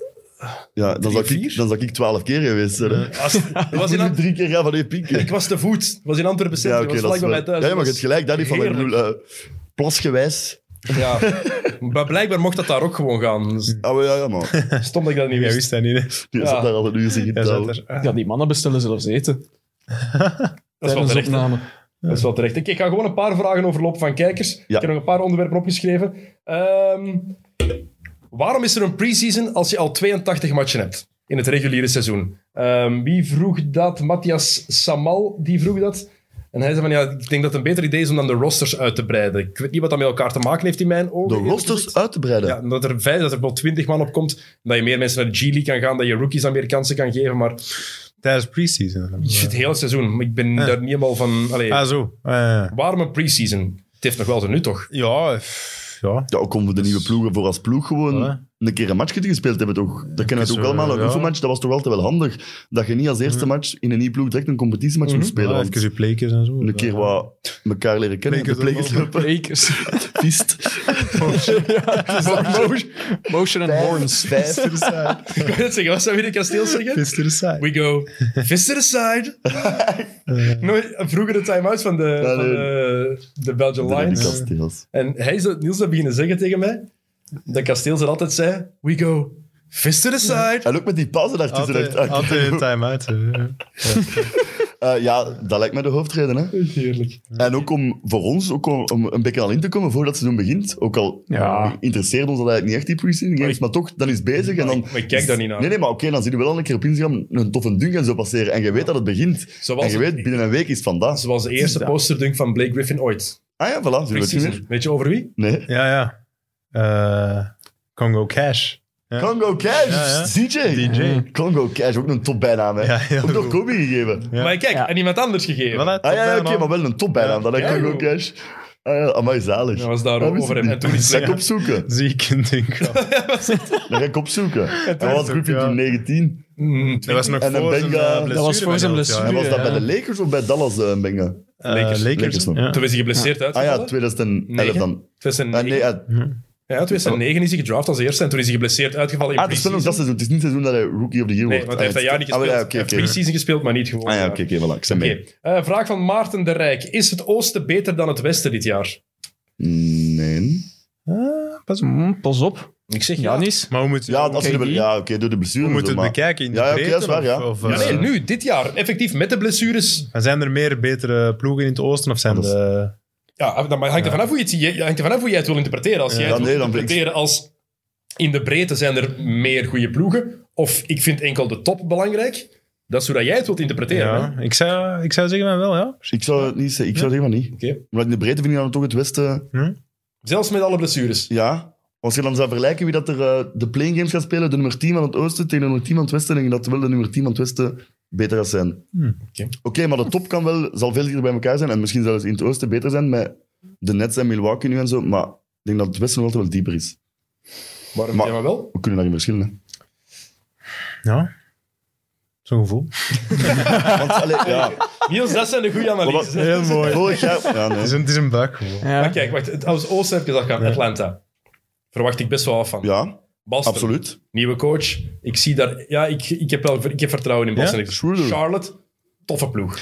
Speaker 2: Ja, dan zou
Speaker 1: vier?
Speaker 2: ik, dan zou ik twaalf keer geweest zijn. hè.
Speaker 1: Als, er was in
Speaker 2: Ik moet
Speaker 1: Ant-
Speaker 2: drie keer gaan van één piek.
Speaker 1: ik was te voet. Ik was in Antwerpen
Speaker 2: Ja,
Speaker 1: Centrum.
Speaker 2: oké,
Speaker 1: ik was
Speaker 2: dat
Speaker 1: vlak bij
Speaker 2: is wel...
Speaker 1: mij
Speaker 2: Ja,
Speaker 1: thuis.
Speaker 2: ja, maar je hebt gelijk. Dat niet van, ik bedoel, eh, plasgewijs.
Speaker 1: Ja. Maar blijkbaar mocht dat daar ook gewoon gaan. Dus
Speaker 2: Ah, maar ja, ja, maar.
Speaker 1: Stom dat ik dat niet
Speaker 3: Jij
Speaker 1: wist.
Speaker 3: wist dat niet, hè?
Speaker 2: Je
Speaker 1: Ja.
Speaker 2: zat daar al een uur zich in
Speaker 3: Jij
Speaker 2: touw.
Speaker 3: zat er. Ah,
Speaker 4: Ja, die mannen bestellen zelfs eten.
Speaker 1: Dat is wel
Speaker 4: tijdens
Speaker 1: terecht. hè.
Speaker 4: opname.
Speaker 1: Dat is wel terecht. Ik, ik ga gewoon een paar vragen overlopen van kijkers. Ik heb nog een paar onderwerpen opgeschreven. Ehm, waarom is er een pre-season als je al 82 matchen hebt in het reguliere seizoen? Ehm, wie vroeg dat? Matthias Samal, die vroeg dat. En hij zei van, ja, ik denk dat het een beter idee is om dan de rosters uit te breiden. Ik weet niet wat dat met elkaar te maken heeft in mijn ogen.
Speaker 2: De
Speaker 1: eerlijk
Speaker 2: rosters
Speaker 1: gezegd.
Speaker 2: uit te breiden.
Speaker 1: Ja, dat er vijf, dat er wel 20 man op komt. Dat je meer mensen naar de G-League kan gaan, dat je rookies aan meer kansen kan geven. Maar
Speaker 3: Tijdens pre-season.
Speaker 1: het hele seizoen, ik ben daar niet helemaal van... Allee,
Speaker 3: Ah, zo. Ah, ja.
Speaker 1: waarom een pre-season? Het heeft nog wel zijn nu, toch?
Speaker 3: Ja, pff, ja.
Speaker 2: Ja, ook om voor de
Speaker 1: Dus-
Speaker 2: nieuwe ploegen voor als ploeg gewoon
Speaker 3: Ja.
Speaker 2: een keer een matchje te gespeeld hebben, toch? Dat kennen we
Speaker 3: is
Speaker 2: ook
Speaker 3: zo,
Speaker 2: allemaal. Een
Speaker 3: ja. Mhm.
Speaker 2: oefenmatch, dat was toch altijd wel handig. Dat je niet als eerste match in een nieuwe ploeg direct een competitiematch moet spelen.
Speaker 3: Ja,
Speaker 2: want
Speaker 3: even je plekers en zo.
Speaker 2: Een keer wat elkaar leren kennen, de
Speaker 3: Plekers
Speaker 2: plegers
Speaker 3: allemaal.
Speaker 2: lopen,
Speaker 4: Lakers.
Speaker 2: pist.
Speaker 4: Motion and horns.
Speaker 2: Vijf.
Speaker 1: Ik wou net zeggen, wat zou Willy Kasteel zeggen?
Speaker 3: Is er saai.
Speaker 1: We go, fist to the side. Nooit- vroeger de time-outs van de,
Speaker 2: Ja,
Speaker 1: van
Speaker 2: nee.
Speaker 1: de, de Belgian
Speaker 2: De
Speaker 1: Lions.
Speaker 2: kasteels.
Speaker 1: En hij is dat, Niels dat beginnen zeggen tegen mij. Dat Kasteel ze altijd zei, we go, fist to the side.
Speaker 2: En ook met die pauze daartussen.
Speaker 3: Altijd,
Speaker 2: echt.
Speaker 3: altijd een time-out. hè.
Speaker 2: Eh, ja, dat lijkt me de hoofdreden. Hè?
Speaker 1: Heerlijk.
Speaker 2: En ook om voor ons ook om, om een beetje al in te komen voordat het seizoen begint. Ook al
Speaker 4: Ja.
Speaker 2: interesseert ons dat eigenlijk niet echt die pre-season games, maar toch, dan is het bezig. En dan,
Speaker 1: Maar ik kijk daar niet naar.
Speaker 2: Nee, nee, maar oké, dan zien we wel een keer op Instagram een toffe dunk en zo passeren. En je weet dat het begint.
Speaker 1: Zoals
Speaker 2: en je
Speaker 1: het-
Speaker 2: weet, binnen een week is het vandaag.
Speaker 1: Zoals de eerste posterdunk van Blake Griffin ooit.
Speaker 2: Ah ja, voilà, zien we het niet
Speaker 1: Precies.
Speaker 2: meer.
Speaker 1: Weet je over wie?
Speaker 2: Nee.
Speaker 3: Ja, ja. Eh, Congo Cash. Ja.
Speaker 2: Congo Cash,
Speaker 3: Ja, ja.
Speaker 2: DJ.
Speaker 3: DJ.
Speaker 2: Congo Cash, ook een topbijnaam. Hè.
Speaker 3: Ja, heel
Speaker 2: ook door
Speaker 3: goed.
Speaker 2: Kobe gegeven.
Speaker 3: Ja.
Speaker 1: Maar kijk,
Speaker 4: Ja.
Speaker 1: en iemand anders gegeven.
Speaker 2: Ah
Speaker 3: Voilà,
Speaker 2: ja, ja,
Speaker 3: top,
Speaker 2: oké,
Speaker 3: man.
Speaker 2: maar wel een topbijnaam. Dan
Speaker 1: Ja,
Speaker 2: Congo
Speaker 1: joh.
Speaker 2: Cash. Ah ja, amai, zalig.
Speaker 1: Dat was daar
Speaker 2: Ah, wist
Speaker 1: over
Speaker 2: ik
Speaker 1: hem.
Speaker 2: niet.
Speaker 1: En toen is
Speaker 2: Ga ik opzoeken.
Speaker 3: Ziek in Dinko.
Speaker 2: Dan ga ik opzoeken. En
Speaker 3: toen
Speaker 2: wat was
Speaker 3: is
Speaker 2: Griffin
Speaker 3: ook, ja.
Speaker 2: toen 19?
Speaker 1: Mm,
Speaker 3: Dat was nog
Speaker 2: En een
Speaker 3: voor zijn
Speaker 2: Benga.
Speaker 3: eh,
Speaker 2: Dat
Speaker 3: blessure.
Speaker 4: was voor zijn
Speaker 3: bedoeld, ja.
Speaker 2: En was
Speaker 4: Ja,
Speaker 2: dat
Speaker 4: ja.
Speaker 2: bij de Lakers of bij Dallas, eh, Benga?
Speaker 3: Eh, Lakers.
Speaker 2: Lakers nog.
Speaker 3: ja.
Speaker 1: Toen is hij geblesseerd uit.
Speaker 2: Ah ja, 2011 dan. Ah, nee, ah,
Speaker 1: Ja, 2009 is hij gedraft als eerste en toen is hij geblesseerd uitgevallen in
Speaker 2: ah, dat is wel nog dat
Speaker 1: pre-season.
Speaker 2: seizoen. Het is niet het seizoen dat hij Rookie of the Year
Speaker 1: Nee,
Speaker 2: wordt.
Speaker 1: want hij heeft dat jaar niet
Speaker 2: Ah,
Speaker 1: gespeeld.
Speaker 2: wel,
Speaker 1: Hij
Speaker 2: ja,
Speaker 1: heeft
Speaker 2: oké, oké.
Speaker 1: pre-season gespeeld, maar niet gewoon.
Speaker 2: Ah ja, oké, oké, voilà, ik ben mee.
Speaker 1: Oké. Eh, vraag van Maarten de Rijk. Is het oosten beter dan het westen dit jaar?
Speaker 2: Nee.
Speaker 3: Ah, pas op.
Speaker 4: Mm, pas op,
Speaker 1: Ik zeg ja.
Speaker 4: Janis.
Speaker 3: Maar we moeten,
Speaker 2: Ja, als je
Speaker 4: KD?
Speaker 2: de, ja oké, door de blessure.
Speaker 3: we
Speaker 2: en
Speaker 3: moeten
Speaker 2: zo,
Speaker 3: het
Speaker 2: maar-
Speaker 3: bekijken in de
Speaker 2: Ja, ja, oké,
Speaker 3: breedte.
Speaker 2: dat is waar, ja.
Speaker 3: of, of,
Speaker 1: Ja, nee,
Speaker 3: eh,
Speaker 1: nu, dit jaar. Effectief, met de blessures.
Speaker 3: Maar zijn er meer betere ploegen in het oosten of zijn
Speaker 2: Dat is-
Speaker 3: de...
Speaker 1: Ja, dat hangt er vanaf hoe je het, je- hangt er vanaf hoe jij het wil interpreteren. Als jij
Speaker 2: Ja,
Speaker 1: het
Speaker 2: nee,
Speaker 1: wil
Speaker 2: dan vind ik-
Speaker 1: interpreteren als in de breedte zijn er meer goede ploegen, of ik vind enkel de top belangrijk, dat is hoe dat jij het wilt interpreteren. hè?
Speaker 3: Ja, ik zou, ik zou zeggen van wel, ja.
Speaker 2: Ik zou het niet zeggen, ik zou zeggen van niet.
Speaker 1: Oké.
Speaker 2: Maar in de breedte vind ik dan toch het Westen.
Speaker 1: Zelfs met alle blessures.
Speaker 2: Ja. Als je dan zou vergelijken wie dat er eh, de playing games gaat spelen, de nummer 10 van het Oosten tegen de nummer 10 van het Westen, denk ik dat wel de nummer 10 van het Westen beter gaat zijn.
Speaker 1: Oké.
Speaker 2: Oké, maar de top kan wel, zal veel dichter bij elkaar zijn en misschien zelfs in het Oosten beter zijn met de Nets en Milwaukee nu en zo. Maar ik denk dat het Westen nog altijd wel dieper is.
Speaker 1: Waarom
Speaker 2: Maar-
Speaker 1: ja, maar wel?
Speaker 2: We kunnen daarin verschillen. hè.
Speaker 3: Ja. Zo'n gevoel.
Speaker 2: Want, allee, ja.
Speaker 1: Niels, dat zijn de goede analyses. hè.
Speaker 3: Heel mooi. Het
Speaker 2: Vorig jaar... Ja, nee.
Speaker 3: is een, het is een buikgevoel.
Speaker 4: Ja.
Speaker 1: Maar kijk, wacht, het- als Oosten heb ik dat gaan, Atlanta. Verwacht ik best wel af van.
Speaker 2: ja
Speaker 1: Boston,
Speaker 2: absoluut.
Speaker 1: nieuwe coach. Ik zie daar... Ja, ik, ik, heb, wel, ik heb vertrouwen in Boston.
Speaker 2: Schroeder.
Speaker 1: Charlotte, toffe ploeg.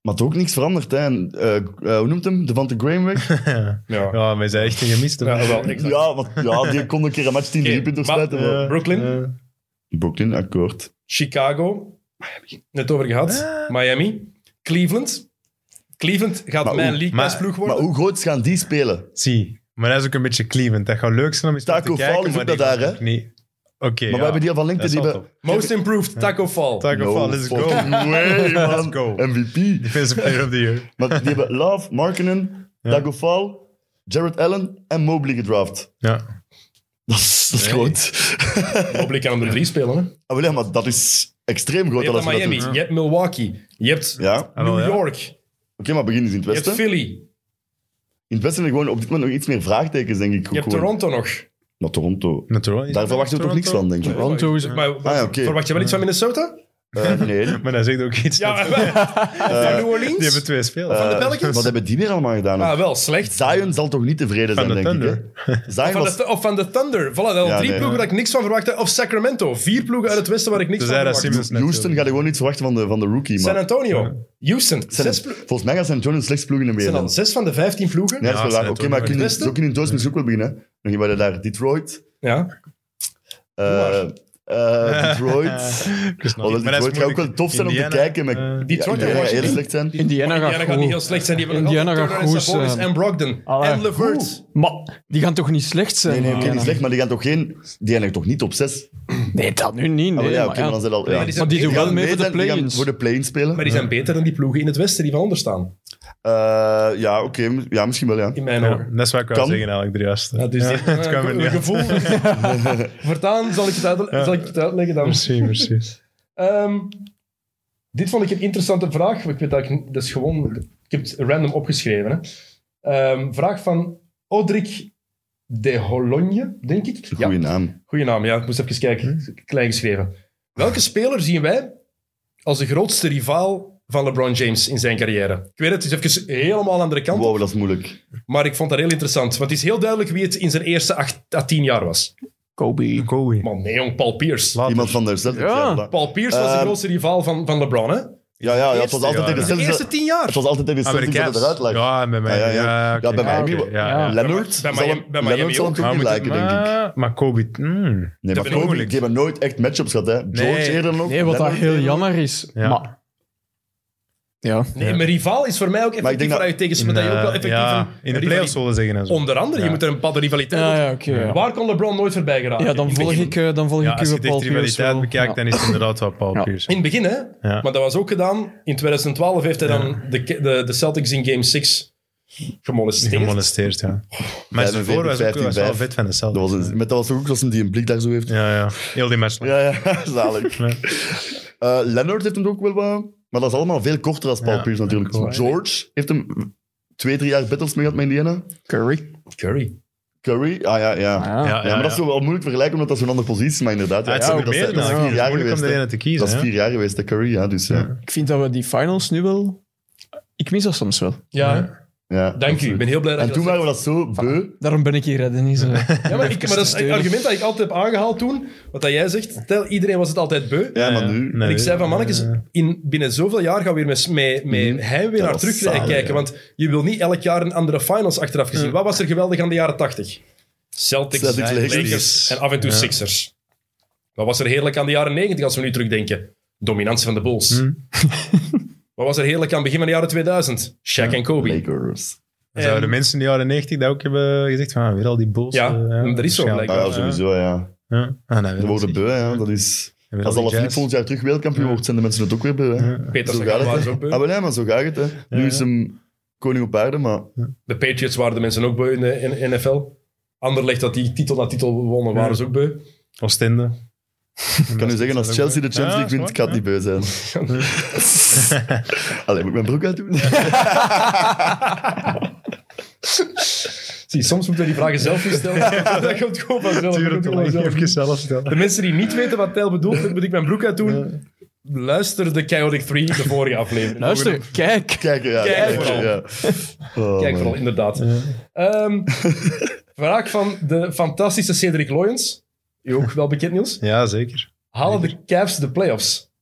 Speaker 2: Maar toch ook niks veranderd. Hè. En, eh, eh, hoe noemt hem? Devante Graham weg?
Speaker 1: Ja, ja.
Speaker 3: Ja, wij zijn echt een gemiste.
Speaker 1: wel, exact.
Speaker 2: ja, want, ja, die kon een keer een match 10
Speaker 1: Oké,
Speaker 2: okay, punten
Speaker 1: maar-
Speaker 2: sluiten. maar-
Speaker 1: Brooklyn,
Speaker 3: Eh,
Speaker 2: Brooklyn, akkoord.
Speaker 1: Chicago, net over gehad. Miami, Cleveland. Cleveland gaat
Speaker 2: Maar
Speaker 1: mijn
Speaker 2: hoe-
Speaker 1: league
Speaker 3: maar-
Speaker 1: pass ploeg worden.
Speaker 2: Maar hoe groot gaan die spelen?
Speaker 3: Zie. Maar dat is ook een beetje Cleveland. Dat gaat leuk zijn om eens naar
Speaker 2: Taco
Speaker 3: te kijken.
Speaker 2: Fall is
Speaker 3: maar
Speaker 2: ook
Speaker 3: die
Speaker 2: dat
Speaker 3: gaat
Speaker 2: daar,
Speaker 3: ook Niet. Oké,
Speaker 2: Maar we hebben die al van LinkedIn.
Speaker 3: Dat is
Speaker 2: die
Speaker 3: wel
Speaker 2: hebben-
Speaker 1: Most improved, Taco Fall.
Speaker 3: Taco Fall, let's go.
Speaker 2: fucking way, man.
Speaker 3: go.
Speaker 2: MVP.
Speaker 3: Defensive Player of the Year.
Speaker 2: Maar die hebben Love, Markenen, Dagofal, Jared Allen en Mobley gedraft.
Speaker 3: Ja.
Speaker 2: Dat is, dat is
Speaker 1: Nee.
Speaker 2: groot.
Speaker 1: Mobley kan onder drie spelen. Hè?
Speaker 2: Ah, wel ja, maar dat is extreem groot.
Speaker 1: Je hebt
Speaker 2: als je dat
Speaker 1: Miami,
Speaker 2: doet.
Speaker 1: je hebt Milwaukee, je hebt
Speaker 2: Ja, oké,
Speaker 3: Ah, wel,
Speaker 1: New
Speaker 3: ja.
Speaker 1: York, je
Speaker 2: maar begin eens in het
Speaker 1: hebt
Speaker 2: westen.
Speaker 1: Philly,
Speaker 2: In het westen zijn er gewoon op dit moment nog iets meer vraagtekens, denk ik. ook
Speaker 1: je hebt
Speaker 2: gewoon.
Speaker 1: Toronto nog.
Speaker 2: Maar Toronto.
Speaker 3: Natuurlijk.
Speaker 2: Daar verwachten we toch niks van, denk ik.
Speaker 4: Toronto is...
Speaker 1: Maar
Speaker 2: Ah, ja, oké.
Speaker 1: verwacht je wel iets van Minnesota?
Speaker 2: Eh, nee.
Speaker 3: Maar dat zegt ook iets.
Speaker 1: Ja,
Speaker 3: dat-
Speaker 1: van New
Speaker 3: die
Speaker 1: Orleans?
Speaker 3: hebben twee spelers.
Speaker 1: Van de
Speaker 2: Eh,
Speaker 1: Pelicans?
Speaker 2: Wat hebben die weer allemaal gedaan?
Speaker 1: ah, wel, slecht.
Speaker 2: Zion zal toch niet tevreden
Speaker 3: Van
Speaker 2: zijn,
Speaker 3: de
Speaker 2: denk
Speaker 3: Thunder.
Speaker 2: ik. Hè? Zion
Speaker 1: Van
Speaker 2: was...
Speaker 1: de, of van de Thunder. Voilà, dat waren
Speaker 2: Ja,
Speaker 1: drie
Speaker 2: nee.
Speaker 1: ploegen waar ik niks van verwachtte. Of Sacramento. Vier ploegen uit het westen waar ik niks
Speaker 3: Dus
Speaker 1: van
Speaker 3: daar dat
Speaker 1: verwachtte.
Speaker 3: Simmons net eh,
Speaker 2: Houston
Speaker 3: zo.
Speaker 2: gaat gewoon niet verwachten van de, van de rookie.
Speaker 1: San
Speaker 2: Maar
Speaker 1: Antonio. Houston.
Speaker 2: Zijn-
Speaker 1: Zes ploegen.
Speaker 2: volgens mij gaat San Antonio een slechts ploeg in de
Speaker 1: zijn
Speaker 2: wereld.
Speaker 1: dan zes van de vijftien ploegen.
Speaker 2: Nee, dat is
Speaker 3: Ja,
Speaker 2: wel waar.
Speaker 3: San
Speaker 2: Oké, maar
Speaker 3: Antonio.
Speaker 2: kunnen,
Speaker 1: Beste?
Speaker 2: zo kunnen in Doos misschien ook wel beginnen. hè. Dan hebben we daar Detroit.
Speaker 1: Ja.
Speaker 2: eh, eh, Detroit.
Speaker 3: Dus nog
Speaker 2: Alhoewel
Speaker 3: niet. Maar dat
Speaker 2: Detroit
Speaker 3: is
Speaker 2: zou ook
Speaker 3: moeilijk.
Speaker 2: wel tof zijn om te
Speaker 3: Indiana,
Speaker 2: kijken. Maar
Speaker 3: eh,
Speaker 1: Detroit
Speaker 2: ja,
Speaker 1: en
Speaker 2: Indiana gaat heel
Speaker 1: Washington.
Speaker 2: slecht zijn.
Speaker 4: Indiana
Speaker 1: Indiana
Speaker 4: gaat
Speaker 1: gaat
Speaker 4: goed.
Speaker 1: niet heel slecht zijn. Die hebben nog
Speaker 4: Indiana
Speaker 1: altijd
Speaker 4: gaat
Speaker 1: Turner en
Speaker 4: goed
Speaker 1: Sabonis
Speaker 4: zijn.
Speaker 1: en Brogdon.
Speaker 4: Allee,
Speaker 1: en Levert.
Speaker 4: Maar die gaan toch niet slecht zijn?
Speaker 2: Nee, nee, oké,
Speaker 4: Indiana?
Speaker 2: niet slecht, maar die gaan toch geen... Die eindigen toch niet op 6?
Speaker 4: Nee, dat nu niet. Nee,
Speaker 2: Ah, ja, oké,
Speaker 4: maar,
Speaker 2: maar
Speaker 4: ja.
Speaker 2: dan zijn al... Ja.
Speaker 1: Maar die zijn
Speaker 4: Maar die doen
Speaker 1: beter-
Speaker 4: wel mee
Speaker 2: Nee,
Speaker 4: voor de
Speaker 2: dan- die gaan
Speaker 4: play-ins.
Speaker 2: Voor de play-in spelen.
Speaker 1: Maar die zijn beter dan die ploegen in het westen die van onder staan.
Speaker 2: Eh, ja, oké. m- ja, misschien wel, ja.
Speaker 1: In mijn
Speaker 3: Ja,
Speaker 1: ogen.
Speaker 3: dat is wat ik wou
Speaker 2: Kan.
Speaker 3: zeggen eigenlijk, de juiste.
Speaker 1: Ja, dus
Speaker 3: Ja,
Speaker 1: dit-
Speaker 3: het kwam er
Speaker 1: een
Speaker 3: niet uit.
Speaker 1: gevoel. Voortaan zal ik het, uitle- zal ik het uitleggen dan.
Speaker 3: Merci, merci.
Speaker 1: Ehm, dit vond ik een interessante vraag. Ik weet dat ik, dat is gewoon, ik heb het random opgeschreven. Hè. Ehm, vraag van Odrik de Hologne, denk ik. Ja,
Speaker 2: Goeie naam.
Speaker 1: goeie naam, ja. Ik moest even kijken.
Speaker 2: Hm?
Speaker 1: Klein geschreven. Welke speler zien wij als de grootste rivaal van LeBron James in zijn carrière? Ik weet het, het is even helemaal aan de kant.
Speaker 2: Wow, dat is moeilijk.
Speaker 1: Maar ik vond dat heel interessant. Want het is heel duidelijk wie het in zijn eerste acht à tien jaar was.
Speaker 4: Kobe.
Speaker 3: Kobe.
Speaker 1: Man, nee jong, Paul Pierce.
Speaker 3: Later.
Speaker 2: Iemand van de Celtics.
Speaker 4: Ja.
Speaker 2: Ja,
Speaker 1: Paul Pierce was de
Speaker 2: Ehm,
Speaker 1: grootste rivaal van, van LeBron, hè?
Speaker 2: ja, ja, ja, het was
Speaker 3: Eerste
Speaker 2: altijd tegen de
Speaker 3: jaren.
Speaker 1: De
Speaker 2: Celtics.
Speaker 1: eerste
Speaker 2: dat-
Speaker 1: tien jaar.
Speaker 2: Het was altijd tegen de Celtics dat
Speaker 3: Amerikaans.
Speaker 2: het eruit lag.
Speaker 3: Ja, bij mij.
Speaker 2: Ja,
Speaker 3: Ja,
Speaker 2: ja, ja. Ja,
Speaker 3: oké.
Speaker 2: bij
Speaker 3: Ah,
Speaker 2: Miami
Speaker 3: oké,
Speaker 2: wel.
Speaker 3: ja, ja.
Speaker 2: Leonard
Speaker 1: Bij
Speaker 2: zal
Speaker 1: Miami-
Speaker 2: hem-
Speaker 1: bij Miami
Speaker 2: Leonard zal hem
Speaker 1: ook.
Speaker 2: toch
Speaker 3: Maar
Speaker 2: niet
Speaker 3: moet het-
Speaker 2: lijken, denk ik.
Speaker 3: maar- Maar Kobe... mm.
Speaker 2: Nee, maar
Speaker 1: vind ik
Speaker 2: Kobe,
Speaker 1: moeilijk.
Speaker 2: die hebben nooit echt matchups gehad. Hè. George
Speaker 3: Nee.
Speaker 2: eerder nog.
Speaker 4: Nee, wat dat
Speaker 2: Leonard
Speaker 4: heel
Speaker 2: eerder nog.
Speaker 4: jammer is.
Speaker 3: Ja.
Speaker 4: Maar... Ja.
Speaker 1: Nee, maar rivaal is voor mij ook
Speaker 2: Maar
Speaker 1: effectief
Speaker 2: ik denk
Speaker 1: waar
Speaker 2: dat-
Speaker 1: je tegen speelt. Dat je ook wel
Speaker 3: Eh,
Speaker 1: effectief
Speaker 3: ja,
Speaker 1: een-
Speaker 3: in de
Speaker 1: een
Speaker 3: playoffs
Speaker 1: rivali-
Speaker 3: zullen zeggen en zo.
Speaker 1: Onder andere, je
Speaker 3: Ja.
Speaker 1: moet er een bepaalde rivaliteit
Speaker 4: Ja,
Speaker 1: op-
Speaker 4: Ah, ja, oké. ja.
Speaker 1: Waar kon LeBron nooit voorbij geraken?
Speaker 4: Ja, dan
Speaker 1: in het
Speaker 4: volg
Speaker 1: begin.
Speaker 4: ik, eh, dan volg
Speaker 3: Ja,
Speaker 4: ik
Speaker 3: als
Speaker 4: uw
Speaker 3: je
Speaker 4: Paul
Speaker 3: echt rivaliteit bekijkt, dan is het inderdaad wel Paul
Speaker 4: Ja.
Speaker 1: In
Speaker 3: Pierce.
Speaker 1: het begin, hè? Maar
Speaker 3: Ja.
Speaker 1: dat was ook gedaan. In 2012 heeft hij dan de, de, de Celtics in Game 6 gemolesteerd.
Speaker 3: Gemolesteerd, ja. Maar
Speaker 2: 45,
Speaker 3: zijn voor was ook
Speaker 2: 15,
Speaker 3: was wel
Speaker 2: 5.
Speaker 3: vet van de
Speaker 2: Dat was,
Speaker 3: Celtics.
Speaker 2: een, met dat was toch ook zoals hij die een blik daar zo heeft.
Speaker 3: Ja, ja. Heel die match.
Speaker 2: Ja, ja, zalig.
Speaker 3: Ja.
Speaker 2: Eh, Leonard heeft hem ook wel wat... Maar dat is allemaal veel korter dan Paul
Speaker 3: Ja,
Speaker 2: Pierce natuurlijk.
Speaker 3: cool.
Speaker 2: George heeft hem twee, drie jaar battles mee gehad met Indiana.
Speaker 4: Curry.
Speaker 1: Curry.
Speaker 2: Curry, ah ja, ja. ja.
Speaker 4: Ja.
Speaker 3: Ja,
Speaker 2: maar dat is wel moeilijk vergelijken, omdat dat zo'n andere positie is. Maar inderdaad, ja,
Speaker 3: Ah,
Speaker 2: ja,
Speaker 3: het zijn er
Speaker 2: dat,
Speaker 3: meerdere,
Speaker 2: dat
Speaker 3: dan.
Speaker 2: is vier jaar
Speaker 3: Moeilijk om
Speaker 2: geweest.
Speaker 3: de
Speaker 2: hè.
Speaker 3: ene te
Speaker 2: Dat is
Speaker 3: kiezen. hè.
Speaker 2: vier jaar geweest, de Curry, ja. Dus, ja.
Speaker 4: Ik vind dat we die finals nu wel... Ik mis dat soms wel.
Speaker 1: Ja,
Speaker 2: Ja,
Speaker 1: dank u. Ik
Speaker 2: absoluut.
Speaker 1: ben heel blij dat
Speaker 2: En
Speaker 1: je
Speaker 2: toen
Speaker 1: dat
Speaker 2: waren we dat zo beu.
Speaker 4: Daarom ben ik hier, hè, Dennis. Eh,
Speaker 1: zegt. ja, maar, ik, maar dat is het argument dat ik altijd heb aangehaald toen. Wat dat jij zegt, tel, iedereen was het altijd beu.
Speaker 2: Ja, maar nu...
Speaker 3: Nee.
Speaker 1: En ik zei van, mannetjes,
Speaker 3: Eh. Mhm.
Speaker 1: in, binnen zoveel jaar gaan we weer met, met, met heimwee
Speaker 2: Dat
Speaker 1: naar
Speaker 2: was
Speaker 1: terug
Speaker 2: zalig,
Speaker 1: kijken.
Speaker 2: ja.
Speaker 1: Want je wil niet elk jaar een andere finals achteraf
Speaker 3: Mm.
Speaker 1: gezien. Wat was er geweldig aan de jaren 80? Celtics,
Speaker 2: Celtics,
Speaker 1: Lakers,
Speaker 3: Lakers.
Speaker 1: en af en toe
Speaker 3: Ja.
Speaker 1: Sixers. Wat was er heerlijk aan de jaren 90 als we nu terugdenken? Dominantie van de Bulls.
Speaker 3: Hm.
Speaker 1: Wat was er heerlijk aan het begin van de jaren 2000? Shaq en Kobe.
Speaker 2: Lakers.
Speaker 1: En-
Speaker 3: Zouden de mensen in de jaren 90 dat ook hebben gezegd? Van, ah, weer al die bulls.
Speaker 1: Ja,
Speaker 3: eh,
Speaker 1: dat is zo,
Speaker 3: waarschijnlijk.
Speaker 2: Ah,
Speaker 1: blijkbaar.
Speaker 2: ja, sowieso, ja.
Speaker 3: Ja. Ah, nee,
Speaker 2: We
Speaker 3: weer
Speaker 2: worden
Speaker 3: al die-
Speaker 2: beu, ja. Dat is...
Speaker 3: weer
Speaker 2: Als
Speaker 3: al die
Speaker 2: Alaphilippe
Speaker 3: jazz.
Speaker 2: volgend jaar terug wereldkampioen
Speaker 3: Ja.
Speaker 2: wordt, zijn de mensen het ook weer beu, hè.
Speaker 3: Ja.
Speaker 1: Peter
Speaker 2: Zo
Speaker 1: Sagan
Speaker 2: gaat het,
Speaker 1: waren
Speaker 2: hè.
Speaker 1: ze ook beu.
Speaker 2: Ah, wel, ja, maar zo gaat het, hè. Nu
Speaker 3: Ja,
Speaker 2: is hem koning op aarde, maar...
Speaker 1: De Patriots waren de mensen ook beu in de N- NFL. Anderlecht dat die titel na titel wonnen, waren
Speaker 3: Ja.
Speaker 1: ze ook beu.
Speaker 3: Oostende.
Speaker 2: Ik kan u zeggen, als Chelsea de Champions League wint, ik ga het niet beu zijn. Allee, moet ik mijn broek uitdoen?
Speaker 1: Zie, soms moeten we die vragen zelf niet stellen. dat komt gewoon vanzelf. Dat komt gewoon vanzelf.
Speaker 3: even zelf stellen.
Speaker 1: De mensen die niet weten wat Tijl bedoelt, dan moet ik mijn broek uit doen. Luister de Chaotic 3, de vorige aflevering.
Speaker 4: Luister, kijk.
Speaker 2: Kijk, ja.
Speaker 1: Kijk
Speaker 2: ja,
Speaker 1: vooral.
Speaker 2: ja. Oh,
Speaker 1: Kijk
Speaker 2: man.
Speaker 1: vooral, inderdaad. Ehm, vraag van de fantastische Cedric Loyens. U ook wel bekend, Niels.
Speaker 3: Ja, zeker.
Speaker 1: Halen de Cavs de playoffs?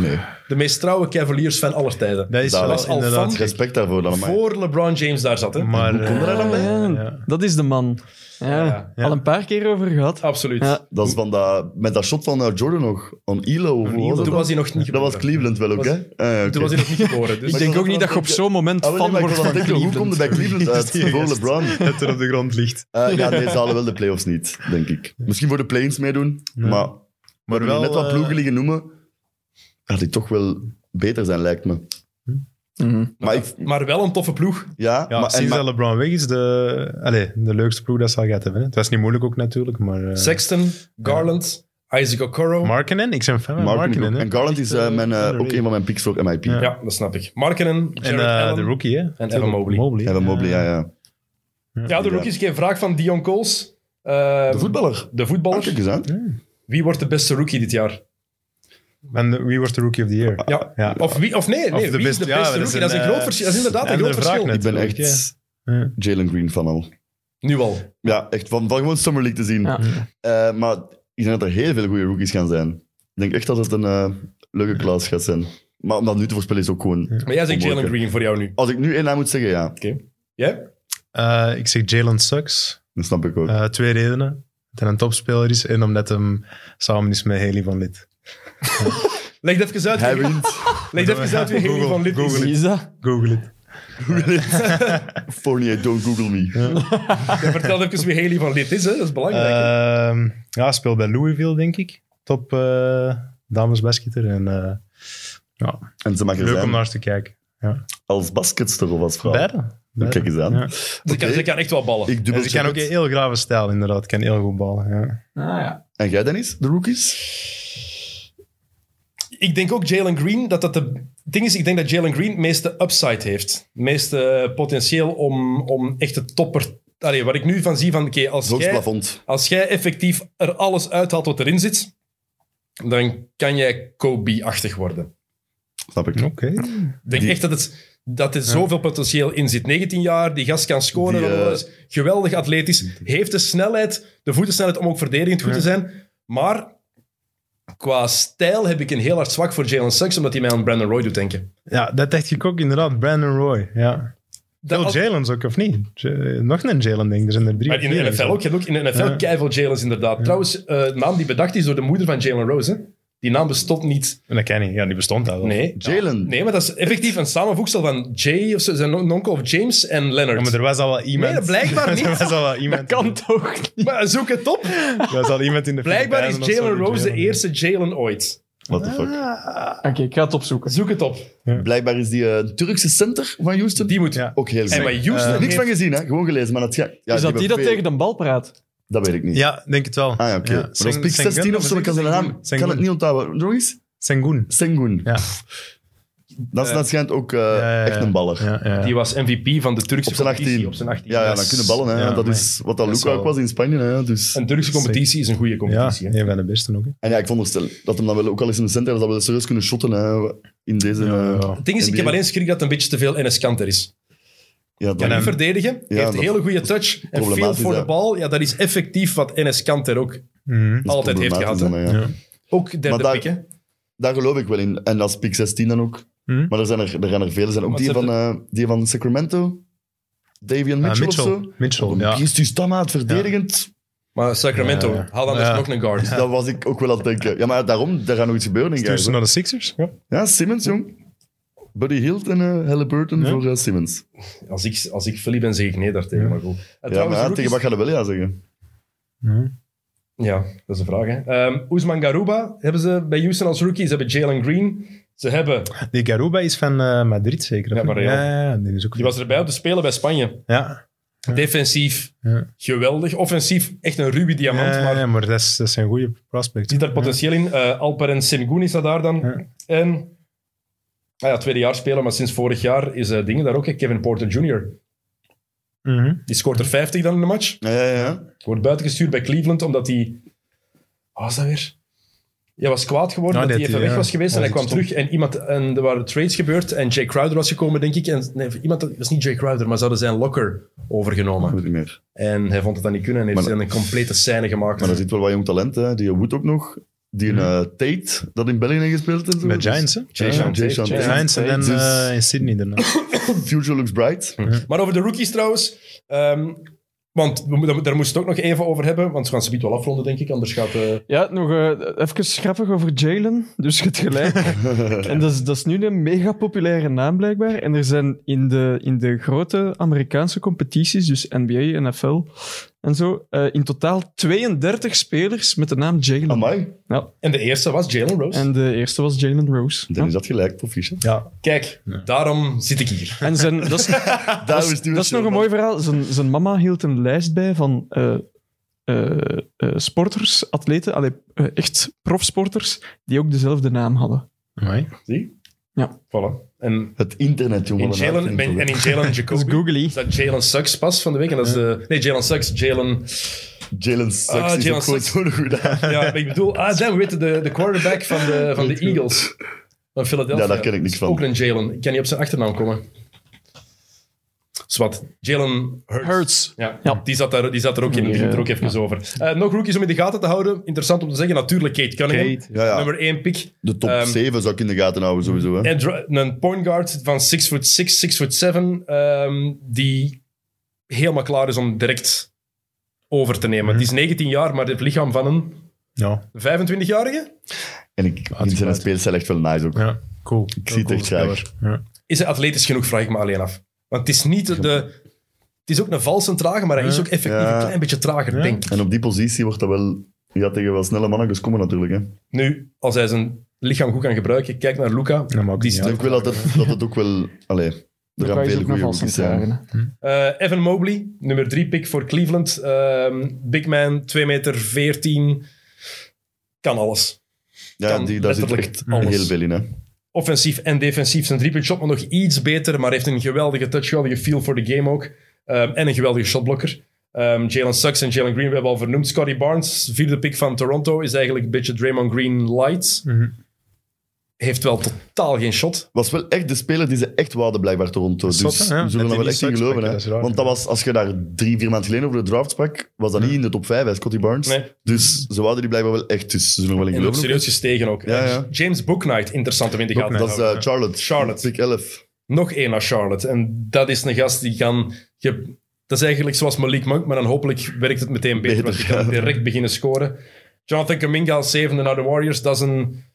Speaker 2: Nee,
Speaker 1: De meest trouwe Cavaliers van aller tijden.
Speaker 3: Dat is
Speaker 2: Dat
Speaker 3: wel
Speaker 2: was
Speaker 1: al
Speaker 3: inderdaad.
Speaker 1: van-
Speaker 2: respect daarvoor dan, maar.
Speaker 1: Voor LeBron James daar zat, hè?
Speaker 3: Maar eh,
Speaker 2: Hoe komt dat dan bij?
Speaker 4: Ja,
Speaker 3: Ja.
Speaker 4: Dat is de man. Ja.
Speaker 1: Ja. Ah,
Speaker 3: Ja.
Speaker 4: Al een paar keer over gehad.
Speaker 1: Absoluut.
Speaker 4: Ja.
Speaker 2: Dat is van dat... Met dat shot van eh, Jordan nog. On Ilo, of hoe was dat
Speaker 1: Toen
Speaker 2: dan?
Speaker 1: was hij nog niet
Speaker 2: Dat was
Speaker 1: geboren.
Speaker 2: Cleveland wel ook,
Speaker 1: Was-
Speaker 2: hè? Ah, ja, oké.
Speaker 1: Toen was hij nog niet geboren. Dus.
Speaker 4: Ik denk ook niet dat je op zo'n moment
Speaker 2: Ah, wel, nee,
Speaker 4: fan
Speaker 2: maar ik
Speaker 4: wordt
Speaker 2: was aan
Speaker 4: van
Speaker 2: het denken, Hoe komt het
Speaker 4: Cleveland.
Speaker 2: bij Cleveland uit
Speaker 3: Die
Speaker 2: voor
Speaker 3: gast.
Speaker 2: LeBron?
Speaker 3: Dat er op de grond ligt.
Speaker 2: Eh, ja, nee, ze halen wel de playoffs niet, denk ik. Misschien voor de play-ins meedoen, maar...
Speaker 3: Maar
Speaker 2: We hebben
Speaker 3: wel...
Speaker 2: net wat
Speaker 3: eh,
Speaker 2: ploegen liggen noemen, dat die toch wel beter zijn, lijkt me. Maar ik,
Speaker 1: Maar wel een toffe ploeg.
Speaker 2: ja,
Speaker 3: Ja,
Speaker 2: maar, en,
Speaker 3: sinds
Speaker 2: maar-
Speaker 3: dat LeBron weg is, de, allez, de leukste ploeg dat ze al gaat hebben. hè. Het was niet moeilijk ook natuurlijk, maar... eh,
Speaker 1: Sexton, Garland, Isaac Okoro.
Speaker 3: Markkanen? Ik ben fan van
Speaker 2: Mark-
Speaker 3: Markkanen. hè.
Speaker 2: en Garland is eh,
Speaker 3: Echt, eh,
Speaker 2: mijn, eh, ook
Speaker 3: underrated.
Speaker 2: een van mijn picks voor MIP.
Speaker 3: Ja.
Speaker 2: Ja.
Speaker 1: ja, dat snap ik. Markenen,
Speaker 3: En
Speaker 1: Jared
Speaker 3: eh,
Speaker 1: Allen.
Speaker 3: de rookie, hè?
Speaker 1: en Evan Mobley.
Speaker 2: Evan Mobley, ja, ja.
Speaker 1: Ja, de rookies. Ik heb een vraag van Dion Coles. Eh,
Speaker 2: De voetballer.
Speaker 1: de
Speaker 2: Ah,
Speaker 1: voetballer.
Speaker 2: kijk eens aan.
Speaker 1: Wie wordt de beste rookie dit jaar?
Speaker 3: En de- wie wordt de rookie of the year?
Speaker 1: Ja.
Speaker 3: Ja.
Speaker 1: Of, wie, of nee, nee wie
Speaker 3: Of de
Speaker 1: is de
Speaker 3: beste-
Speaker 1: beste
Speaker 3: ja, dat is
Speaker 1: rookie?
Speaker 3: een,
Speaker 1: dat, is een
Speaker 3: eh,
Speaker 1: groot verschil, dat is inderdaad een
Speaker 3: andere
Speaker 1: groot
Speaker 3: vraag
Speaker 1: verschil.
Speaker 2: Ik ben
Speaker 3: Natuurlijk,
Speaker 2: echt
Speaker 3: Ja.
Speaker 2: Jalen Green van al.
Speaker 1: Nu al.
Speaker 2: Ja, echt van, van gewoon Summer League te zien.
Speaker 4: Ja.
Speaker 2: Eh, maar ik denk dat er heel veel goede rookies gaan zijn. Ik denk echt dat het een eh, leuke klas gaat zijn. Maar om dat nu te voorspellen is ook gewoon...
Speaker 1: Maar jij zegt Jalen
Speaker 2: Onmogelijk.
Speaker 1: Green voor jou nu.
Speaker 2: Als ik nu één naam moet zeggen, ja.
Speaker 1: Jij?
Speaker 3: Eh, ik zeg Jalen Sucks.
Speaker 2: Dat snap ik ook.
Speaker 3: Eh, twee redenen. Dat hij een topspeler is en omdat hem samen is met Haley van Lid.
Speaker 1: Leg het even uit.
Speaker 2: Hij
Speaker 1: wie-
Speaker 2: wint.
Speaker 1: Leg het even uit wie Haley van Lid is.
Speaker 4: Wie is dat?
Speaker 3: Google it.
Speaker 2: Fournier, don't google me.
Speaker 1: Ja, Vertel even wie Haley van Lid is, hè. dat is belangrijk. hè.
Speaker 3: Ehm, ja, speelt bij Louisville, denk ik. Top eh damesbasketer. En, eh, ja,
Speaker 2: En ze mag er
Speaker 3: leuk om
Speaker 2: zijn.
Speaker 3: naar te kijken.
Speaker 2: Als basketster of als vrouw.
Speaker 3: Beide. Beide.
Speaker 2: Kijk eens aan.
Speaker 3: Ja.
Speaker 1: Ze Dus kan-
Speaker 2: oké.
Speaker 1: Ze kan echt wel ballen.
Speaker 2: Ik dubbel
Speaker 3: En ze kan Dus ook een heel grave stijl, inderdaad. Kan heel goed ballen. Ja.
Speaker 4: Ah,
Speaker 2: En jij, Dennis? De rookies?
Speaker 1: Ik denk ook Jalen Green, dat dat de... het ding is, ik denk dat Jalen Green het meeste upside heeft. Het meeste potentieel om, om echt de topper... Allee, wat ik nu van zie van, oké, als
Speaker 2: Hoogst
Speaker 1: jij...
Speaker 2: plafond.
Speaker 1: Als jij effectief er alles uithaalt wat erin zit, dan kan jij Kobe-achtig worden.
Speaker 2: Snap ik.
Speaker 3: Oké.
Speaker 1: Ik denk
Speaker 2: Die-
Speaker 1: echt dat, het, dat er zoveel potentieel in zit. 19 jaar, die gast kan scoren.
Speaker 2: Die,
Speaker 1: dan
Speaker 2: eh,
Speaker 1: wel eens. geweldig atletisch. Heeft de snelheid, de voetensnelheid om ook verdedigend goed te zijn. Maar qua stijl heb ik een heel hard zwak voor Jalen Suggs, omdat hij mij aan Brandon Roy doet denken.
Speaker 3: Ja, dat dacht ik ook inderdaad. Brandon Roy. Ja.
Speaker 1: Dat,
Speaker 3: Veel
Speaker 1: als-
Speaker 3: Jalen's ook, of niet? J- nog een Jalen, dus denk ik. Er zijn er drie.
Speaker 1: maar in
Speaker 3: of vier
Speaker 1: de
Speaker 3: of
Speaker 1: NFL
Speaker 3: zo.
Speaker 1: ook. Je hebt ook in de NFL
Speaker 3: Ja.
Speaker 1: keiveel Jalen's inderdaad. Trouwens, eh, de naam die bedacht is door de moeder van Jalen Rose. hè. Die naam bestond niet.
Speaker 3: En dat ken ik. Ja, die bestond al. wel.
Speaker 1: Nee.
Speaker 2: Jalen.
Speaker 1: Nee, maar dat is effectief een samenvoegsel van Jay, of zo, zijn on- onkel of James en
Speaker 3: Ja,
Speaker 1: Leonard.
Speaker 3: maar er was al wel iemand.
Speaker 1: Nee, dat blijkbaar niet.
Speaker 3: er was al wel iemand.
Speaker 4: Kan toch niet?
Speaker 1: Maar zoek het op.
Speaker 3: Er was al iemand in de
Speaker 1: Blijkbaar is
Speaker 3: Filipijnen of zo
Speaker 1: Jalen
Speaker 3: die
Speaker 1: Rose de
Speaker 3: Jalen-
Speaker 1: eerste Ah. Jalen ooit.
Speaker 2: What the fuck.
Speaker 4: Oké, ik ga het opzoeken.
Speaker 1: Zoek het op.
Speaker 2: Blijkbaar is die eh, Turkse center van Houston
Speaker 1: Die moet.
Speaker 3: Ja.
Speaker 2: ook heel goed.
Speaker 1: En maar Houston
Speaker 2: Niks
Speaker 1: heeft-
Speaker 2: van gezien, hè? Gewoon gelezen. Maar dat, ja, ja,
Speaker 4: is dat die dat
Speaker 2: hebben
Speaker 4: tegen
Speaker 2: veel-
Speaker 4: de bal praat?
Speaker 2: Dat weet ik niet.
Speaker 3: Ja, denk het wel.
Speaker 2: Ah ja, oké. Maar Dat was pick 16 of zo, ik kan zijn naam. Ik kan het niet onthouden. Nog eens?
Speaker 3: Sengun.
Speaker 2: Sengun.
Speaker 3: Ja.
Speaker 2: Dat, is- dat schijnt ook eh,
Speaker 3: ja, ja.
Speaker 2: echt een baller. Ja,
Speaker 3: Ja, ja.
Speaker 1: Die was MVP van de Turkse
Speaker 2: Op zijn
Speaker 1: competitie
Speaker 2: 18.
Speaker 1: op zijn 18.
Speaker 2: ja,
Speaker 3: dat
Speaker 2: dan
Speaker 3: is-
Speaker 2: kunnen ballen. Hè.
Speaker 3: ja,
Speaker 2: dat
Speaker 3: maar-
Speaker 2: is wat dat
Speaker 3: dat is
Speaker 2: Luca ook
Speaker 3: wel-
Speaker 2: was in Spanje. Hè. Dus.
Speaker 1: Een Turkse competitie is een goede
Speaker 3: Ja,
Speaker 1: competitie. hè.
Speaker 3: een van de beste ook. hè.
Speaker 2: En ja, ik vond het dat hem dan wel ook al eens in de center dat we wel serieus kunnen shotten hè, in deze... eh,
Speaker 3: Ja,
Speaker 2: Ja,
Speaker 3: ja.
Speaker 1: Het ding is, ik
Speaker 2: NBA.
Speaker 1: heb alleen schrik dat het een beetje te veel NS Kanter is.
Speaker 2: dan-
Speaker 1: Kan
Speaker 3: En
Speaker 1: niet
Speaker 3: hem-
Speaker 1: verdedigen, heeft
Speaker 2: dat-
Speaker 1: een hele goede touch en veel
Speaker 2: problematisch,
Speaker 1: voor de
Speaker 2: hè.
Speaker 1: bal. Ja, dat is effectief wat NS Kanter ook
Speaker 3: Mhm.
Speaker 2: dat is
Speaker 1: altijd heeft gehad.
Speaker 2: problematisch
Speaker 1: hè.
Speaker 2: dan, hè, ja.
Speaker 3: Ja.
Speaker 1: Ook derde
Speaker 2: daar-
Speaker 1: pick, hè.
Speaker 2: Daar geloof ik wel in. En als pick 16 dan ook.
Speaker 3: Hm?
Speaker 2: Maar er zijn er, er, zijn er veel. Er zijn ook
Speaker 1: Maar
Speaker 2: die
Speaker 1: ze
Speaker 2: van, eh, die van Sacramento. Davian
Speaker 3: Ah,
Speaker 2: Mitchell, of
Speaker 3: Mitchell.
Speaker 2: zo.
Speaker 3: Mitchell, ja.
Speaker 2: Die is dus standaard verdedigend.
Speaker 1: Maar Sacramento,
Speaker 3: Ja.
Speaker 1: haal anders
Speaker 3: Ja.
Speaker 1: nog een guard.
Speaker 2: Dus Dat was ik ook wel aan het denken. Ja, maar daarom, daar gaat nog iets gebeuren, denk ik.
Speaker 3: Stuur ze
Speaker 2: eigenlijk.
Speaker 3: naar de Sixers? Ja.
Speaker 2: Ja, Simmons, jong. Buddy Hield en eh, Halliburton
Speaker 3: Ja.
Speaker 2: voor eh, Simmons.
Speaker 1: Als ik, als ik Philly ben, zeg ik nee daartegen, maar goed. En
Speaker 2: Ja, maar
Speaker 1: trouwens,
Speaker 2: ja,
Speaker 1: rookies-
Speaker 2: tegen wat gaat hij wel ja zeggen?
Speaker 3: Mhm.
Speaker 1: Ja, dat is de vraag. Hè. Ehm Ousman Garuba hebben ze bij Houston als rookie. Ze hebben Jalen Green. Ze hebben,
Speaker 3: Die Garuba is van eh, Madrid, zeker? of
Speaker 1: Ja,
Speaker 3: niet?
Speaker 1: maar Real.
Speaker 3: ja, ja, die is ook
Speaker 1: die was erbij op de Spelen bij Spanje.
Speaker 3: Ja,
Speaker 1: Defensief,
Speaker 3: Ja.
Speaker 1: geweldig. Offensief, echt een ruwe diamant.
Speaker 3: ja,
Speaker 1: maar
Speaker 3: ja, maar dat is, dat is een goede prospect.
Speaker 1: ziet daar potentieel in. Eh, Alperen Sengun is dat daar dan.
Speaker 3: Ja.
Speaker 1: En, ah ja, tweedejaarsspeler, maar sinds vorig jaar is eh dingen daar ook. hè. Kevin Porter Jr.
Speaker 3: Mhm.
Speaker 1: Die scoort er 50 dan in de match.
Speaker 2: Ja, ja, ja.
Speaker 1: Wordt buitengestuurd bij Cleveland omdat hij. Wat was dat weer? Hij was kwaad geworden
Speaker 3: Ah,
Speaker 1: dat
Speaker 3: dat
Speaker 1: hij even
Speaker 3: hij,
Speaker 1: weg
Speaker 3: ja,
Speaker 1: was geweest en
Speaker 3: was
Speaker 1: hij kwam
Speaker 3: het stom.
Speaker 1: terug en, iemand, en er waren trades gebeurd en Jay Crowder was gekomen, denk ik. En, nee, iemand, dat was niet Jay Crowder, maar ze hadden zijn locker overgenomen.
Speaker 2: Goed niet meer.
Speaker 1: En hij vond het dan niet kunnen en heeft
Speaker 2: Maar
Speaker 1: dan een complete scène gemaakt.
Speaker 2: Maar er zit wel wat jong talent, hè. Die Wood ook nog. Die een eh, Tate, dat in België heeft gespeeld. En zo.
Speaker 3: Bij
Speaker 2: Dus-
Speaker 3: Giants, hè?
Speaker 2: Ja,
Speaker 1: Jay Sean
Speaker 2: Sean
Speaker 1: Tate.
Speaker 2: Tate.
Speaker 3: Giants en dan
Speaker 2: Dus-
Speaker 3: eh, in Sydney daarna.
Speaker 2: Future looks bright.
Speaker 1: Maar over de rookies trouwens. ehm, want we, moeten- daar moesten we het ook nog even over hebben, want we gaan ze niet wel afronden, denk ik. Anders gaat... eh,
Speaker 4: Ja, nog eh, even grappig over Jalen. Dus je hebt gelijk. en dat is, dat is nu een mega populaire naam blijkbaar. En er zijn in de, in de grote Amerikaanse competities, dus NBA, NFL, en zo. eh, in totaal 32 spelers met de naam Jalen.
Speaker 2: Amai.
Speaker 1: En de eerste was Jalen Rose.
Speaker 4: En de eerste was Jalen Rose.
Speaker 2: Dan is
Speaker 4: Ja.
Speaker 2: dat gelijk, proficiat.
Speaker 3: Ja,
Speaker 1: Kijk, daarom zit ik hier.
Speaker 4: En zijn, dat, is,
Speaker 2: Daar
Speaker 4: dat, is, dat is nog een mooi verhaal. Zijn, zijn mama hield een lijst bij van eh, eh, eh, sporters, atleten, allee, eh, echt profsporters, die ook dezelfde naam hadden.
Speaker 3: mooi.
Speaker 1: Voilà. En
Speaker 2: Het internet, jongen.
Speaker 1: in Jalen, ben- en in Jalen
Speaker 4: Dat is
Speaker 1: Jacoby.
Speaker 4: googly.
Speaker 1: Is dat Jalen Sucks pas van de week? En dat is de, nee, Jalen Sucks, Jalen...
Speaker 2: Jalen Sucks
Speaker 1: Ah,
Speaker 2: is
Speaker 1: Jalen
Speaker 2: ook gewoon
Speaker 1: Suggs.
Speaker 2: zo'n goede naam.
Speaker 1: Ja, ik bedoel... Ah, damn, we weten de, de quarterback van de, van de Eagles. Van Philadelphia.
Speaker 2: Ja, daar ken ik niks van.
Speaker 1: Ook een Jalen. Ik kan niet op zijn achternaam komen. Zwat. Jalen Hurts.
Speaker 4: Hurts.
Speaker 1: Ja,
Speaker 4: Ja.
Speaker 1: Die, zat daar, die zat er ook in. Die ging er ook even over. Eh, nog rookies om in de gaten te houden. Interessant om te zeggen. Natuurlijk Kate Cunningham.
Speaker 3: Kate.
Speaker 2: Ja, ja.
Speaker 1: Nummer 1 pick.
Speaker 2: De top
Speaker 1: Ehm,
Speaker 2: 7 zou ik in de gaten houden, sowieso. Hè.
Speaker 1: En dra- een point guard van 6 foot 6, 6 foot 7, ehm, die helemaal klaar is om direct over te nemen. Die is 19 jaar, maar het lichaam van een
Speaker 3: Ja,
Speaker 1: 25-jarige.
Speaker 2: En ik vind zijn
Speaker 3: geluid.
Speaker 2: speelstijl echt wel nice ook.
Speaker 3: ja. cool.
Speaker 2: Ik zie het echt graag.
Speaker 3: Ja.
Speaker 1: Is hij atletisch genoeg, vraag ik me alleen af. Want het is niet de... de- het is ook een valse trager, maar hij is ook effectief
Speaker 2: Ja.
Speaker 1: een klein beetje trager,
Speaker 3: Ja.
Speaker 1: denk ik.
Speaker 2: En op die positie wordt dat wel... Ja, tegen wel snelle mannen gekomen natuurlijk. Hè.
Speaker 1: Nu, als hij zijn lichaam goed kan gebruiken, kijk naar Luca.
Speaker 3: Dat maakt
Speaker 1: Die
Speaker 3: niet
Speaker 1: is
Speaker 2: Dus Ik denk wel dat het, dat het ook wel... Allee, er
Speaker 4: Daar
Speaker 2: gaan
Speaker 4: is
Speaker 2: veel
Speaker 4: ook nog
Speaker 2: goede
Speaker 4: van
Speaker 2: rookies zijn.
Speaker 1: Eh, Evan Mobley, nummer 3 pick voor Cleveland. Ehm, big man, 2 meter 14. Kan alles.
Speaker 2: Ja,
Speaker 1: Kan
Speaker 2: die, daar zit
Speaker 1: letterlijk
Speaker 2: echt
Speaker 1: alles.
Speaker 2: heel veel in. Hè.
Speaker 1: offensief en defensief. Zijn driepuntshot nog iets beter, maar heeft een geweldige touch, geweldige feel voor de game ook. Ehm, en een geweldige shotblokker. Ehm, Jalen Sucks en Jalen Green, we hebben al vernoemd. Scotty Barnes, vierde pick van Toronto, is eigenlijk een beetje Draymond Green light.
Speaker 3: Mhm.
Speaker 1: Heeft wel totaal geen shot.
Speaker 2: Was wel echt de speler die ze echt wouden, blijkbaar, Toronto. Dus
Speaker 3: Zot, hè?
Speaker 2: we zullen
Speaker 3: Dat die
Speaker 2: er wel
Speaker 3: niet
Speaker 2: echt in
Speaker 3: Sucks
Speaker 2: geloven.
Speaker 3: pakken,
Speaker 2: Hè.
Speaker 3: dat is raar.
Speaker 2: Want dat was, als je daar drie, vier maanden geleden over de draft sprak, was dat niet in de top 5, hè, Scotty Barnes.
Speaker 1: Nee.
Speaker 2: Dus ze wouden die blijkbaar wel echt, dus ze zullen er wel in
Speaker 1: En ook
Speaker 2: geloven.
Speaker 1: serieus gestegen ook.
Speaker 2: Ja, ja.
Speaker 1: James Booknight, interessant om in de gaten te
Speaker 2: Dat is
Speaker 1: houden.
Speaker 2: eh, Charlotte.
Speaker 1: Charlotte.
Speaker 2: Pick 11.
Speaker 1: Nog één naar Charlotte. En dat is een gast die kan... Je, dat is eigenlijk zoals Malik Monk, maar dan hopelijk werkt het meteen beter.
Speaker 2: Beter,
Speaker 1: want je kan
Speaker 2: ja.
Speaker 1: direct beginnen scoren. Jonathan Kaminga als zevende naar de Warriors, dat is een...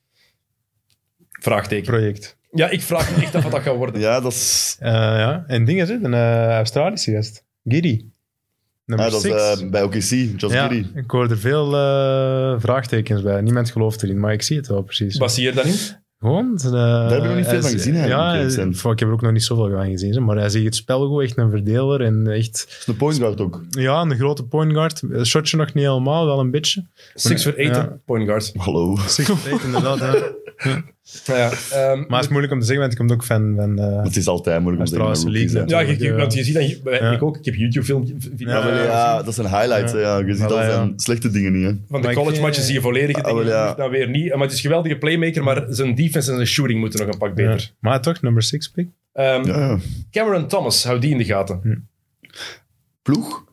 Speaker 1: Vraagteken.
Speaker 3: Project.
Speaker 1: Ja, ik vraag me echt af wat dat gaat worden.
Speaker 2: Ja, dat is...
Speaker 3: Eh, ja, en dingen zit een eh, Australische gast. Giddy.
Speaker 2: Ja,
Speaker 3: Nummer
Speaker 2: dat is
Speaker 3: 6.
Speaker 2: eh, bij OKC, Josh
Speaker 3: ja,
Speaker 2: Giddy.
Speaker 3: ik hoor er veel eh, vraagtekens bij. Niemand gelooft erin, maar ik zie het wel precies.
Speaker 1: Baseer dat in.
Speaker 3: Gewoon. eh,
Speaker 2: hebben we nog niet veel
Speaker 3: hij
Speaker 2: van
Speaker 3: is-
Speaker 2: gezien, eigenlijk, eh,
Speaker 3: Ja,
Speaker 2: eerlijk zijn.
Speaker 3: fuck, ik heb er ook nog niet zoveel van gezien. zeg, Maar hij ziet het spel goed, echt een verdeler. En echt,
Speaker 2: De point guard ook.
Speaker 3: ja, een grote point guard. Een Shotje nog niet helemaal, wel een beetje.
Speaker 1: 6 voor 8,
Speaker 3: Ja.
Speaker 1: point guard.
Speaker 2: Hallo.
Speaker 3: Six of eight, inderdaad. hè.
Speaker 1: Ja, ehm,
Speaker 3: Maar het is moeilijk om te zeggen, want ik kom ook fan van... eh,
Speaker 2: Het is altijd moeilijk om te
Speaker 3: Australische
Speaker 2: zeggen. rookies,
Speaker 3: league,
Speaker 1: ja,
Speaker 2: hè.
Speaker 1: je- je- want je ziet dat... je-
Speaker 3: Ja.
Speaker 1: Ik ook. Ik heb YouTube-filmpjes
Speaker 3: Ja,
Speaker 2: Ja, wel, ja, dat zijn highlights. hè, Ja. Je ziet,
Speaker 3: Maar
Speaker 2: dat
Speaker 3: ja.
Speaker 2: zijn slechte dingen niet. Hè.
Speaker 1: van
Speaker 3: Maar
Speaker 1: de
Speaker 3: ik
Speaker 1: college-matches
Speaker 3: vind-
Speaker 1: zie je volledige
Speaker 2: Ah, wel,
Speaker 1: dingen.
Speaker 2: ja.
Speaker 1: Dan weer niet. Maar het is een geweldige playmaker, maar zijn defense en zijn shooting moeten nog een pak beter.
Speaker 3: ja. Maar toch, nummer 6 pick.
Speaker 1: Ehm,
Speaker 2: Ja, ja.
Speaker 1: Cameron Thomas, hou die in de gaten.
Speaker 2: Ploeg?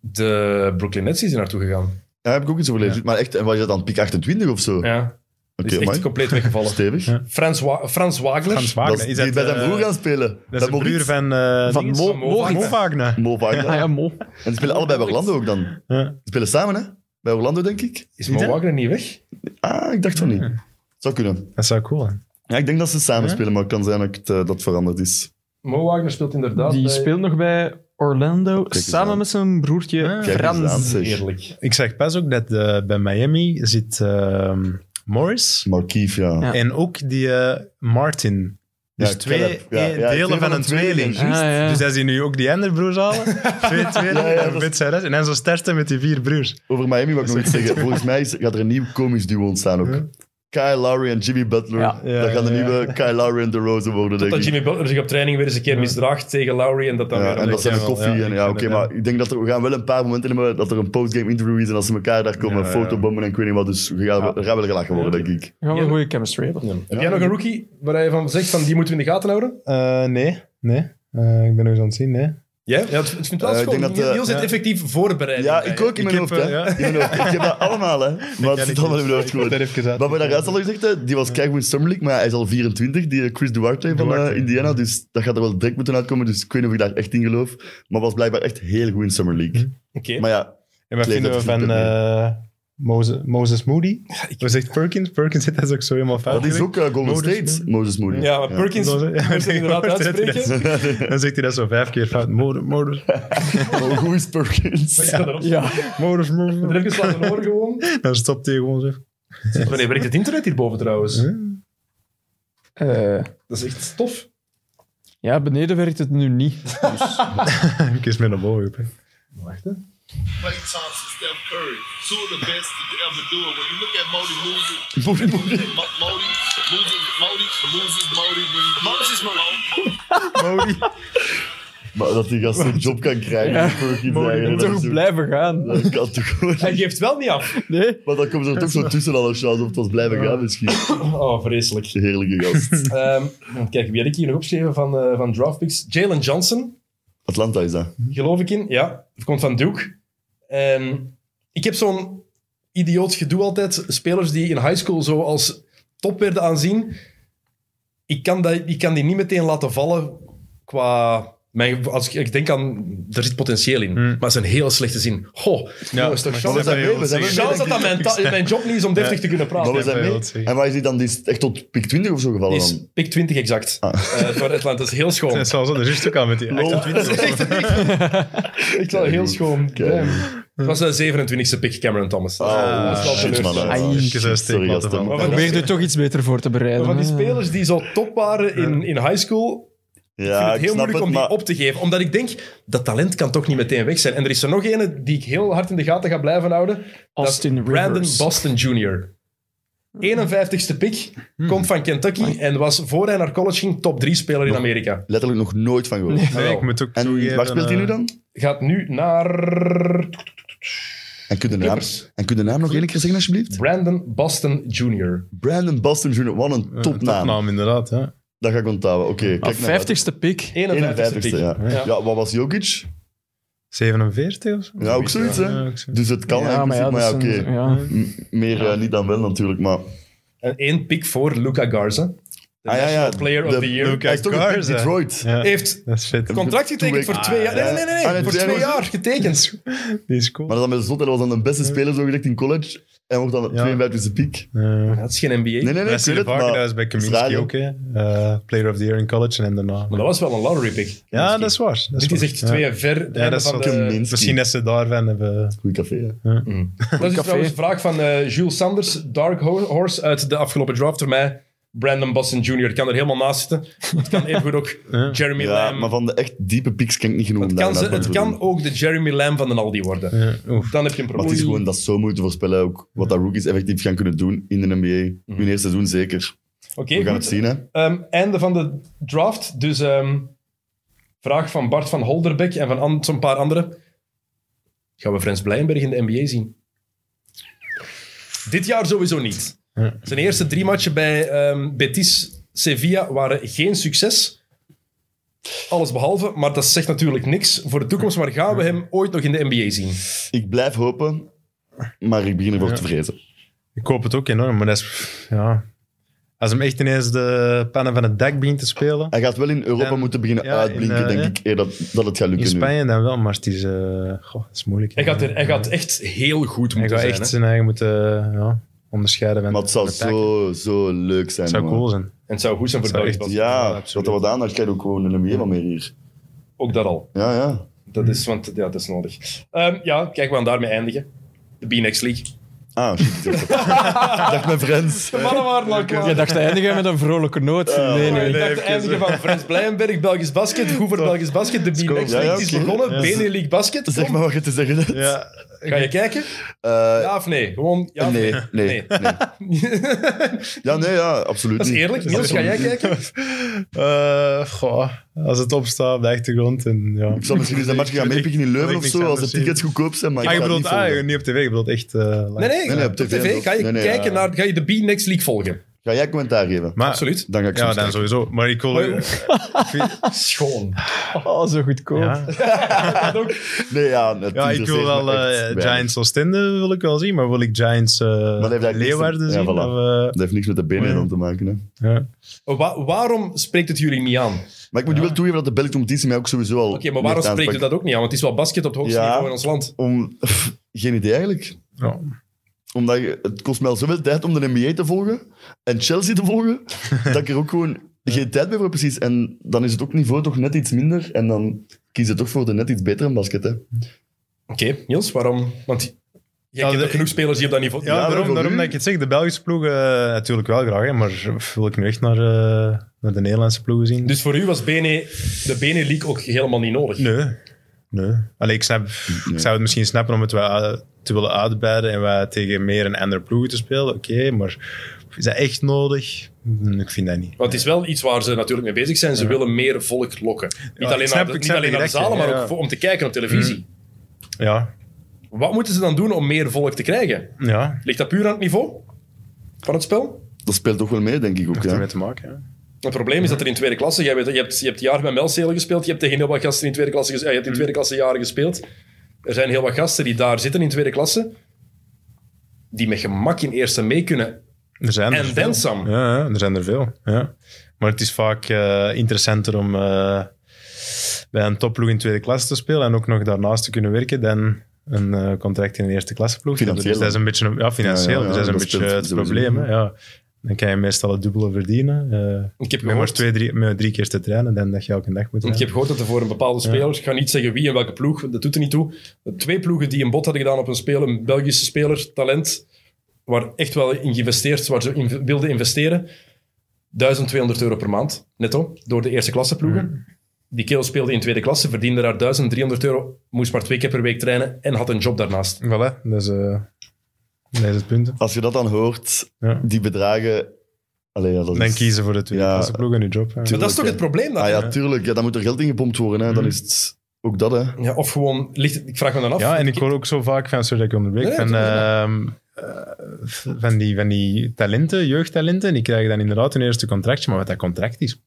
Speaker 1: De Brooklyn Nets is er naartoe gegaan.
Speaker 2: Ja, heb ik ook iets over gelezen. Maar echt, en was je dan piek 28 of zo?
Speaker 1: Ja. Die
Speaker 2: Oké,
Speaker 1: is echt
Speaker 2: maar
Speaker 1: compleet weggevallen.
Speaker 2: stevig.
Speaker 3: Ja.
Speaker 1: Frans, Wa- Frans Wagner.
Speaker 3: Frans
Speaker 2: Dat
Speaker 3: Wagner.
Speaker 2: is,
Speaker 3: is
Speaker 2: die
Speaker 3: dat,
Speaker 2: bij zijn
Speaker 3: eh,
Speaker 2: broer gaan spelen.
Speaker 3: Dat is de
Speaker 2: Moritz.
Speaker 3: broer van, eh
Speaker 4: Van
Speaker 3: dinges?
Speaker 4: Mo- Mo
Speaker 3: Mo
Speaker 1: Wagner.
Speaker 3: Wagner.
Speaker 2: Mo Wagner.
Speaker 4: Ah ja, mo.
Speaker 2: En die spelen allebei bij Orlando ook dan. Die
Speaker 3: Ja.
Speaker 2: spelen samen, hè? Bij Orlando, denk ik.
Speaker 1: Is Mo Wagner niet weg?
Speaker 2: Ah, ik dacht van niet. Zou kunnen.
Speaker 3: Dat zou cool zijn.
Speaker 2: Ja, ik denk dat ze samen
Speaker 3: Ja?
Speaker 2: spelen, maar het kan zijn dat het, eh, dat veranderd is.
Speaker 1: Mo Wagner speelt inderdaad
Speaker 4: Die
Speaker 1: bij-
Speaker 4: speelt nog bij Orlando
Speaker 2: eens
Speaker 4: samen
Speaker 2: aan.
Speaker 4: met zijn broertje
Speaker 3: Ah.
Speaker 2: Kijk eens aan,
Speaker 4: Frans.
Speaker 2: zeg.
Speaker 1: Heerlijk.
Speaker 3: Ik zag pas ook dat eh, bij Miami zit ehm, Morris
Speaker 2: Markief, ja.
Speaker 4: Ja.
Speaker 3: en ook die eh, Martin. Dus
Speaker 2: Ja,
Speaker 3: twee
Speaker 2: Caleb. Ja,
Speaker 3: eh,
Speaker 2: ja, twee
Speaker 3: delen
Speaker 2: van
Speaker 3: van
Speaker 2: een
Speaker 3: een tweeling.
Speaker 4: tweeling, juist. Ah, ja.
Speaker 3: Dus dat zien nu ook die andere broers halen. twee tweelingen,
Speaker 2: Ja, ja,
Speaker 3: en
Speaker 2: dat
Speaker 3: met zijn rest. En dan zo starten met die vier broers.
Speaker 2: Over Miami wil ik nog iets zeggen. Volgens mij is- gaat er een nieuw komisch duo ontstaan ook.
Speaker 3: Ja.
Speaker 2: Kyle Lowry en Jimmy Butler.
Speaker 4: Ja.
Speaker 3: Ja,
Speaker 2: dat gaan de
Speaker 3: ja, ja.
Speaker 2: nieuwe Kyle Lowry en DeRozan worden, denk
Speaker 1: Dat
Speaker 2: ik.
Speaker 1: Jimmy Butler zich op training weer eens een keer misdraagt tegen Lowry en dat dan
Speaker 2: Ja,
Speaker 1: weer...
Speaker 2: en dat zijn de
Speaker 3: Ja,
Speaker 2: koffie.
Speaker 3: ja,
Speaker 2: en,
Speaker 3: ik
Speaker 2: ja,
Speaker 3: vind
Speaker 2: oké,
Speaker 3: het, ja.
Speaker 2: maar ik denk dat er, we gaan wel een paar momenten hebben dat er een postgame interview is en als ze elkaar daar komen,
Speaker 3: Ja, ja.
Speaker 2: fotobommen en ik weet niet wat. Dus we gaan, we gaan wel gelachen worden, denk ik.
Speaker 4: Gaan we
Speaker 1: Ja.
Speaker 4: een goede chemistry hebben.
Speaker 1: Heb jij nog een rookie waar je van zegt, van die moeten we in de gaten houden?
Speaker 3: Eh, nee, nee. Eh, ik ben nog eens aan het zien, nee.
Speaker 1: Ja, ja het, het vindt wel
Speaker 2: Eh, ik
Speaker 1: schoon.
Speaker 2: denk dat, eh,
Speaker 1: Niels zit
Speaker 3: ja.
Speaker 1: effectief voorbereid.
Speaker 2: Ja, ik ook in
Speaker 3: Ik
Speaker 2: mijn
Speaker 3: heb,
Speaker 2: hoofd, hè.
Speaker 3: eh, ja.
Speaker 2: In mijn hoofd. Ik heb dat allemaal, hè. Maar het
Speaker 3: ken
Speaker 2: zit
Speaker 3: ik
Speaker 2: allemaal in
Speaker 3: niet.
Speaker 2: mijn hoofd
Speaker 3: Ik heb
Speaker 2: gewoon.
Speaker 3: daar even uit.
Speaker 2: Wat we daaruit al gezegd hebben, die was kijk in Summer League, maar hij is al 24, die Chris Duarte van eh,
Speaker 3: Duarte.
Speaker 2: Indiana. Dus dat gaat er wel direct moeten uitkomen, dus ik weet niet of ik daar echt in geloof. Maar was blijkbaar echt heel goed in Summer League.
Speaker 1: Oké.
Speaker 2: Maar ja,
Speaker 3: En wat
Speaker 2: Clay
Speaker 3: vinden we
Speaker 2: dat
Speaker 3: van
Speaker 2: vindt het
Speaker 3: eh Moses, Moses Moody. Wat zegt Perkins? Perkins zit dat ook zo helemaal fout.
Speaker 2: Dat is ook eh, Golden
Speaker 3: Moses
Speaker 2: State, Moses Moody.
Speaker 1: Ja, maar Perkins
Speaker 3: Ja.
Speaker 1: moest het inderdaad uitspreken.
Speaker 3: Dan zegt hij dat zo vijf keer fout. Modus, modus,
Speaker 2: Oh, Hoe is Perkins?
Speaker 4: Ja.
Speaker 3: modus, modus.
Speaker 1: Even laten horen gewoon.
Speaker 3: Dan stopt hij gewoon zo.
Speaker 1: Wanneer werkt het internet hierboven trouwens?
Speaker 3: Huh?
Speaker 4: Eh,
Speaker 1: Dat is echt tof.
Speaker 4: ja, beneden werkt het nu niet.
Speaker 3: Een keer met naar boven. hè.
Speaker 1: Wacht, hè.
Speaker 5: Clay Thompson, Steph Curry, two of the best to ever do it. When you look at Modi Moody,
Speaker 2: Moody, Moody.
Speaker 5: Mo- Modi, Moody, Modi, Moses Modi, when you Moses Modi.
Speaker 3: Modi.
Speaker 2: Maar dat die gast een job kan krijgen.
Speaker 4: Ja.
Speaker 2: Ja. Perkins
Speaker 3: Mooi,
Speaker 2: eigenlijk.
Speaker 4: Toch
Speaker 2: Dat is ook-
Speaker 4: blijven gaan.
Speaker 2: Dat kan toch gewoon.
Speaker 1: Hij geeft wel niet af.
Speaker 4: Nee?
Speaker 2: Maar dan komt ze er toch zo tussen al een chance op. Het was blijven gaan misschien.
Speaker 1: Oh, vreselijk.
Speaker 2: Heerlijke gast.
Speaker 1: Ehm, kijk, wie had ik hier nog opgeschreven van, eh van draftpicks? Jalen Johnson,
Speaker 2: Atlanta is dat.
Speaker 1: geloof ik in. Ja, die komt van Duke. En ik heb zo'n idioot gedoe altijd. Spelers die in high school zo als top werden aanzien. Ik kan, dat, ik kan die niet meteen laten vallen qua... Mijn, als ik, ik denk aan... Er zit potentieel in. Maar het is een heel slechte zin. Goh, Mhm. ja, is toch
Speaker 3: maar
Speaker 1: chance,
Speaker 2: dat
Speaker 1: dat,
Speaker 2: zijn heel-
Speaker 3: wil zeggen.
Speaker 2: zijn
Speaker 1: chance dat, dat mijn, ta- mijn job niet is om deftig te kunnen praten.
Speaker 2: Maar we
Speaker 3: Ja,
Speaker 2: zijn
Speaker 3: bij
Speaker 2: mee.
Speaker 3: Wild Sea.
Speaker 2: En waar is die dan? Die is echt tot pick 20 of zo gevallen
Speaker 1: Die
Speaker 2: dan?
Speaker 1: is pick 20 exact. Eh voor Atlanta. Dat is heel schoon.
Speaker 3: Net zoals er is ook al met die
Speaker 2: Lol.
Speaker 3: 28.
Speaker 1: Dat is echt, echt wel heel schoon. Eh,
Speaker 2: Kijk.
Speaker 1: Het was de 27e pick, Cameron Thomas.
Speaker 2: Oh,
Speaker 1: Ah, dat is wel
Speaker 2: shit, man.
Speaker 1: teleurstellend.
Speaker 4: Ai.
Speaker 2: Ah, shit,
Speaker 3: Ik zou steek
Speaker 2: sorry,
Speaker 3: laten
Speaker 2: gasten.
Speaker 3: vallen.
Speaker 1: Maar van die
Speaker 4: Probeer er toch iets beter voor te bereiden.
Speaker 1: Van die
Speaker 4: hè.
Speaker 1: spelers die zo top waren in, in high school, vind
Speaker 2: Ja,
Speaker 1: ik het
Speaker 2: ik
Speaker 1: heel
Speaker 2: snap
Speaker 1: moeilijk
Speaker 2: het,
Speaker 1: om die
Speaker 2: maar
Speaker 1: op te geven. Omdat ik denk, dat talent kan toch niet meteen weg zijn. En er is er nog ene die ik heel hard in de gaten ga blijven houden.
Speaker 4: Austin
Speaker 1: dat is Brandon
Speaker 4: Rivers.
Speaker 1: Boston Jr. 51ste pick,
Speaker 2: Hmm.
Speaker 1: komt van Kentucky en was voor hij naar college ging top 3 speler in Amerika.
Speaker 2: letterlijk nog nooit van gehoord.
Speaker 3: Nee, ik moet ook
Speaker 2: En
Speaker 3: toegeven,
Speaker 2: waar speelt hij nu
Speaker 3: eh,
Speaker 2: dan?
Speaker 1: Gaat nu naar
Speaker 2: En kun je de naam,
Speaker 1: Clippers.
Speaker 2: en kun je de naam nog één keer zeggen, alsjeblieft?
Speaker 1: Brandon Boston Jr.
Speaker 2: Brandon Boston Jr. Wat een topnaam.
Speaker 3: eh, Topnaam, inderdaad. Hè.
Speaker 2: Dat ga ik onthouden. Oké, kijk
Speaker 4: Ah,
Speaker 2: naar uit.
Speaker 4: 50ste pick.
Speaker 1: 51ste
Speaker 2: 51ste,
Speaker 1: pick.
Speaker 2: ja.
Speaker 1: Ja.
Speaker 2: ja. wat was Jokic?
Speaker 3: 47 of zo?
Speaker 2: Ja, ook zoiets, hè?
Speaker 3: Ja, ook zo.
Speaker 2: Dus het kan ja, maar ja, maar ja
Speaker 4: dat
Speaker 2: oké.
Speaker 4: is een- ja.
Speaker 2: M- Meer eh, niet dan wel natuurlijk, maar...
Speaker 1: En één pick voor Luca Garza. De
Speaker 2: Ah, ja, ja.
Speaker 1: National Player of
Speaker 2: De-
Speaker 1: the Year.
Speaker 3: Luka
Speaker 2: Hij is toch een pick
Speaker 3: Garza.
Speaker 2: Detroit.
Speaker 3: Ja,
Speaker 1: Heeft
Speaker 3: dat is vet.
Speaker 1: contract getekend voor
Speaker 2: Ah,
Speaker 1: twee jaar. Nee, nee, nee. nee,
Speaker 2: Ah, nee,
Speaker 1: voor
Speaker 2: twee
Speaker 1: twee
Speaker 2: jaar.
Speaker 1: jaar getekend.
Speaker 3: Die is cool.
Speaker 2: Maar dat met zot, hij was dan de beste speler zo gezegd in college. En wordt dan
Speaker 3: Ja.
Speaker 2: 52 e piek.
Speaker 3: Eh,
Speaker 1: Dat is geen NBA.
Speaker 2: Nee, nee, nee,
Speaker 3: wij
Speaker 2: ik
Speaker 3: zien
Speaker 2: weet
Speaker 3: het
Speaker 2: het,
Speaker 3: vaker,
Speaker 2: maar...
Speaker 3: dat is bij Kaminsky
Speaker 2: Australië.
Speaker 3: ook. Hè. Eh, player of the Year in college en hem daarna.
Speaker 1: Maar dat was wel een lottery pick.
Speaker 3: Ja, dat is waar. dat
Speaker 1: Dit is
Speaker 3: waar.
Speaker 1: echt
Speaker 3: Ja.
Speaker 1: twee jaar ver.
Speaker 3: Ja, dat is
Speaker 1: van
Speaker 3: wat
Speaker 1: de-
Speaker 2: Kaminsky.
Speaker 3: Misschien dat ze daarvan hebben.
Speaker 2: Goeie café, hè.
Speaker 1: Dat is
Speaker 4: Café.
Speaker 1: trouwens een vraag van eh, Jules Sanders, Dark Ho- Horse uit de afgelopen draft. Voor mij, Brandon Boston Jr. kan er helemaal naast zitten. Het kan evengoed ook Jeremy
Speaker 2: Ja,
Speaker 1: Lamb.
Speaker 2: maar van de echt diepe pieks ken ik niet genoeg
Speaker 1: het
Speaker 2: om
Speaker 1: kan,
Speaker 2: daar
Speaker 1: ze-
Speaker 2: een
Speaker 1: het
Speaker 2: antwoord
Speaker 1: kan
Speaker 2: op
Speaker 1: ook de Jeremy Lamb van de Aldi worden.
Speaker 3: Ja, oef.
Speaker 1: Dan heb je een
Speaker 2: te doen. Maar
Speaker 1: probleem.
Speaker 2: het is gewoon dat is zo moeilijk te voorspellen ook wat dat rookies effectief gaan kunnen doen in de NBA.
Speaker 1: Mhm.
Speaker 2: Hun eerste seizoen zeker.
Speaker 1: Oké,
Speaker 2: We gaan
Speaker 1: goed.
Speaker 2: het zien, hè.
Speaker 1: Ehm, einde van de draft. Dus ehm, vraag van Bart van Holderbeck en van an- zo'n paar anderen. Gaan we Frans Blijenberg in de NBA zien? Dit jaar sowieso niet.
Speaker 3: Ja.
Speaker 1: Zijn eerste drie matchen bij ehm, Betis Sevilla waren geen succes. Alles behalve, maar dat zegt natuurlijk niks voor de toekomst. Maar gaan we hem ooit nog in de NBA zien?
Speaker 2: Ik blijf hopen, maar ik begin ervoor te vrezen.
Speaker 3: Ik hoop het ook enorm, maar dat is... Ja. Als hem echt ineens de pannen van het dak begint te spelen,
Speaker 2: Hij gaat wel in Europa
Speaker 3: En-
Speaker 2: moeten beginnen
Speaker 3: ja, in,
Speaker 2: uitblinken,
Speaker 3: eh,
Speaker 2: denk
Speaker 3: hè?
Speaker 2: ik, eer dat, dat het gaat
Speaker 3: in
Speaker 2: lukken nu.
Speaker 3: Spanje dan wel, maar het is... eh, goh, dat is moeilijk.
Speaker 1: Hij gaat, er,
Speaker 3: hè.
Speaker 1: hij gaat echt heel goed
Speaker 3: Hij
Speaker 1: moeten
Speaker 3: gaat
Speaker 1: zijn.
Speaker 3: echt
Speaker 1: hè.
Speaker 3: zijn eigen moeten eh, ja, onderscheiden. van
Speaker 2: Maar het zou
Speaker 3: de pack.
Speaker 2: zo, zo leuk zijn,
Speaker 3: Het zou
Speaker 2: man.
Speaker 3: cool zijn.
Speaker 1: En het zou goed zijn voor
Speaker 3: Het zou
Speaker 1: België.
Speaker 3: echt- Ja,
Speaker 2: Ja, wat
Speaker 3: absoluut.
Speaker 2: er wat aan, dat krijg je ook gewoon een NBA van meer hier.
Speaker 1: Ook dat al.
Speaker 2: Ja, ja.
Speaker 1: Dat is, want ja, dat is nodig. Ehm, ja, kijk, we gaan daarmee eindigen. De B-Next League.
Speaker 2: Ah, shit. ik dacht mijn friends.
Speaker 1: De mannen waren al
Speaker 4: Je dacht te eindigen met een vrolijke noot. Nee, nee.
Speaker 1: ik dacht
Speaker 3: nee,
Speaker 1: het
Speaker 3: even,
Speaker 1: eindigen van Frans Blijenberg, Belgisch Basket. Goed voor Belgisch Basket. De B-Next
Speaker 2: Ja, ja,
Speaker 1: League is
Speaker 2: oké.
Speaker 1: begonnen.
Speaker 3: Ja.
Speaker 1: Benelink Basket.
Speaker 2: Zeg
Speaker 1: Kom,
Speaker 2: maar wat je te zeggen hebt.
Speaker 3: Ja,
Speaker 1: Ga je kijken?
Speaker 2: Eh,
Speaker 1: Ja of nee? Gewoon ja of
Speaker 2: nee,
Speaker 1: nee.
Speaker 2: nee, nee. Ja, nee, ja, absoluut
Speaker 1: Dat is
Speaker 2: niet.
Speaker 1: eerlijk. Niels, ga jij
Speaker 2: Absoluut niet.
Speaker 1: kijken?
Speaker 3: Eh, goh, als het opstaat op de achtergrond. En, ja.
Speaker 2: Ik zal misschien eens een match gaan meepikken in Leuven
Speaker 3: ik
Speaker 2: of
Speaker 3: niks
Speaker 2: zo, als de
Speaker 3: anders
Speaker 2: tickets
Speaker 3: zien.
Speaker 2: goedkoop zijn, maar ik
Speaker 3: Ah, je
Speaker 2: ga het
Speaker 3: bedoelt
Speaker 2: niet
Speaker 3: ah,
Speaker 2: volgen.
Speaker 3: niet op tv, je bedoelt echt... eh, live.
Speaker 1: Nee, nee.
Speaker 2: Nee, nee, op
Speaker 1: op
Speaker 2: tv
Speaker 1: tv. Ga je
Speaker 2: nee, nee,
Speaker 1: kijken
Speaker 2: ja. Ah.
Speaker 1: naar... Ga je de B-Next League volgen?
Speaker 2: Ga jij commentaar geven?
Speaker 3: Maar,
Speaker 1: Absoluut.
Speaker 2: Dan ga ik
Speaker 3: Ja,
Speaker 2: soms
Speaker 3: dan
Speaker 2: kijken.
Speaker 3: sowieso. Maar ik wil...
Speaker 1: Maar-
Speaker 3: Ik vind-
Speaker 2: Ah,
Speaker 1: Schoon.
Speaker 4: Oh, zo goedkoop.
Speaker 3: ja.
Speaker 2: Nee, ja, het
Speaker 3: Ja, ik wil
Speaker 2: interesseert
Speaker 3: wel
Speaker 2: me echt
Speaker 3: eh,
Speaker 2: weinig.
Speaker 3: Giants Oostende wil ik wel zien, maar wil ik Giants eh,
Speaker 2: heeft eigenlijk niks
Speaker 3: Leeuwarden
Speaker 2: te-
Speaker 3: zien?
Speaker 2: ja, voilà.
Speaker 3: of,
Speaker 2: Dat heeft niks met de benen
Speaker 3: Nee.
Speaker 2: om te maken. Hè.
Speaker 3: eh, ja.
Speaker 1: Wa- waarom spreekt het jullie niet aan? Oké,
Speaker 2: Maar ik moet je wel toegeven dat de Belgische competitie mij ook sowieso al.
Speaker 1: maar waarom
Speaker 2: meer
Speaker 1: spreekt u
Speaker 2: aanpakt.
Speaker 1: dat ook niet aan? Want het is wel basket op het hoogste
Speaker 2: Ja.
Speaker 1: niveau in ons land.
Speaker 2: Om, geen idee eigenlijk.
Speaker 3: Ja.
Speaker 2: Omdat je- het kost mij al zoveel tijd om de NBA te volgen en Chelsea te volgen, dat ik er ook gewoon geen tijd meer voor heb, precies. En dan is het ook niveau toch net iets minder en dan kies je toch voor de net iets betere basket. Hè.
Speaker 1: Oké, Niels, waarom? Want jij kent
Speaker 3: de-
Speaker 1: ook genoeg spelers die op dat niveau...
Speaker 3: Ja,
Speaker 2: Ja,
Speaker 3: daarom,
Speaker 2: daarom
Speaker 3: daarom
Speaker 2: nu.
Speaker 3: dat ik het zeg. De Belgische ploegen eh, natuurlijk wel graag, hè, maar wil ik nu echt naar, eh, naar de Nederlandse ploegen zien?
Speaker 1: Dus voor u was Bene, de Bene League ook helemaal niet nodig?
Speaker 3: Nee. nee. Allee, ik, snap, ik zou het misschien snappen om het wel uit- te willen uitbreiden en wat tegen meer en andere ploegen te spelen. Oké, maar is dat echt nodig? Hm, Ik vind dat niet.
Speaker 1: Want het is wel iets waar ze natuurlijk mee bezig zijn. Ze willen meer volk lokken. niet
Speaker 3: ik
Speaker 1: alleen,
Speaker 3: snap-
Speaker 1: naar, de,
Speaker 3: ik
Speaker 1: niet
Speaker 3: snap
Speaker 1: alleen naar de
Speaker 3: direct,
Speaker 1: zalen, maar
Speaker 3: ja. Mm.
Speaker 1: ook voor- om te kijken op televisie.
Speaker 3: Ja,
Speaker 1: Wat moeten ze dan doen om meer volk te krijgen?
Speaker 3: ja.
Speaker 1: Ligt dat puur aan het niveau van het spel?
Speaker 2: Dat speelt toch wel mee, denk ik ook.
Speaker 3: Heeft
Speaker 2: Ja.
Speaker 3: ermee te maken. Hè.
Speaker 1: Het probleem is dat er in tweede klasse... Jij weet, je, hebt, je hebt jaren bij Melcelen gespeeld. Je hebt tegen heel wat gasten in tweede klasse... ges- eh, Je hebt in tweede klasse jaren gespeeld. Er zijn heel wat gasten die daar zitten in tweede klasse. Die met gemak in eerste mee kunnen.
Speaker 3: Er zijn er
Speaker 1: En
Speaker 3: veel.
Speaker 1: then some.
Speaker 3: Ja, ja, er zijn er veel. Ja. Maar het is vaak eh, interessanter om eh, bij een topploeg in tweede klasse te spelen en ook nog daarnaast te kunnen werken dan een eh, contract in een eerste klasse ploeg.
Speaker 2: Financieel
Speaker 3: Dus dat is een beetje een- ja, financieel.
Speaker 2: Ja, ja, ja,
Speaker 3: dus dat is een
Speaker 2: dat
Speaker 3: beetje
Speaker 2: speelt
Speaker 3: het
Speaker 2: sowieso.
Speaker 3: probleem. hè, Ja. Dan kan je meestal het dubbele verdienen. eh,
Speaker 1: Ik heb
Speaker 3: met maar
Speaker 1: gehoord-
Speaker 3: twee, drie, met drie keer te trainen dan dat je elke dag moet
Speaker 1: Want ik
Speaker 3: trainen.
Speaker 1: heb gehoord dat er voor een bepaalde speler, ik ga niet zeggen wie en welke ploeg, want dat doet er niet toe. De twee ploegen die een bod hadden gedaan op een speler, een Belgische speler, talent, waar echt wel in geïnvesteerd, waar ze in wilden investeren, 1200 euro per maand, netto, door de eerste klasse ploegen.
Speaker 3: Mm.
Speaker 1: Die kerel speelde in tweede klasse, verdiende daar 1300 euro, moest maar twee keer per week trainen en had een job daarnaast.
Speaker 3: Voilà, dat is, eh, dat is het punt. hè.
Speaker 2: Als je dat dan hoort,
Speaker 3: Ja.
Speaker 2: die bedragen... Allee, ja, dat
Speaker 3: Dan
Speaker 2: is-
Speaker 3: kiezen voor de tweede
Speaker 2: Ja.
Speaker 3: klasse ploeg en je job. ja.
Speaker 1: Maar dat is toch het probleem? Dan?
Speaker 2: Ah ja, tuurlijk. Ja, dan moet er geld in gepompt worden. Hè. Dan is het ook dat, hè.
Speaker 1: Ja, of gewoon, ligt, ik vraag me dan af.
Speaker 3: Ja, en ik hoor ook zo vaak van, sorry dat ik onderbreek,
Speaker 1: Nee,
Speaker 3: van,
Speaker 1: dat is
Speaker 3: ehm, eh, van, die, van die talenten, jeugdtalenten, die krijgen dan inderdaad hun eerste contractje, maar wat dat contract is...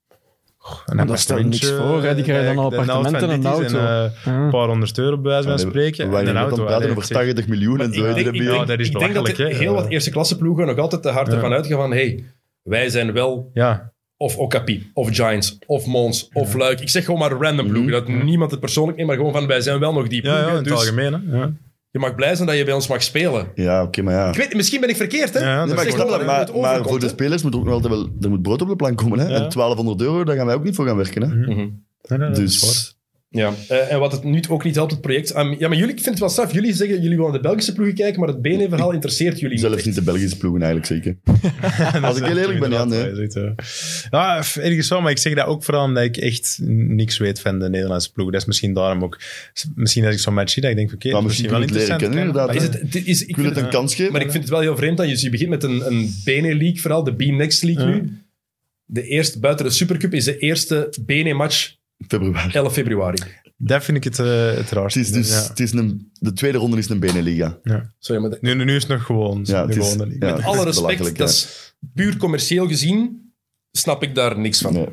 Speaker 3: goh, Een eh,
Speaker 4: Daar stelt niks voor, hè. Die krijgen dan al
Speaker 3: de helft van
Speaker 4: appartementen,
Speaker 3: dit
Speaker 4: een
Speaker 3: is
Speaker 4: auto.
Speaker 3: eh, een paar honderd euro bij wijze van spreken.
Speaker 2: Wij
Speaker 3: en een
Speaker 2: gaan
Speaker 3: auto.
Speaker 2: dan
Speaker 3: allee,
Speaker 2: praten over
Speaker 3: zeg,
Speaker 2: 80 miljoen en
Speaker 1: Maar
Speaker 2: zo.
Speaker 1: ik,
Speaker 2: hè,
Speaker 1: denk, ik,
Speaker 2: de NBA.
Speaker 1: denk,
Speaker 3: Ja, dat is
Speaker 1: ik denk dat er
Speaker 3: belachelijk, hè.
Speaker 1: heel wat eerste klasse ploegen nog altijd te hard
Speaker 3: Ja.
Speaker 1: ervan uitgaan van hey, wij zijn wel
Speaker 3: Ja,
Speaker 1: of Okapi, of Giants, of Mons, of Luik. Ik zeg gewoon maar random ploegen, dat niemand het persoonlijk neemt, maar gewoon van wij zijn wel nog die
Speaker 3: Mhm. ja,
Speaker 1: ploegen.
Speaker 3: ja, in het
Speaker 1: dus
Speaker 3: algemeen. Hè. Ja.
Speaker 1: je mag blij zijn dat je bij ons mag spelen.
Speaker 2: Ja, oké, maar ja.
Speaker 1: Ik weet, misschien ben ik verkeerd, hè?
Speaker 3: Ja, ja,
Speaker 1: Ik
Speaker 3: dat
Speaker 2: maar,
Speaker 1: zeg
Speaker 2: ik snap
Speaker 1: gewoon
Speaker 2: dat,
Speaker 1: hoe het
Speaker 2: maar, maar
Speaker 1: overkomt,
Speaker 2: voor de
Speaker 1: hè.
Speaker 2: spelers moet ook nog altijd wel... Er moet brood op de plank komen, hè. En 1200 euro, daar gaan wij ook niet voor gaan werken, hè.
Speaker 3: Nee, nee, dat is waar.
Speaker 2: Dus...
Speaker 1: Mhm. Ja, eh, en wat het nu ook niet helpt, het project. Ehm, ja, maar jullie, ik vind het wel straf. Jullie zeggen, jullie willen naar de Belgische ploegen kijken, maar het BNE-verhaal interesseert jullie
Speaker 2: Zelfs
Speaker 1: echt.
Speaker 2: niet de Belgische ploegen, eigenlijk, zeker.
Speaker 3: Dat
Speaker 2: Als
Speaker 3: is
Speaker 2: ik heel eerlijk ben, ja,
Speaker 3: inderdaad
Speaker 2: nee.
Speaker 3: waar je zegt, ja. Ja, f- ergens wel, maar ik zeg dat ook vooral omdat ik echt niks weet van de Nederlandse ploeg. Dat is misschien daarom ook... Misschien als ik zo'n match zie, dat ik denk, oké,
Speaker 2: Maar
Speaker 3: dat is
Speaker 2: misschien
Speaker 3: misschien wel
Speaker 2: kun je het leren
Speaker 3: interessant.
Speaker 2: kennen, inderdaad,
Speaker 3: kan-
Speaker 1: Is
Speaker 3: Maar
Speaker 1: het, het is, ik
Speaker 2: Ik wil
Speaker 1: vind
Speaker 2: het een kans geven.
Speaker 1: Maar ik vind het wel heel vreemd dat je, je begint met een, een Bene-league vooral, de B-Next League
Speaker 3: Ja.
Speaker 1: nu. De eerste, buiten de Supercup is de eerste Bene-match
Speaker 2: Februari.
Speaker 1: 11 februari.
Speaker 3: Dat vind ik het, eh het
Speaker 2: Het
Speaker 3: raarste.
Speaker 2: is dus...
Speaker 3: Ja.
Speaker 2: Het is een, de tweede ronde is een Beneliga.
Speaker 1: Sorry, maar de-
Speaker 3: Nu, nu is het nog gewoon.
Speaker 2: Ja,
Speaker 3: de
Speaker 2: het is...
Speaker 3: gewone
Speaker 2: ja,
Speaker 3: league. Ja.
Speaker 2: het is
Speaker 1: alle
Speaker 2: belachelijk,
Speaker 1: respect,
Speaker 2: ja.
Speaker 1: dat is puur commercieel gezien, snap ik daar niks van.
Speaker 2: Nee.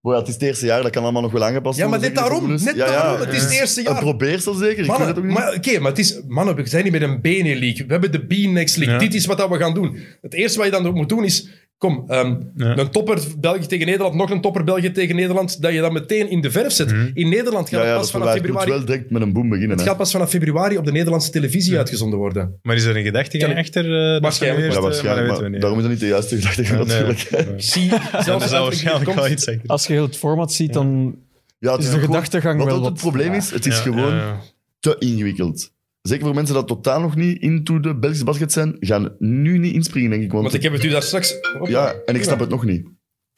Speaker 2: Maar ja, het is het eerste jaar, dat kan allemaal nog wel aangepast
Speaker 1: Ja, maar
Speaker 2: worden,
Speaker 1: net
Speaker 2: zeker,
Speaker 1: daarom,
Speaker 2: voor de
Speaker 1: net
Speaker 2: bonus. Ja, ja.
Speaker 1: daarom, het is het eerste
Speaker 2: En
Speaker 1: jaar.
Speaker 2: probeer zo zeker. ik weet het ook
Speaker 1: Mannen,
Speaker 2: niet.
Speaker 1: maar, oké, maar het is, mannen, we zijn niet met een BNE-league. We hebben de B-Next League.
Speaker 3: Ja.
Speaker 1: Dit is wat dat we gaan doen. Het eerste wat je dan moet doen is, kom, ehm,
Speaker 3: Ja.
Speaker 1: een topper België tegen Nederland, nog een topper België tegen Nederland, dat je dat meteen in de verf zet.
Speaker 3: Mhm.
Speaker 1: In Nederland gaat
Speaker 2: Ja, ja,
Speaker 1: het
Speaker 2: dat
Speaker 1: pas
Speaker 2: is wel
Speaker 1: vanaf
Speaker 2: waar. Het moet
Speaker 1: februari...
Speaker 2: wel direct met een boom beginnen.
Speaker 1: Het
Speaker 2: hè.
Speaker 1: gaat pas vanaf februari op de Nederlandse televisie uitgezonden worden.
Speaker 3: Maar is er een gedachtegang
Speaker 1: Kan-
Speaker 3: achter? eh, dat
Speaker 1: Waarschijnlijk.
Speaker 3: eerste?
Speaker 2: Ja, waarschijnlijk.
Speaker 3: Maar
Speaker 2: Maar
Speaker 3: dat weten we
Speaker 2: Daarom
Speaker 3: niet.
Speaker 2: is dat niet de juiste gedachte, natuurlijk.
Speaker 3: Nee.
Speaker 1: Ik zie zelfs
Speaker 3: Ja, dat
Speaker 1: als
Speaker 3: zal
Speaker 1: er
Speaker 3: waarschijnlijk
Speaker 1: komt-
Speaker 3: wel iets zeggen.
Speaker 4: Als je heel het format ziet, dan
Speaker 2: Ja, het
Speaker 4: is
Speaker 2: ook
Speaker 4: de
Speaker 2: gewoon-
Speaker 4: gedachtegang
Speaker 2: Wat
Speaker 4: wel
Speaker 2: ook
Speaker 4: wat...
Speaker 2: het probleem is, het is
Speaker 3: Ja,
Speaker 2: gewoon
Speaker 3: ja,
Speaker 2: te ingewikkeld. Zeker voor mensen dat totaal nog niet into de Belgische basket zijn, gaan nu niet inspringen, denk ik. Want,
Speaker 1: Want ik heb het u daar straks...
Speaker 2: ja, en ik snap het nog niet.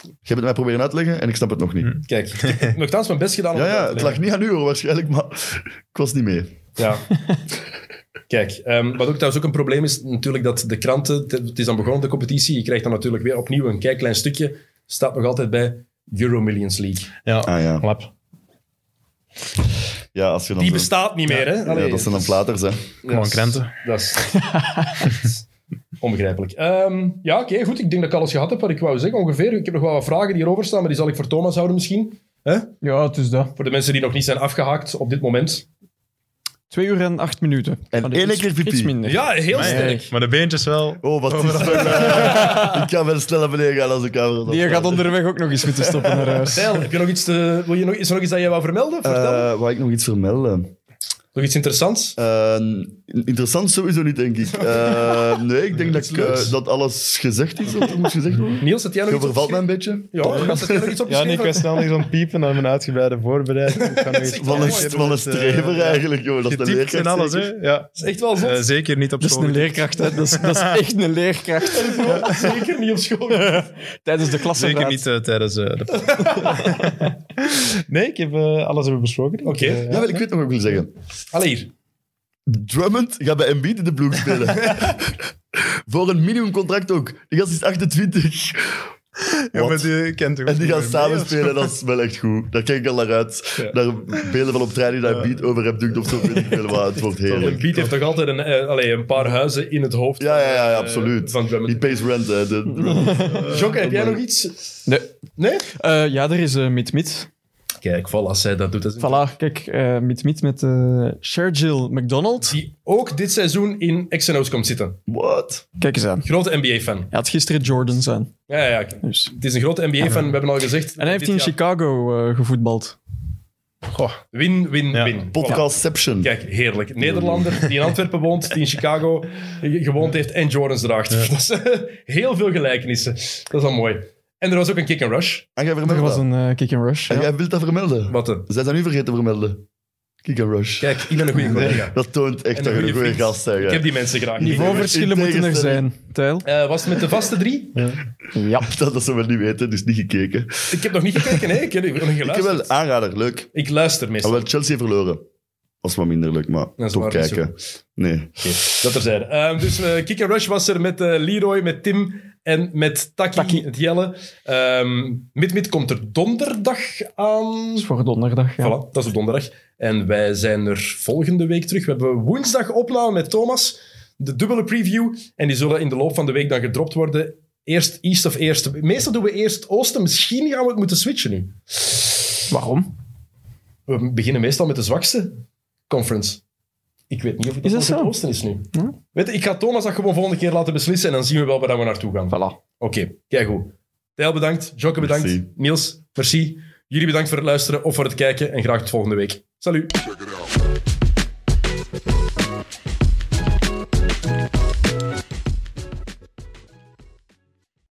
Speaker 2: Je hebt het mij proberen uitleggen en ik snap het nog
Speaker 3: Hmm.
Speaker 2: niet.
Speaker 1: Kijk, ik heb nogthans mijn best gedaan om
Speaker 2: Ja,
Speaker 1: het uit
Speaker 2: ja,
Speaker 1: te
Speaker 2: het
Speaker 1: leggen.
Speaker 2: lag niet aan u hoor, waarschijnlijk, maar ik was niet mee.
Speaker 1: Ja. Kijk, ehm, wat ook trouwens ook een probleem is, natuurlijk dat de kranten, te- het is dan begonnen de competitie, je krijgt dan natuurlijk weer opnieuw een kei klein stukje, staat nog altijd bij Euro Millions League.
Speaker 3: ja.
Speaker 2: Ah ja,
Speaker 3: Klap.
Speaker 2: ja als je dan
Speaker 1: Die
Speaker 2: zo-
Speaker 1: bestaat niet meer, hè?
Speaker 2: ja, dat zijn dan platers, hè.
Speaker 3: Gewoon krenten.
Speaker 1: Dat is, dat is onbegrijpelijk. Ehm, ja, oké, goed. Ik denk dat ik alles gehad heb wat ik wou zeggen, ongeveer. Ik heb nog wel wat vragen die hierover staan, maar die zal ik voor Thomas houden misschien.
Speaker 4: Ja, het is dat.
Speaker 1: Voor de mensen die nog niet zijn afgehaakt op dit moment.
Speaker 4: Twee uur en acht minuten.
Speaker 2: En
Speaker 4: Maar
Speaker 2: één
Speaker 4: iets-
Speaker 2: keer pipi.
Speaker 4: Iets minder.
Speaker 1: Ja, heel
Speaker 4: Maar ja,
Speaker 1: sterk.
Speaker 4: ik-
Speaker 3: Maar de beentjes wel.
Speaker 2: Oh, wat is dat? ik kan wel snel naar beneden gaan als ik camera...
Speaker 4: Die gaat onderweg ook nog eens goed te stoppen naar huis.
Speaker 1: Stijl, heb je nog iets te, wil je nog, is er nog iets dat jij wou vermelden? Vertel.
Speaker 2: Eh, Wou ik nog iets vermelden?
Speaker 1: Nog iets interessants?
Speaker 2: Eh, interessant sowieso niet, denk ik. Eh, nee, ik denk dat, ik, eh, dat alles gezegd is wat er moet gezegd worden.
Speaker 1: Niels, had jij nog
Speaker 2: Je
Speaker 1: iets
Speaker 2: overvalt mij een
Speaker 1: opgeschreven?
Speaker 2: beetje.
Speaker 1: Ja, Gast, had jij nog iets
Speaker 3: Ja, nee, ik
Speaker 1: opgeschreven?
Speaker 3: was snel niet zo'n piepen naar mijn uitgebreide voorbereiding. Ik kan nog iets-
Speaker 2: Van een, van een strever eigenlijk, joh. Dat is de
Speaker 3: eh, Getypt en
Speaker 2: leerkracht.
Speaker 3: alles, hè?
Speaker 2: zeker.
Speaker 3: Ja.
Speaker 1: Dat is echt wel zot.
Speaker 3: Eh, zeker niet op
Speaker 4: Dat is
Speaker 3: school.
Speaker 4: een leerkracht, hè. Dat is, dat is echt een leerkracht.
Speaker 1: Zeker niet op school.
Speaker 4: Tijdens de klasse.
Speaker 3: Zeker niet eh, tijdens eh, de. nee, ik heb eh, alles hebben besproken. denk ik.
Speaker 1: Oké.
Speaker 3: Eh,
Speaker 2: Ja, wel, ik weet nog wat ik wil zeggen.
Speaker 1: Allee, hier.
Speaker 2: Drummond gaat bij Embiid in de ploeg spelen. Voor een minimumcontract ook. Die gast is 28.
Speaker 3: ja, maar
Speaker 2: Wat?
Speaker 3: die kent toch
Speaker 2: En die
Speaker 3: ook
Speaker 2: gaan
Speaker 3: mee,
Speaker 2: samen
Speaker 3: of zo?
Speaker 2: spelen, dat is wel echt goed. Daar kijk ik al naar uit. Daar beelden van op trein die daar beat over hebt dukt of zo. Weet ik veel, maar het wordt
Speaker 1: Een
Speaker 2: heerlijk.
Speaker 1: beat heeft toch altijd een, eh, allee, een paar huizen in het hoofd
Speaker 2: Ja, ja, ja, ja,
Speaker 1: eh,
Speaker 2: absoluut.
Speaker 1: van
Speaker 2: Die
Speaker 1: Drummond.
Speaker 2: pays rent, hè. De,
Speaker 1: Jokke, heb jij nog iets?
Speaker 4: Nee.
Speaker 1: Nee?
Speaker 4: Eh, ja, er is eh Mit-Mit.
Speaker 1: Kijk, voilà, als zij dat doet. Dat is
Speaker 4: Voilà, kijk, eh Mit-Mit met eh Shergill McDonald.
Speaker 1: Die ook dit seizoen in X&O's komt zitten.
Speaker 2: What?
Speaker 4: Kijk eens aan.
Speaker 1: Grote NBA-fan.
Speaker 4: Hij had gisteren Jordans aan.
Speaker 1: Ja, ja, ja.
Speaker 4: Dus.
Speaker 1: Het is een grote NBA-fan, we hebben al gezegd.
Speaker 4: En hij heeft in Chicago eh, gevoetbald.
Speaker 1: Win, win,
Speaker 3: Ja.
Speaker 1: win.
Speaker 2: Podcastception.
Speaker 1: Kijk, heerlijk. Nederlander die in Antwerpen woont, die in Chicago ge- gewoond heeft en Jordans draagt. Dat is, eh, heel veel gelijkenissen. Dat is al mooi. En er was ook een kick-and-rush.
Speaker 2: En Ah, jij
Speaker 4: Er
Speaker 2: vermeldt
Speaker 4: was
Speaker 2: dat.
Speaker 4: een eh, kick-and-rush.
Speaker 2: En
Speaker 4: ja.
Speaker 2: jij wilt dat vermelden.
Speaker 1: Wat een...
Speaker 2: Zijn dat nu vergeten te vermelden? Kick and Rush.
Speaker 1: Kijk, ik ben een goede collega.
Speaker 2: Dat toont echt
Speaker 1: En
Speaker 2: dat je een goede
Speaker 1: vriend.
Speaker 2: gast bent.
Speaker 1: Ik
Speaker 2: hè.
Speaker 1: heb die mensen graag.
Speaker 4: Niveauverschillen
Speaker 2: In
Speaker 4: moeten er
Speaker 2: tegenstelling-
Speaker 4: zijn, Tijl.
Speaker 1: Eh, was het met de vaste drie?
Speaker 4: Ja.
Speaker 2: Dat, dat ze wel niet weten, dus niet gekeken.
Speaker 1: Ik heb nog niet gekeken, hè? Ik heb nog niet
Speaker 2: Ik heb
Speaker 1: geluisterd.
Speaker 2: wel Ah, aanrader, leuk.
Speaker 1: Ik luister
Speaker 2: Maar
Speaker 1: meestal.
Speaker 2: wel Chelsea verloren. Was wat minder leuk, maar
Speaker 1: is
Speaker 2: toch
Speaker 1: waar, niet zo
Speaker 2: kijken. Nee.
Speaker 1: Oké, Dat er zijn. dus eh Kick and Rush was er met eh, Leroy, met Tim en met Taki, het Jelle. Ehm Mid-Mid komt er donderdag aan.
Speaker 4: Dat is voor donderdag. Ja.
Speaker 1: Voilà, dat is op donderdag. En wij zijn er volgende week terug. We hebben woensdag opname met Thomas. De dubbele preview. En die zullen in de loop van de week dan gedropt worden. Eerst East of Eerst. Meestal doen we eerst Oosten. Misschien gaan we het moeten switchen nu.
Speaker 4: Waarom?
Speaker 1: We beginnen meestal met de zwakste conference. Ik weet niet of het
Speaker 4: Is dat
Speaker 1: altijd
Speaker 4: zo?
Speaker 1: Oosten is nu.
Speaker 4: Hm?
Speaker 1: Weet je, ik ga Thomas dat gewoon volgende keer laten beslissen en dan zien we wel waar we naartoe gaan. Oké,
Speaker 4: Voilà.
Speaker 1: kijk goed. Tijl bedankt, Jokke bedankt,
Speaker 2: Merci.
Speaker 1: Niels, merci. Jullie bedankt voor het luisteren of voor het kijken en graag tot volgende week. Salut!
Speaker 5: Check it out.